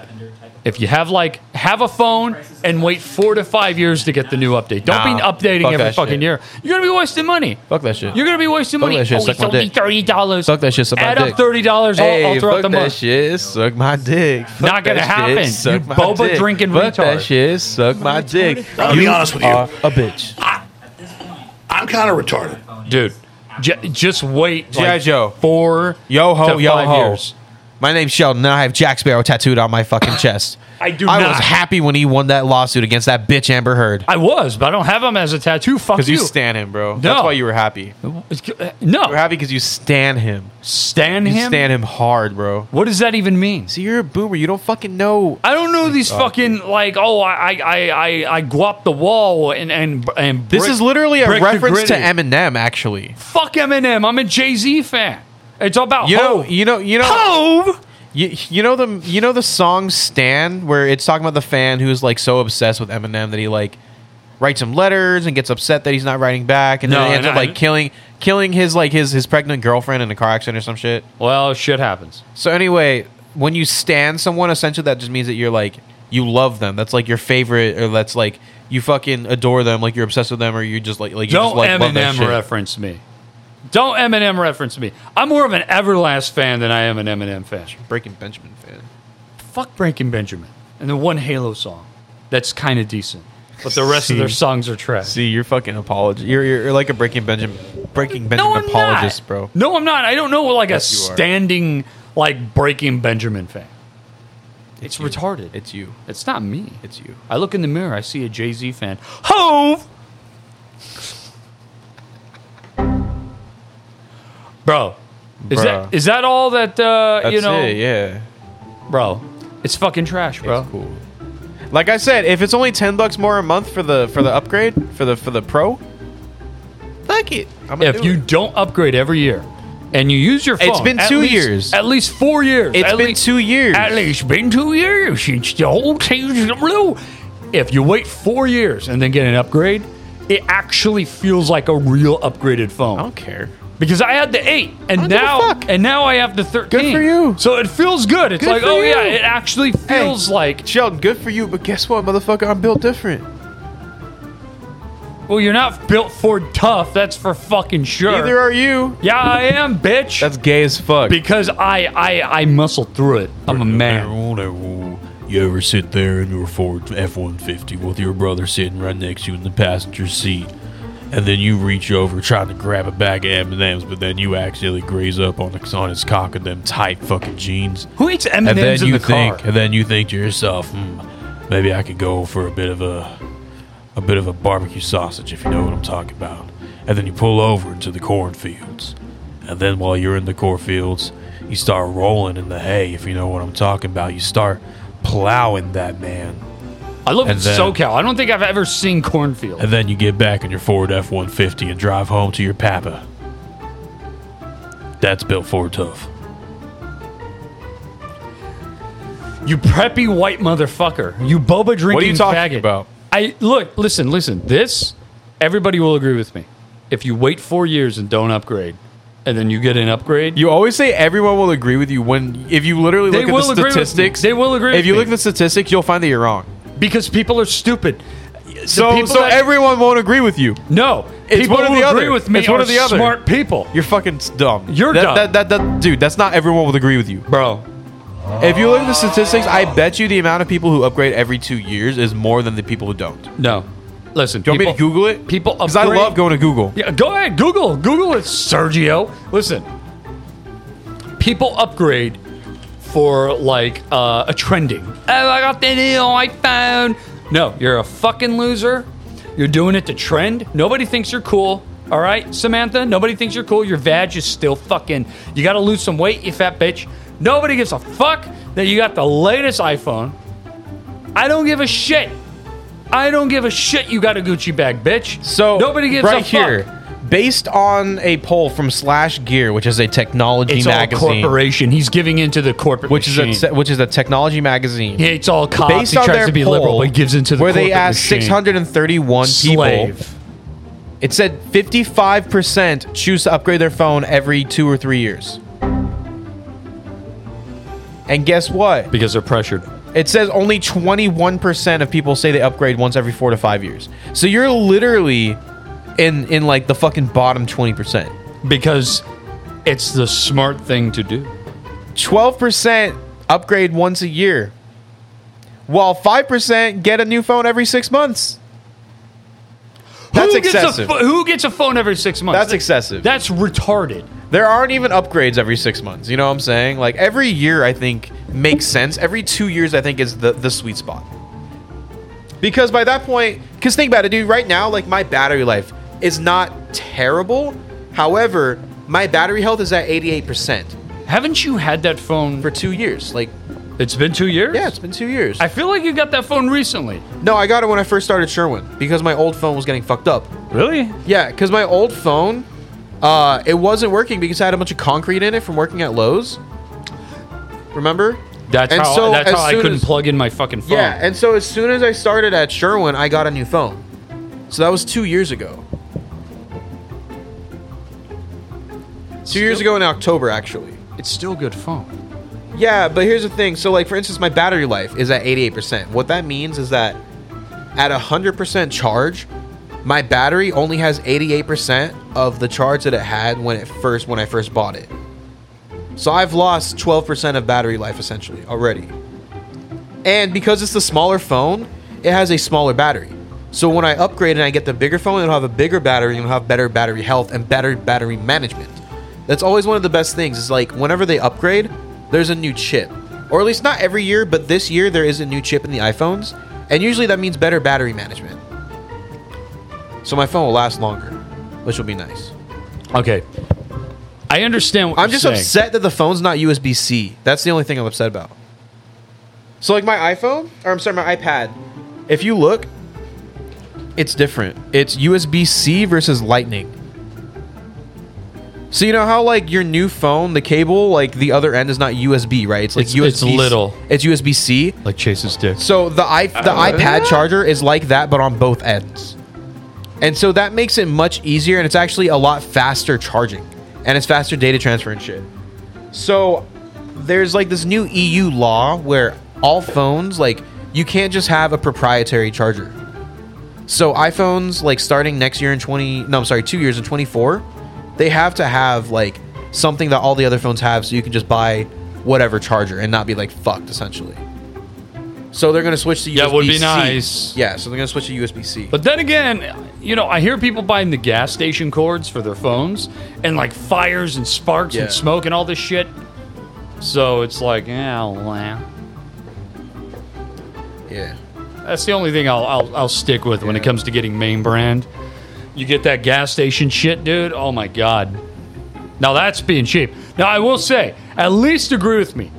S2: If you have like have a phone and wait four to five years to get the new update, don't be
S3: Nah,
S2: updating
S3: fuck
S2: every
S3: that
S2: fucking
S3: shit.
S2: year. You're gonna be wasting money.
S3: Fuck that shit.
S2: You're gonna be wasting
S3: Fuck
S2: money.
S3: that shit,
S2: oh,
S3: suck
S2: it's
S3: my
S2: only
S3: dick.
S2: thirty dollars.
S3: Suck that shit. Suck my
S2: Add
S3: dick.
S2: up thirty dollars
S3: Hey,
S2: all, all throughout
S3: fuck
S2: the
S3: that
S2: month.
S3: shit. Suck my dick. Fuck
S2: Not gonna
S3: that
S2: happen, you
S3: Shit. Suck my
S2: boba
S3: dick.
S2: drinking
S3: Fuck that
S2: retard.
S3: shit. Suck my dick.
S21: I'll be honest with you.
S3: are a bitch.
S21: I'm kind of retarded.
S2: dude. J- just wait,
S3: G.I.
S2: like
S3: Joe.
S2: four
S3: Yo ho,
S2: to
S3: yo
S2: five
S3: ho.
S2: years.
S3: My name's Sheldon, and I have Jack Sparrow tattooed on my fucking chest.
S2: I do
S3: I
S2: not.
S3: was happy when he won that lawsuit against that bitch Amber Heard.
S2: I was, but I don't have him as a tattoo. Fuck
S3: Because
S2: you.
S3: you stan him, bro.
S2: No.
S3: That's why you were happy.
S2: No. You're
S3: happy because you stan him.
S2: Stan
S3: you
S2: him?
S3: Stan him hard, bro.
S2: What does that even mean?
S3: See, you're a boomer. You don't fucking know.
S2: I don't know these
S3: God,
S2: fucking like oh I I I I, I guap the wall and and and
S3: This
S2: brick-
S3: is literally a
S2: brick the
S3: reference to
S2: gritty.
S3: Eminem, actually.
S2: Fuck Eminem. I'm a Jay Z fan. It's all about
S3: You know,
S2: Hov.
S3: you know, you know,
S2: Hove.
S3: You, you know the you know the song "Stan," where it's talking about the fan who's like so obsessed with Eminem that he like writes him letters and gets upset that he's not writing back, and
S2: No,
S3: then he ends
S2: and
S3: up
S2: I-
S3: like killing killing his like his his pregnant girlfriend in a car accident or some shit.
S2: Well, shit happens.
S3: So anyway, when you stand someone, essentially that just means that you're like you love them. That's like your favorite, or that's like you fucking adore them, like you're obsessed with them, or you just like like you
S2: Don't
S3: just like love that
S2: Eminem
S3: shit.
S2: reference me. Don't Eminem reference me. I'm more of an Everlast fan than I am an Eminem fan.
S3: Breaking Benjamin fan.
S2: Fuck Breaking Benjamin and the one Halo song. That's kind of decent, but the rest of their songs are trash.
S3: See, you're fucking apology. You're, you're, you're like a Breaking Benjamin Breaking Benjamin
S2: I'm
S3: apologist,
S2: not.
S3: bro.
S2: No, I'm not. I don't know like
S3: Yes,
S2: a
S3: you are.
S2: standing like Breaking Benjamin fan. It's,
S3: you.
S2: retarded.
S3: It's you.
S2: It's not me.
S3: It's you.
S2: I look in the mirror. I see a Jay Z fan. Hove. Bro, is
S3: Bruh.
S2: that is that all that uh,
S3: That's
S2: you know?
S3: it, yeah.
S2: Bro, it's fucking trash, bro.
S3: cool. Like I said, if it's only ten bucks more a month for the for the upgrade for the for the pro, fuck it. I'm gonna
S2: if
S3: do
S2: you
S3: it.
S2: don't upgrade every year and you use your phone,
S3: It's been
S2: at
S3: two
S2: least-
S3: years.
S2: at least four years.
S3: It's
S2: It's
S3: been two years.
S2: At least been two years since the whole season of blue. If you wait four years and then get an upgrade, it actually feels like a real upgraded phone. I don't
S3: care
S2: because I had the eight and
S3: give a
S2: now
S3: fuck.
S2: and now I have the thirteen.
S3: Good for you.
S2: So it feels good. It's
S3: Good
S2: like
S3: for
S2: oh
S3: you.
S2: yeah, it actually feels like.
S3: Sheldon, good for you, but guess what, motherfucker? I'm built different.
S2: Well, you're not built for tough. That's for fucking sure.
S3: Neither are you.
S2: Yeah, I am, bitch.
S3: That's gay as fuck.
S2: Because I I I muscle through it. I'm a man.
S7: You ever sit there in your Ford F 150 with your brother sitting right next to you in the passenger seat, and then you reach over trying to grab a bag of M&Ms, but then you accidentally graze up on, the, on his cock of them tight fucking jeans?
S2: Who eats
S7: and then
S2: M&Ms in
S7: you
S2: the
S7: think,
S2: car?
S7: And then you think to yourself, hmm, maybe I could go for a bit of a, a bit of a barbecue sausage, if you know what I'm talking about. And then you pull over into the cornfields, and then while you're in the cornfields, you start rolling in the hay, if you know what I'm talking about. You start plowing that man,
S2: I love
S7: And then-
S2: SoCal. I don't think I've ever seen cornfield.
S7: and then you get back in your Ford F-150 and drive home to your papa. That's built Ford tough.
S2: You preppy white motherfucker. You boba drinking.
S7: What are you talking
S2: faggot.
S7: about?
S2: I look, listen, listen. This everybody will agree with me. If you wait four years and don't upgrade, and then you get an upgrade,
S3: You always say everyone will agree with you when if you literally
S2: They
S3: look
S2: will
S3: at
S2: agree with
S3: the
S2: me.
S3: statistics.
S2: They will agree
S3: If
S2: with
S3: you
S2: me.
S3: look at the statistics, you'll find that you're wrong.
S2: because people are stupid. The
S3: So
S2: people
S3: so
S2: that-
S3: everyone won't agree with you.
S2: no,
S3: It's
S2: people
S3: one or
S2: who
S3: the
S2: agree
S3: other.
S2: with me
S3: It's one
S2: are
S3: or the other.
S2: smart people.
S3: You're fucking s- dumb.
S2: You're
S3: that,
S2: dumb.
S3: That, that, that, dude, that's not everyone will agree with you,
S2: bro.
S3: If you look at the statistics, I bet you the amount of people who upgrade every two years is more than the people who don't.
S2: No, listen.
S3: Do you want me to
S2: people-
S3: Google it?
S2: People
S3: because I
S2: upgrade-
S3: love going to Google.
S2: Yeah, go ahead. Google. Google it, Sergio. Listen, people upgrade for like uh, a trending. Oh, I got the new iPhone. No, you're a fucking loser. You're doing it to trend. Nobody thinks you're cool. All right, Samantha. Nobody thinks you're cool. Your vag is still fucking. You got to lose some weight, you fat bitch. Nobody gives a fuck that you got the latest iPhone. I don't give a shit. I don't give a shit. You got a Gucci bag, bitch.
S3: So
S2: nobody gives a
S3: right
S2: fuck.
S3: here, based on a poll from Slash Gear, which is a technology
S2: It's all
S3: E magazine,
S2: corporation. He's giving into the corporate
S3: which is a
S2: machine.
S3: te- which is a technology magazine.
S2: he hates all cops.
S3: Based
S2: he
S3: on
S2: tries
S3: their
S2: to be
S3: poll,
S2: liberal, but he gives into the
S3: where
S2: corporate
S3: they asked
S2: machine.
S3: 631 people.
S2: Slave.
S3: It said 55% choose to upgrade their phone every two or three years. And guess what?
S2: Because they're pressured.
S3: It says only 21% of people say they upgrade once every four to five years. So you're literally in in like the fucking bottom 20%.
S2: Because it's the smart thing to do.
S3: 12% upgrade once a year. While 5% get a new phone every six months. That's
S2: who
S3: excessive.
S2: Gets a, pho- who gets a phone every six months?
S3: That's excessive.
S2: That's retarded.
S3: there aren't even upgrades every six months. You know what I'm saying? Like every year, I think makes sense. Every two years, I think is the the sweet spot. Because by that point, because think about it, dude. Right now, like my battery life is not terrible. However, my battery health is at 88 percent.
S2: Haven't you had that phone
S3: for two years? Like,
S2: it's been two years.
S3: Yeah, it's been two years.
S2: I feel like you got that phone recently.
S3: No, I got it when I first started Sherwin because my old phone was getting fucked up.
S2: Really?
S3: Yeah, because my old phone, uh, it wasn't working because I had a bunch of concrete in it from working at Lowe's. Remember?
S2: That's
S3: And
S2: how.
S3: so
S2: that's
S3: as
S2: how I
S3: soon
S2: couldn't
S3: as-
S2: plug in my fucking phone.
S3: Yeah, and so as soon as I started at Sherwin, I got a new phone. So that was two years ago. Two years ago in October, actually.
S2: It's still a good phone.
S3: Yeah, but here's the thing. So, like, for instance, my battery life is at 88%. What that means is that at 100% charge, my battery only has 88% of the charge that it had when it first when I first bought it. So I've lost 12% of battery life essentially already. And because it's the smaller phone, it has a smaller battery. So when I upgrade and I get the bigger phone, it'll have a bigger battery and it'll have better battery health and better battery management. That's always one of the best things. Is like whenever they upgrade, there's a new chip. Or at least not every year, but this year there is a new chip in the iPhones, and usually that means better battery management. So my phone will last longer, which will be nice.
S2: Okay. I understand what
S3: I'm
S2: you're
S3: just
S2: saying.
S3: upset that the phone's not USB C. That's the only thing I'm upset about. So like my iPhone, or I'm sorry, my iPad. If you look, it's different. It's USB C versus Lightning. So you know how like your new phone, the cable, like the other end is not USB, right? It's like
S2: It's-
S3: USB.
S2: it's little.
S3: It's USB C.
S2: Like Chase's dick.
S3: So the i the
S2: Uh.
S3: iPad charger is like that, but on both ends. And so that makes it much easier, and it's actually a lot faster charging, and it's faster data transfer and shit. So there's like this new EU law where all phones, like, you can't just have a proprietary charger. So iPhones, like, starting next year in 20, no, I'm sorry, two years in 24, they have to have, like, something that all the other phones have so you can just buy whatever charger and not be, like, fucked, essentially. So they're going to switch to USB
S2: Yeah, it would be
S3: C.
S2: nice.
S3: Yeah, so they're going to switch to USB C.
S2: But then again, you know, I hear people buying the gas station cords for their phones and like fires and sparks
S3: Yeah.
S2: and smoke and all this shit. So it's like, eh, yeah, well,
S3: Yeah.
S2: That's the only thing I'll, I'll, I'll stick with when it comes to getting main brand. You get that gas station shit, dude. Oh my God. Now that's being cheap. Now I will say, at least agree with me.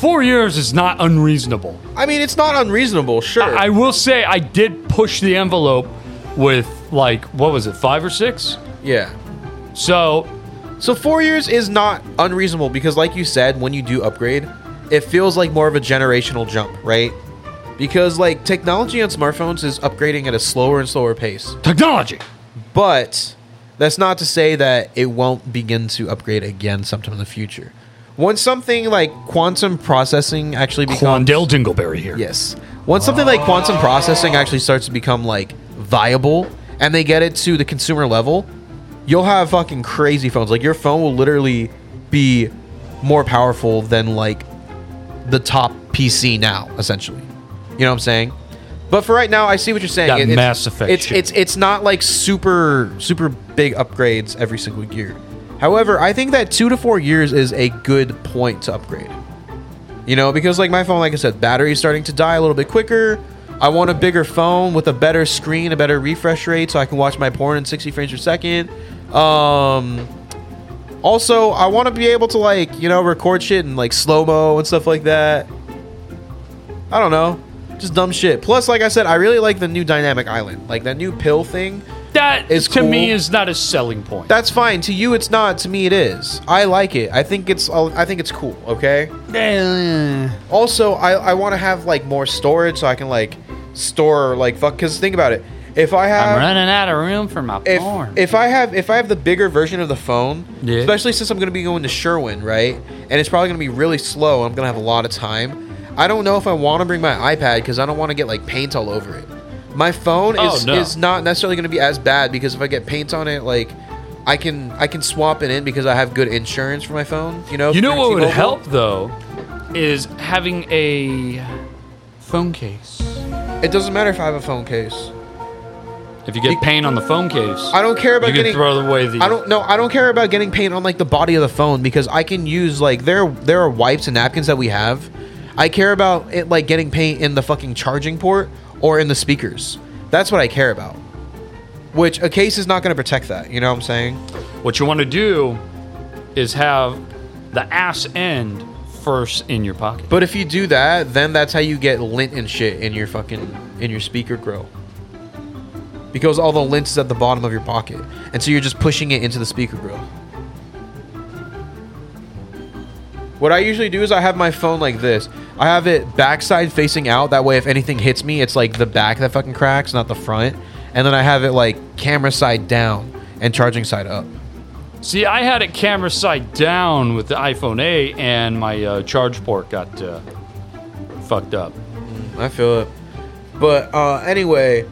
S2: Four years is not unreasonable.
S3: I mean, it's not unreasonable, sure.
S2: I, I will say I did push the envelope with like what was it, five or six?
S3: Yeah.
S2: So,
S3: so four years is not unreasonable because, like you said, when you do upgrade, it feels like more of a generational jump, right? Because like technology on smartphones is upgrading at a slower and slower pace.
S2: Technology,
S3: but that's not to say that it won't begin to upgrade again sometime in the future. Once something like quantum processing actually becomes
S2: Quandel Dingleberry here.
S3: Yes. Once something like quantum processing actually starts to become like viable and they get it to the consumer level, you'll have fucking crazy phones. Like your phone will literally be more powerful than like the top PC now, essentially. You know what I'm saying? But for right now, I see what you're saying.
S2: That
S3: it's-
S2: Mass Effect
S3: It's
S2: shit.
S3: it's it's not like super super big upgrades every single year. However, I think that two to four years is a good point to upgrade. You know, because like my phone, like I said, battery is starting to die a little bit quicker. I want a bigger phone with a better screen, a better refresh rate, so I can watch my porn in 60 frames per second. Um, also, I want to be able to like you know record shit in like slow mo and stuff like that. I don't know, just dumb shit. Plus, like I said, I really like the new Dynamic Island, like that new pill thing.
S2: That
S3: is
S2: to me
S3: cool.
S2: is not a selling point.
S3: That's fine. To you, it's not. To me, it is. I like it. I think it's. uh, I think it's cool. Okay. Also, I I want to have like more storage so I can like store like fuck. Because think about it. If I have
S18: I'm running out of room for my
S3: if,
S18: porn.
S3: If I have if I have the bigger version of the phone,
S18: Yeah.
S3: especially since I'm going to be going to Sherwin, right? And it's probably going to be really slow. I'm going to have a lot of time. I don't know if I want to bring my iPad because I don't want to get like paint all over it. My phone
S2: Oh,
S3: is
S2: no.
S3: is not necessarily going to be as bad because if I get paint on it, like I can I can swap it in because I have good insurance for my phone. You know.
S2: you know
S3: through
S2: what would
S3: T-Mobile.
S2: help though is having a phone case.
S3: It doesn't matter if I have a phone case.
S2: If you get paint on the phone case,
S3: I don't care about
S2: you
S3: getting
S2: can throw away the.
S3: I don't no, I don't care about getting paint on like the body of the phone because I can use like there there are wipes and napkins that we have. I care about it like getting paint in the fucking charging port or in the speakers. That's what I care about. Which a case is not going to protect that, you know what I'm saying?
S2: What you want to do is have the ass end first in your pocket.
S3: But if you do that, then that's how you get lint and shit in your fucking in your speaker grill. Because all the lint is at the bottom of your pocket, and so you're just pushing it into the speaker grill. What I usually do is I have my phone like this. I have it backside facing out. That way, if anything hits me, it's like the back that fucking cracks, not the front. And then I have it like camera side down and charging side up.
S2: See, I had it camera side down with the iPhone 8, and my uh, charge port got uh, fucked up.
S3: I feel it. But uh, anyway,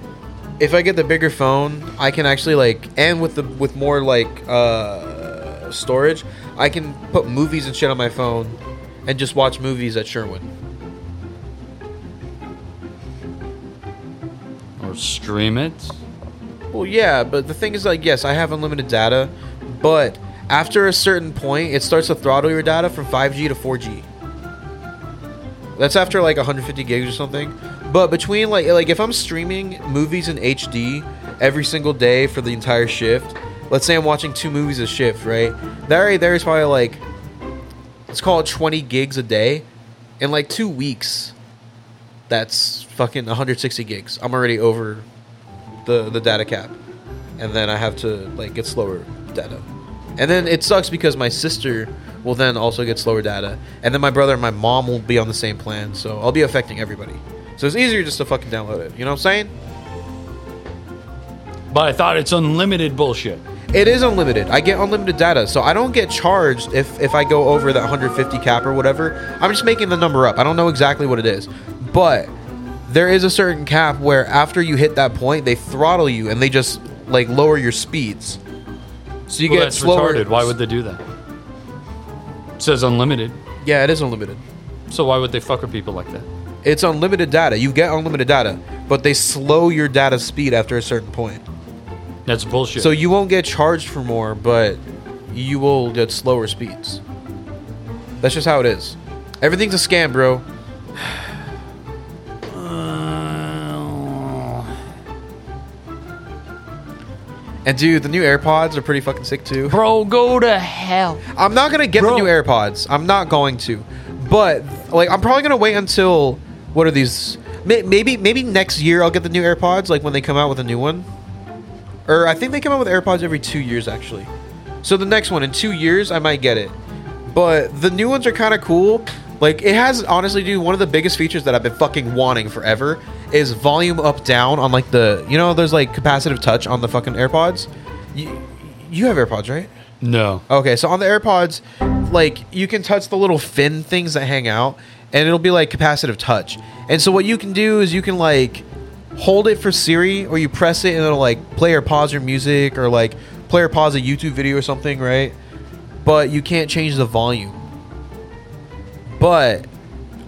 S3: if I get the bigger phone, I can actually like, and with the with more like uh, storage, I can put movies and shit on my phone, and just watch movies at Sherwood.
S2: Or stream it.
S3: Well, yeah, but the thing is, like, yes, I have unlimited data, but after a certain point, it starts to throttle your data from 5G to 4G. That's after like 150 gigs or something. But between like like if I'm streaming movies in HD every single day for the entire shift, let's say I'm watching two movies a shift, right? That right there is probably like let's call it 20 gigs a day. In like two weeks, that's fucking 160 gigs. I'm already over the the data cap, and then I have to like get slower data. And then it sucks because my sister will then also get slower data, and then my brother and my mom will be on the same plan, so I'll be affecting everybody. So it's easier just to fucking download it. You know what I'm saying?
S2: But I thought it's unlimited bullshit.
S3: It is unlimited. I get unlimited data, so I don't get charged if if I go over that 150 cap or whatever. I'm just making the number up. I don't know exactly what it is, but there is a certain cap where after you hit that point, they throttle you and they just like lower your speeds. So you
S2: Well,
S3: get
S2: that's
S3: slower.
S2: retarded. Why would they do that? It says unlimited.
S3: Yeah, it is unlimited.
S2: So why would they fuck with people like that?
S3: It's unlimited data. You get unlimited data, but they slow your data speed after a certain point.
S2: That's bullshit.
S3: So you won't get charged for more, but you will get slower speeds. That's just how it is. Everything's a scam, bro. And dude, the new AirPods are pretty fucking sick too.
S18: Bro, go to hell.
S3: I'm not gonna get the new AirPods. I'm not going to. But like, I'm probably gonna wait until what are these? May- Maybe maybe next year I'll get the new AirPods. Like when they come out with a new one, or I think they come out with AirPods every two years actually. So the next one in two years I might get it. But the new ones are kind of cool. Like it has honestly, dude, one of the biggest features that I've been fucking wanting forever is volume up down on like the you know there's like capacitive touch on the fucking AirPods. You, you have AirPods, right?
S2: No.
S3: Okay, so on the AirPods, like you can touch the little fin things that hang out, and it'll be like capacitive touch. And so what you can do is you can like hold it for Siri, or you press it and it'll like play or pause your music, or like play or pause a YouTube video or something, right? But you can't change the volume. But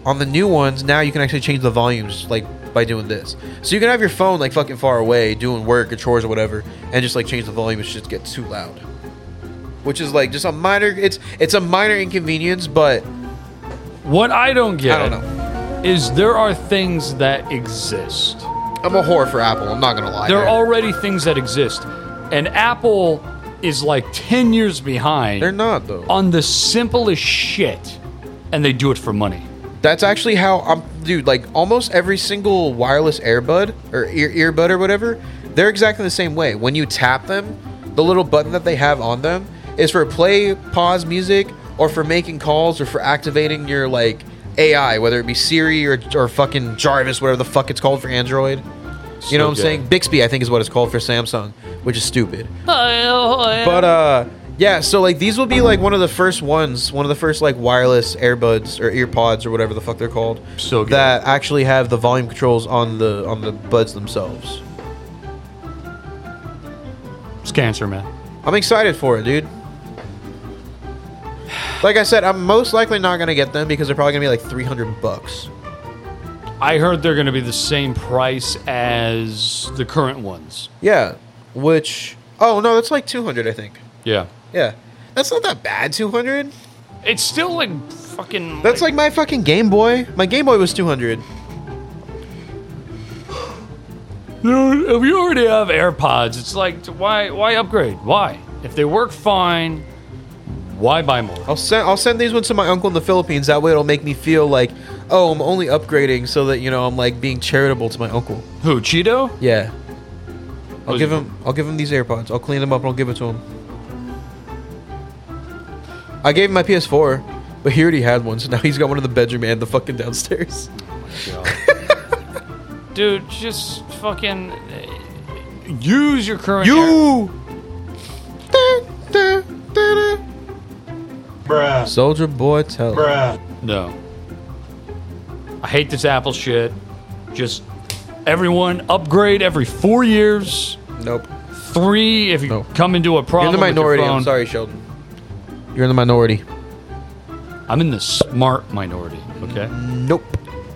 S3: on the new ones, now you can actually change the volumes like by doing this. So you can have your phone like fucking far away doing work or chores or whatever, and just like change the volume if shit gets too loud which is like just a minor it's it's a minor inconvenience but
S2: What I don't get
S3: I don't
S2: is there are things that exist.
S3: I'm a whore for Apple, I'm not gonna lie.
S2: There
S3: man.
S2: are already things that exist. And Apple is like 10 years behind. They're
S3: not, though.
S2: On the simplest shit. And they do it for money.
S3: that's actually how i'm dude like almost every single wireless airbud or ear, earbud or whatever they're exactly the same way when you tap them the little button that they have on them is for play pause music or for making calls or for activating your like ai whether it be siri or, or fucking jarvis whatever the fuck it's called for android you know what i'm
S18: Stupid.
S3: saying bixby i think is what it's called for samsung which is stupid
S18: But
S3: But uh yeah, so like these will be like one of the first ones, one of the first like wireless earbuds or earpods or whatever the fuck they're called.
S2: So good.
S3: that actually have the volume controls on the on the buds themselves.
S2: It's cancer, man.
S3: I'm excited for it, dude. Like I said, I'm most likely not gonna get them because they're probably gonna be like 300 bucks.
S2: I heard they're going to be the same price as the current ones.
S3: Yeah, which oh no, that's like two hundred, I think.
S2: Yeah.
S3: Yeah, that's not that bad. Two hundred.
S2: It's still like fucking.
S3: That's like my fucking Game Boy. My Game Boy was two hundred.
S2: Dude, if you already have AirPods, it's like why why upgrade? Why? If they work fine, why buy more?
S3: I'll send I'll send these ones to my uncle in the Philippines. That way, it'll make me feel like oh, I'm only upgrading so that you know I'm like being charitable to my uncle.
S2: Who, Cheeto?
S3: Yeah. I'll
S2: Who's-
S3: give him. I'll give him these AirPods. I'll clean them up and I'll give it to him. I gave him my PS4, but he already had one, so now he's got one in the bedroom and the fucking downstairs.
S2: Dude, just fucking eh, use your current.
S3: You. Soldier boy, tell.
S26: Bruh.
S2: No. I hate this Apple shit. Just everyone upgrade every four years.
S3: Nope.
S2: Three if you come into a problem.
S3: You're the
S2: with your
S3: minority.
S2: phone.
S3: I'm sorry, Sheldon. You're in the minority.
S2: I'm in the smart minority. Okay.
S3: Nope.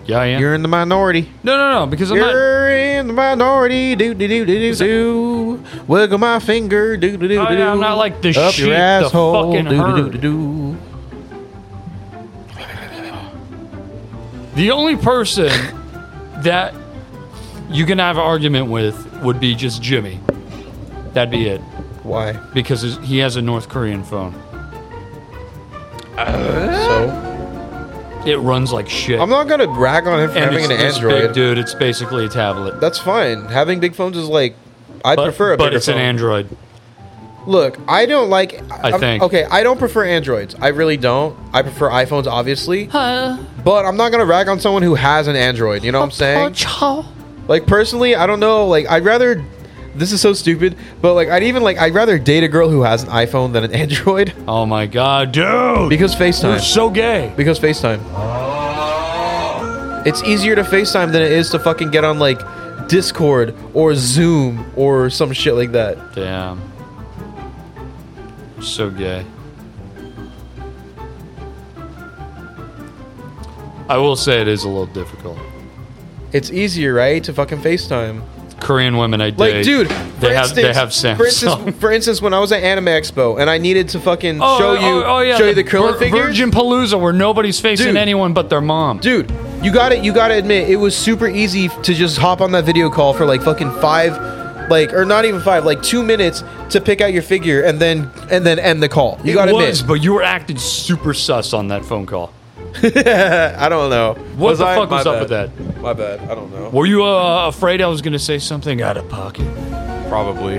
S2: Yeah, I am.
S3: You're in the minority.
S2: No, no, no. Because I'm
S3: You're
S2: not.
S3: in the minority. Do do do do do do. Wiggle my finger. Do do do
S2: Oh,
S3: do.
S2: yeah, I'm not like the
S3: Up
S2: sheep,
S3: your
S2: the
S3: asshole.
S2: fucking
S3: do, do,
S2: herd.
S3: do, do, do.
S2: The only person that you can have an argument with would be just Jimmy. That'd be it.
S3: Why?
S2: Because his- he has a North Korean phone.
S3: So
S2: It runs like shit.
S3: I'm not gonna brag on him for
S2: And
S3: having
S2: it's
S3: an
S2: this big,
S3: Android.
S2: dude. It's basically a tablet.
S3: That's fine. Having big phones is like I
S2: but,
S3: prefer a
S2: But
S3: bigger
S2: it's
S3: phone.
S2: an Android.
S3: Look, I don't like.
S2: I
S3: I'm-
S2: think.
S3: Okay, I don't prefer Androids. I really don't. I prefer iPhones, obviously. But I'm not gonna rag on someone who has an Android. You know what I'm saying? Like personally, I don't know. Like I'd rather. This is so stupid, but like I'd even like I'd rather date a girl who has an iPhone than an Android.
S2: Oh my god, dude!
S3: Because FaceTime.
S2: You're so gay.
S3: Because FaceTime. It's easier to FaceTime than it is to fucking get on like Discord or Zoom or some shit like that.
S2: Damn. So gay. I will say it is a little difficult.
S3: It's easier, right, to fucking FaceTime.
S2: Korean women I date.
S3: Like, dude, for
S2: they have they
S3: instance-
S2: have Samsung.
S3: For instance, for instance, when I was at Anime Expo and I needed to fucking
S2: Oh,
S3: show you,
S2: oh, oh, yeah,
S3: show you the Krillin
S2: Vir-
S3: figure,
S2: Virgin Palooza, where nobody's facing
S3: Dude.
S2: anyone but their mom.
S3: dude, you got it. You got to admit, it was super easy to just hop on that video call for like fucking five, like or not even five, like two minutes to pick out your figure and then and then end the call. You
S2: It
S3: got to
S2: was,
S3: admit,
S2: but you were acting super sus on that phone call.
S3: I don't know.
S2: What the
S3: I-
S2: fuck
S3: my
S2: was up
S3: bad.
S2: with that?
S3: My bad. I don't know.
S2: Were you uh, afraid I was going to say something out of pocket?
S18: Probably.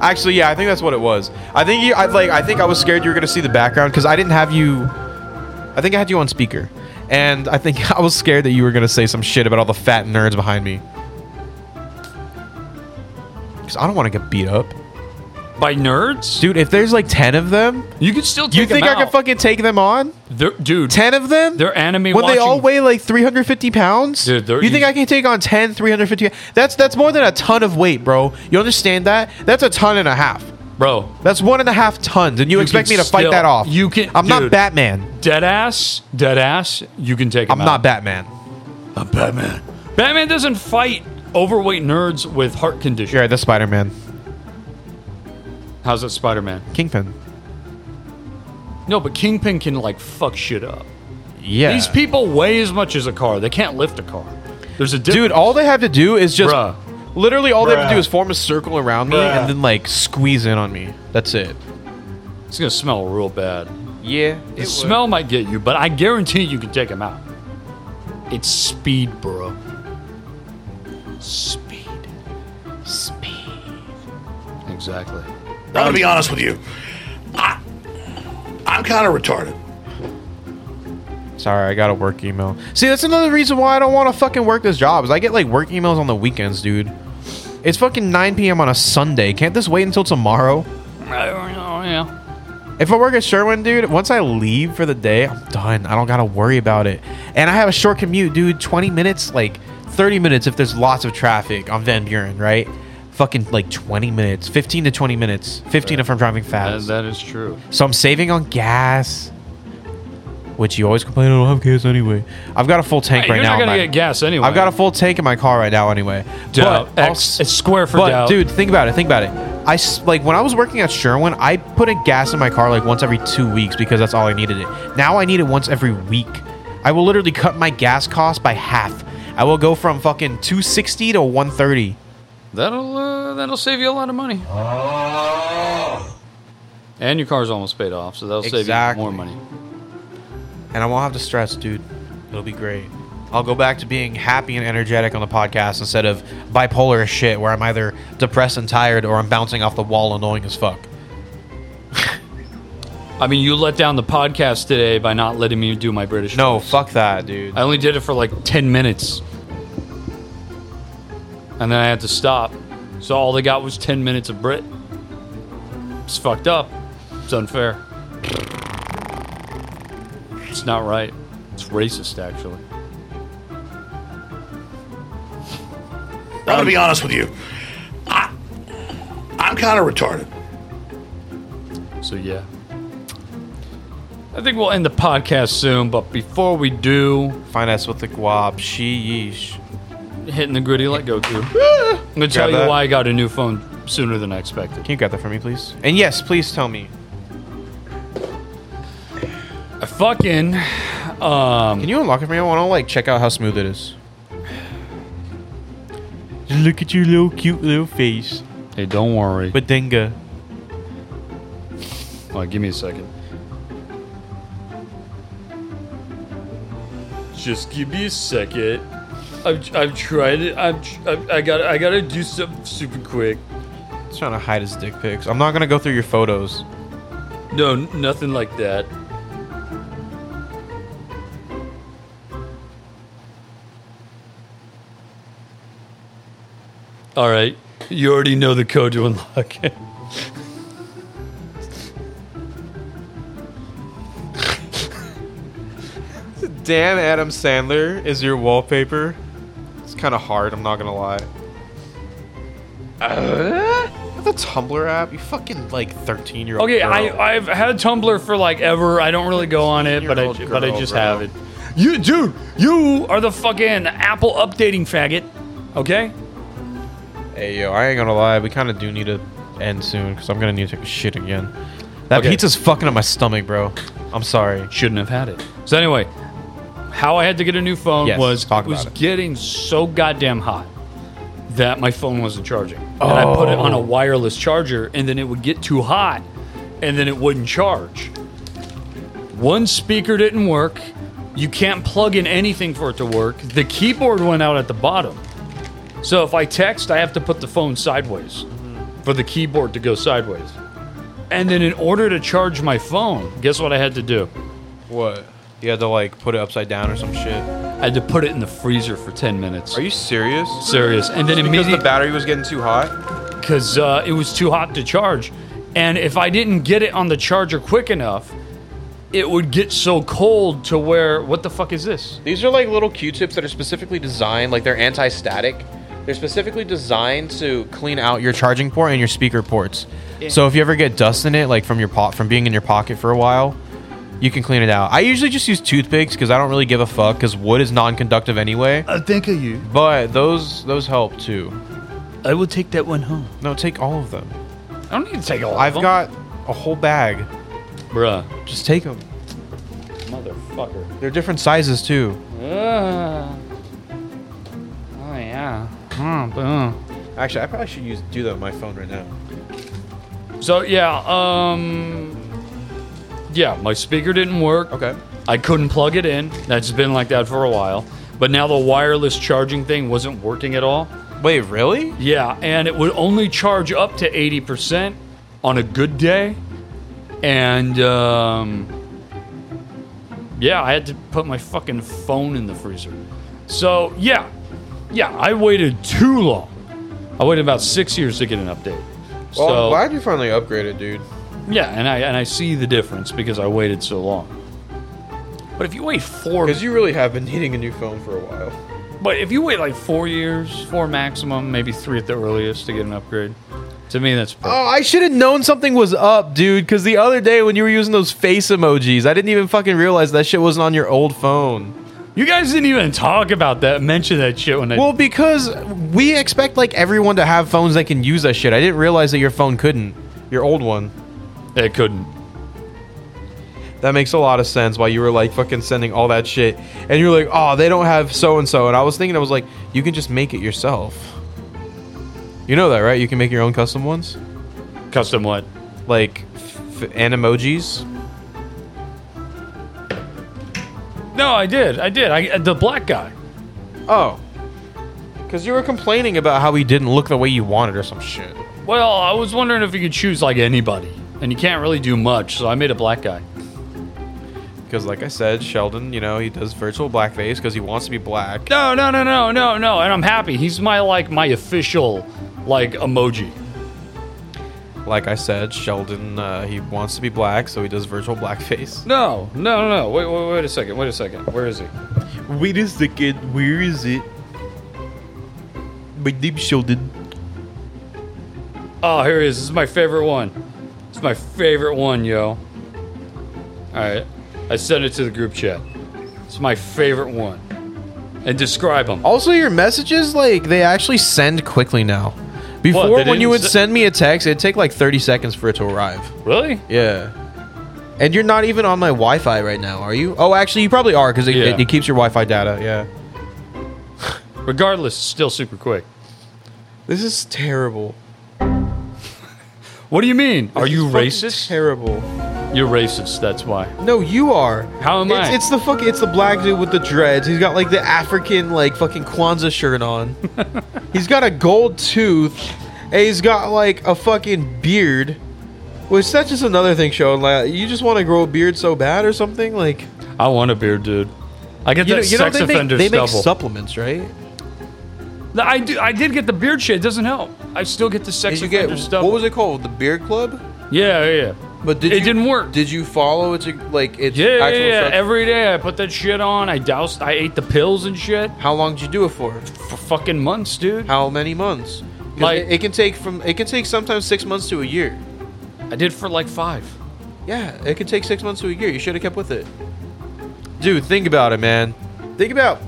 S18: Actually, yeah, I think that's what it was. I think you, I like, I think I was scared you were gonna see the background because I didn't have you. I think I had you on speaker, and I think I was scared that you were gonna say some shit about all the fat nerds behind me. Because I don't want to get beat up,
S2: By nerds?
S18: dude. If there's like ten of them,
S2: You can still take
S18: you think
S2: them
S18: I can
S2: out.
S18: fucking take them on?
S2: They're- dude,
S18: Ten of them?
S2: they're anime
S18: when
S2: watching.
S18: they all weigh like 350 pounds
S2: Dude, they're
S18: you think
S2: easy.
S18: i can take on 10 350 that's that's more than a ton of weight bro you understand that that's a ton and a half
S2: Bro,
S18: that's one and a half tons and you,
S2: You
S18: expect me
S2: can
S18: to fight
S2: still-
S18: that off
S2: you can-
S18: i'm not
S2: dude.
S18: batman
S2: dead ass, dead ass, you can take
S18: i'm
S2: them out.
S18: not batman
S2: I'm Batman. Batman doesn't fight overweight nerds with heart condition.
S18: you're right that's spider-man
S2: How's that Spider Man?
S18: kingpin
S2: No, but Kingpin can like fuck shit up.
S18: yeah
S2: These people weigh as much as a car. They can't lift a car. There's a
S18: dude
S2: difference.
S18: all they have to do is just
S2: Bruh.
S18: literally all they have to
S26: Bruh.
S18: do is form a circle around me
S26: Bruh.
S18: and then like squeeze in on me that's it
S2: it's gonna smell real bad.
S18: yeah
S2: The smell might get you, but I guarantee you can take them out. It's speed, bro. Speed. Speed. Exactly.
S7: I'm gonna be honest with you. I, I'm kind of retarded.
S18: Sorry, I got a work email. See, that's another reason why I don't want to fucking work this job. Is I get like work emails on the weekends, dude. It's fucking 9 p.m. on a Sunday. Can't this wait until tomorrow?
S2: Oh, yeah.
S18: If I work at Sherwin, dude, once I leave for the day, I'm done. I don't gotta worry about it. And I have a short commute, dude. 20 minutes, like 30 minutes if there's lots of traffic on Van Buren, right? Fucking like 20 minutes, 15 to 20 minutes, 15 if I'm driving
S2: That,
S18: fast.
S2: that is true.
S18: So I'm saving on gas.
S3: which you always complain I don't have gas anyway. I've got a full tank
S2: Hey,
S3: right
S2: you're
S3: now.
S2: not
S3: in
S2: gonna
S3: my-
S2: get gas anyway.
S3: I've got a full tank in my car right now anyway.
S2: Doubt.
S3: But I'll
S2: X- it's square for
S3: but
S2: doubt.
S3: dude, think about it. Think about it. I s- like when I was working at Sherwin, I put in gas in my car like once every two weeks because that's all I needed it. Now I need it once every week. I will literally cut my gas cost by half. I will go from fucking 260 to 130.
S2: That'll uh, that'll save you a lot of money.
S3: Oh.
S2: And your car's almost paid off, so that'll save you more money.
S3: And I won't have to stress, dude. It'll be great. I'll go back to being happy and energetic on the podcast instead of bipolar as shit where I'm either depressed and tired or I'm bouncing off the wall annoying as fuck.
S2: I mean, you let down the podcast today by not letting me do my British. No,
S3: fuck that, dude.
S2: I only did it for like ten minutes, and then I had to stop. So all they got was ten minutes of Brit. It's fucked up. It's unfair. It's not right. It's racist, actually.
S7: I'm gonna be honest with you. I, I'm kind of retarded.
S2: So yeah. I think we'll end the podcast soon, but before we do,
S3: find us with the guap, she yeesh.
S2: Hitting the gritty like Goku. I'm gonna
S3: Grab
S2: tell you
S3: that.
S2: why I got a new phone sooner than I expected.
S3: Can you grab that for me, please? And yes, please tell me.
S2: I fucking. Um,
S3: Can you unlock it for me? I want to like check out how smooth it is. Look at your little cute little face.
S2: Hey, don't worry.
S3: Badinga.
S2: All right, give me a second. Just give me a second. I've, I've tried it. I'm tr- I, I got I gotta do something super quick.
S3: He's trying to hide his dick pics. I'm not gonna go through your photos.
S2: No, n- nothing like that. All right, you already know the code to unlock it.
S3: Damn, Adam Sandler is your wallpaper. It's kind of hard. I'm not gonna lie. Uh, the Tumblr app. You fucking like 13 year old.
S2: Okay, I, I've had Tumblr for like ever. I don't really go on it, but I but I just have it. You dude, you are the fucking Apple updating faggot. Okay.
S3: Hey yo, I ain't gonna lie. We kind of do need to end soon because I'm gonna need to take a shit again. That
S2: Okay.
S3: pizza's fucking up my stomach, bro. I'm sorry.
S2: Shouldn't have had it. So anyway, how I had to get a new phone
S3: Yes,
S2: was
S3: talk
S2: it was
S3: about it.
S2: getting so goddamn hot that my phone wasn't charging. And I put it on a
S3: Oh.
S2: wireless charger and then it would get too hot and then it wouldn't charge. One speaker didn't work. You can't plug in anything for it to work. The keyboard went out at the bottom. So if I text, I have to put the phone sideways for the keyboard to go sideways. And then in order to charge my phone, guess what I had to do?
S3: What? You had to like put it upside down or some shit.
S2: I had to put it in the freezer for 10 minutes.
S3: Are you serious?
S2: Serious. And then
S3: Just
S2: immediately.
S3: because the battery was getting too hot.
S2: because uh, it was too hot to charge. And if I didn't get it on the charger quick enough, it would get so cold to where what the fuck is this?
S27: These are like little Q-tips that are specifically designed, like they're anti-static. They're specifically designed to clean out your
S3: Your charging port and your speaker ports.
S27: Yeah.
S3: So if you ever get dust in it, like from your pot from being in your pocket for a while, you can clean it out. I usually just use toothpicks because I don't really give a fuck because wood is non-conductive anyway.
S2: I think of you.
S3: But those those help too.
S2: I will take that one home.
S3: No, take all of them.
S2: I don't need to take all
S3: I've
S2: of them.
S3: got a whole bag.
S2: Bruh.
S3: Just take them.
S2: Motherfucker.
S3: They're different sizes too.
S2: Uh, oh yeah. Huh, boom.
S3: Actually, I probably should use do that on my phone right now.
S2: So yeah, um, yeah, my speaker didn't work.
S3: Okay.
S2: I couldn't plug it in. That's been like that for a while. But now the wireless charging thing wasn't working at all.
S3: Wait, really?
S2: Yeah, and it would only charge up to eighty percent on a good day, and um, yeah, I had to put my fucking phone in the freezer. So yeah, yeah, I waited too long. I waited about six years to get an update.
S3: Well,
S2: so,
S3: I'm glad you finally upgraded, dude.
S2: yeah, and I and I see the difference because I waited so long. But if you wait four,
S3: because you really have been needing a new phone for a while.
S2: But if you wait like four years, four maximum, maybe three at the earliest to get an upgrade, To me, that's
S3: Oh, I should have known something was up, dude. Because the other day when you were using those face emojis, I didn't even fucking realize that shit wasn't on your old phone.
S2: You guys didn't even talk about that, mention that shit when I.
S3: Well, because we expect like everyone to have phones that can use that shit. I didn't realize that your phone couldn't. Your old one.
S2: It couldn't.
S3: That makes a lot of sense why you were like fucking sending all that shit. And you're like, oh, they don't have so and so. And I was thinking, I was like, you can just make it yourself. You know that, right? You can make your own custom ones.
S2: Custom what?
S3: Like f- and emojis.
S2: No, I did. I did. I uh, the black guy.
S3: Oh. Because you were complaining about how he didn't look the way you wanted or some shit.
S2: Well, I was wondering if you could choose like anybody, and you can't really do much, so I made a black guy.
S3: Because, like I said, Sheldon, you know, he does virtual blackface because he wants to be black.
S2: No, no, no, no, no, no, and I'm happy. He's my like my official like emoji.
S3: Like I said, Sheldon, uh, he wants to be black, so he does virtual blackface.
S2: No, no, no, no. Wait, wait, wait a second. Wait a second. Where is he?
S3: Wait a second. Where is it? My name's Sheldon.
S2: Oh, here he is. This is my favorite one. It's my favorite one, yo. All right, I sent it to the group chat. It's my favorite one. And describe him.
S3: Also, your messages, like, they actually send quickly now. Before,
S2: What, they
S3: when
S2: didn't
S3: you would
S2: se-
S3: send me a text, it'd take like 30 seconds for it to arrive.
S2: Really?
S3: Yeah. And you're not even on my Wi Fi right now, are you? Oh, actually, you probably are because it,
S2: Yeah.
S3: it, it keeps your Wi Fi data. Yeah.
S2: Regardless, it's still super quick.
S3: This is terrible.
S2: What do you mean? Are you
S3: fucking
S2: racist?
S3: Terrible.
S2: You're racist. That's why.
S3: No, you are.
S2: How am
S3: it's,
S2: I?
S3: It's the fuck. It's the black dude with the dreads. He's got like the African like fucking Kwanzaa shirt on. he's got a gold tooth, and he's got like a fucking beard. Which that's just another thing, showing like you just want to grow a beard so bad or something. Like
S2: I want a beard, dude. I get
S3: you
S2: that
S3: know, you know
S2: sex
S3: they
S2: offender
S3: make, they make
S2: stubble.
S3: supplements, right?
S2: No, I do. I did get the beard shit. It doesn't help. I still get the sex
S11: Did you
S2: offender
S11: get
S2: stubble.
S11: what was it called? The Beard Club.
S2: Yeah, yeah, yeah.
S11: But did
S2: it
S11: you,
S2: didn't work.
S11: Did you follow its like its
S2: Yeah, yeah,
S11: actual?
S2: yeah.
S11: structure?
S2: Every day I put that shit on. I doused. I ate the pills and shit
S11: How long did you do it for?
S2: for fucking months, dude.
S11: How many months? 'Cause
S2: Like-
S11: it, it can take from it can take sometimes six months to a year.
S2: I did for like five.
S11: Yeah, it can take six months to a year. You should have kept with it.
S3: Dude, think about it, man. Think about,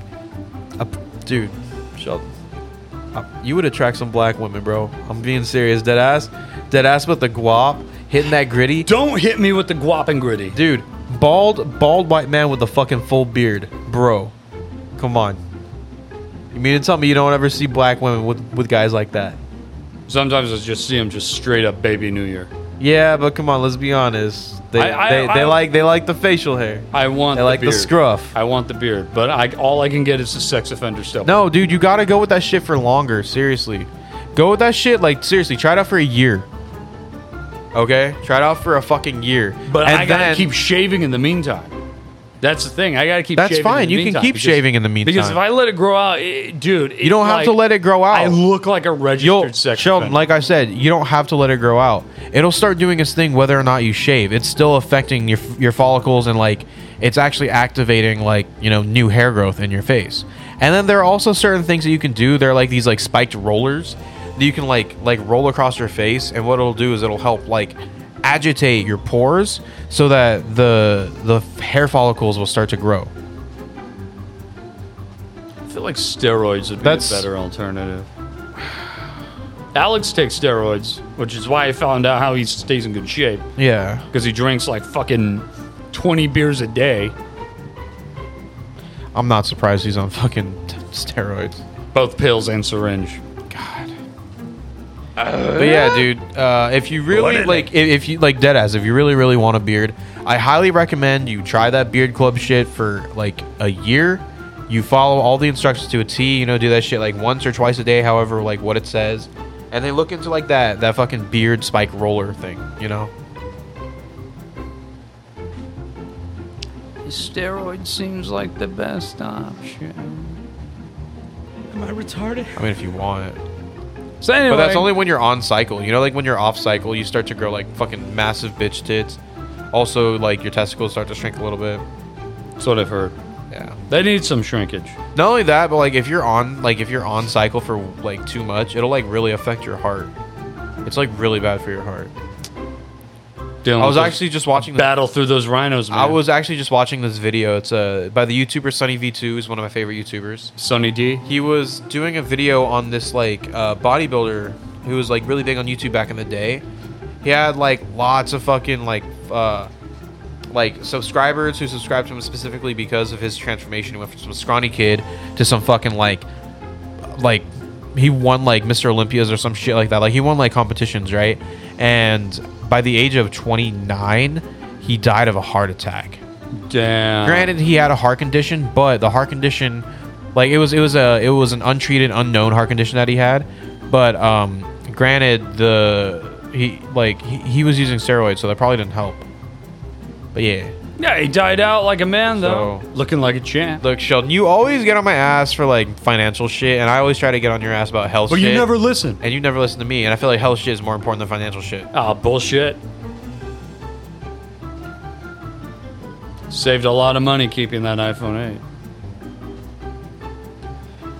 S3: a, dude, Sheldon. Uh, you would attract some black women, bro. I'm being serious, dead ass, dead ass with the guap, hitting that gritty.
S2: Don't hit me with the guap and gritty,
S3: dude. Bald, bald white man with a fucking full beard, bro. Come on. You mean to tell me you don't ever see black women with with guys like that?
S2: Sometimes I just see him just straight up baby New Year.
S3: Yeah, but come on, let's be honest. They
S2: I- I-
S3: they, they
S2: I-
S3: like they like the facial hair.
S2: I want.
S3: They
S2: the
S3: like the
S2: beard.
S3: scruff.
S2: I want the beard, but I all I can get is the sex offender stubble.
S3: No, dude, you gotta go with that shit for longer. Seriously, go with that shit. Like seriously, try it out for a year. Okay, try it out for a fucking year.
S2: But
S3: And
S2: I gotta
S3: then-
S2: keep shaving in the meantime. That's the thing. I gotta keep.
S3: That's
S2: shaving
S3: fine.
S2: In the
S3: You can
S2: meantime
S3: keep shaving in the meantime.
S2: Because if I let it grow out, it- dude,
S3: You don't have to let it grow out.
S2: I look like a registered sex
S3: Sheldon,
S2: offender.
S3: like I said, you don't have to let it grow out. It'll start doing its thing whether or not you shave. It's still affecting your your follicles and like it's actually activating like you know new hair growth in your face. And then there are also certain things that you can do. There are like these like spiked rollers that you can like like roll across your face, and what it'll do is it'll help like agitate your pores so that the the hair follicles will start to grow.
S2: I feel like steroids would be
S3: That's-
S2: a better alternative. Alex takes steroids, which is why I found out how he stays in good shape.
S3: Yeah.
S2: Because he drinks like fucking twenty beers a day.
S3: I'm not surprised he's on fucking t- steroids.
S2: Both pills and syringe.
S3: But yeah, dude, uh, if you really like, if, if you like dead ass, if you really really want a beard, I highly recommend you try that beard club shit for like a year. You follow all the instructions to a T. You know, do that shit like once or twice a day, however, like what it says, and then look into like that that fucking beard spike roller thing. You know,
S18: Steroid seems like the best option.
S21: Am I retarded?
S3: I mean, if you want it.
S18: So anyway,
S3: but that's only when you're on cycle. You know, like when you're off cycle, you start to grow like fucking massive bitch tits. Also, like your testicles start to shrink a little bit.
S2: That's what I've heard.
S3: Yeah.
S2: They need some shrinkage.
S3: Not only that, but like if you're on like if you're on cycle for like too much, it'll like really affect your heart. It's like really bad for your heart.
S2: Dylan,
S3: I was
S2: let's
S3: actually just watching
S2: battle through those rhinos. Man.
S3: I was actually just watching this video. It's uh, by the YouTuber Sunny V2, is one of my favorite YouTubers.
S2: Sunny D.
S3: He was doing a video on this like uh, bodybuilder who was like really big on YouTube back in the day. He had like lots of fucking like uh, like subscribers who subscribed to him specifically because of his transformation. He went from some scrawny kid to some fucking like like he won like Mr. Olympias or some shit like that. Like he won like competitions, right? And by the age of 29, he died of a heart attack.
S2: Damn.
S3: Granted, he had a heart condition, but the heart condition, like it was, it was a, it was an untreated, unknown heart condition that he had. But um, granted, the he like he, he was using steroids, so that probably didn't help. But yeah.
S2: Yeah, he died out like a man though, looking like a champ.
S3: Look, Sheldon, you always get on my ass for like financial shit, and I always try to get on your ass about health
S2: But
S3: shit.
S2: you never listen.
S3: And you never listen to me, and I feel like health shit is more important than financial shit.
S2: Ah, bullshit. Saved a lot of money keeping that iPhone 8.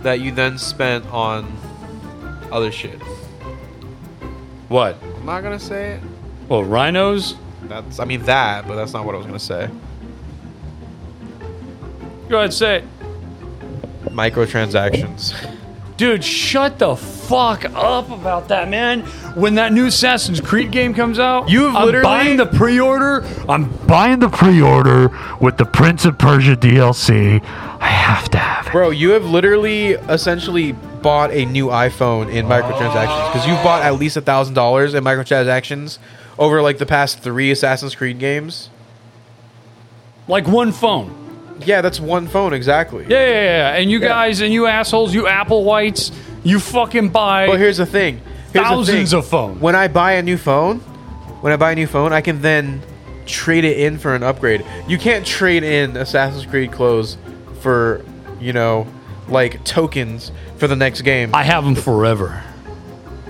S3: That you then spent on other shit.
S2: What?
S3: I'm not gonna say it.
S2: Well, rhinos?
S3: That's I mean that, but that's not what I was gonna say.
S2: Go ahead, say it.
S3: Microtransactions.
S2: Dude, shut the fuck up about that, man. When that new Assassin's Creed game comes out,
S3: You've
S2: I'm
S3: literally-
S2: buying the pre-order. I'm
S7: Buying the pre-order with the Prince of Persia DLC. I have to have
S3: Bro, you have literally essentially bought a new iPhone in microtransactions because you've bought at least a thousand dollars in microtransactions over like the past three Assassin's Creed games.
S2: like one phone.
S3: Yeah, that's one phone exactly.
S2: Yeah, yeah, yeah. And you guys and you assholes, you Apple whites, you fucking buy.
S3: But here's the thing. Here's the
S2: thousands
S3: thing.
S2: of phones.
S3: When I buy a new phone, when I buy a new phone, I can then trade it in for an upgrade. You can't trade in Assassin's Creed clothes for, you know, like tokens for the next game.
S2: I have them forever.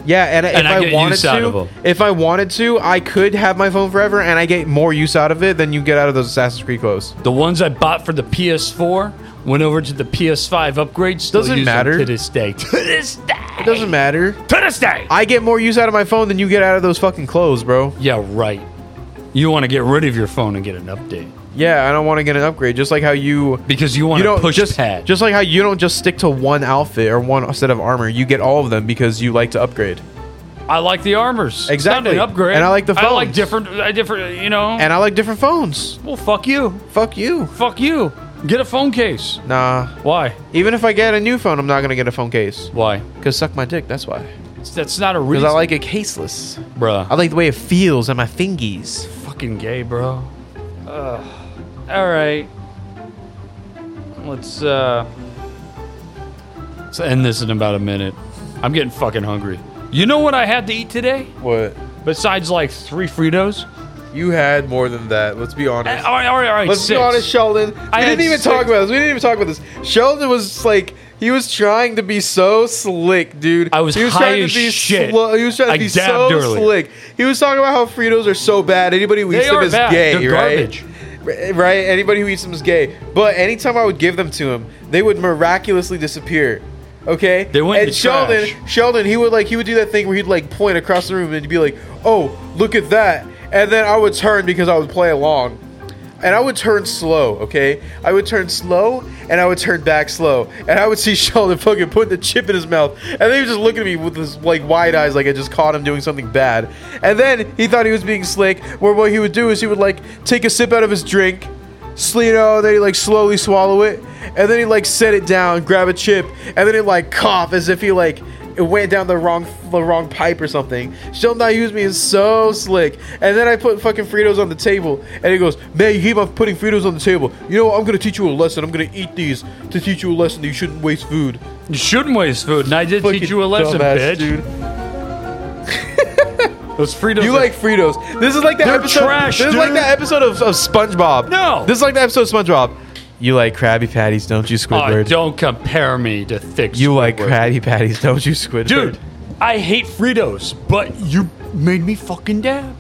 S3: Yeah, and, if
S2: And I
S3: I,
S2: get
S3: wanted
S2: use out of
S3: to,
S2: 'em.
S3: if I wanted to, I could have my phone forever, and I get more use out of it than you get out of those Assassin's Creed clothes.
S2: The ones I bought for the PS4 went over to the PS5 upgrade. Still
S3: Doesn't
S2: use them
S3: matter.
S2: to this day. To this day.
S3: It doesn't matter.
S2: To this day.
S3: I get more use out of my phone than you get out of those fucking clothes, bro.
S2: Yeah, right. You want to get rid of your phone and get an update
S3: Yeah, I don't want to get an upgrade. Just like how you,
S2: because you
S3: you
S2: want to
S3: don't
S2: push
S3: just
S2: pad.
S3: just like how you don't just stick to one outfit or one set of armor. You get all of them because you like to upgrade.
S2: I like the armors. It's not
S3: Exactly.
S2: an upgrade.
S3: And I like the
S2: I like
S3: phones.
S2: different. I different. You know.
S3: And I like different phones.
S2: well, fuck you.
S3: Fuck you.
S2: Fuck you. Get a phone case.
S3: Nah.
S2: Why?
S3: Even if I get a new phone, I'm not gonna get a phone case.
S2: Why?
S3: Cause suck my dick. That's why.
S2: It's- That's not a
S3: Cause
S2: reason.
S3: I like it caseless.
S2: Bruh.
S3: I like the way it feels on my fingies.
S2: fucking gay, bro. All right. Let's uh let's end this in about a minute. I'm getting fucking hungry. You know what I had to eat today?
S3: What?
S2: Besides like three Fritos?
S3: You had more than that. Let's be honest.
S2: All right, all right, all right. Uh,
S3: Let's
S2: oh, six.
S3: be honest, Sheldon.
S2: I
S3: we
S2: had
S3: didn't even
S2: six-
S3: talk about this. We didn't even talk about this. Sheldon was like, he was trying to be so slick, dude.
S2: I was
S3: he was
S2: high
S3: trying
S2: as
S3: to be
S2: shit.
S3: Slow, he was trying to
S2: I
S3: be
S2: dabbed
S3: so
S2: earlier.
S3: slick. He was talking about how Fritos are so bad. Anybody who eats
S2: They
S3: them
S2: are
S3: is
S2: bad.
S3: gay,
S2: They're
S3: right?
S2: garbage.
S3: R- Right? Anybody who eats them is gay. But anytime I would give them to him, they would miraculously disappear. Okay?
S2: They went
S3: and
S2: in the
S3: Sheldon,
S2: trash.
S3: Sheldon, he would like he would do that thing where he'd like point across the room and be like, "Oh, look at that," and then I would turn because I would play along, and I would turn slow. Okay, I would turn slow and I would turn back slow, and I would see Sheldon fucking putting the chip in his mouth, and then he was just looking at me with his like wide eyes, like I just caught him doing something bad, and then he thought he was being slick. Where what he would do is he would like take a sip out of his drink. Sl- you know, then he like slowly swallow it, and then he like set it down, grab a chip, and then he like cough as if he like it went down the wrong the wrong pipe or something. Sheldon not use me is so slick. And then I put fucking Fritos on the table, and he goes, "Man, you keep on putting Fritos on the table. You know, what? I'm gonna teach you a lesson. I'm gonna eat these to teach you a lesson that you shouldn't waste food."
S2: You shouldn't waste food, and I did
S3: Fucking
S2: teach you a lesson,
S3: dumbass,
S2: bitch.
S3: dude.
S2: Those Fritos.
S3: You
S2: are-
S3: like Fritos? This is like that
S2: They're
S3: episode.
S2: trash,
S3: this is like
S2: dude.
S3: that episode of, of SpongeBob.
S2: No.
S3: this is like the episode of SpongeBob. You like Krabby Patties, don't you,
S2: Oh,
S3: Squidward?
S2: don't compare me to thick.
S3: You like
S2: Squidward.
S3: Krabby Patties, don't you, Squidward?
S2: dude? I hate Fritos, but you made me fucking dab.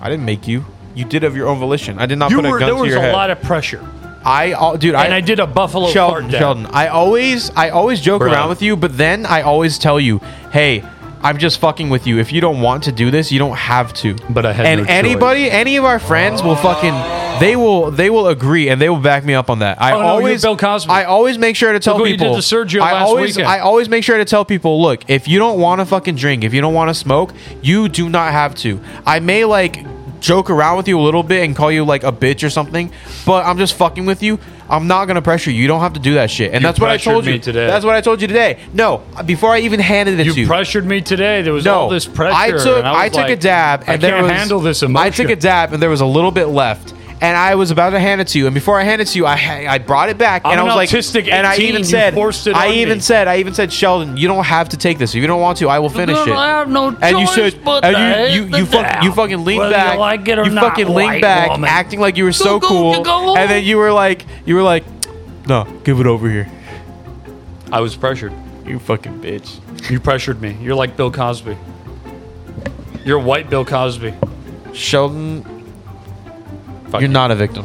S3: I didn't make you. You did of your own volition. I did not
S2: you
S3: put a
S2: were
S3: gun
S2: there
S3: to
S2: was
S3: your
S2: a
S3: head.
S2: lot of pressure.
S3: I, al- dude,
S2: and I did a Buffalo
S3: Sheldon,
S2: Cart down.
S3: Sheldon, I always, I always joke
S2: Bruh.
S3: around with you, but then I always tell you, hey, I'm just fucking with you. If you don't want to do this, you don't have to.
S2: But I had
S3: and
S2: no choice.
S3: anybody, any of our friends will fucking they will they will agree and they will back me up on that. I
S2: Oh, no, you're
S3: always
S2: Bill Cosby.
S3: I always make sure to tell
S2: what you
S3: people.
S2: did to Sergio
S3: I
S2: last
S3: always
S2: weekend.
S3: I always make sure to tell people. Look, if you don't want to fucking drink, if you don't want to smoke, you do not have to. I may like joke around with you a little bit and call you like a bitch or something, but I'm just fucking with you. I'm not gonna pressure you. You don't have to do that shit. And
S2: You
S3: that's what I
S2: pressured
S3: told
S2: me
S3: you
S2: today.
S3: That's what I told you today. No, before I even handed it
S2: You
S3: to you,
S2: pressured me today. There was
S3: no,
S2: all this pressure.
S3: I took
S2: and
S3: I,
S2: was
S3: took a
S2: like,
S3: dab, and
S2: I
S3: there
S2: can't
S3: was,
S2: handle this emotion.
S3: I took a dab, and there was a little bit left, and I was about to hand it to you. And before I handed it to you, I ha- I brought it back,
S2: I'm
S3: and I
S2: an
S3: was like,
S2: autistic
S3: and I
S2: 18,
S3: even
S2: you
S3: said,
S2: forced it
S3: I
S2: on
S3: even
S2: me.
S3: said, I even said, Sheldon, you don't have to take this. If you don't want to, I will finish
S18: Then
S3: it.
S18: I have no
S3: and you
S18: choice
S3: said,
S18: but to
S3: and you
S18: hit
S3: you you,
S18: the
S3: fuck, you
S18: dab,
S3: fucking leaned
S18: whether you
S3: back,
S18: like it or
S3: you
S18: not,
S3: fucking leaned
S18: white
S3: back,
S18: woman.
S3: acting like you were so
S18: Go, go,
S3: cool,
S18: go
S3: and then you were like, you were like, no, give it over here.
S2: I was pressured.
S3: You fucking bitch.
S2: You pressured me. You're like Bill Cosby. You're white Bill Cosby.
S3: Sheldon, you're not a victim.